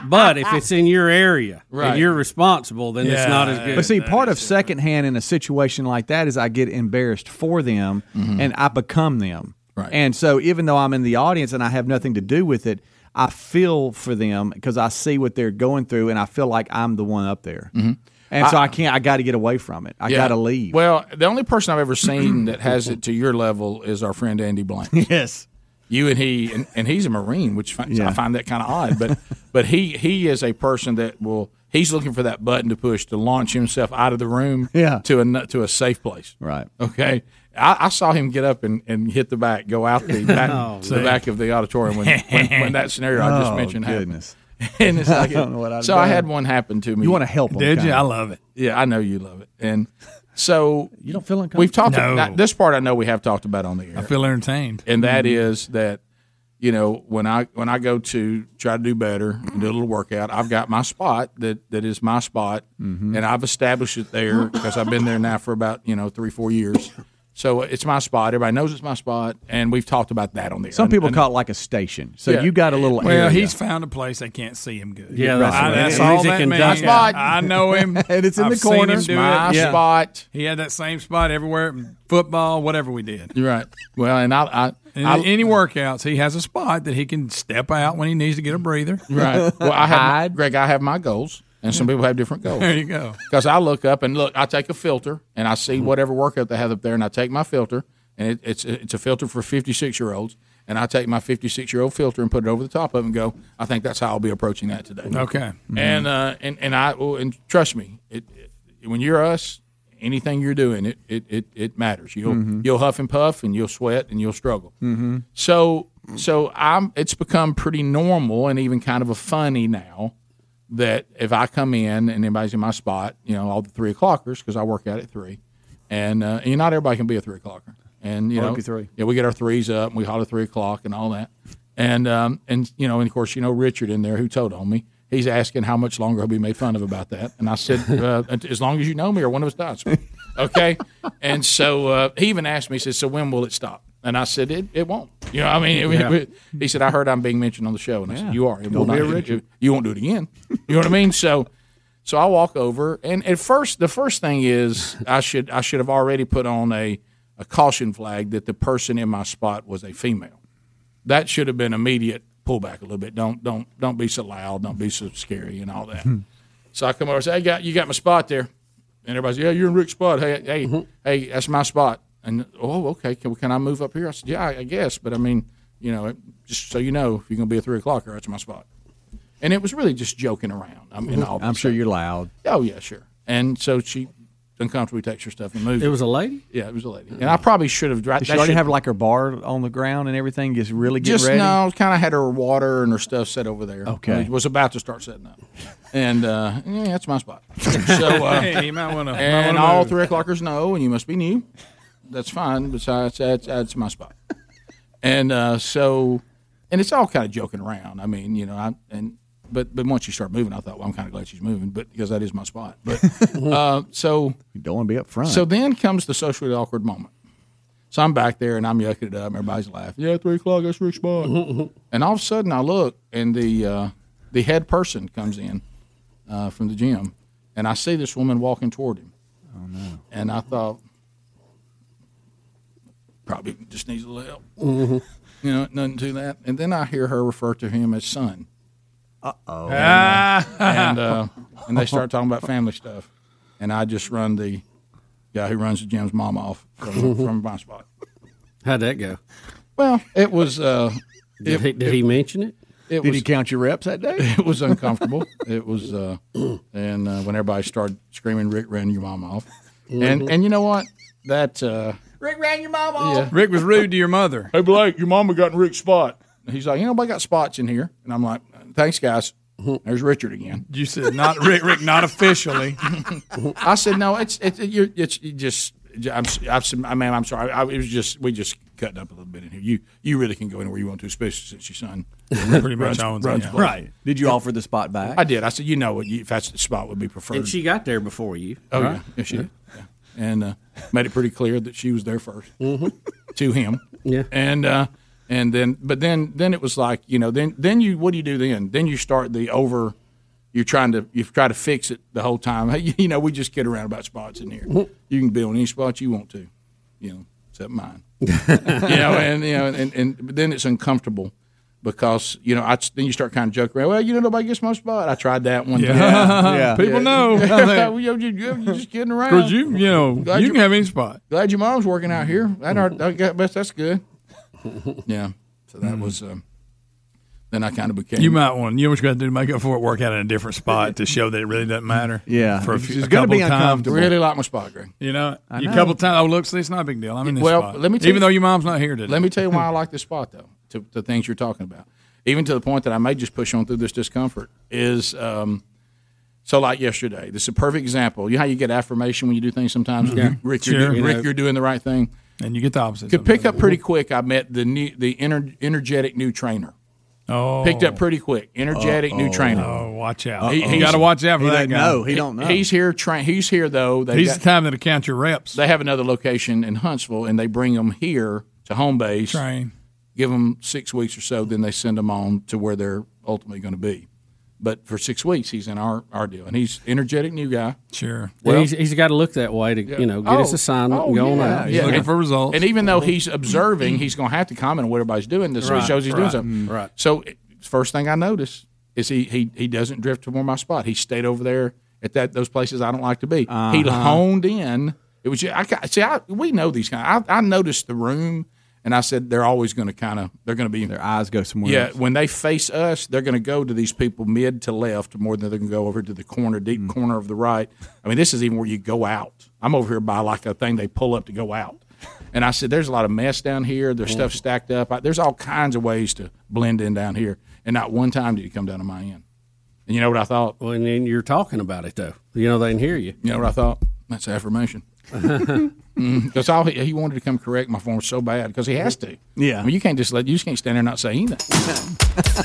S11: but if it's in your area
S5: Right.
S11: and you're responsible, then it's not as good.
S5: But see, part of secondhand in a situation like that is I get embarrassed for them
S14: Mm-hmm.
S5: and I become them. Right. And so even though I'm in the audience and I have nothing to do with it, I feel for them because I see what they're going through and I feel like I'm the one up there. And so
S14: Mm-hmm. I-
S5: I can't, I got to get away from it. I
S14: Yeah.
S5: got to leave.
S14: Well, the only person I've ever seen that has it to your level is our friend Andy Blank.
S5: Yes.
S14: You and he, and, and he's a Marine, which fin-
S5: Yeah.
S14: I find that kind of odd. But but he he is a person that will he's looking for that button to push to launch himself out of the room
S5: Yeah.
S14: to a nu- to a safe place.
S5: Right.
S14: Okay. I, I saw him get up and, and hit the back, go out the back,
S5: Oh,
S14: to the
S5: man.
S14: back of the auditorium when, when, when that scenario I just
S5: Oh,
S14: mentioned
S5: goodness.
S14: happened. And it's like,
S5: I don't know what I'd
S14: so I
S5: done.
S14: had one happen to me.
S5: You wanna help 'em, Did you? kinda. I
S1: love it.
S14: Yeah, I know you love it. And so
S5: you don't feel uncomfortable.
S14: We've talked
S1: No.
S14: about this part. I know we have talked about on the air.
S1: I feel Mm-hmm. entertained.
S14: and that is that you know when I when I go to try to do better and do a little workout, I've got my spot that that is my spot,
S5: Mm-hmm.
S14: and I've established it there because I've been there now for about you know three four years. So it's my spot. Everybody knows it's my spot, and we've talked about that on the air.
S5: Some people
S14: And-
S5: call it like a station. So
S14: Yeah.
S5: you got a little
S1: Well,
S5: area.
S1: he's found a place they can't see him good.
S5: Yeah, that's
S1: I-
S5: right.
S1: that's
S5: He's
S1: all
S5: a
S1: that means.
S5: conductor. Spot.
S1: I know him,
S5: And it's in
S1: I've
S5: the
S1: seen him
S5: corner.
S1: do
S5: My
S1: it.
S14: spot.
S1: He had that same spot everywhere, football, whatever we did.
S14: You're right. Well, and I, I,
S1: And
S14: I-
S1: any workouts, he has a spot that he can step out when he needs to get a breather.
S14: Right. Well, I have, Greg. I have my goals. and some people have different goals.
S1: There you go. Hmm.
S14: Because I look up and look, I take a filter and I see whatever workout they have up there, and I take my filter, and it, it's it's a filter for fifty six year olds, and I take my fifty six year old filter and put it over the top of it and go, I think that's how I'll be approaching that today.
S1: Okay. Mm-hmm.
S14: and uh, and and I well, and trust me, it, it- when you're us, anything you're doing, it it it, it matters. You'll
S1: Mhm.
S14: you'll huff and puff, and you'll sweat, and you'll struggle.
S1: Mm-hmm.
S14: So so I'm it's become pretty normal and even kind of a funny now that if I come in and anybody's in my spot, you know, all the three o'clockers because I work out at three, and uh, you know, not everybody can be a three o'clocker, and you
S7: I like
S14: know,
S7: your three.
S14: yeah, we get our threes up and we holler three o'clock and all that, and um, and you know, and of course, you know, Richard in there who told on me. He's asking how much longer he'll be made fun of about that, and I said, uh, "As long as you know me, or one of us dies." Okay, and so uh, he even asked me. He said, "So when will it stop?" And I said, "It it won't." You know, I mean, it-
S7: Yeah.
S14: it- he said, "I heard I'm being mentioned on the show," and I
S7: Yeah.
S14: said, "You are. It
S7: Don't
S14: will
S7: be
S14: not,
S7: a
S14: it-
S7: Richard.
S14: it- you won't do it again." You know what I mean? So, so I walk over, and at first, the first thing is I should I should have already put on a a caution flag that the person in my spot was a female. That should have been immediate pullback a little bit. Don't don't don't be so loud. Don't be so scary and all that.
S10: Mm-hmm.
S14: So I come over and say, "Hey, got you got my spot there," and everybody's, "Yeah, you're in Rick's spot. Hey, hey,
S10: Mm-hmm.
S14: hey, that's my spot." And oh, okay, can can I move up here? I said, "Yeah, I I guess," but I mean, you know, it- just so you know, if you're gonna be a three o'clocker, that's my spot. And it was really just joking around. I mean, all
S10: Mm-hmm. I'm sure you're loud.
S14: Oh yeah, sure. And so she uncomfortably takes her stuff and moves.
S10: It was Mm-hmm.
S11: a lady.
S14: Yeah, it was a lady. And I probably should have.
S10: Did she already have like her bar on the ground and everything? Just really get
S14: just
S10: ready.
S14: no. Kind of had her water and her stuff set over there.
S10: Okay.
S14: was about to start setting up, and uh, yeah, that's my spot. So uh,
S1: Hey, you might wanna- might
S14: And
S1: wanna
S14: all
S1: move.
S14: three o'clockers know, and you must be new. That's fine. Besides, that's that's my spot. And uh, so, and it's all kind of joking around. I mean, you know, I and but but once you start moving, I thought, well, I'm kind of glad she's moving, but because that is my spot. But uh, so
S10: You don't want to be up front.
S14: so then comes the socially awkward moment. So I'm back there and I'm yucking it up. and Everybody's laughing. Yeah, three o'clock. That's Rick's spot. and all of a sudden, I look and the uh, the head person comes in uh, from the gym, and I see this woman walking toward him.
S7: Oh no.
S14: And I thought, probably just needs a little help.
S7: Mhm.
S14: You know, nothing to that. And then I hear her refer to him as son. Uh-oh.
S7: Ah.
S14: And, uh, and they start talking about family stuff. And I just run the guy who runs the gym's mom off from, from my spot.
S11: How'd that go?
S14: Well, it was. Uh,
S11: Did he- did he mention it?
S14: it
S11: Did
S14: was,
S11: he
S10: count your reps that day?
S14: It was uncomfortable. it was, uh, and uh, when everybody started screaming, "Rick ran your mom off,"
S11: Mm-hmm.
S14: and and you know what? That uh,
S16: Rick ran your mom off.
S14: yeah.
S1: Rick was rude to your mother.
S14: Hey Blake, your mama got in Rick's spot. And he's like, you know, nobody got spots in here, and I'm like, thanks guys.
S11: Mm-hmm.
S14: There's Richard again.
S1: You said not Rick. Rick, not officially.
S14: I said no. It's it's it, you're, it's you just. I'm, I'm, I mean, I'm sorry. I, it was just we just cut up a little bit in here. You you really can go anywhere you want to, especially since your son
S1: Pretty much
S14: runs-
S1: owns it,
S14: runs
S1: yeah.
S14: Blake.
S1: Right. Did you offer the spot back?
S14: I did. I said, you know what? You, if that's the spot, would be preferred.
S11: And she got there before you.
S14: Oh
S11: right?
S14: yeah, yeah, she did. Yeah. And uh, made it pretty clear that she was there 1st
S1: Mm-hmm.
S14: to him.
S11: Yeah.
S14: And uh, and then, but then then it was like you know then then you what do you do then? Then you start the over. You're trying to you try to fix it the whole time. Hey, you know we just kid around about spots in here.
S1: Mm-hmm.
S14: You can be on any spot you want to, you know, except mine. you know, and you know, and, and but then it's uncomfortable because you know I then you start kind of joking around. Well, you know nobody gets my spot. I tried that one.
S1: Yeah.
S14: time.
S1: Yeah. People know.
S14: Well, you- you- you- you're just kidding around.
S1: Because you, you know,
S14: Glad
S1: you
S14: you-
S1: can have any spot.
S14: Glad your mom's working out here. That are, I got best. That's good. Yeah. So that was. Um, then I kind of became.
S1: Hmm. You might want. You know what you got to do to make up for it? Work out in a different spot to show that it really doesn't matter.
S14: Yeah.
S1: for a, few,
S14: It's
S1: a
S14: gotta
S1: couple
S14: be
S1: times.
S14: uncomfortable. Really like my spot, Greg.
S1: You know,
S14: I
S1: you
S14: know.
S1: couple times. Oh, look, see, it's not a big deal. I'm in this
S14: well,
S1: spot.
S14: let me. Tell
S1: Even
S14: you,
S1: though your mom's not here today.
S14: Let me tell you why I like this spot though. To the things you're talking about, even to the point that I may just push on through this discomfort is. Um, so like yesterday, this is a perfect example. You know how you get affirmation when you do things sometimes.
S1: Yeah.
S14: Rick, you're,
S1: Mm-hmm. Sure.
S14: doing- Rick, you're doing the right thing,
S1: and you get the opposite.
S14: Could pick up pretty quick. I met the new, the ener- energetic new trainer.
S1: Oh.
S14: picked up pretty quick. Energetic new
S1: Uh-oh.
S14: trainer.
S1: Oh, watch out. You gotta watch out for He that doesn't guy. know. He don't know.
S14: He's here. Tra- he's here though. They've
S1: He's
S14: got-
S1: the time that'll count your reps.
S14: They have another location in Huntsville, and they bring them here to home base.
S1: Train.
S14: Give them six weeks or so, then they send them on to where they're ultimately going to be. But for six weeks, he's in our, our deal, and he's energetic new guy.
S1: Sure.
S14: Well-
S11: he's, he's got to look that way to you know get his
S14: Oh,
S11: assignment
S14: oh,
S11: and going
S14: yeah,
S11: out.
S14: yeah. And-
S1: results.
S14: And even though he's observing, he's going to have to comment on what everybody's doing. This so it
S11: Right,
S14: shows he's
S11: Mm. right,
S14: doing something. Right. So it- first thing I notice is he he he doesn't drift toward my spot. He stayed over there at that those places I don't like to be. He
S12: Uh-huh.
S14: honed in. It was ju- I ca- see. I, we know these kind. I, I noticed the room, and I said they're always going to kind of they're going to be their
S10: eyes go somewhere.
S14: Yeah,
S10: else.
S14: when they face us, they're going to go to these people mid to left more than they're going to go over to the corner, deep
S10: Mm.
S14: corner of the right. I mean, this is even where you go out. I'm over here by like a thing they pull up to go out. And I said, there's a lot of mess down here. There's stuff stacked up. I, there's all kinds of ways to blend in down here. And not one time did you come down to my end. And you know what I thought?
S11: Well, and then you're talking about it, though. You know, they didn't hear you.
S14: You know what I thought? That's affirmation. Mm-hmm. Because all he, he wanted to come correct my form so bad because he has to.
S10: Yeah.
S14: I mean, you can't just let you just can't stand there and not say anything.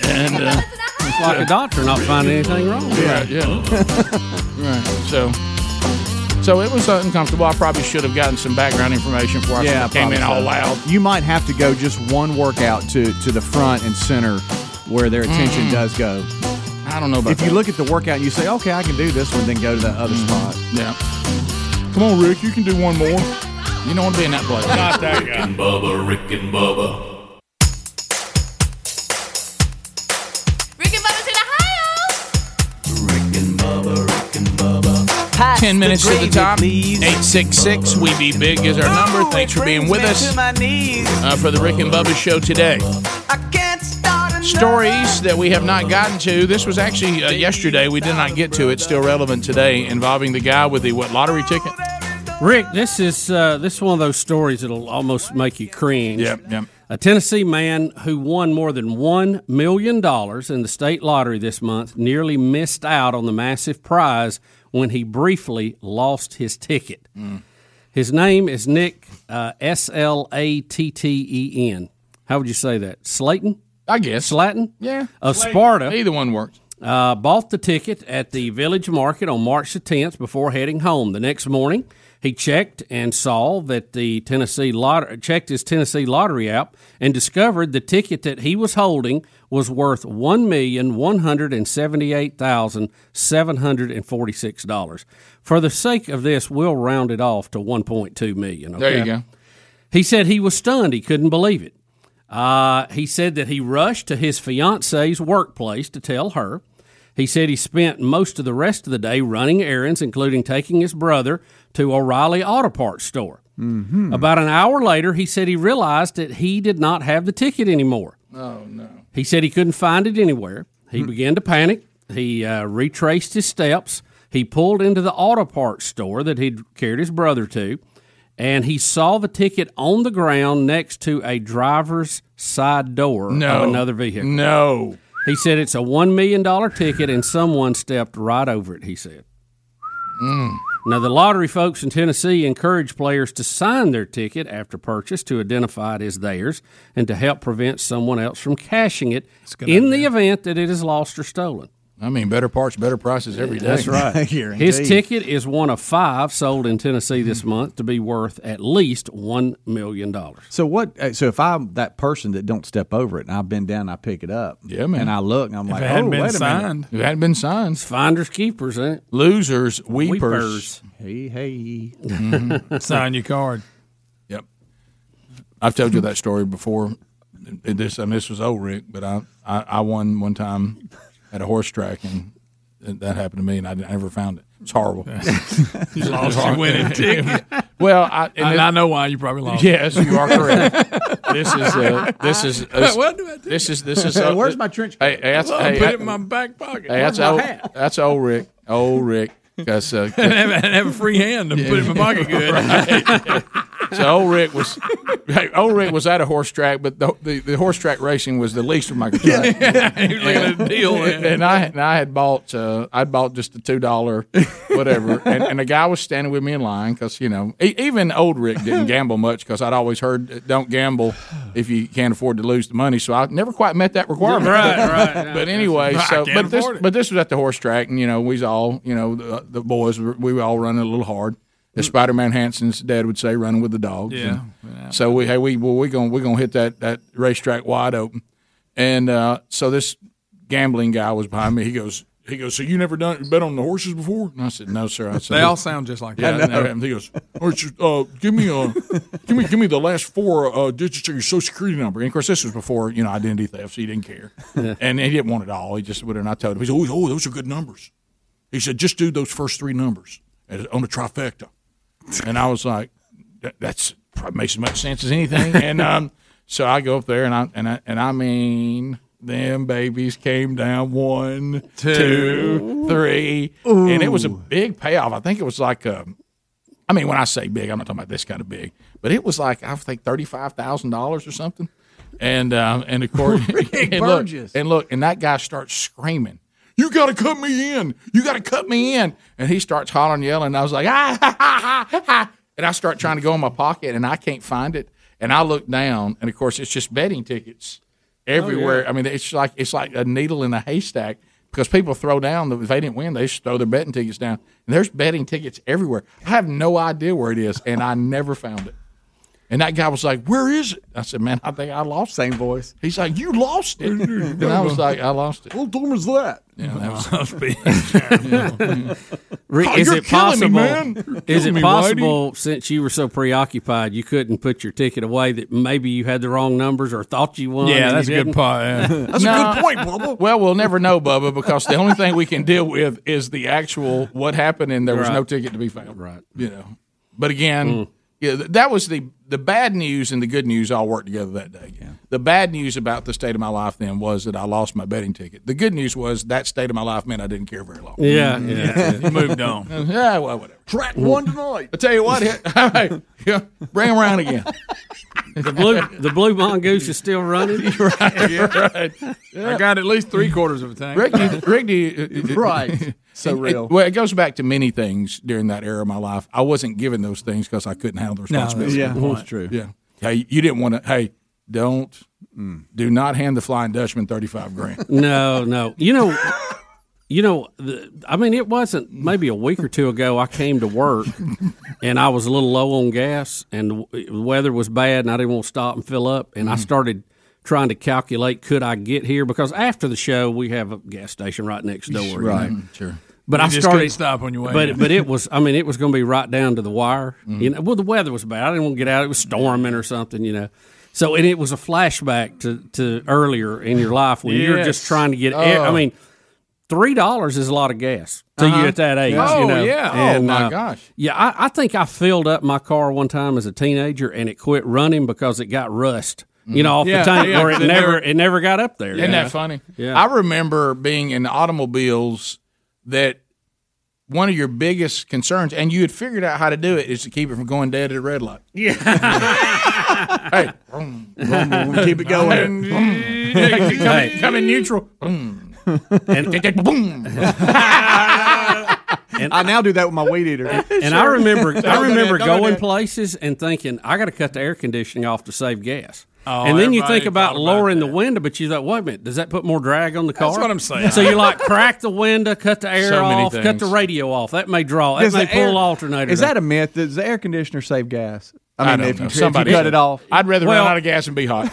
S14: and uh,
S11: It's like a doctor not finding anything wrong.
S14: Yeah, yeah. right. So, so it was uh, uncomfortable. I probably should have gotten some background information before I
S10: yeah,
S14: came in
S10: probably
S14: all
S10: so.
S14: loud.
S10: You might have to go just one workout to to the front and center where their attention
S14: Mm.
S10: does go.
S14: I don't know about
S10: If you
S14: that. Mm-hmm.
S10: look at the workout and you say, "Okay, I can do this one," then go to the other spot.
S14: Yeah. Come on, Rick, you can do one more. You don't want to be in that place.
S9: Not that guy. Rick and Bubba, Rick and Bubba.
S12: Ten minutes to the top.
S16: Eight
S12: six six. We be big is our number. Thanks for being with us uh, for the Rick and Bubba show today. Stories that we have not gotten to. This was actually uh, yesterday. We did not get to. It's still relevant today, involving the guy with the what lottery ticket.
S11: Rick, this is uh, this is one of those stories that'll almost make you cringe.
S12: Yep, yep.
S11: A Tennessee man who won more than one million dollars in the state lottery this month nearly missed out on the massive prize when he briefly lost his ticket. His name is Nick uh, S L A T T E N. How would you say that? Slayton,
S14: I guess.
S11: Slayton,
S14: Yeah.
S11: of
S14: Slayton.
S11: Sparta.
S14: Either one works.
S11: Uh, bought the ticket at the village market on March the 10th before heading home. The next morning, he checked and saw that the Tennessee lottery checked his Tennessee lottery app and discovered the ticket that he was holding was worth one million one hundred and seventy-eight thousand seven hundred and forty-six dollars. For the sake of this, we'll round it off to one point two million.
S14: There you
S11: okay?
S14: go.
S11: He said he was stunned. He couldn't believe it. Uh, he said that he rushed to his fiance's workplace to tell her. He said he spent most of the rest of the day running errands, including taking his brother to O'Reilly Auto Parts store.
S14: Hmm.
S2: Mm-hmm.
S11: About an hour later, he said he realized that he did not have the ticket anymore.
S14: Oh no.
S11: He said he couldn't find it anywhere. He
S14: Hmm.
S11: began to panic. He uh, retraced his steps. He pulled into the auto parts store that he'd carried his brother to, and he saw the ticket on the ground next to a driver's side door
S14: No.
S11: of another vehicle.
S14: No.
S11: He said it's a $1 million ticket, and someone stepped right over it, he said.
S12: Mm.
S11: Now, the lottery folks in Tennessee encourage players to sign their ticket after purchase to identify it as theirs and to help prevent someone else from cashing it in the event that it is lost or stolen.
S14: I mean, better parts, better prices every day.
S11: That's right. His ticket is one of five sold in Tennessee
S14: Mm-hmm.
S11: this month to be worth at least $1 million.
S10: So what? uh, So if I'm that person that don't step over it and I bend down, and I pick it up. Yeah,
S14: man.
S10: And I look and I'm like, oh, wait a minute.
S14: If it hadn't been signed.
S11: finders keepers, eh? ain't it?
S14: Losers, weepers.
S10: Hey, hey.
S14: Mhm.
S1: Sign your card.
S14: Yep. I've told you that story before. It- This and this was old Rick, but I, I, I won one time at a horse track and it- that happened to me and I never found it. It's horrible.
S1: You lost your winning ticket.
S14: Well, I,
S1: And I know why you probably lost.
S14: Yes, you are correct. this is uh, this is uh,
S1: What do I do?
S14: this is this is uh,
S1: Where's my trench
S14: Hey, hey, that's,
S1: Well,
S14: hey,
S1: put
S14: hey,
S1: it in my back pocket.
S14: Hey, that's
S1: Where's
S14: old,
S1: my hat?
S14: that's old Rick. Old Rick. That's uh,
S1: and have, and have a free hand to put it in my pocket good.
S14: So old Rick was, hey, old Rick was at a horse track, but the, the, the horse track racing was the least of my concern.
S1: the deal, man.
S14: and, I and I had bought uh, I bought just a two dollar whatever, and, and a guy was standing with me in line because you know e- even old Rick didn't gamble much because I'd always heard uh, don't gamble if you can't afford to lose the money. So I never quite met that requirement.
S12: Right, right.
S14: But anyway,
S12: Right,
S14: so
S12: can't
S14: but this
S12: afford it.
S14: but this was at the horse track, and you know we's all you know the, the boys were, we were all running a little
S1: Mm.
S14: hard. As Spider Man Hansen's dad would say, running with the dogs.
S12: Yeah.
S14: And So we hey we well, we're gonna we're gonna hit that that racetrack wide open, and uh, so this gambling guy was behind me. He goes, He goes, so you never done bet on the horses before? And I said, no, sir. I said,
S1: They all sound just like
S14: yeah,
S1: that.
S14: I know. And he goes, "All right, sir, uh, give me a, give me, give me the last four uh, digits of your social security number. And of course, this was before you know identity theft, so he didn't care, and he didn't want it all. He just would have. And I told him, he said, oh, oh, those are good numbers. He said, just do those first three numbers as- on the trifecta. And I was like, that, that's probably makes as much sense as anything. And um, so I go up there, and I and I and I mean, them babies came down one, two, three, and it was a big payoff. I think it was like, um, I mean, when I say big, I'm not talking about this kind of big, but it was like I think thirty five thousand dollars or something. And um, and of course, and, look,
S1: Burgess.
S14: and look, and that guy starts screaming. You got to cut me in. You got to cut me in. And he starts hollering, yelling. And I was like, ah, ha, ha, ha, ha. And I start trying to go in my pocket and I can't find it. And I look down, and of course, it's just betting tickets everywhere.
S26: yeah.
S14: I mean, it's like it's like a needle in a haystack because people throw down. The, if they didn't win, they just throw their betting tickets down. And there's betting tickets everywhere. I have no idea where it is, and I never found it. And that guy was like, "Where is it?" I said, "Man, I think I lost." Same voice. He's like, "You lost it," and I was like, "I lost it."
S1: What dorm is that?
S14: Yeah, that was
S11: Rick,
S14: Oh,
S11: is
S14: you're killing me,
S11: it possible?
S14: man. You're
S11: Is
S14: killing
S11: it
S14: me,
S11: possible since you were so preoccupied you couldn't put your ticket away that maybe you had the wrong numbers or thought you won? and you didn't?
S14: No. Well, we'll never know, Bubba, because the only thing we can deal with is the actual what happened, and there was
S11: Right.
S14: no ticket to be found.
S11: Right.
S14: You know. But again,
S11: Mm.
S14: yeah, th- that was the the bad news and the good news all worked together that day. The bad news about the state of my life then was that I lost my betting ticket. The good news was that state of my life meant I didn't care very Uh-huh. long.
S11: Yeah, yeah.
S14: You moved on. Yeah, well, whatever.
S1: Track one tonight.
S14: I tell you what, here- all right, yeah, bring him around again.
S11: The blue the blue mongoose is still running.
S14: right, right.
S1: I got at least three quarters of a tank.
S14: Rick, do you- Rick, do you-
S1: Right. So
S14: It- it-
S1: real.
S14: uh, well, it goes back to many things during that era of my life. I wasn't given those things because I couldn't handle the
S1: No,
S14: responsibility.
S1: that's a good Yeah. point. That's true.
S14: Yeah. Hey, you didn't want to. Hey, don't.
S1: Mm.
S14: Do not hand the Flying Dutchman thirty-five grand.
S11: No, no. You know, you know. The, I mean, it wasn't maybe a week or two ago. I came to work, and I was a little low on gas, and the w- the weather was bad, and I didn't want to stop and fill up, and I
S1: Mm-hmm.
S14: Mhm.
S11: started trying to calculate could I get here because after the show we have a gas station right next door. you know.
S14: Sure.
S11: But
S1: You
S11: I
S1: just
S11: started
S1: couldn't stop on your way. Mm-hmm.
S11: But but it was I mean it was going to be right down to the wire. You know, well the weather was bad. I didn't want to get out. It was storming or something. You know, so and it was a flashback to to earlier in your life when you're just
S14: Yes.
S11: trying to get. e-
S14: Oh.
S11: I mean, three dollars is a lot of gas to
S14: Uh-huh.
S11: you at that age.
S14: Yeah.
S11: you
S14: Oh,
S11: know? uh,
S14: yeah. Oh, my gosh.
S11: Yeah, I, I think I filled up my car one time as a teenager and it quit running because it got rust. You know, off
S14: Mm. Yeah,
S11: the tank
S14: yeah,
S11: where it
S14: they
S11: never
S14: never-
S11: it never got up there.
S14: Isn't
S11: you know?
S14: that funny?
S11: Yeah.
S14: I remember being in automobiles that one of your biggest concerns, and you had figured out how to do it, is to keep it from going dead at a red light. Yeah. hey.
S1: Keep it going.
S14: come, in, come in neutral. and boom.
S5: I now do that with my weed eater.
S11: And I remember, I remember going places and thinking, I got to cut the air conditioning off to save gas.
S14: Oh,
S11: and then you think
S14: everybody
S11: about lowering the window, but you thought, wait a minute, does that put more drag on the car?
S14: what I'm saying.
S11: So you like crack the window, cut the air
S5: So many
S11: off, cut the
S5: things.
S11: radio off. That may
S14: Oh,
S11: draw. That
S5: Does
S11: may
S5: the air-
S11: pull alternator.
S5: Is that a myth? Does the air conditioner save gas? I mean,
S11: don't
S5: if,
S11: know.
S5: you, if you
S11: Somebody
S5: cut
S11: said-
S5: it off,
S14: I'd rather
S11: Well-
S14: run out of gas and be hot.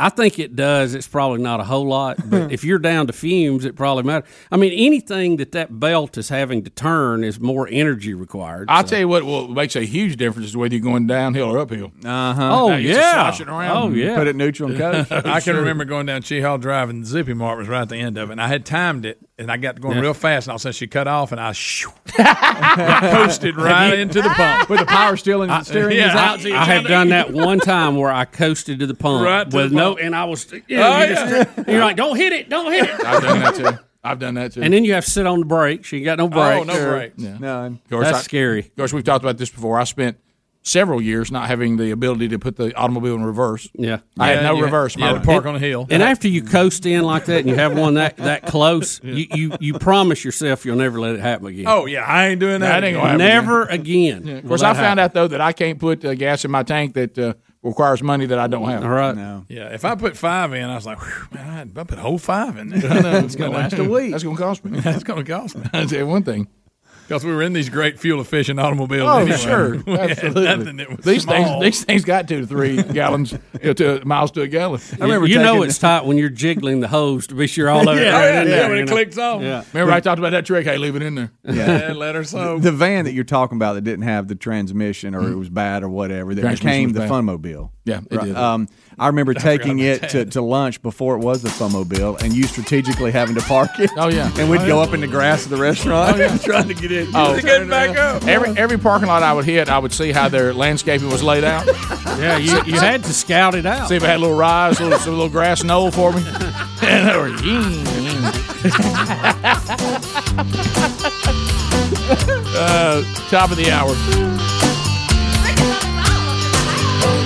S11: I think it does. It's probably not a whole lot, but if you're down to fumes, it probably matters. I mean, anything that that belt is having to turn is more energy required.
S14: I'll tell you what, what makes a huge difference is whether you're going downhill or uphill.
S5: Uh-huh.
S14: Now
S11: Oh,
S14: you just
S11: yeah.
S14: slosh it around.
S11: Oh, yeah. Put it neutral and coast.
S1: I can
S11: Sure.
S1: remember going down Hall Drive and the Zippy Mart was right at the end of it. And I had timed it and I got going
S14: Yeah.
S1: real fast. And all of a sudden she cut off and I shoo, I coasted right into the pump.
S5: with the power still in the steering
S1: yeah,
S5: is
S1: I-
S5: out.
S11: I have done that one time where I coasted to the pump
S1: Right to
S11: with
S1: the
S11: no,
S1: pump.
S11: and I was Uh, yeah,
S1: Oh,
S11: you just- you're like, don't hit it, don't hit it.
S14: I've done that too. I've done that too.
S11: And then you have to sit on the brakes. You got no brakes.
S14: Oh, no brakes.
S5: None.
S14: Of course,
S11: That's
S14: I-
S11: scary.
S14: Of course, we've talked about this before. I spent several years not having the ability to put the automobile in reverse.
S11: Yeah,
S14: I had
S11: Yeah,
S14: no
S11: you-
S14: reverse.
S11: you had to park on a
S1: hill.
S11: And after you coast in like that, and you have one that that close, you, you you promise yourself you'll never let it happen again.
S1: Oh, yeah. I ain't doing that.
S14: That ain't gonna happen
S11: never again.
S14: Of course, I found out though that I can't put uh, gas in my tank that uh, requires money that I don't have.
S11: All right.
S1: Yeah, if I put five in, I was like, "Whew, man, I, I put a whole five in there.
S14: I know. It's gonna last a
S1: week.
S14: That's going to cost me.
S1: That's going to cost me.
S14: I tell you one thing.
S1: Because we were in these great fuel efficient automobiles.
S14: Oh,
S1: anyway.
S14: sure.
S1: We had
S14: Absolutely.
S1: nothing that was
S14: These
S1: small.
S14: things- these things got two to three gallons, uh, to- miles to a gallon.
S11: I remember you know it's tight when you're jiggling the hose to be sure all over.
S14: Yeah,
S11: right
S14: yeah,
S11: in
S14: yeah,
S11: there,
S14: when
S11: you
S14: it
S11: know?
S14: clicks on.
S5: Yeah.
S14: Remember I talked about that trick? Hey, leave it in there.
S5: Yeah.
S14: let her soak.
S5: The van that you're talking about that didn't have the transmission or it was bad or whatever that
S14: Transmission
S5: became
S14: was
S5: the
S14: bad.
S5: Funmobile.
S14: Yeah, it
S5: Right.
S14: did.
S5: Um, I remember
S14: I forgot
S5: taking
S14: about
S5: it to, to lunch before it was the Funmobile and you strategically having to park it.
S14: Oh, yeah.
S5: And we'd
S14: Oh,
S5: go
S14: yeah.
S5: up in the grass of the restaurant
S14: Oh, yeah.
S5: trying to get in.
S14: Oh.
S27: Get back up.
S14: Every every parking lot I would hit, I would see how their landscaping was laid out.
S11: Yeah, you, you had to scout it out.
S14: See if it had a little rise, a little, some little grass knoll for me. And uh, they were, uh, top of the hour.